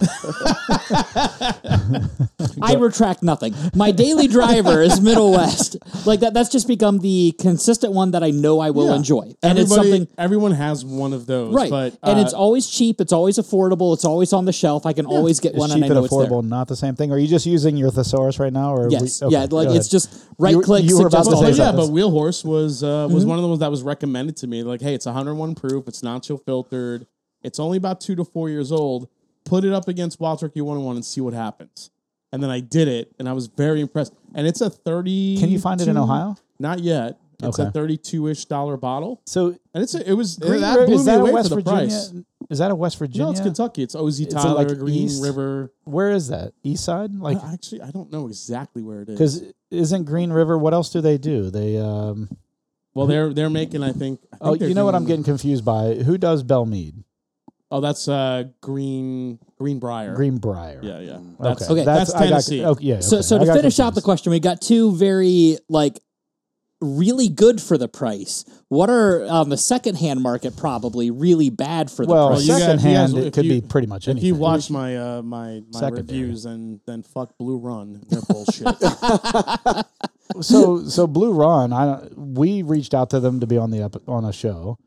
[SPEAKER 4] I retract nothing. My daily driver is Middle West. Like that. That's just become the consistent one that I know I will enjoy, and it's
[SPEAKER 2] Everybody-
[SPEAKER 4] something
[SPEAKER 2] everyone has one of those,
[SPEAKER 4] right.
[SPEAKER 2] But
[SPEAKER 4] and
[SPEAKER 2] uh,
[SPEAKER 4] it's always cheap. It's always affordable. It's always on the shelf. I can always get
[SPEAKER 1] It's
[SPEAKER 4] one,
[SPEAKER 1] cheap
[SPEAKER 4] and I know
[SPEAKER 1] and affordable, not the same thing. Are you just using your thesaurus right now? Or
[SPEAKER 4] it's there. Yes.
[SPEAKER 1] we, okay,
[SPEAKER 4] yeah. Like
[SPEAKER 1] go
[SPEAKER 4] it's
[SPEAKER 1] ahead.
[SPEAKER 4] just right click.
[SPEAKER 1] you were about
[SPEAKER 4] suggest
[SPEAKER 1] to say
[SPEAKER 4] all
[SPEAKER 2] But
[SPEAKER 4] that.
[SPEAKER 2] Oh, yeah,
[SPEAKER 1] something.
[SPEAKER 2] but Wheel Horse was uh, was
[SPEAKER 1] Mm-hmm.
[SPEAKER 2] one of the ones that was recommended to me. Like, hey, it's 101 proof. It's not chill filtered. It's only about two to four years old. Put it up against Wild Turkey 101 and see what happens. And then I did it, and I was very impressed. And it's a 30.
[SPEAKER 1] Can you find it in Ohio?
[SPEAKER 2] Not yet. It's
[SPEAKER 1] Okay.
[SPEAKER 2] a 32 ish dollar bottle.
[SPEAKER 1] So
[SPEAKER 2] And it's a, it was
[SPEAKER 1] Green
[SPEAKER 2] that
[SPEAKER 1] River-
[SPEAKER 2] blew
[SPEAKER 1] is
[SPEAKER 2] me
[SPEAKER 1] that a
[SPEAKER 2] away
[SPEAKER 1] West
[SPEAKER 2] for the
[SPEAKER 1] Virginia?
[SPEAKER 2] price.
[SPEAKER 1] Is that a West Virginia?
[SPEAKER 2] No, it's Kentucky. It's OZ
[SPEAKER 1] It's in,
[SPEAKER 2] Tyler,
[SPEAKER 1] like,
[SPEAKER 2] Green
[SPEAKER 1] East?
[SPEAKER 2] River.
[SPEAKER 1] Where is that? East side? Like,
[SPEAKER 2] I actually I don't know exactly where it is.
[SPEAKER 1] because isn't Green River? What else do they do? They um.
[SPEAKER 2] Well, they're they're making I think. I think
[SPEAKER 1] Oh,
[SPEAKER 2] they're
[SPEAKER 1] you know what I'm
[SPEAKER 2] doing-
[SPEAKER 1] getting confused by? Who does Bellmead?
[SPEAKER 2] Oh, that's uh Green Greenbrier.
[SPEAKER 1] Greenbrier.
[SPEAKER 2] Yeah, yeah.
[SPEAKER 1] Okay.
[SPEAKER 2] That's
[SPEAKER 4] Okay.
[SPEAKER 2] That's
[SPEAKER 1] I got-
[SPEAKER 2] Tennessee.
[SPEAKER 1] okay, yeah,
[SPEAKER 4] So,
[SPEAKER 1] okay.
[SPEAKER 4] so
[SPEAKER 1] I
[SPEAKER 4] to
[SPEAKER 1] got
[SPEAKER 4] finish out the
[SPEAKER 1] confused.
[SPEAKER 4] question, we got two very like really good for the price. What are on the secondhand market probably really bad for the
[SPEAKER 1] Well,
[SPEAKER 4] price?
[SPEAKER 2] you guys- you guys-
[SPEAKER 1] secondhand,
[SPEAKER 2] if
[SPEAKER 1] it could
[SPEAKER 2] you-
[SPEAKER 1] be pretty much
[SPEAKER 2] if
[SPEAKER 1] anything.
[SPEAKER 2] you watch my uh my, my
[SPEAKER 1] Secondary.
[SPEAKER 2] reviews and then fuck Blue Run, they're
[SPEAKER 1] (laughs)
[SPEAKER 2] bullshit.
[SPEAKER 1] so so Blue Ron, I we reached out to them to be on the ep- on a show.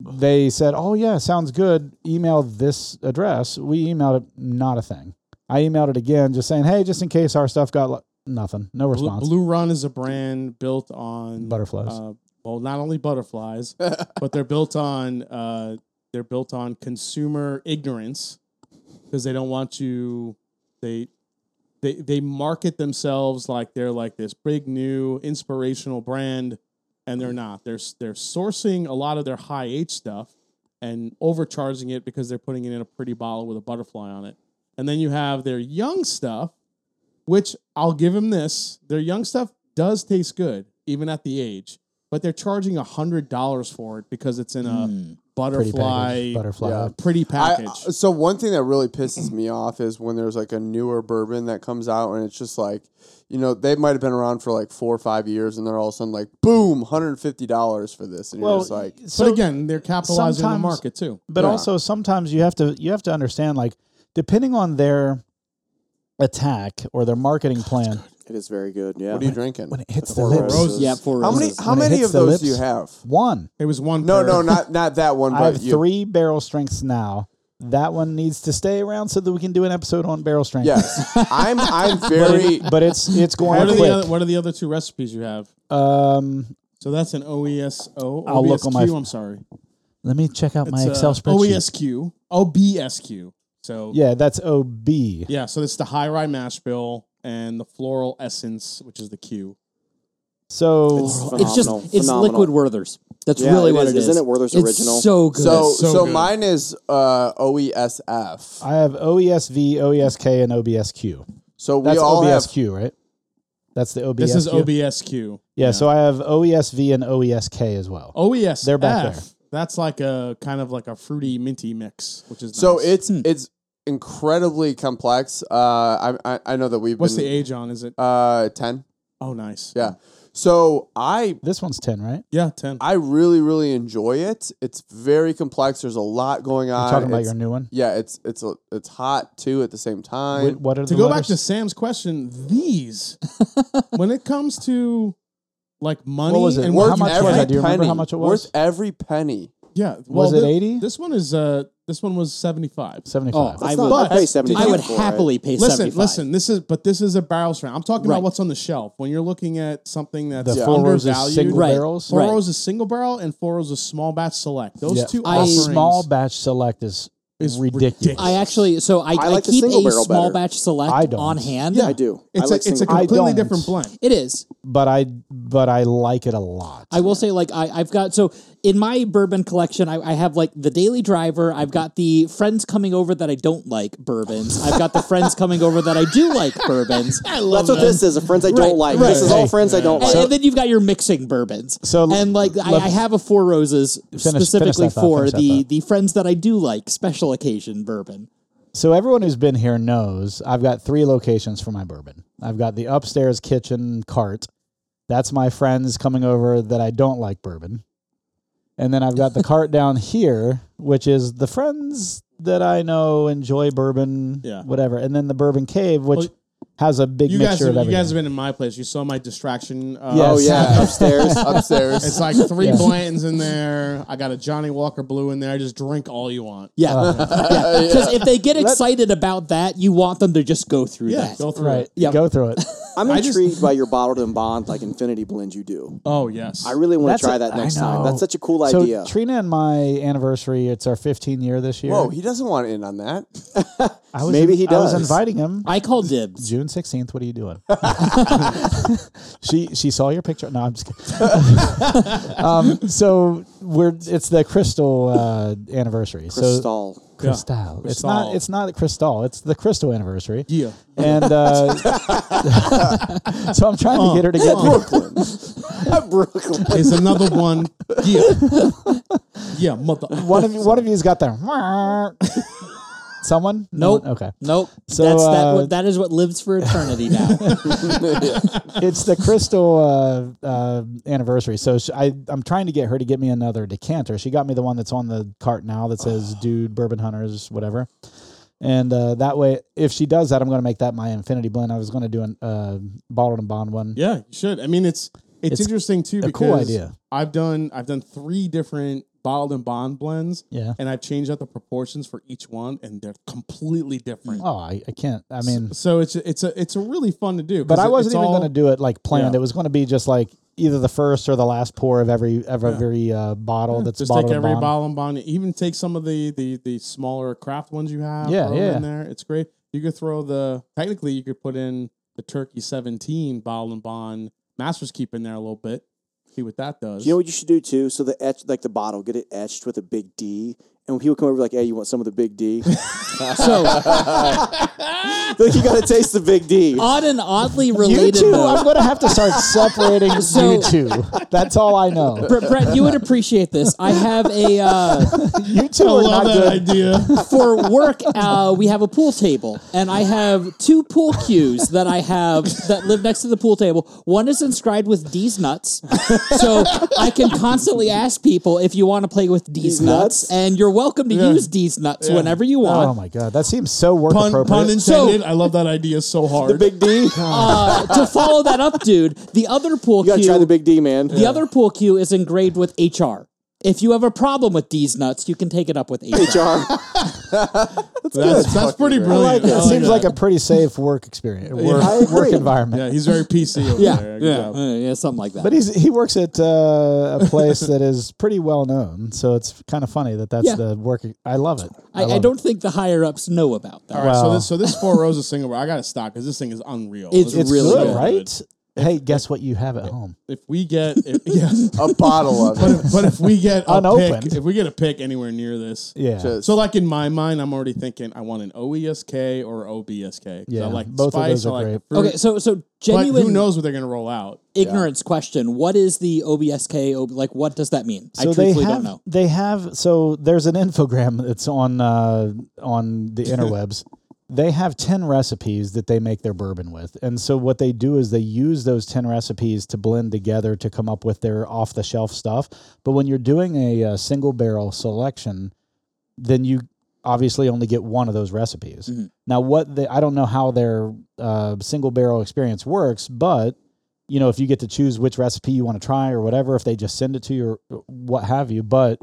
[SPEAKER 1] They said, "Oh yeah, sounds good. Email this address." We emailed it, not a thing. I emailed it again, just saying, "Hey, just in case our stuff got lo-" nothing, no
[SPEAKER 2] Blue,
[SPEAKER 1] response."
[SPEAKER 2] Blue Run is a brand built on
[SPEAKER 1] Butterflies.
[SPEAKER 2] Uh, well, not only
[SPEAKER 1] (laughs)
[SPEAKER 2] butterflies, but they're built on uh, they're built on consumer ignorance because they don't want you. They they they market themselves like they're like this big new inspirational brand, and
[SPEAKER 1] Mm.
[SPEAKER 2] they're not. They're s- they're sourcing a lot of their high H stuff and overcharging it because they're putting it in a pretty bottle with a butterfly on it. And then you have their young stuff, which I'll give them this. Their young stuff does taste good, even at the age, but they're charging $100 for it because it's in a
[SPEAKER 1] Hmm. Pretty
[SPEAKER 2] butterfly,
[SPEAKER 1] package, butterfly.
[SPEAKER 3] yeah.
[SPEAKER 2] pretty
[SPEAKER 3] I,
[SPEAKER 2] package.
[SPEAKER 3] so one thing that really pisses me off is when there's like a newer bourbon that comes out and it's just like, you know, they might have been around for like four or five years and they're all of a sudden like, boom, hundred and fifty dollars for this, and you're just like,
[SPEAKER 1] so-
[SPEAKER 2] but again, they're capitalizing on the
[SPEAKER 1] sometimes-
[SPEAKER 2] market too.
[SPEAKER 1] but
[SPEAKER 3] Yeah.
[SPEAKER 1] also sometimes you have to you have to understand like depending on their attack or their marketing plan
[SPEAKER 5] It is very good. Yeah.
[SPEAKER 3] what are you drinking?
[SPEAKER 1] when it hits the
[SPEAKER 5] Four
[SPEAKER 1] lips.
[SPEAKER 5] roses.
[SPEAKER 4] yeah, for
[SPEAKER 3] How many? How
[SPEAKER 1] When it
[SPEAKER 3] many
[SPEAKER 1] hits
[SPEAKER 3] of
[SPEAKER 1] the
[SPEAKER 3] those do you
[SPEAKER 1] lips.
[SPEAKER 3] have?
[SPEAKER 1] One.
[SPEAKER 2] It was one.
[SPEAKER 3] No,
[SPEAKER 2] per-
[SPEAKER 3] no, not not that
[SPEAKER 1] (laughs)
[SPEAKER 3] one.
[SPEAKER 1] I have
[SPEAKER 3] but you,
[SPEAKER 1] three barrel strength now. That one needs to stay around so that we can do an episode on barrel strength.
[SPEAKER 3] Yes, I'm.
[SPEAKER 1] (laughs)
[SPEAKER 3] I'm very.
[SPEAKER 1] but
[SPEAKER 3] (laughs)
[SPEAKER 1] it's it's going
[SPEAKER 2] What are,
[SPEAKER 1] quick.
[SPEAKER 2] the other, what are the other two recipes you have?
[SPEAKER 1] um,
[SPEAKER 2] So that's an E OESO.
[SPEAKER 1] I'll look on my-
[SPEAKER 2] OBSQ, I'm sorry.
[SPEAKER 1] let me check out my
[SPEAKER 2] It's, uh,
[SPEAKER 1] Excel spreadsheet.
[SPEAKER 2] OESQ. OBSQ. So
[SPEAKER 1] Yeah, that's OB.
[SPEAKER 2] Yeah, so it's the high rye mash bill and the floral essence, which is the Q.
[SPEAKER 1] So
[SPEAKER 4] it's just
[SPEAKER 5] Phenomenal,
[SPEAKER 4] it's
[SPEAKER 5] phenomenal.
[SPEAKER 4] liquid Werther's. That's
[SPEAKER 5] Yeah,
[SPEAKER 4] really
[SPEAKER 5] it
[SPEAKER 4] what
[SPEAKER 5] is.
[SPEAKER 4] it is.
[SPEAKER 5] Isn't it Werther's
[SPEAKER 4] It's
[SPEAKER 5] original?
[SPEAKER 4] So good.
[SPEAKER 3] So
[SPEAKER 2] so
[SPEAKER 3] so,
[SPEAKER 2] good.
[SPEAKER 3] mine is uh, OESF.
[SPEAKER 1] I have E OESV, OESK, and OBSQ.
[SPEAKER 3] So we
[SPEAKER 1] That's
[SPEAKER 3] all have.
[SPEAKER 1] OBSQ, right? That's the OBSQ.
[SPEAKER 2] This is OBSQ.
[SPEAKER 1] Yeah, so I have OESV and OESK as well.
[SPEAKER 2] OES.
[SPEAKER 1] They're back there.
[SPEAKER 2] E That's like a kind of like a fruity minty mix, which is
[SPEAKER 3] So
[SPEAKER 2] nice.
[SPEAKER 3] it's
[SPEAKER 1] Hmm.
[SPEAKER 3] it's incredibly complex. Uh, I, I I know that we've
[SPEAKER 2] what's the
[SPEAKER 3] been
[SPEAKER 2] age on? Is it
[SPEAKER 3] uh ten.
[SPEAKER 2] oh nice?
[SPEAKER 1] Hmm.
[SPEAKER 3] Yeah. So I
[SPEAKER 1] This one's 10, right?
[SPEAKER 2] yeah, ten.
[SPEAKER 3] I really really enjoy it. It's very complex. There's a lot going on.
[SPEAKER 1] You're talking about
[SPEAKER 3] Uh, It's-
[SPEAKER 1] your new one.
[SPEAKER 3] yeah, it's it's a, it's hot too at the same
[SPEAKER 1] Wh-
[SPEAKER 3] time.
[SPEAKER 1] What are
[SPEAKER 2] to
[SPEAKER 1] the
[SPEAKER 2] go back
[SPEAKER 1] letters?
[SPEAKER 2] to Sam's question,
[SPEAKER 1] (laughs)
[SPEAKER 2] these when it comes to like money
[SPEAKER 1] was it?
[SPEAKER 2] and
[SPEAKER 1] How
[SPEAKER 3] Worth
[SPEAKER 1] much was
[SPEAKER 3] every
[SPEAKER 1] it? Do you remember
[SPEAKER 3] penny.
[SPEAKER 1] how much it was? (laughs)
[SPEAKER 3] Worth every penny.
[SPEAKER 2] Yeah.
[SPEAKER 1] Was it
[SPEAKER 2] thi-
[SPEAKER 1] 80?
[SPEAKER 2] This one is uh this one was 75.
[SPEAKER 1] 75.
[SPEAKER 5] That's
[SPEAKER 4] I
[SPEAKER 5] not,
[SPEAKER 4] would-
[SPEAKER 5] I'd pay 75
[SPEAKER 4] I would
[SPEAKER 5] for it.
[SPEAKER 4] happily pay
[SPEAKER 2] Listen,
[SPEAKER 4] 75.
[SPEAKER 2] listen. This is but this is a barrel strand. I'm talking
[SPEAKER 4] Right.
[SPEAKER 2] about what's on the shelf. When you're looking at something that's
[SPEAKER 1] The
[SPEAKER 2] yeah.
[SPEAKER 1] four rows
[SPEAKER 2] undervalued,
[SPEAKER 1] is single
[SPEAKER 4] Right.
[SPEAKER 1] barrels.
[SPEAKER 4] Right.
[SPEAKER 2] four rows is single barrel and four rows is small batch select. Those
[SPEAKER 1] Yeah.
[SPEAKER 2] two
[SPEAKER 1] A
[SPEAKER 2] offerings
[SPEAKER 1] small batch select is,
[SPEAKER 2] is
[SPEAKER 1] ridiculous.
[SPEAKER 4] I actually, so I, I,
[SPEAKER 5] like the
[SPEAKER 4] keep a
[SPEAKER 5] single barrel
[SPEAKER 4] small
[SPEAKER 5] better.
[SPEAKER 4] batch select
[SPEAKER 1] I don't.
[SPEAKER 4] on hand.
[SPEAKER 5] I do. I
[SPEAKER 2] It's
[SPEAKER 5] like
[SPEAKER 2] a it's a
[SPEAKER 5] single-
[SPEAKER 1] I
[SPEAKER 2] completely
[SPEAKER 1] don't.
[SPEAKER 2] different blend.
[SPEAKER 4] It is.
[SPEAKER 1] but I but I like it a lot.
[SPEAKER 4] I will say, like, I, I've got so in my bourbon collection, I, I have like the Daily Driver. I've got the friends coming over that I don't like bourbons. I've got the friends coming over that I
[SPEAKER 5] (laughs)
[SPEAKER 4] do like bourbons. I
[SPEAKER 5] That's what this is. A friends I
[SPEAKER 4] Right,
[SPEAKER 5] don't like.
[SPEAKER 4] right.
[SPEAKER 5] This is
[SPEAKER 1] Hey,
[SPEAKER 5] all friends I don't
[SPEAKER 4] And,
[SPEAKER 5] like.
[SPEAKER 4] and then you've got your mixing bourbons.
[SPEAKER 1] So,
[SPEAKER 4] and like I,
[SPEAKER 1] let-
[SPEAKER 4] I have a Four Roses
[SPEAKER 1] finish
[SPEAKER 4] specifically
[SPEAKER 1] that thought,
[SPEAKER 4] for
[SPEAKER 1] finish that
[SPEAKER 4] the
[SPEAKER 1] thought.
[SPEAKER 4] the friends that I do like special occasion bourbon.
[SPEAKER 1] So everyone who's been here knows I've got three locations for my bourbon. I've got the upstairs kitchen cart. That's my friends coming over that I don't like bourbon. And then I've got the
[SPEAKER 4] (laughs)
[SPEAKER 1] cart down here, which is the friends that I know enjoy bourbon,
[SPEAKER 2] Yeah.
[SPEAKER 1] whatever. And then the bourbon cave, which
[SPEAKER 2] Well,
[SPEAKER 1] has a big
[SPEAKER 2] You
[SPEAKER 1] mixture
[SPEAKER 2] guys,
[SPEAKER 1] of
[SPEAKER 2] have, you
[SPEAKER 1] everything.
[SPEAKER 2] guys have been in my place. You saw my distraction. Uh,
[SPEAKER 1] Yes.
[SPEAKER 5] oh yeah, upstairs.
[SPEAKER 3] upstairs.
[SPEAKER 2] It's
[SPEAKER 1] (laughs)
[SPEAKER 2] like three Blantons in there. I got a Johnny Walker Blue in there. Just drink all you want.
[SPEAKER 4] Yeah,
[SPEAKER 1] Uh-huh.
[SPEAKER 5] (laughs)
[SPEAKER 4] because if they get excited about that, you want them to just go through that.
[SPEAKER 2] go through
[SPEAKER 1] right.
[SPEAKER 2] it.
[SPEAKER 4] Yep.
[SPEAKER 1] Go through
[SPEAKER 2] (laughs)
[SPEAKER 1] it.
[SPEAKER 5] I'm
[SPEAKER 2] just-
[SPEAKER 5] intrigued by your bottled and bond like infinity blend you do.
[SPEAKER 2] Oh yes.
[SPEAKER 5] I really want
[SPEAKER 1] That's
[SPEAKER 5] to try
[SPEAKER 1] a-
[SPEAKER 5] that
[SPEAKER 1] I
[SPEAKER 5] next time.
[SPEAKER 1] know.
[SPEAKER 5] That's such a cool
[SPEAKER 1] so
[SPEAKER 5] idea.
[SPEAKER 1] Trina and my anniversary, it's our 15 year this year.
[SPEAKER 3] Whoa, he doesn't want in on that.
[SPEAKER 1] I was
[SPEAKER 5] Maybe he
[SPEAKER 1] I
[SPEAKER 5] does.
[SPEAKER 1] was inviting him.
[SPEAKER 4] I call dibs.
[SPEAKER 1] June sixteenth. What are you
[SPEAKER 5] (laughs)
[SPEAKER 1] doing? (laughs) she she saw your picture. No, I'm just kidding. (laughs) um, so we're it's the crystal uh, anniversary. So
[SPEAKER 5] Crystal.
[SPEAKER 1] crystal. It's not
[SPEAKER 2] Cristal.
[SPEAKER 1] it's not crystal. It's the crystal anniversary.
[SPEAKER 2] Yeah.
[SPEAKER 1] And
[SPEAKER 5] (laughs)
[SPEAKER 1] uh, (laughs) so I'm trying to get her to get me.
[SPEAKER 5] Brooklyn. (laughs) Brooklyn.
[SPEAKER 2] Is another one. Yeah.
[SPEAKER 1] (laughs)
[SPEAKER 2] Yeah, mother.
[SPEAKER 1] One of one of you's got the (laughs) someone. No
[SPEAKER 4] Nope.
[SPEAKER 1] one? Okay.
[SPEAKER 4] Nope.
[SPEAKER 1] So,
[SPEAKER 4] That's that.
[SPEAKER 1] uh,
[SPEAKER 4] What, that is what lives for eternity now.
[SPEAKER 1] it's the crystal uh, uh, anniversary. So sh I, I'm trying to get her to get me another decanter. She got me the one that's on the cart now that says
[SPEAKER 2] Ah.
[SPEAKER 1] "Dude Bourbon Hunters" whatever. And uh, that way, if she does that, I'm going to make that my infinity blend. I was going to do a uh, bottled and bond one.
[SPEAKER 2] Yeah, you should. I mean, it's it's,
[SPEAKER 1] It's
[SPEAKER 2] interesting too
[SPEAKER 1] a
[SPEAKER 2] because
[SPEAKER 1] cool idea.
[SPEAKER 2] I've done I've done three different bottled and bond blends,
[SPEAKER 1] Yeah.
[SPEAKER 2] and I've changed out the proportions for each one, and they're completely different.
[SPEAKER 1] Oh, I, I can't. I mean,
[SPEAKER 2] So it's it's a it's a really fun to do.
[SPEAKER 1] but I wasn't even going to do it like planned.
[SPEAKER 2] Yeah.
[SPEAKER 1] It was going to be just like either the first or the last pour of every of every uh, bottle that's
[SPEAKER 2] Just
[SPEAKER 1] bottled
[SPEAKER 2] take
[SPEAKER 1] and
[SPEAKER 2] every
[SPEAKER 1] bond.
[SPEAKER 2] bottle and bond, even take some of the the the smaller craft ones you have.
[SPEAKER 1] Yeah,
[SPEAKER 2] throw them
[SPEAKER 1] yeah.
[SPEAKER 2] In there, it's great. You could throw the technically you could put in the Turkey Seventeen bottle and bond Masters Keep in there a little bit. See what that does.
[SPEAKER 5] Do you know what you should do too? So the etch, like the bottle, get it etched with a big D. And when people come over, like, hey, you want some of the
[SPEAKER 1] (laughs)
[SPEAKER 5] big D? (laughs)
[SPEAKER 4] so
[SPEAKER 5] like, you got to taste the big D.
[SPEAKER 4] on an oddly
[SPEAKER 1] You
[SPEAKER 4] related
[SPEAKER 1] two,
[SPEAKER 4] note,
[SPEAKER 1] I'm going to have to
[SPEAKER 2] (laughs)
[SPEAKER 1] start separating you two. That's all I know.
[SPEAKER 2] (laughs)
[SPEAKER 4] Brett, Brett, you would appreciate this. I have a uh,
[SPEAKER 1] You two
[SPEAKER 2] I
[SPEAKER 1] are not
[SPEAKER 2] love that
[SPEAKER 1] good. (laughs)
[SPEAKER 2] idea.
[SPEAKER 4] for work. Uh, we have a pool table, and I have two pool cues that I have that live next to the pool table. One is inscribed with D's nuts, so I can constantly ask people if you want to play with D's,
[SPEAKER 5] D's
[SPEAKER 4] nuts,
[SPEAKER 5] nuts?
[SPEAKER 4] and you're welcome to use D's nuts whenever you
[SPEAKER 1] Oh
[SPEAKER 4] want.
[SPEAKER 1] my god, that seems so work
[SPEAKER 2] pun,
[SPEAKER 1] appropriate.
[SPEAKER 2] pun intended. I love that idea so hard.
[SPEAKER 5] the big D?
[SPEAKER 4] Uh, to follow that up, dude, the other pool
[SPEAKER 5] you got to
[SPEAKER 4] cue.
[SPEAKER 5] try the big D, man. (laughs)
[SPEAKER 4] The other pool cue is engraved with HR. If you have a problem with these nuts, you can take it up with HR.
[SPEAKER 5] HR.
[SPEAKER 2] that's that's, pretty brilliant.
[SPEAKER 1] That
[SPEAKER 2] I like
[SPEAKER 1] seems
[SPEAKER 2] that.
[SPEAKER 1] like a pretty safe work experience, work,
[SPEAKER 5] I agree.
[SPEAKER 1] work environment.
[SPEAKER 2] yeah. He's very PC. Over
[SPEAKER 4] Yeah.
[SPEAKER 2] there.
[SPEAKER 4] Yeah. Uh, (laughs) yeah, something like that.
[SPEAKER 1] But he's he works at uh, a place that is pretty well known, so it's kind of funny that that's
[SPEAKER 4] Yeah.
[SPEAKER 1] the work. I love it.
[SPEAKER 4] I, I,
[SPEAKER 1] love
[SPEAKER 4] don't think the higher ups know about that.
[SPEAKER 2] All right. So
[SPEAKER 1] Wow.
[SPEAKER 2] this so this four roses single. bar, I got to stop because this thing is unreal.
[SPEAKER 4] It's
[SPEAKER 2] This
[SPEAKER 1] It.
[SPEAKER 2] is
[SPEAKER 1] It's
[SPEAKER 4] really
[SPEAKER 1] good,
[SPEAKER 4] good.
[SPEAKER 1] right? Hey, guess what you have at home?
[SPEAKER 2] If we get if, (laughs) yes,
[SPEAKER 3] a
[SPEAKER 1] (laughs)
[SPEAKER 3] bottle of
[SPEAKER 2] but
[SPEAKER 3] it.
[SPEAKER 2] if, but if we get a
[SPEAKER 1] Unopened.
[SPEAKER 2] pick, if we get a pick anywhere near this,
[SPEAKER 1] Yeah,
[SPEAKER 3] Just-
[SPEAKER 2] So like in my mind, I'm already thinking I want an OESK or OBSK. 'cause
[SPEAKER 1] Yeah,
[SPEAKER 2] I like the
[SPEAKER 1] both of
[SPEAKER 2] spice,
[SPEAKER 1] those are
[SPEAKER 2] I like the
[SPEAKER 1] great.
[SPEAKER 2] fruit.
[SPEAKER 4] Okay, so so
[SPEAKER 2] but
[SPEAKER 4] genuine
[SPEAKER 2] who knows what they're gonna roll out?
[SPEAKER 4] ignorance question. What is the OBSK? O- like, what does that mean? I
[SPEAKER 1] So they
[SPEAKER 4] truthfully
[SPEAKER 1] have
[SPEAKER 4] don't know.
[SPEAKER 1] they have so there's an infogram (laughs) that's on uh, on
[SPEAKER 4] (laughs)
[SPEAKER 1] the interwebs. They have ten recipes that they make their bourbon with, and so what they do is they use those ten recipes to blend together to come up with their off the shelf stuff. But when you're doing a, uh single barrel selection, then you obviously only get one of those recipes.
[SPEAKER 4] Mm-hmm.
[SPEAKER 1] Now, what they, I don't know how their uh, single barrel experience works, but you know, if you get to choose which recipe you want to try or whatever, if they just send it to you or what have you. But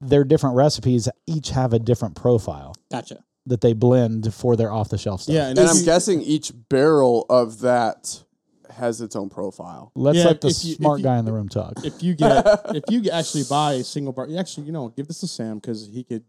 [SPEAKER 1] their different recipes each have a different profile
[SPEAKER 4] Gotcha.
[SPEAKER 1] that they blend for their off the shelf stuff.
[SPEAKER 2] Yeah, and,
[SPEAKER 3] And
[SPEAKER 2] if
[SPEAKER 3] I'm
[SPEAKER 2] you-
[SPEAKER 3] guessing each barrel of that has its own profile.
[SPEAKER 1] Let's
[SPEAKER 2] Yeah,
[SPEAKER 1] let the
[SPEAKER 2] if you- if
[SPEAKER 1] smart
[SPEAKER 2] you-
[SPEAKER 1] guy in the room talk.
[SPEAKER 2] if you get if you actually buy a single bar, actually you know give this to Sam because he could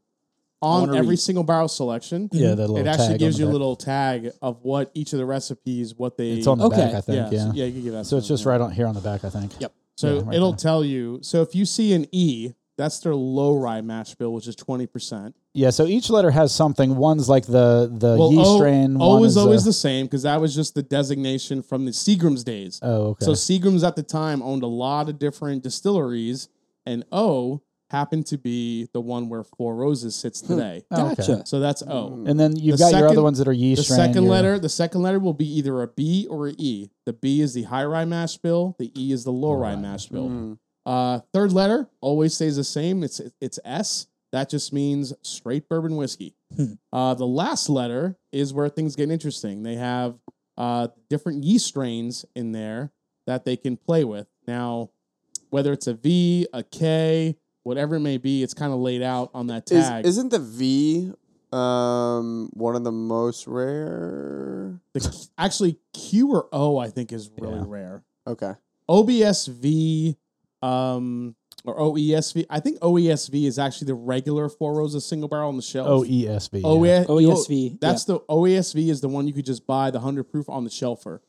[SPEAKER 2] on
[SPEAKER 4] wanna
[SPEAKER 2] every
[SPEAKER 4] read.
[SPEAKER 2] single barrel selection.
[SPEAKER 1] Yeah, that little
[SPEAKER 2] it actually
[SPEAKER 1] tag
[SPEAKER 2] gives
[SPEAKER 1] on the
[SPEAKER 2] you a
[SPEAKER 1] back.
[SPEAKER 2] little tag of what each of the recipes, what they
[SPEAKER 1] It's on the
[SPEAKER 4] Okay.
[SPEAKER 1] back, I
[SPEAKER 2] yeah,
[SPEAKER 1] think. Yeah.
[SPEAKER 2] So, yeah, you can give that.
[SPEAKER 1] So it's just right on here on the back, I think.
[SPEAKER 4] Yep.
[SPEAKER 2] So
[SPEAKER 1] yeah, right
[SPEAKER 2] it'll
[SPEAKER 1] there.
[SPEAKER 2] tell you. So if you see an E, that's their low rye mash bill, which is twenty percent.
[SPEAKER 1] Yeah. So each letter has something. One's like the the
[SPEAKER 2] Well,
[SPEAKER 1] yeast
[SPEAKER 2] O,
[SPEAKER 1] strain.
[SPEAKER 2] O
[SPEAKER 1] one
[SPEAKER 2] is always
[SPEAKER 1] a-
[SPEAKER 2] the same because that was just the designation from the Seagram's days.
[SPEAKER 1] Oh, okay.
[SPEAKER 2] So Seagram's at the time owned a lot of different distilleries, and O happened to be the one where Four Roses sits today.
[SPEAKER 1] Oh, okay.
[SPEAKER 4] Gotcha.
[SPEAKER 2] So that's
[SPEAKER 3] Mm-hmm.
[SPEAKER 2] O.
[SPEAKER 1] And then you've
[SPEAKER 2] The
[SPEAKER 1] got your other
[SPEAKER 2] second-
[SPEAKER 1] ones that are yeast
[SPEAKER 2] The
[SPEAKER 1] strain.
[SPEAKER 2] second
[SPEAKER 1] your-
[SPEAKER 2] letter, the second letter will be either a B or an E. The B is the high rye mash bill. The E is the low rye mash bill.
[SPEAKER 3] Hmm.
[SPEAKER 2] Uh, third letter always stays the same. It's it's S. That just means straight bourbon whiskey.
[SPEAKER 4] Hmm.
[SPEAKER 2] uh, the last letter is where things get interesting. They have uh, different yeast strains in there that they can play with. Now, whether it's a V, a K, whatever it may be, it's kind of laid out on that
[SPEAKER 3] Is,
[SPEAKER 2] tag.
[SPEAKER 3] isn't the V um, one of the most rare?
[SPEAKER 2] The- actually, Q or O, I think, is really
[SPEAKER 1] Yeah.
[SPEAKER 2] rare.
[SPEAKER 3] Okay.
[SPEAKER 2] OBSV um, or OESV. I think OESV is actually the regular Four Roses single barrel on the shelf. E
[SPEAKER 1] OESB. E yeah.
[SPEAKER 2] OE-
[SPEAKER 3] E
[SPEAKER 4] OESV.
[SPEAKER 2] That's the OESV is the one you could just buy the hundred proof on the shelfer.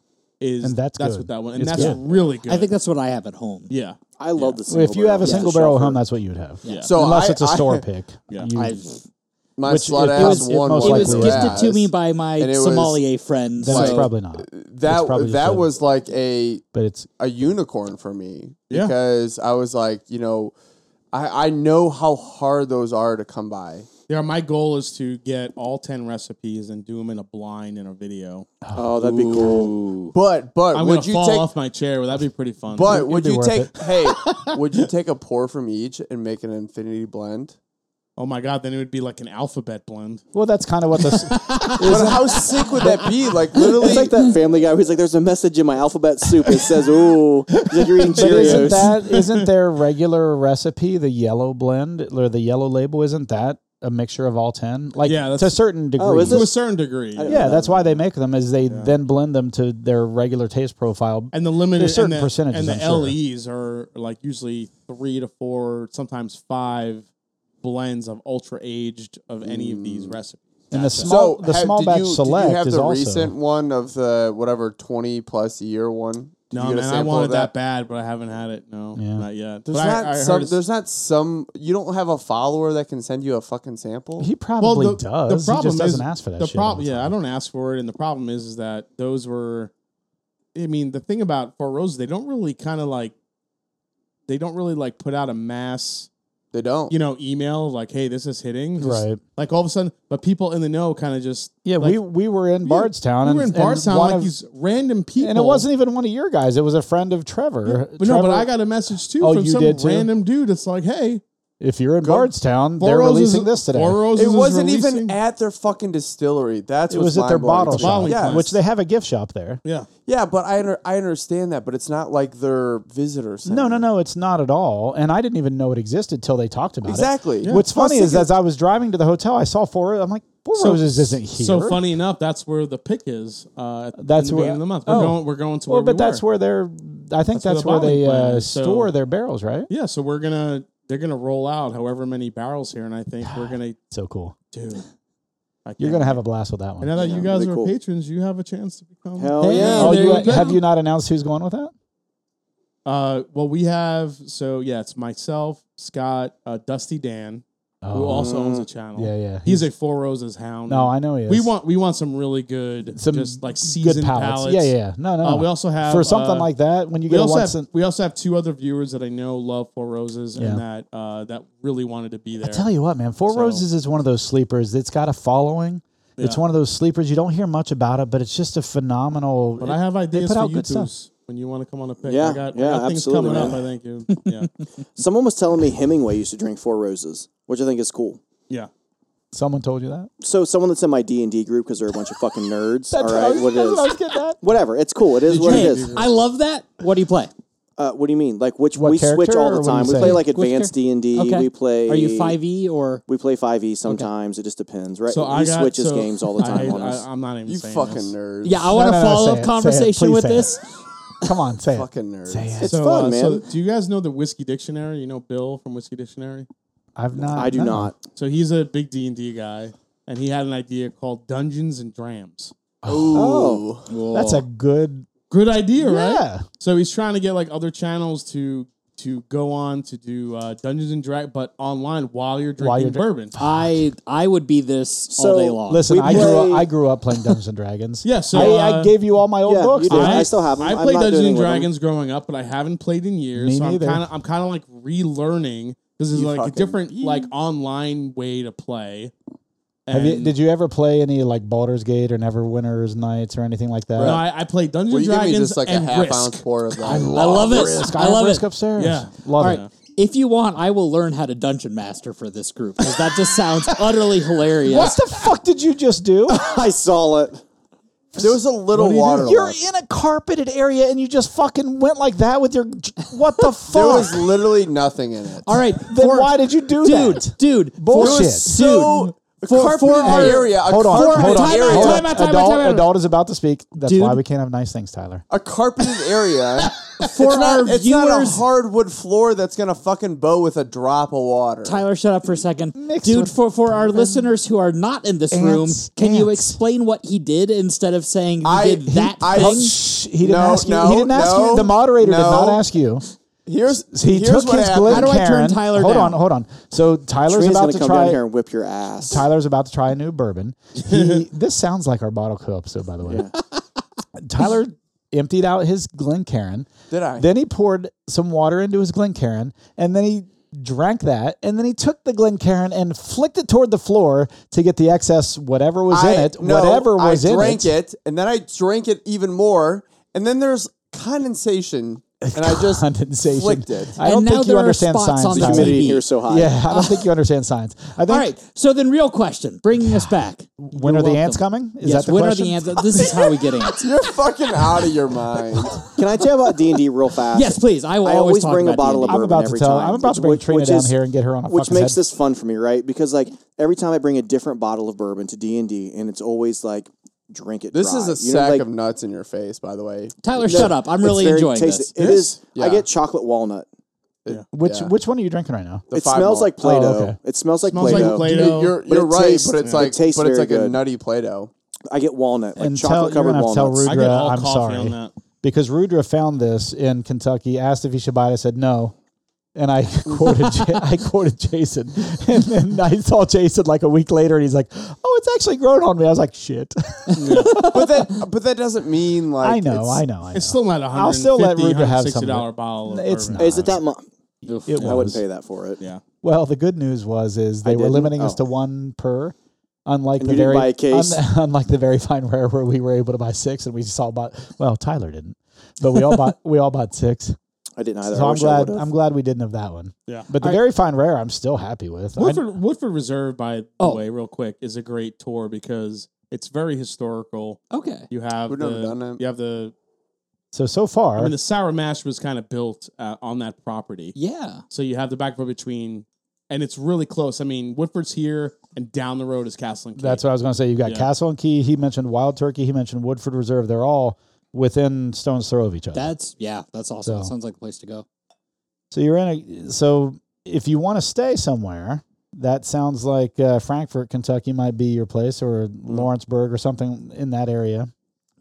[SPEAKER 2] Is
[SPEAKER 1] And that's
[SPEAKER 2] that's
[SPEAKER 1] good.
[SPEAKER 2] what that one and
[SPEAKER 1] It's
[SPEAKER 2] that's
[SPEAKER 1] good.
[SPEAKER 2] really good.
[SPEAKER 4] I think that's what I have at home.
[SPEAKER 2] yeah.
[SPEAKER 5] I love the
[SPEAKER 1] Well,
[SPEAKER 5] single
[SPEAKER 1] if you have a
[SPEAKER 5] barrel.
[SPEAKER 1] single
[SPEAKER 5] Yeah.
[SPEAKER 1] barrel at home,
[SPEAKER 5] Shelfer.
[SPEAKER 1] that's what you'd have.
[SPEAKER 2] Yeah.
[SPEAKER 3] So
[SPEAKER 1] Unless
[SPEAKER 3] I-
[SPEAKER 1] it's a
[SPEAKER 3] I- (laughs)
[SPEAKER 1] store pick.
[SPEAKER 2] (laughs) Yeah.
[SPEAKER 1] You-
[SPEAKER 4] I've,
[SPEAKER 3] My
[SPEAKER 1] Which
[SPEAKER 3] slut
[SPEAKER 1] it- it
[SPEAKER 3] ass
[SPEAKER 1] was- it
[SPEAKER 3] one
[SPEAKER 1] most
[SPEAKER 4] it was
[SPEAKER 1] likely
[SPEAKER 3] was
[SPEAKER 1] was.
[SPEAKER 4] gifted to me by my
[SPEAKER 3] And it was-
[SPEAKER 4] sommelier friend.
[SPEAKER 1] then it's
[SPEAKER 4] so-
[SPEAKER 1] probably not. It's probably
[SPEAKER 3] That
[SPEAKER 1] just
[SPEAKER 3] that
[SPEAKER 1] a-
[SPEAKER 3] was like a
[SPEAKER 1] But it's
[SPEAKER 3] a unicorn for me
[SPEAKER 2] Yeah.
[SPEAKER 3] because I was like, you know, I I know how hard those are to come by.
[SPEAKER 2] Yeah, my goal is to get all ten recipes and do them in a blind in a video.
[SPEAKER 5] Oh, that'd be cool.
[SPEAKER 3] But but
[SPEAKER 2] I'm
[SPEAKER 3] would
[SPEAKER 2] gonna
[SPEAKER 3] you
[SPEAKER 2] fall
[SPEAKER 3] take
[SPEAKER 2] off my chair. Well, that'd be pretty fun.
[SPEAKER 3] but would
[SPEAKER 1] be
[SPEAKER 3] you
[SPEAKER 1] worth
[SPEAKER 3] take
[SPEAKER 1] it.
[SPEAKER 2] (laughs)
[SPEAKER 3] hey, would you take a pour from each and make an
[SPEAKER 2] (laughs)
[SPEAKER 3] infinity blend?
[SPEAKER 2] oh my god, then it would be like an alphabet blend.
[SPEAKER 1] well, that's kind of what
[SPEAKER 3] (laughs)
[SPEAKER 1] this.
[SPEAKER 3] But how sick would that be? Like literally
[SPEAKER 5] It's like that Family Guy who's like, "There's a message in my alphabet soup. It says, ooh, it's like you're
[SPEAKER 1] (laughs)
[SPEAKER 5] eating
[SPEAKER 1] but isn't
[SPEAKER 5] Cheerios."
[SPEAKER 1] that isn't their regular recipe the yellow blend or the yellow label? Isn't that a mixture of all ten? Like
[SPEAKER 2] Yeah, that's-
[SPEAKER 1] to
[SPEAKER 3] Oh,
[SPEAKER 1] certain degrees.
[SPEAKER 5] is
[SPEAKER 2] To
[SPEAKER 5] it?
[SPEAKER 2] a certain degree.
[SPEAKER 1] Yeah, that's why they make them. Is they then blend them to their regular taste profile.
[SPEAKER 2] And the limited
[SPEAKER 1] There's certain
[SPEAKER 2] and the,
[SPEAKER 1] percentages,
[SPEAKER 2] and the
[SPEAKER 1] I'm sure.
[SPEAKER 2] LEs are like usually three to four, sometimes five blends of ultra aged of any of these
[SPEAKER 1] Mm.
[SPEAKER 2] recipes.
[SPEAKER 1] And the
[SPEAKER 2] That's it.
[SPEAKER 1] small the
[SPEAKER 3] ha-
[SPEAKER 1] small
[SPEAKER 3] did
[SPEAKER 1] batch
[SPEAKER 3] you,
[SPEAKER 1] select
[SPEAKER 3] Did you have
[SPEAKER 1] is
[SPEAKER 3] the
[SPEAKER 1] also (laughs)
[SPEAKER 3] recent one of the whatever twenty plus year one? Did
[SPEAKER 2] no
[SPEAKER 3] you get a
[SPEAKER 2] man, I
[SPEAKER 3] sample
[SPEAKER 2] wanted
[SPEAKER 3] of
[SPEAKER 2] that? bad, but I haven't had it. No,
[SPEAKER 1] Yeah.
[SPEAKER 2] not yet.
[SPEAKER 3] There's
[SPEAKER 2] But I-
[SPEAKER 3] not
[SPEAKER 2] I heard
[SPEAKER 3] some.
[SPEAKER 2] it's-
[SPEAKER 3] There's not some. You don't have a follower that can send you a fucking sample.
[SPEAKER 1] He probably
[SPEAKER 2] the- the
[SPEAKER 1] does. he
[SPEAKER 2] problem
[SPEAKER 1] just
[SPEAKER 2] is-
[SPEAKER 1] doesn't ask for that.
[SPEAKER 2] the
[SPEAKER 1] shit all
[SPEAKER 2] problem,
[SPEAKER 1] the time.
[SPEAKER 2] yeah, I don't ask for it, and the problem is, is that those were, I mean, the thing about Four Roses, they don't really kind of like, they don't really like put out a mass,
[SPEAKER 3] They don't.
[SPEAKER 2] you know, email like, hey, this is hitting, Just,
[SPEAKER 1] Right.
[SPEAKER 2] Like all of a sudden, but people in the know kind of just,
[SPEAKER 1] Yeah,
[SPEAKER 2] like,
[SPEAKER 1] we we were in Bardstown.
[SPEAKER 2] we
[SPEAKER 1] and,
[SPEAKER 2] were in
[SPEAKER 1] and
[SPEAKER 2] Bardstown
[SPEAKER 1] one
[SPEAKER 2] like
[SPEAKER 1] of-
[SPEAKER 2] these random people,
[SPEAKER 1] and it wasn't even one of your guys. It was a friend of Trevor.
[SPEAKER 2] But no, but
[SPEAKER 1] Trevor-
[SPEAKER 2] I got a message too
[SPEAKER 1] Oh,
[SPEAKER 2] from
[SPEAKER 1] you
[SPEAKER 2] some
[SPEAKER 1] did too?
[SPEAKER 2] random dude. that's like, hey,
[SPEAKER 1] If you're in
[SPEAKER 3] Go-
[SPEAKER 1] Bardstown,
[SPEAKER 2] Four
[SPEAKER 1] they're
[SPEAKER 2] Roses
[SPEAKER 1] releasing
[SPEAKER 2] is-
[SPEAKER 1] this today.
[SPEAKER 2] Four Roses
[SPEAKER 3] it
[SPEAKER 2] is
[SPEAKER 3] wasn't
[SPEAKER 2] releasing-
[SPEAKER 3] even at their fucking distillery. That's
[SPEAKER 1] it was at their bottle shop,
[SPEAKER 2] Bottling
[SPEAKER 3] Yeah,
[SPEAKER 2] plant.
[SPEAKER 1] which they have a gift shop there.
[SPEAKER 2] yeah.
[SPEAKER 3] yeah, but I under, I understand that, but it's not like their visitors.
[SPEAKER 1] No, no, no, it's not at all. And I didn't even know it existed till they talked about it.
[SPEAKER 3] Exactly. Yeah.
[SPEAKER 1] What's
[SPEAKER 3] I was
[SPEAKER 1] funny is
[SPEAKER 3] thinking-
[SPEAKER 1] as I was driving to the hotel, I saw Four. I'm like, Four Roses isn't here.
[SPEAKER 2] So funny enough, that's where the pick is. Uh, at
[SPEAKER 1] That's
[SPEAKER 2] that's the
[SPEAKER 1] where-
[SPEAKER 2] beginning of the month. We're
[SPEAKER 1] oh.
[SPEAKER 2] going. We're going to
[SPEAKER 1] Well,
[SPEAKER 2] where
[SPEAKER 1] but
[SPEAKER 2] we
[SPEAKER 1] that's
[SPEAKER 2] were.
[SPEAKER 1] where they're. I think that's,
[SPEAKER 2] That's where the
[SPEAKER 1] where,
[SPEAKER 2] bottling
[SPEAKER 1] they
[SPEAKER 2] plant
[SPEAKER 1] uh,
[SPEAKER 2] is, so-
[SPEAKER 1] store their barrels, right?
[SPEAKER 2] Yeah, so we're gonna they're gonna roll out however many barrels here, and I think we're gonna
[SPEAKER 1] So cool.
[SPEAKER 2] do.
[SPEAKER 1] (sighs)
[SPEAKER 2] I
[SPEAKER 1] You're
[SPEAKER 2] can't-
[SPEAKER 1] gonna have a blast with that
[SPEAKER 2] And now
[SPEAKER 1] one.
[SPEAKER 2] that
[SPEAKER 5] Yeah,
[SPEAKER 2] you guys
[SPEAKER 5] really
[SPEAKER 2] are
[SPEAKER 5] cool.
[SPEAKER 2] patrons, you have a chance to become.
[SPEAKER 5] Hell
[SPEAKER 4] Damn.
[SPEAKER 5] yeah!
[SPEAKER 1] Oh,
[SPEAKER 2] there
[SPEAKER 1] you,
[SPEAKER 2] you go.
[SPEAKER 1] have you not announced who's going with that?
[SPEAKER 2] Uh, well, we have so yeah, it's myself, Scott, uh, Dusty Dan, who also owns a channel.
[SPEAKER 1] Oh. yeah, yeah.
[SPEAKER 2] He's, a Four Roses hound.
[SPEAKER 1] No, I know he is.
[SPEAKER 2] we want we want some really good,
[SPEAKER 1] Some
[SPEAKER 2] just like seasoned
[SPEAKER 1] good pallets.
[SPEAKER 2] palettes.
[SPEAKER 1] Yeah, yeah. No, no.
[SPEAKER 2] Uh, we also have
[SPEAKER 1] for something
[SPEAKER 2] uh,
[SPEAKER 1] like that when you
[SPEAKER 2] we
[SPEAKER 1] get a
[SPEAKER 2] also
[SPEAKER 1] once
[SPEAKER 2] have
[SPEAKER 1] in-
[SPEAKER 2] we also have two other viewers that I know love Four Roses
[SPEAKER 1] Yeah.
[SPEAKER 2] and that uh, that really wanted to be there.
[SPEAKER 1] tell you what man four
[SPEAKER 2] So-
[SPEAKER 1] roses is one of those sleepers that's got a following it's
[SPEAKER 2] Yeah.
[SPEAKER 1] one of those sleepers you don't hear much about it but it's just a phenomenal
[SPEAKER 2] But I have ideas
[SPEAKER 1] put
[SPEAKER 2] for
[SPEAKER 1] out
[SPEAKER 2] you
[SPEAKER 1] good stuff.
[SPEAKER 2] goose when you want to come on a pick.
[SPEAKER 5] Yeah,
[SPEAKER 2] I got, I
[SPEAKER 5] yeah,
[SPEAKER 2] got things
[SPEAKER 5] absolutely,
[SPEAKER 2] coming up. I
[SPEAKER 5] man.
[SPEAKER 2] think you. Yeah,
[SPEAKER 5] Someone was telling me Hemingway used to drink Four Roses, which I think is cool. (laughs)
[SPEAKER 2] yeah.
[SPEAKER 1] someone told you that
[SPEAKER 5] So someone that's in my D and D group because they're a bunch of fucking
[SPEAKER 4] (laughs)
[SPEAKER 5] nerds. all
[SPEAKER 1] I
[SPEAKER 5] right,
[SPEAKER 1] was-
[SPEAKER 5] what it
[SPEAKER 1] that's what I was (laughs)
[SPEAKER 5] is?
[SPEAKER 1] getting at.
[SPEAKER 5] Whatever. It's cool. It is what it
[SPEAKER 4] Hey,
[SPEAKER 5] is.
[SPEAKER 4] I love that. What do you play?
[SPEAKER 5] Uh, what do you mean? Like which
[SPEAKER 1] What
[SPEAKER 5] we switch
[SPEAKER 1] character
[SPEAKER 5] all
[SPEAKER 1] or
[SPEAKER 5] the
[SPEAKER 1] what do you
[SPEAKER 5] time. We
[SPEAKER 1] say?
[SPEAKER 5] play like
[SPEAKER 4] Which char-
[SPEAKER 5] advanced D and D.
[SPEAKER 4] Okay.
[SPEAKER 5] We play.
[SPEAKER 4] Are you five E or
[SPEAKER 5] We play five E sometimes. It just depends, right?
[SPEAKER 2] So
[SPEAKER 5] he
[SPEAKER 2] I got,
[SPEAKER 5] switches
[SPEAKER 2] so
[SPEAKER 5] games all the
[SPEAKER 2] (laughs)
[SPEAKER 5] time
[SPEAKER 2] I,
[SPEAKER 5] on us.
[SPEAKER 2] I, am not even
[SPEAKER 3] You
[SPEAKER 2] saying
[SPEAKER 3] fucking
[SPEAKER 2] this.
[SPEAKER 3] nerds.
[SPEAKER 4] yeah? I
[SPEAKER 1] No,
[SPEAKER 4] want a
[SPEAKER 1] no, no, say it,
[SPEAKER 4] follow
[SPEAKER 1] say
[SPEAKER 4] up
[SPEAKER 1] it,
[SPEAKER 4] conversation
[SPEAKER 1] please
[SPEAKER 4] with
[SPEAKER 1] say it.
[SPEAKER 4] this.
[SPEAKER 1] Come on, say it.
[SPEAKER 3] Fucking
[SPEAKER 1] Say
[SPEAKER 3] nerds.
[SPEAKER 1] it.
[SPEAKER 5] It's fun,
[SPEAKER 2] So
[SPEAKER 5] man.
[SPEAKER 2] do you guys know the Whiskey Dictionary? You know Bill from Whiskey Dictionary.
[SPEAKER 1] I've not.
[SPEAKER 5] I do
[SPEAKER 1] no.
[SPEAKER 5] not.
[SPEAKER 2] So he's a big D and D guy, and he had an idea called Dungeons and Drams.
[SPEAKER 3] Oh.
[SPEAKER 1] That's a good.
[SPEAKER 2] Good idea, right?
[SPEAKER 1] Yeah.
[SPEAKER 2] So he's trying to get like other channels to to go on to do uh, Dungeons and Dragons, but online while you're drinking
[SPEAKER 1] While you're dri- Ah.
[SPEAKER 2] bourbon.
[SPEAKER 4] I I would be this all
[SPEAKER 5] So,
[SPEAKER 4] day long.
[SPEAKER 1] Listen,
[SPEAKER 5] We
[SPEAKER 1] I grew
[SPEAKER 5] play-
[SPEAKER 1] up. I grew up playing Dungeons and Dragons.
[SPEAKER 2] Yeah, so,
[SPEAKER 1] I, I
[SPEAKER 2] uh,
[SPEAKER 1] gave you all my old
[SPEAKER 5] Yeah,
[SPEAKER 1] books.
[SPEAKER 5] you did.
[SPEAKER 1] dude.
[SPEAKER 5] I still have 'em.
[SPEAKER 2] I
[SPEAKER 5] I'm
[SPEAKER 2] played
[SPEAKER 5] not
[SPEAKER 2] Dungeons
[SPEAKER 5] doing
[SPEAKER 2] and
[SPEAKER 5] with 'em.
[SPEAKER 2] Dragons growing up, but I haven't played in years.
[SPEAKER 1] Me
[SPEAKER 2] so
[SPEAKER 1] neither.
[SPEAKER 2] I'm kind of I'm kind of like relearning because there's
[SPEAKER 3] You
[SPEAKER 2] like a
[SPEAKER 3] fucking-
[SPEAKER 2] different like online way to play.
[SPEAKER 1] Have you,
[SPEAKER 2] And-
[SPEAKER 1] did you ever play any like Baldur's Gate or Neverwinter's Nights or anything like that?
[SPEAKER 2] No, I, I played Dungeons
[SPEAKER 3] Will
[SPEAKER 2] and
[SPEAKER 3] you give me
[SPEAKER 2] Dragons
[SPEAKER 3] just like a
[SPEAKER 2] and
[SPEAKER 3] half
[SPEAKER 2] Risk.
[SPEAKER 3] ounce pour of that?
[SPEAKER 4] I love it.
[SPEAKER 1] Risk.
[SPEAKER 4] I
[SPEAKER 1] have
[SPEAKER 4] love
[SPEAKER 1] Risk
[SPEAKER 4] it.
[SPEAKER 1] upstairs.
[SPEAKER 2] Yeah.
[SPEAKER 1] love
[SPEAKER 4] All
[SPEAKER 1] it.
[SPEAKER 4] right. If you want, I will learn how to dungeon master for this group because that just sounds (laughs) utterly hilarious.
[SPEAKER 1] What the fuck did you just do?
[SPEAKER 5] (laughs) I saw it.
[SPEAKER 3] There was a little water
[SPEAKER 1] You're
[SPEAKER 3] left.
[SPEAKER 1] in a carpeted area and you just fucking went like that with your. What the (laughs) fuck?
[SPEAKER 3] There was literally nothing in it.
[SPEAKER 4] All right,
[SPEAKER 1] then
[SPEAKER 4] for-
[SPEAKER 1] why did you do
[SPEAKER 4] dude,
[SPEAKER 1] that?
[SPEAKER 4] dude,
[SPEAKER 1] Bullshit.
[SPEAKER 4] dude,
[SPEAKER 3] So
[SPEAKER 4] for,
[SPEAKER 3] carpeted
[SPEAKER 4] for our
[SPEAKER 3] area. A
[SPEAKER 1] Hold on,
[SPEAKER 3] carpeted
[SPEAKER 1] hold on,
[SPEAKER 4] time out,
[SPEAKER 3] area.
[SPEAKER 1] hold on.
[SPEAKER 4] time out, time out,
[SPEAKER 1] adult,
[SPEAKER 4] time out.
[SPEAKER 1] adult is about to speak. That's
[SPEAKER 4] Dude.
[SPEAKER 1] why we can't have nice things, Tyler.
[SPEAKER 3] A carpeted
[SPEAKER 1] (laughs)
[SPEAKER 3] area.
[SPEAKER 4] for
[SPEAKER 3] it's
[SPEAKER 4] our
[SPEAKER 3] not, it's
[SPEAKER 4] viewers,
[SPEAKER 3] not a hardwood floor that's gonna fucking bow with a drop of water.
[SPEAKER 4] Tyler, shut up for a second,
[SPEAKER 1] Mixed
[SPEAKER 4] dude.
[SPEAKER 1] with
[SPEAKER 4] For for our listeners who are not in this room,
[SPEAKER 1] Ants,
[SPEAKER 4] can you
[SPEAKER 1] ants.
[SPEAKER 4] explain what he did instead of saying he
[SPEAKER 3] I-
[SPEAKER 4] did
[SPEAKER 3] he-
[SPEAKER 4] that
[SPEAKER 3] I-
[SPEAKER 4] thing?
[SPEAKER 1] Shh, he didn't
[SPEAKER 3] No,
[SPEAKER 1] ask you.
[SPEAKER 3] no,
[SPEAKER 1] he didn't ask
[SPEAKER 3] no,
[SPEAKER 1] you. The moderator did
[SPEAKER 3] no.
[SPEAKER 1] not ask you.
[SPEAKER 3] Here's
[SPEAKER 1] He
[SPEAKER 3] here's
[SPEAKER 1] took
[SPEAKER 3] what
[SPEAKER 1] his
[SPEAKER 3] happened.
[SPEAKER 1] Glen
[SPEAKER 4] How do I turn
[SPEAKER 1] Cairn-
[SPEAKER 4] Tyler
[SPEAKER 1] Hold
[SPEAKER 4] down?
[SPEAKER 1] on, hold on. So Tyler's
[SPEAKER 5] Trey's
[SPEAKER 1] about
[SPEAKER 5] gonna
[SPEAKER 1] to
[SPEAKER 5] come
[SPEAKER 1] try.
[SPEAKER 5] down here and whip your ass.
[SPEAKER 1] Tyler's about to try a new bourbon. He, this sounds like our bottle co episode, by the way. (laughs) Tyler emptied out his Glencairn.
[SPEAKER 3] Did I?
[SPEAKER 1] Then he poured some water into his Glencairn, and then he drank that, and then he took the Glencairn and flicked it toward the floor to get the excess whatever was in
[SPEAKER 3] I-
[SPEAKER 1] it,
[SPEAKER 3] no,
[SPEAKER 1] whatever was
[SPEAKER 3] I
[SPEAKER 1] in
[SPEAKER 3] drank
[SPEAKER 1] it.
[SPEAKER 3] it. and then I drank it even more, and then there's condensation, and I just
[SPEAKER 1] Condensation.
[SPEAKER 3] flicked it.
[SPEAKER 1] I
[SPEAKER 4] And
[SPEAKER 1] don't
[SPEAKER 4] now
[SPEAKER 1] think you
[SPEAKER 4] there are
[SPEAKER 1] understand
[SPEAKER 4] spots
[SPEAKER 1] science.
[SPEAKER 4] on
[SPEAKER 5] the
[SPEAKER 4] Tyler.
[SPEAKER 1] Tyler.
[SPEAKER 5] humidity
[SPEAKER 4] TV.
[SPEAKER 5] here is so high.
[SPEAKER 1] Yeah, I don't think you understand science. I think
[SPEAKER 4] All right, so then, real question, bringing us back.
[SPEAKER 1] when
[SPEAKER 4] You're
[SPEAKER 1] are the ants
[SPEAKER 4] welcome.
[SPEAKER 1] coming? Is that
[SPEAKER 4] yes,
[SPEAKER 1] the
[SPEAKER 4] when
[SPEAKER 1] question?
[SPEAKER 4] are the ants? This is how we get ants.
[SPEAKER 3] You're fucking out of
[SPEAKER 1] (laughs)
[SPEAKER 3] your mind.
[SPEAKER 5] Can I tell you about D and D real fast?
[SPEAKER 4] Yes, please. I will
[SPEAKER 5] I always
[SPEAKER 4] always talk
[SPEAKER 5] bring a
[SPEAKER 4] about
[SPEAKER 5] bottle of
[SPEAKER 4] D&D.
[SPEAKER 1] I'm
[SPEAKER 5] bourbon
[SPEAKER 1] about to
[SPEAKER 5] every
[SPEAKER 1] tell-
[SPEAKER 5] time.
[SPEAKER 1] I'm about to bring
[SPEAKER 5] which-
[SPEAKER 1] Trina
[SPEAKER 5] which
[SPEAKER 1] down
[SPEAKER 5] is-
[SPEAKER 1] here and get her on a
[SPEAKER 5] Which
[SPEAKER 1] fucking
[SPEAKER 5] makes
[SPEAKER 1] head.
[SPEAKER 5] this fun for me, right? Because like every time I bring a different bottle of bourbon to D and D, and it's always like drink it.
[SPEAKER 3] This
[SPEAKER 5] dry.
[SPEAKER 3] is a
[SPEAKER 5] You know,
[SPEAKER 3] sack
[SPEAKER 5] like,
[SPEAKER 3] of nuts in your face, by the way.
[SPEAKER 4] Tyler, shut up. I'm
[SPEAKER 5] it's
[SPEAKER 4] really
[SPEAKER 5] very
[SPEAKER 4] enjoying
[SPEAKER 5] tasty.
[SPEAKER 4] this.
[SPEAKER 5] It is.
[SPEAKER 3] Yeah.
[SPEAKER 5] I get chocolate walnut.
[SPEAKER 1] Which
[SPEAKER 3] Yeah.
[SPEAKER 1] which one are you drinking right now?
[SPEAKER 3] The
[SPEAKER 5] It
[SPEAKER 3] five
[SPEAKER 5] smells
[SPEAKER 3] malt.
[SPEAKER 5] like Play-Doh.
[SPEAKER 1] Oh, okay.
[SPEAKER 5] It smells like
[SPEAKER 2] Smells like
[SPEAKER 5] Play-Doh.
[SPEAKER 2] Play-Doh.
[SPEAKER 3] Dude, you're
[SPEAKER 5] But
[SPEAKER 3] you're
[SPEAKER 5] it
[SPEAKER 3] right,
[SPEAKER 5] tastes-
[SPEAKER 3] but it's
[SPEAKER 5] yeah.
[SPEAKER 3] like
[SPEAKER 5] It tastes
[SPEAKER 3] but it's
[SPEAKER 5] very
[SPEAKER 3] like a
[SPEAKER 5] good.
[SPEAKER 3] nutty Play-Doh.
[SPEAKER 5] I get walnut, like
[SPEAKER 1] and tell,
[SPEAKER 5] chocolate
[SPEAKER 1] you're
[SPEAKER 5] covered
[SPEAKER 1] gonna have to
[SPEAKER 5] walnuts.
[SPEAKER 1] tell
[SPEAKER 2] I get
[SPEAKER 1] Rudra
[SPEAKER 2] all
[SPEAKER 1] I'm
[SPEAKER 2] coffee
[SPEAKER 1] sorry
[SPEAKER 2] on that.
[SPEAKER 1] because Rudra found this in Kentucky, asked if he should buy it, I said no, and I (laughs) quoted Ja- I quoted Jason, (laughs) and then I saw Jason like a week later, and he's like, "Oh, it's actually grown on me." I was like, "Shit, (laughs)
[SPEAKER 3] But that but that doesn't mean like
[SPEAKER 1] I know,
[SPEAKER 3] it's-
[SPEAKER 1] I know, I know."
[SPEAKER 2] It's still not a hundred.
[SPEAKER 1] I'll still let Rudra have some of it.
[SPEAKER 2] dollar bottle. Of
[SPEAKER 1] It's
[SPEAKER 2] bourbon.
[SPEAKER 1] not.
[SPEAKER 5] Is it that much?
[SPEAKER 1] It
[SPEAKER 5] I wouldn't
[SPEAKER 1] was.
[SPEAKER 5] pay that for it.
[SPEAKER 2] Yeah.
[SPEAKER 1] Well, the good news was is they were
[SPEAKER 5] didn't?
[SPEAKER 1] limiting us
[SPEAKER 5] Oh.
[SPEAKER 1] to one per. Unlike
[SPEAKER 5] And
[SPEAKER 1] the
[SPEAKER 5] you didn't
[SPEAKER 1] very
[SPEAKER 5] buy a case?
[SPEAKER 1] un- (laughs) unlike the very fine rare where we were able to buy six and we just all bought well Tyler didn't but we all bought we all bought six
[SPEAKER 5] I didn't either.
[SPEAKER 1] so
[SPEAKER 5] I
[SPEAKER 1] I'm
[SPEAKER 5] wish
[SPEAKER 1] glad
[SPEAKER 5] I
[SPEAKER 1] I'm glad we didn't have that one
[SPEAKER 2] Yeah.
[SPEAKER 1] but the very fine rare I'm still happy with I-
[SPEAKER 2] Woodford, Woodford Reserve, by the
[SPEAKER 4] Oh.
[SPEAKER 2] way, real quick, is a great tour because it's very historical.
[SPEAKER 4] Okay.
[SPEAKER 2] You have
[SPEAKER 3] We've
[SPEAKER 2] the,
[SPEAKER 3] never done it.
[SPEAKER 2] you have the
[SPEAKER 1] so so far
[SPEAKER 2] I mean the sour mash was kind of built uh, on that property,
[SPEAKER 4] Yeah.
[SPEAKER 2] so you have the back row between, and it's really close. I mean Woodford's here, and down the road is Castle and Cape.
[SPEAKER 1] That's what I was going to say. You've got
[SPEAKER 2] Yeah.
[SPEAKER 1] Castle and Key. He mentioned Wild Turkey. He mentioned Woodford Reserve. They're all within stone's throw of each other.
[SPEAKER 4] That's yeah. That's awesome.
[SPEAKER 1] So-
[SPEAKER 4] That sounds like a place to go.
[SPEAKER 1] so you're in a. So if you want to stay somewhere, that sounds like uh, Frankfort, Kentucky, might be your place, or
[SPEAKER 2] Mm.
[SPEAKER 1] Lawrenceburg, or something in that area.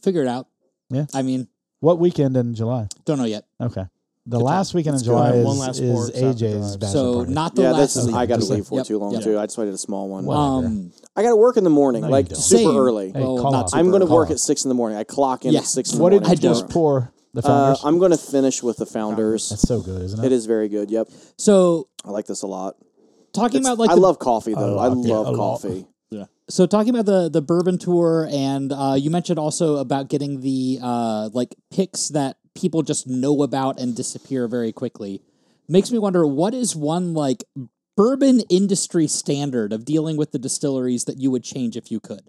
[SPEAKER 4] Figure it out.
[SPEAKER 1] Yeah.
[SPEAKER 4] I mean,
[SPEAKER 1] What weekend in July?
[SPEAKER 4] don't know yet.
[SPEAKER 1] Okay, the last weekend in
[SPEAKER 2] go.
[SPEAKER 1] July
[SPEAKER 2] One
[SPEAKER 1] is,
[SPEAKER 2] last
[SPEAKER 1] is
[SPEAKER 2] sports after
[SPEAKER 1] AJ's
[SPEAKER 2] drive.
[SPEAKER 1] bachelor
[SPEAKER 4] so
[SPEAKER 1] party.
[SPEAKER 4] not the
[SPEAKER 5] yeah,
[SPEAKER 4] last.
[SPEAKER 5] that's just,
[SPEAKER 1] Okay,
[SPEAKER 5] I got to
[SPEAKER 1] just like-
[SPEAKER 5] leave for
[SPEAKER 4] Yep,
[SPEAKER 5] too long
[SPEAKER 4] yep.
[SPEAKER 5] too. I just wanted a small one.
[SPEAKER 1] What?
[SPEAKER 4] um
[SPEAKER 5] I got to work in the morning,
[SPEAKER 1] No, you
[SPEAKER 5] like
[SPEAKER 1] don't.
[SPEAKER 5] super
[SPEAKER 4] Same.
[SPEAKER 5] early.
[SPEAKER 1] Hey,
[SPEAKER 4] well,
[SPEAKER 1] call
[SPEAKER 4] not
[SPEAKER 1] out.
[SPEAKER 4] super
[SPEAKER 5] I'm going to
[SPEAKER 1] Call
[SPEAKER 5] work
[SPEAKER 1] out.
[SPEAKER 5] at six in the morning. I clock in
[SPEAKER 4] Yeah.
[SPEAKER 5] at six in the
[SPEAKER 1] What did
[SPEAKER 5] morning.
[SPEAKER 1] you
[SPEAKER 4] I don't.
[SPEAKER 1] just pour? The
[SPEAKER 5] Uh,
[SPEAKER 1] founders.
[SPEAKER 5] I'm going to finish with the founders.
[SPEAKER 1] That's so good, isn't it?
[SPEAKER 5] It is very good. Yep,
[SPEAKER 4] so
[SPEAKER 5] I like this a lot.
[SPEAKER 4] talking
[SPEAKER 5] It's-
[SPEAKER 4] about like
[SPEAKER 5] I
[SPEAKER 4] the,
[SPEAKER 5] love coffee though. I
[SPEAKER 1] lot, Oh, yeah, a
[SPEAKER 5] love
[SPEAKER 1] lot.
[SPEAKER 5] coffee.
[SPEAKER 4] so talking about the the bourbon tour and uh you mentioned also about getting the uh like picks that people just know about and disappear very quickly. Makes me wonder what is one like bourbon industry standard of dealing with the distilleries that you would change if you could.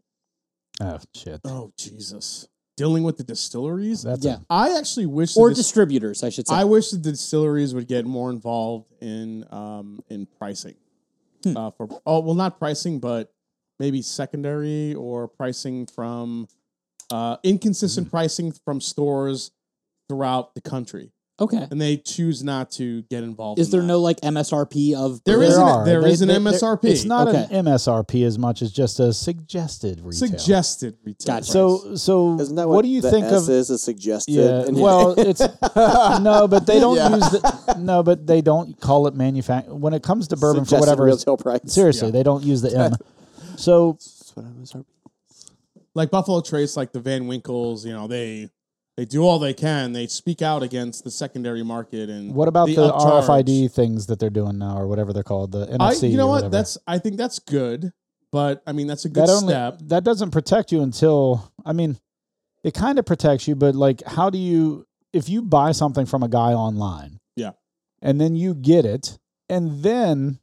[SPEAKER 1] Oh shit!
[SPEAKER 2] oh Jesus. dealing with the distilleries.
[SPEAKER 1] That's
[SPEAKER 4] Yeah.
[SPEAKER 2] I actually wish
[SPEAKER 4] Or
[SPEAKER 2] the dis-
[SPEAKER 4] distributors, I should say.
[SPEAKER 2] I wish the distilleries would get more involved in um, in pricing
[SPEAKER 1] Hmm.
[SPEAKER 2] uh, for oh well not pricing but maybe secondary or pricing from uh, inconsistent
[SPEAKER 1] Mm-hmm.
[SPEAKER 2] pricing from stores throughout the country
[SPEAKER 4] okay.
[SPEAKER 2] and they choose not to get involved.
[SPEAKER 4] Is
[SPEAKER 2] in
[SPEAKER 4] there
[SPEAKER 2] that.
[SPEAKER 4] no like MSRP of
[SPEAKER 2] There
[SPEAKER 4] beer?
[SPEAKER 2] is
[SPEAKER 1] are.
[SPEAKER 2] an, there
[SPEAKER 1] They-
[SPEAKER 2] is an
[SPEAKER 1] they-
[SPEAKER 2] MSRP.
[SPEAKER 1] It's not
[SPEAKER 4] Okay.
[SPEAKER 1] an MSRP as much as just a suggested retail.
[SPEAKER 2] suggested retail.
[SPEAKER 4] Gotcha.
[SPEAKER 2] price.
[SPEAKER 1] So so
[SPEAKER 5] Isn't that
[SPEAKER 1] what,
[SPEAKER 5] what,
[SPEAKER 1] do you
[SPEAKER 5] the
[SPEAKER 1] think
[SPEAKER 5] S
[SPEAKER 1] of
[SPEAKER 5] is? Is suggested.
[SPEAKER 1] yeah,
[SPEAKER 5] and- (laughs)
[SPEAKER 1] well, it's no, but they don't
[SPEAKER 3] Yeah.
[SPEAKER 1] use the, no, but they don't call it manufacture when it comes to bourbon for
[SPEAKER 5] suggested
[SPEAKER 1] whatever. it's-
[SPEAKER 5] retail price.
[SPEAKER 1] Seriously, they don't use the M. So
[SPEAKER 3] That's what I'm sorry.
[SPEAKER 2] like Buffalo Trace, like the Van Winkles, you know they they do all they can. They speak out against the secondary market and
[SPEAKER 1] what about the,
[SPEAKER 2] upcharge.
[SPEAKER 1] RFID things that they're doing now or whatever they're called? The
[SPEAKER 2] I,
[SPEAKER 1] NFC.
[SPEAKER 2] you know
[SPEAKER 1] or
[SPEAKER 2] what?
[SPEAKER 1] whatever?
[SPEAKER 2] That's I think that's good, but I mean that's a good
[SPEAKER 1] that only
[SPEAKER 2] step.
[SPEAKER 1] that doesn't protect you until I mean, it kind of protects you, but like, how do you if you buy something from a guy online?
[SPEAKER 2] Yeah.
[SPEAKER 1] and then you get it, and then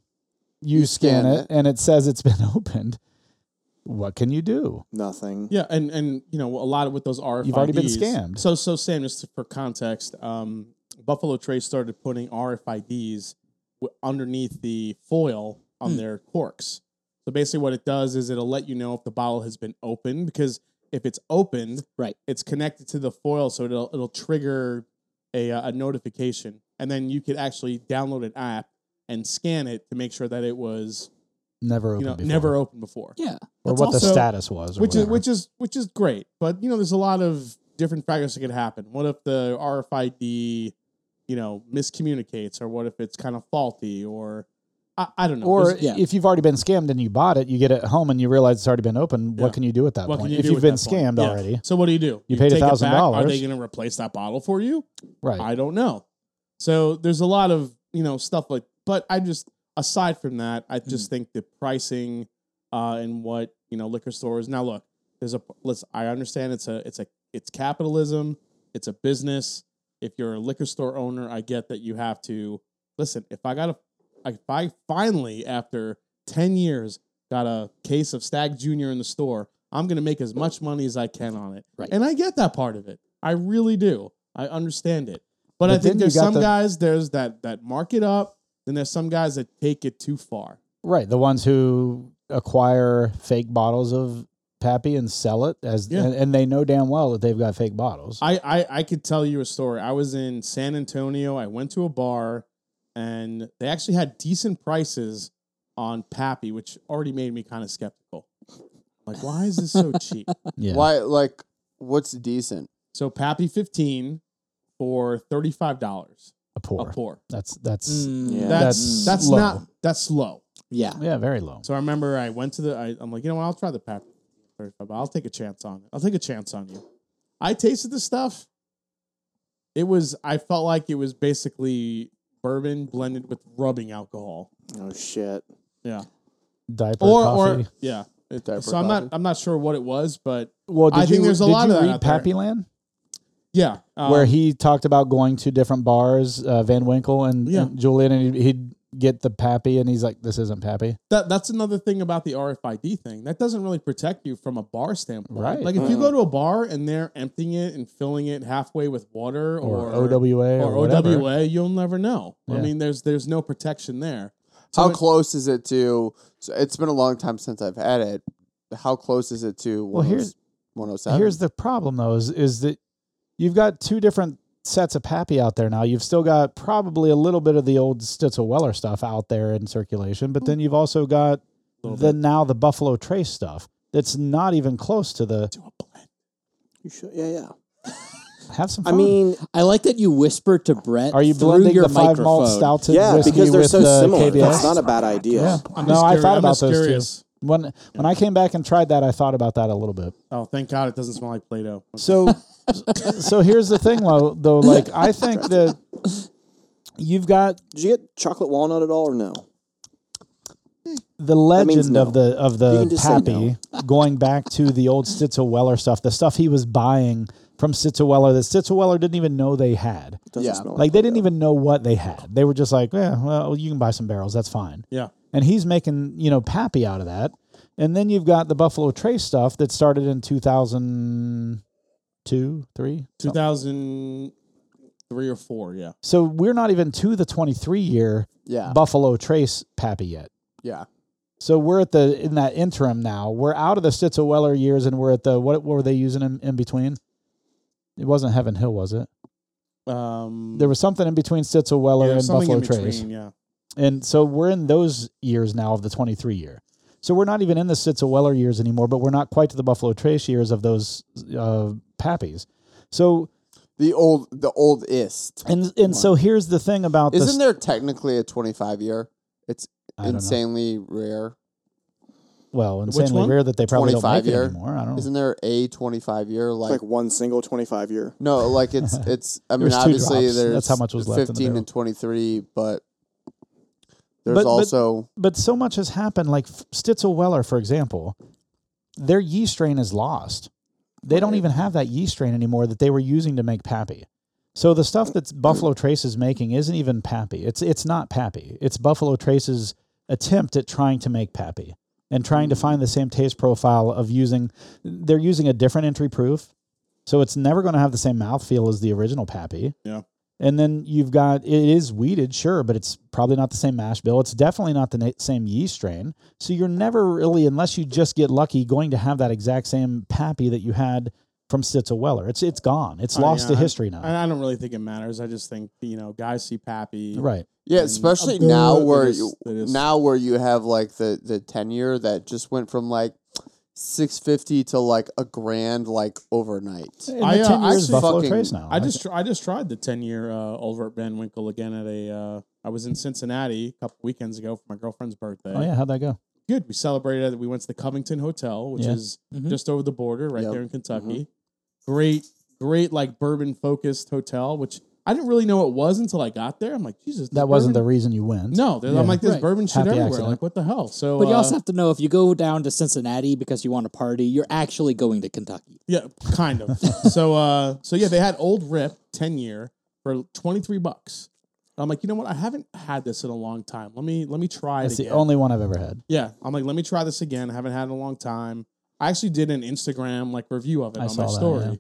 [SPEAKER 1] you, scan,
[SPEAKER 3] scan
[SPEAKER 1] it,
[SPEAKER 3] it.
[SPEAKER 1] and it says it's (laughs) been opened. What can you do?
[SPEAKER 5] Nothing.
[SPEAKER 2] Yeah, and and you know a lot of with those RFIDs.
[SPEAKER 1] You've already been scammed.
[SPEAKER 2] So so Sam, just for context, um, Buffalo Trace started putting RFIDs w- underneath the foil
[SPEAKER 1] Hmm.
[SPEAKER 2] on their corks. So basically, what it does is it'll let you know if the bottle has been opened because if it's opened,
[SPEAKER 4] Right.
[SPEAKER 2] it's connected to the foil, so it'll it'll trigger a uh, a notification, and then you could actually download an app and scan it to make sure that it was
[SPEAKER 1] Never opened
[SPEAKER 2] you know
[SPEAKER 1] before.
[SPEAKER 2] never opened before
[SPEAKER 4] Yeah.
[SPEAKER 1] or
[SPEAKER 4] That's
[SPEAKER 1] what the
[SPEAKER 2] also-
[SPEAKER 1] status was, or
[SPEAKER 2] which is
[SPEAKER 1] whatever.
[SPEAKER 2] which is which is great. But you know, there's a lot of different factors that could happen. What if the RFID, you know, miscommunicates, or what if it's kind of faulty, or I, I don't know.
[SPEAKER 1] or
[SPEAKER 2] There's-
[SPEAKER 4] yeah.
[SPEAKER 1] if you've already been scammed and you bought it, you get it home and you realize it's already been opened.
[SPEAKER 2] Yeah.
[SPEAKER 1] What can you do at that
[SPEAKER 2] what
[SPEAKER 1] point?
[SPEAKER 2] can you
[SPEAKER 1] if
[SPEAKER 2] do
[SPEAKER 1] you've
[SPEAKER 2] with
[SPEAKER 1] been
[SPEAKER 2] that point?
[SPEAKER 1] scammed
[SPEAKER 2] Yeah.
[SPEAKER 1] already,
[SPEAKER 2] so what do you do?
[SPEAKER 1] paid
[SPEAKER 2] take it back?
[SPEAKER 1] $1,000.
[SPEAKER 2] Are they going to replace that bottle for you?
[SPEAKER 1] right?
[SPEAKER 2] I don't know. So there's a lot of you know stuff like, but I just aside from that, I just think the pricing uh, and what you know liquor stores now look. There's a let's. I understand it's a it's a it's capitalism. It's a business. If you're a liquor store owner, I get that you have to listen. If I got a if I finally after ten years got a case of Stag Junior in the store, I'm gonna make as much money as I can on it.
[SPEAKER 4] Right.
[SPEAKER 2] And I get that part of it. I really do. I understand it. But,
[SPEAKER 1] But
[SPEAKER 2] I
[SPEAKER 1] then
[SPEAKER 2] think
[SPEAKER 1] you
[SPEAKER 2] there's
[SPEAKER 1] got
[SPEAKER 2] some
[SPEAKER 1] the-
[SPEAKER 2] guys there's that that mark it up, then there's some guys that take it too far.
[SPEAKER 1] Right, the ones who acquire fake bottles of Pappy and sell it as,
[SPEAKER 2] Yeah.
[SPEAKER 1] and, and they know damn well that they've got fake bottles.
[SPEAKER 2] I, I I could tell you a story. I was in San Antonio. I went to a bar, and they actually had decent prices on Pappy, which already made me kind of skeptical. Like, why is
[SPEAKER 1] (laughs)
[SPEAKER 2] this so cheap?
[SPEAKER 1] yeah,
[SPEAKER 3] Why? Like, what's decent?
[SPEAKER 2] So Pappy fifteen for thirty five dollars
[SPEAKER 1] a
[SPEAKER 2] a
[SPEAKER 1] pour. Mm.
[SPEAKER 2] pour.
[SPEAKER 1] That's that's
[SPEAKER 5] Yeah.
[SPEAKER 2] That's
[SPEAKER 1] That's
[SPEAKER 2] that's
[SPEAKER 1] low.
[SPEAKER 2] not that's low.
[SPEAKER 4] Hmm. Yeah.
[SPEAKER 1] yeah, very low.
[SPEAKER 2] So I remember I went to the. I, I'm like, you know what? I'll try the Pappy. 35, but I'll take a chance on it. I'll take a chance on you. I tasted this stuff. It was. I felt like it was basically bourbon blended with rubbing alcohol.
[SPEAKER 5] Oh shit.
[SPEAKER 2] Yeah.
[SPEAKER 1] Diaper
[SPEAKER 2] Or
[SPEAKER 1] coffee.
[SPEAKER 2] or yeah. It-
[SPEAKER 3] Diaper
[SPEAKER 2] so I'm
[SPEAKER 3] coffee.
[SPEAKER 2] not. I'm not sure what it was, but
[SPEAKER 1] well, did
[SPEAKER 2] I
[SPEAKER 1] you,
[SPEAKER 2] think there's a
[SPEAKER 1] did
[SPEAKER 2] lot
[SPEAKER 1] you
[SPEAKER 2] of that
[SPEAKER 1] read
[SPEAKER 2] out there.
[SPEAKER 1] Pappyland,
[SPEAKER 2] yeah. um,
[SPEAKER 1] where he talked about going to different bars, uh, Van Winkle and,
[SPEAKER 2] Yeah.
[SPEAKER 1] and Julian, and he'd, he'd get the Pappy, and he's like, "This isn't Pappy."
[SPEAKER 2] that that's another thing about the RFID thing. That doesn't really protect you from a bar standpoint.
[SPEAKER 1] Right.
[SPEAKER 2] Like if you go to a bar and they're emptying it and filling it halfway with water
[SPEAKER 1] Or,
[SPEAKER 2] or,
[SPEAKER 1] OWA or,
[SPEAKER 2] or
[SPEAKER 1] whatever.
[SPEAKER 2] OWA, you'll never know. I
[SPEAKER 1] Yeah.
[SPEAKER 2] mean, there's there's no protection there.
[SPEAKER 3] How
[SPEAKER 2] it-
[SPEAKER 3] close is it to? So it's been a long time since I've had it. How close is it to?
[SPEAKER 1] Well, here's-
[SPEAKER 3] 107.
[SPEAKER 1] Here's the problem, though, is, is that you've got two different sets of Pappy out there now. You've still got probably a little bit of the old Stitzel Weller stuff out there in circulation, but then you've
[SPEAKER 5] Mm-hmm.
[SPEAKER 1] also got the now the Buffalo Trace stuff that's not even close to the.
[SPEAKER 5] You should. Yeah, yeah.
[SPEAKER 1] (laughs) Have some
[SPEAKER 5] I
[SPEAKER 1] fun.
[SPEAKER 5] mean,
[SPEAKER 4] I like that you whisper to Brett.
[SPEAKER 1] are you
[SPEAKER 4] through
[SPEAKER 1] blending
[SPEAKER 4] your
[SPEAKER 1] the five
[SPEAKER 4] microphone.
[SPEAKER 1] malt stouts and
[SPEAKER 5] yeah,
[SPEAKER 1] whiskey
[SPEAKER 5] because they're
[SPEAKER 1] with uh,
[SPEAKER 5] so
[SPEAKER 1] the
[SPEAKER 5] similar.
[SPEAKER 1] KBS?
[SPEAKER 5] That's not a bad idea.
[SPEAKER 1] yeah.
[SPEAKER 2] I'm
[SPEAKER 1] no,
[SPEAKER 2] just
[SPEAKER 1] I
[SPEAKER 2] curi-
[SPEAKER 1] thought
[SPEAKER 2] I'm
[SPEAKER 1] about
[SPEAKER 2] just
[SPEAKER 1] those
[SPEAKER 2] curious.
[SPEAKER 1] two. When when I came back and tried that, I thought about that a little bit.
[SPEAKER 2] Oh, thank God it doesn't smell like Play-Doh.
[SPEAKER 1] So, so here's the thing, though. Though, like, I think that you've got
[SPEAKER 5] Did you get chocolate walnut at all or no?
[SPEAKER 1] the
[SPEAKER 5] means
[SPEAKER 1] legend
[SPEAKER 5] no.
[SPEAKER 1] of the of
[SPEAKER 5] You
[SPEAKER 1] the
[SPEAKER 5] can just say
[SPEAKER 1] pappy going back to the old Stitzel Weller stuff, the stuff he was buying from Stitzel Weller that Stitzel Weller didn't even know they had.
[SPEAKER 5] Doesn't
[SPEAKER 3] Yeah.
[SPEAKER 5] smell
[SPEAKER 1] Like they didn't even know what they had. They were just like, yeah, well, you can buy some barrels, that's fine.
[SPEAKER 2] Yeah.
[SPEAKER 1] And he's making you know pappy out of that, and then you've got the Buffalo Trace stuff that started in two thousand two, three. something.
[SPEAKER 2] 2003 or four, yeah.
[SPEAKER 1] So we're not even to the 23 year
[SPEAKER 3] Yeah.
[SPEAKER 1] Buffalo Trace Pappy yet.
[SPEAKER 3] yeah.
[SPEAKER 1] So we're at the in that interim now. We're out of the Stitzel Weller years, and we're at the what? What were they using in, in between? It wasn't Heaven Hill, was it?
[SPEAKER 2] Um,
[SPEAKER 1] There was something in between Stitzel Weller
[SPEAKER 2] yeah,
[SPEAKER 1] and
[SPEAKER 2] something
[SPEAKER 1] Buffalo
[SPEAKER 2] in
[SPEAKER 1] Trace,
[SPEAKER 2] between, yeah.
[SPEAKER 1] and so we're in those years now of the 23 year. So we're not even in the Stitzel Weller years anymore, but we're not quite to the Buffalo Trace years of those uh, Pappies. So
[SPEAKER 3] The old, the oldest.
[SPEAKER 1] and and so here's the thing about
[SPEAKER 3] Isn't
[SPEAKER 1] this,
[SPEAKER 3] there technically a 25 year? It's
[SPEAKER 1] I don't know.
[SPEAKER 3] insanely rare.
[SPEAKER 1] well
[SPEAKER 2] Which
[SPEAKER 1] insanely
[SPEAKER 2] one?
[SPEAKER 1] rare that they probably don't make
[SPEAKER 3] 25
[SPEAKER 1] it
[SPEAKER 3] year?
[SPEAKER 1] anymore. I don't. know.
[SPEAKER 3] Isn't there a 25 year?
[SPEAKER 5] It's
[SPEAKER 3] Like,
[SPEAKER 5] like one single 25 year.
[SPEAKER 3] no, like
[SPEAKER 1] (laughs)
[SPEAKER 3] it's, it's, I mean,
[SPEAKER 1] There's two
[SPEAKER 3] obviously
[SPEAKER 1] drops.
[SPEAKER 3] there's
[SPEAKER 1] That's how much was left in the
[SPEAKER 3] 15 and 23, but there's
[SPEAKER 1] But- but-
[SPEAKER 3] also,
[SPEAKER 1] but so much has happened. Like F- Stitzel Weller, for example, their yeast strain is lost. They don't even have that yeast strain anymore that they were using to make Pappy. So the stuff that Buffalo Trace is making isn't even Pappy. It's it's not Pappy. It's Buffalo Trace's attempt at trying to make Pappy and trying
[SPEAKER 2] Hmm.
[SPEAKER 1] to find the same taste profile of using. They're using a different entry proof, so it's never going to have the same mouthfeel as the original Pappy.
[SPEAKER 2] Yeah.
[SPEAKER 1] And then you've got it is weeded, sure, but it's probably not the same mash bill. It's definitely not the na- same yeast strain. So you're never really, unless you just get lucky, going to have that exact same pappy that you had from Stitzel Weller. It's it's gone. It's
[SPEAKER 2] I
[SPEAKER 1] lost
[SPEAKER 2] mean,
[SPEAKER 1] to
[SPEAKER 2] I-
[SPEAKER 1] history now.
[SPEAKER 2] And I don't really think it matters. I just think, you know, guys see Pappy.
[SPEAKER 1] right.
[SPEAKER 3] yeah,
[SPEAKER 2] and
[SPEAKER 3] especially
[SPEAKER 2] above
[SPEAKER 3] now
[SPEAKER 2] it
[SPEAKER 3] where
[SPEAKER 2] is-
[SPEAKER 3] you,
[SPEAKER 2] it is-
[SPEAKER 3] now where you have like the, the 10 year that just went from like 650 to like a grand, like overnight.
[SPEAKER 1] And
[SPEAKER 2] I,
[SPEAKER 1] the
[SPEAKER 2] uh,
[SPEAKER 1] 10 years
[SPEAKER 2] actually
[SPEAKER 1] Buffalo
[SPEAKER 3] fucking-
[SPEAKER 1] Trace now.
[SPEAKER 2] I just tr- I just tried the ten year uh, Olvert Van Winkle again at a. Uh, I was in Cincinnati a couple weekends ago for my girlfriend's birthday.
[SPEAKER 1] Oh yeah, how'd that go?
[SPEAKER 2] good. We celebrated. We went to the Covington Hotel, which
[SPEAKER 1] Yeah. Mm-hmm.
[SPEAKER 2] is
[SPEAKER 4] Mhm.
[SPEAKER 2] just over the border, right
[SPEAKER 3] Yep.
[SPEAKER 2] there in Kentucky. Great, great, like bourbon focused hotel, which I didn't really know it was until I got there. I'm like, Jesus,
[SPEAKER 1] That wasn't the reason you went.
[SPEAKER 2] (laughs) no. there-
[SPEAKER 1] Yeah.
[SPEAKER 2] I'm like, there's
[SPEAKER 4] Right.
[SPEAKER 2] bourbon shit
[SPEAKER 1] Happy
[SPEAKER 2] everywhere.
[SPEAKER 1] accident.
[SPEAKER 2] Like, what the hell? So,
[SPEAKER 4] But you
[SPEAKER 2] uh,
[SPEAKER 4] also have to know if you go down to Cincinnati because you want to party, you're actually going to Kentucky.
[SPEAKER 2] Yeah,
[SPEAKER 1] (laughs)
[SPEAKER 2] kind of. so uh so yeah, they had old rip 10 year for 23 bucks. I'm like, you know what? I haven't had this in a long time. Let me let me try
[SPEAKER 1] That's
[SPEAKER 2] it
[SPEAKER 1] the
[SPEAKER 2] again.
[SPEAKER 1] only one I've ever had.
[SPEAKER 2] yeah. I'm like, let me try this again. I haven't had it in a long time. I actually did an Instagram like review of it
[SPEAKER 1] I
[SPEAKER 2] on
[SPEAKER 1] saw
[SPEAKER 2] my
[SPEAKER 1] that,
[SPEAKER 2] story.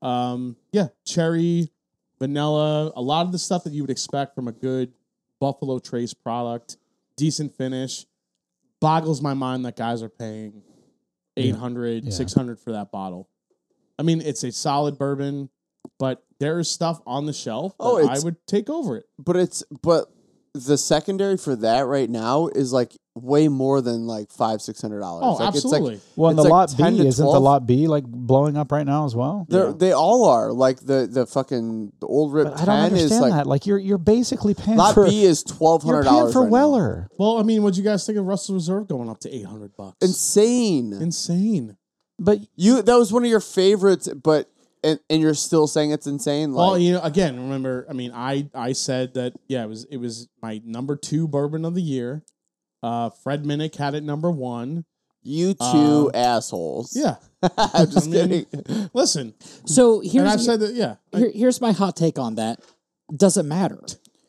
[SPEAKER 2] Um yeah, cherry, vanilla, a lot of the stuff that you would expect from a good Buffalo Trace product, decent finish. Boggles my mind that guys are paying 800,
[SPEAKER 1] Yeah.
[SPEAKER 2] 600 for that bottle. I mean, it's a solid bourbon, but there is stuff on the shelf that
[SPEAKER 3] Oh,
[SPEAKER 2] I
[SPEAKER 3] it's-
[SPEAKER 2] would take over it.
[SPEAKER 3] But it's but the secondary for that right now is like way more than like five six hundred dollars.
[SPEAKER 2] Oh,
[SPEAKER 3] like,
[SPEAKER 2] absolutely.
[SPEAKER 3] It's like,
[SPEAKER 1] Well, and
[SPEAKER 3] it's
[SPEAKER 1] the
[SPEAKER 3] like
[SPEAKER 1] lot
[SPEAKER 3] 10
[SPEAKER 1] B
[SPEAKER 3] to
[SPEAKER 1] isn't the
[SPEAKER 3] 12.
[SPEAKER 1] lot B like blowing up right now as well?
[SPEAKER 3] They're, They all are like the the fucking the old rip
[SPEAKER 1] But I
[SPEAKER 3] ten
[SPEAKER 1] don't
[SPEAKER 3] is
[SPEAKER 1] understand
[SPEAKER 3] like
[SPEAKER 1] that. Like you're you're basically paying
[SPEAKER 3] lot
[SPEAKER 1] for
[SPEAKER 3] B is twelve
[SPEAKER 1] you're
[SPEAKER 3] hundred
[SPEAKER 1] paying
[SPEAKER 3] dollars
[SPEAKER 1] for
[SPEAKER 3] right now.
[SPEAKER 1] Weller.
[SPEAKER 2] Well, I mean, what do you guys think of Russell Reserve going up to 800 bucks?
[SPEAKER 3] Insane.
[SPEAKER 2] Insane.
[SPEAKER 1] But
[SPEAKER 3] you that was one of your favorites, but and, and you're still saying it's insane. Like
[SPEAKER 2] well, you know, again, remember, I mean, I I said that yeah, it was it was my number 2 bourbon of the year. Uh Fred Minnick had it number 1.
[SPEAKER 3] you two
[SPEAKER 2] Um,
[SPEAKER 3] assholes. (laughs)
[SPEAKER 4] (laughs)
[SPEAKER 2] Yeah.
[SPEAKER 3] I'm just
[SPEAKER 2] I mean,
[SPEAKER 3] kidding.
[SPEAKER 2] Listen,
[SPEAKER 4] So
[SPEAKER 2] and I've
[SPEAKER 4] here's
[SPEAKER 2] said that yeah. I-
[SPEAKER 4] here, here's my hot take on that. Doesn't matter.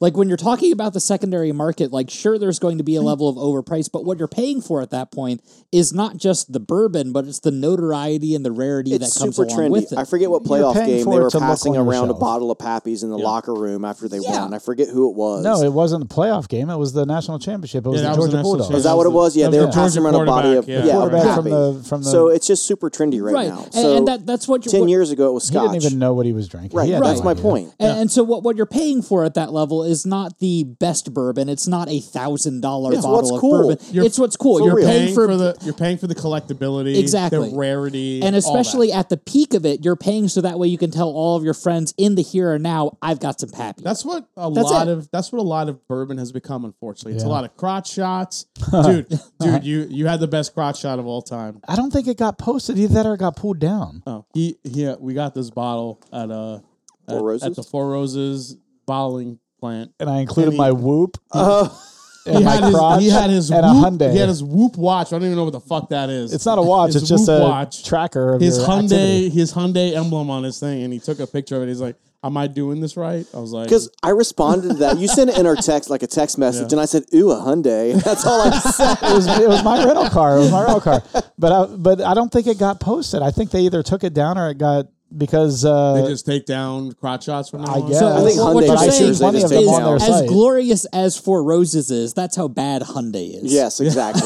[SPEAKER 4] Like when you're talking about the secondary market, like sure there's going to be a level of overprice, but what you're paying for at that point is not just the bourbon, but it's the notoriety and the rarity
[SPEAKER 5] It's
[SPEAKER 4] that comes
[SPEAKER 5] super
[SPEAKER 4] along
[SPEAKER 5] trendy.
[SPEAKER 4] with it.
[SPEAKER 5] I forget what
[SPEAKER 1] You're
[SPEAKER 5] playoff
[SPEAKER 1] paying
[SPEAKER 5] game
[SPEAKER 1] for
[SPEAKER 5] they
[SPEAKER 1] it
[SPEAKER 5] were
[SPEAKER 1] to look
[SPEAKER 5] passing
[SPEAKER 1] on your
[SPEAKER 5] around a
[SPEAKER 1] shelf.
[SPEAKER 5] bottle of Pappies in the locker room after they
[SPEAKER 4] Yeah.
[SPEAKER 5] won. I forget who it was.
[SPEAKER 1] no, it wasn't the playoff game. It was the national championship. It was the
[SPEAKER 2] Yeah, that was the
[SPEAKER 1] Georgia
[SPEAKER 2] national
[SPEAKER 1] Bulldogs.
[SPEAKER 5] is
[SPEAKER 2] championship.
[SPEAKER 5] that what it was? Yeah,
[SPEAKER 2] That
[SPEAKER 5] they
[SPEAKER 2] was
[SPEAKER 5] were
[SPEAKER 2] the
[SPEAKER 5] passing
[SPEAKER 2] Georgia
[SPEAKER 5] around a body of
[SPEAKER 2] quarterback,
[SPEAKER 5] yeah,
[SPEAKER 2] yeah.
[SPEAKER 5] of
[SPEAKER 1] Quarterback from
[SPEAKER 5] Pappy.
[SPEAKER 1] the- from the-
[SPEAKER 5] so it's just super trendy right, now.
[SPEAKER 4] And-
[SPEAKER 5] So
[SPEAKER 4] and, that that's what you're
[SPEAKER 5] ten
[SPEAKER 4] what-
[SPEAKER 5] years ago it was
[SPEAKER 1] He
[SPEAKER 5] Scotch.
[SPEAKER 1] didn't even know what he was drinking.
[SPEAKER 5] right,
[SPEAKER 1] He had
[SPEAKER 5] that's
[SPEAKER 1] no
[SPEAKER 5] my
[SPEAKER 1] idea.
[SPEAKER 5] point.
[SPEAKER 4] And, and so what, what you're paying for at that level is not the best bourbon. It's not a thousand dollar bottle
[SPEAKER 5] what's
[SPEAKER 4] of
[SPEAKER 5] cool.
[SPEAKER 4] bourbon.
[SPEAKER 2] You're-
[SPEAKER 4] it's what's cool.
[SPEAKER 5] for
[SPEAKER 4] You're
[SPEAKER 5] real.
[SPEAKER 2] paying
[SPEAKER 4] paying for,
[SPEAKER 2] for the you're paying for the collectability,
[SPEAKER 4] Exactly.
[SPEAKER 2] the rarity,
[SPEAKER 4] and
[SPEAKER 2] all
[SPEAKER 4] especially
[SPEAKER 2] that.
[SPEAKER 4] at the peak of it, you're paying so that way you can tell all of your friends in the here and now. I've got some pappy.
[SPEAKER 2] that's what a
[SPEAKER 4] That's
[SPEAKER 2] lot
[SPEAKER 4] it.
[SPEAKER 2] of that's what a lot of bourbon has become. Unfortunately, it's a
[SPEAKER 1] Yeah.
[SPEAKER 2] lot of crotch shots, dude.
[SPEAKER 4] (laughs)
[SPEAKER 2] dude, you you had the best crotch shot of all time.
[SPEAKER 1] I don't think it got posted either, that or it got pulled down.
[SPEAKER 2] Oh, he yeah, we got this bottle at uh
[SPEAKER 5] Four
[SPEAKER 2] at,
[SPEAKER 5] Roses?
[SPEAKER 2] at the Four Roses bottling plant.
[SPEAKER 1] And I included
[SPEAKER 2] he-
[SPEAKER 1] my whoop and
[SPEAKER 2] (laughs) He
[SPEAKER 1] my
[SPEAKER 2] had, his,
[SPEAKER 1] crotch
[SPEAKER 2] he had his
[SPEAKER 1] and a
[SPEAKER 2] whoop,
[SPEAKER 1] Hyundai.
[SPEAKER 2] He had his whoop watch. I don't even know what the fuck that is.
[SPEAKER 1] it's not a watch.
[SPEAKER 2] his
[SPEAKER 1] It's just a
[SPEAKER 2] Whoop watch.
[SPEAKER 1] tracker of
[SPEAKER 2] his
[SPEAKER 1] your
[SPEAKER 2] Hyundai
[SPEAKER 1] activity.
[SPEAKER 2] his Hyundai emblem on his thing, and he took a picture of it. He's like, "Am I doing this right?" I was like,
[SPEAKER 5] Because I responded to that. You sent it in our text, like a text message, and I said, ooh, a Hyundai. (laughs) That's all I said.
[SPEAKER 1] it was it was
[SPEAKER 2] (laughs)
[SPEAKER 1] my rental car. It was my rental car. But I but I don't think it got posted. I think they either took it down or it got because uh,
[SPEAKER 2] they just take down crotch shots from now
[SPEAKER 1] I
[SPEAKER 2] on?
[SPEAKER 1] guess
[SPEAKER 5] I think
[SPEAKER 4] what
[SPEAKER 5] Hyundai
[SPEAKER 4] you're
[SPEAKER 1] I've
[SPEAKER 5] Icers,
[SPEAKER 1] seen
[SPEAKER 4] saying
[SPEAKER 5] they
[SPEAKER 1] plenty
[SPEAKER 5] just
[SPEAKER 1] of
[SPEAKER 5] take
[SPEAKER 1] them
[SPEAKER 4] is
[SPEAKER 1] on their
[SPEAKER 5] down.
[SPEAKER 4] as
[SPEAKER 1] site.
[SPEAKER 4] glorious as Four Roses is, that's how bad Hyundai is.
[SPEAKER 5] Yes, exactly.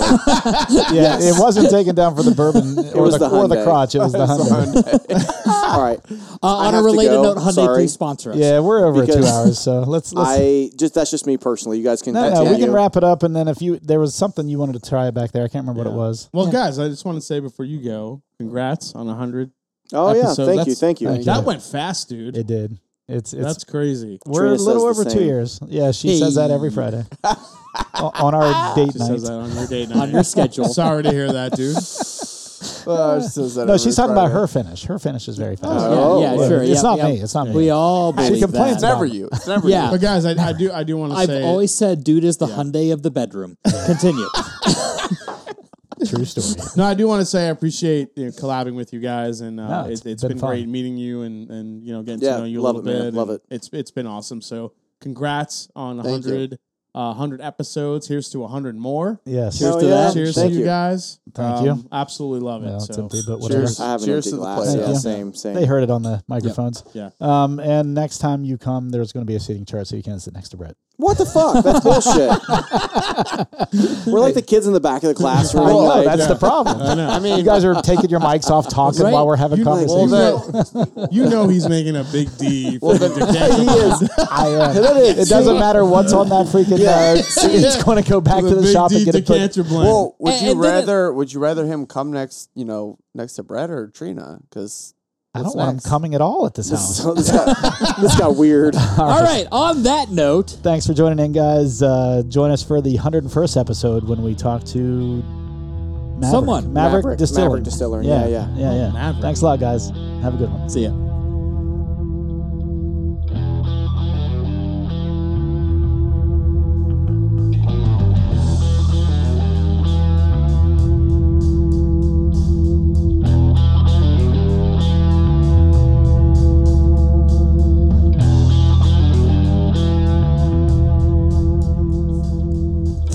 [SPEAKER 1] yeah, it wasn't taken down for the bourbon or,
[SPEAKER 5] was
[SPEAKER 1] the,
[SPEAKER 5] the
[SPEAKER 1] or the
[SPEAKER 5] Hyundai.
[SPEAKER 1] crotch. It was the Hyundai.
[SPEAKER 5] All right.
[SPEAKER 4] Uh,
[SPEAKER 5] I
[SPEAKER 4] on a
[SPEAKER 5] have to
[SPEAKER 4] related
[SPEAKER 5] go.
[SPEAKER 4] note, Hyundai,
[SPEAKER 5] Sorry.
[SPEAKER 4] please sponsor us.
[SPEAKER 1] Yeah, we're over two
[SPEAKER 5] Because
[SPEAKER 1] hours, so let's let's.
[SPEAKER 5] I just that's just me personally. You guys can
[SPEAKER 1] no, no,
[SPEAKER 5] continue.
[SPEAKER 1] we can wrap it up, and then if you there was something you wanted to try back there, I can't remember what it was.
[SPEAKER 2] Well, guys, I just want to say before you go, congrats on 100.
[SPEAKER 5] Oh yeah,
[SPEAKER 2] episode.
[SPEAKER 5] thank you,
[SPEAKER 2] That's-
[SPEAKER 5] thank you.
[SPEAKER 1] Thank you.
[SPEAKER 2] That went fast, dude.
[SPEAKER 1] It did. It's it's
[SPEAKER 2] That's crazy.
[SPEAKER 1] we're
[SPEAKER 5] Trina
[SPEAKER 1] a little
[SPEAKER 5] says the
[SPEAKER 1] over two
[SPEAKER 5] same.
[SPEAKER 1] years. Yeah, she says that every Friday O- on our date
[SPEAKER 2] She says that
[SPEAKER 1] night.
[SPEAKER 2] on
[SPEAKER 1] (laughs)
[SPEAKER 2] your date
[SPEAKER 4] On your
[SPEAKER 2] night. (laughs)
[SPEAKER 4] schedule.
[SPEAKER 2] Sorry to hear that, dude.
[SPEAKER 3] Oh, she says that
[SPEAKER 1] No,
[SPEAKER 3] every
[SPEAKER 1] she's talking about
[SPEAKER 3] Friday.
[SPEAKER 1] her finish. Her finish is very fast.
[SPEAKER 5] Oh,
[SPEAKER 4] yeah, yeah,
[SPEAKER 5] well,
[SPEAKER 4] sure.
[SPEAKER 1] It's
[SPEAKER 4] yeah,
[SPEAKER 1] not
[SPEAKER 4] yeah.
[SPEAKER 1] me. It's not me.
[SPEAKER 4] We all believe
[SPEAKER 1] She complains
[SPEAKER 3] It's
[SPEAKER 4] that.
[SPEAKER 3] never you. It's never
[SPEAKER 4] Yeah.
[SPEAKER 2] But guys, I, I do I do want to
[SPEAKER 4] I've
[SPEAKER 2] say
[SPEAKER 4] always said dude is the Hyundai of the bedroom. Continue.
[SPEAKER 1] True
[SPEAKER 2] (laughs)
[SPEAKER 1] story.
[SPEAKER 2] No, I do want to say I appreciate you know, collabing with you guys, and uh,
[SPEAKER 1] No,
[SPEAKER 2] it's,
[SPEAKER 1] it's
[SPEAKER 2] it's
[SPEAKER 1] been
[SPEAKER 2] been,
[SPEAKER 1] fun.
[SPEAKER 2] great meeting you and and you know getting
[SPEAKER 5] Yeah,
[SPEAKER 2] to know you a
[SPEAKER 5] love
[SPEAKER 2] little
[SPEAKER 5] it, man.
[SPEAKER 2] bit. and
[SPEAKER 5] Love it.
[SPEAKER 2] It's it's been awesome. So congrats on
[SPEAKER 3] Thank you.
[SPEAKER 2] 100, uh, 100 episodes. Here's to 100 more.
[SPEAKER 1] Yes.
[SPEAKER 5] Cheers. Oh,
[SPEAKER 2] to
[SPEAKER 5] yeah?
[SPEAKER 2] that. Cheers
[SPEAKER 5] Thank
[SPEAKER 2] to you
[SPEAKER 5] you.
[SPEAKER 2] guys. Um,
[SPEAKER 1] Thank you.
[SPEAKER 2] Absolutely love it.
[SPEAKER 1] Well, it's
[SPEAKER 2] so.
[SPEAKER 1] empty, but whatever.
[SPEAKER 3] Cheers.
[SPEAKER 5] I have an
[SPEAKER 3] Cheers
[SPEAKER 5] empty
[SPEAKER 3] to the
[SPEAKER 5] glass.
[SPEAKER 3] place.
[SPEAKER 5] Yeah,
[SPEAKER 1] Thank you.
[SPEAKER 5] same, same.
[SPEAKER 1] They heard it on the microphones.
[SPEAKER 2] Yeah.
[SPEAKER 1] Um, and next time you come, there's going to be a seating chart so you can sit next to Brett.
[SPEAKER 5] What the fuck? That's bullshit. We're like the kids in the back of the classroom.
[SPEAKER 1] I know,
[SPEAKER 5] like,
[SPEAKER 1] that's the problem. I, mean, you guys are taking your mics off, talking
[SPEAKER 4] Right.
[SPEAKER 1] while we're having
[SPEAKER 2] You know,
[SPEAKER 1] conversations.
[SPEAKER 2] you, know, you know he's making a big D for the
[SPEAKER 1] He
[SPEAKER 2] decade.
[SPEAKER 1] is. I am. It doesn't matter what's on that freaking note. It's going to go back to
[SPEAKER 2] The
[SPEAKER 1] the
[SPEAKER 2] big
[SPEAKER 1] shop
[SPEAKER 2] D
[SPEAKER 1] and get it put.
[SPEAKER 2] decanter blend.
[SPEAKER 3] Well, would
[SPEAKER 4] And-
[SPEAKER 3] you
[SPEAKER 4] and then it-
[SPEAKER 3] rather? would you rather him come next? You know, next to Brett or Trina? Because
[SPEAKER 1] I don't want him coming at all at this house.
[SPEAKER 5] so (laughs) this, got, this got weird.
[SPEAKER 4] All right. On that note,
[SPEAKER 1] Thanks for joining in, guys. Uh, join us for the 101st episode when we talk to Maverick.
[SPEAKER 4] Someone.
[SPEAKER 1] Maverick,
[SPEAKER 5] Maverick-
[SPEAKER 1] Distiller.
[SPEAKER 5] Maverick Distiller, yeah, yeah.
[SPEAKER 1] Yeah, yeah.
[SPEAKER 2] Maverick.
[SPEAKER 1] Thanks a lot, guys. Have a good one.
[SPEAKER 4] see ya.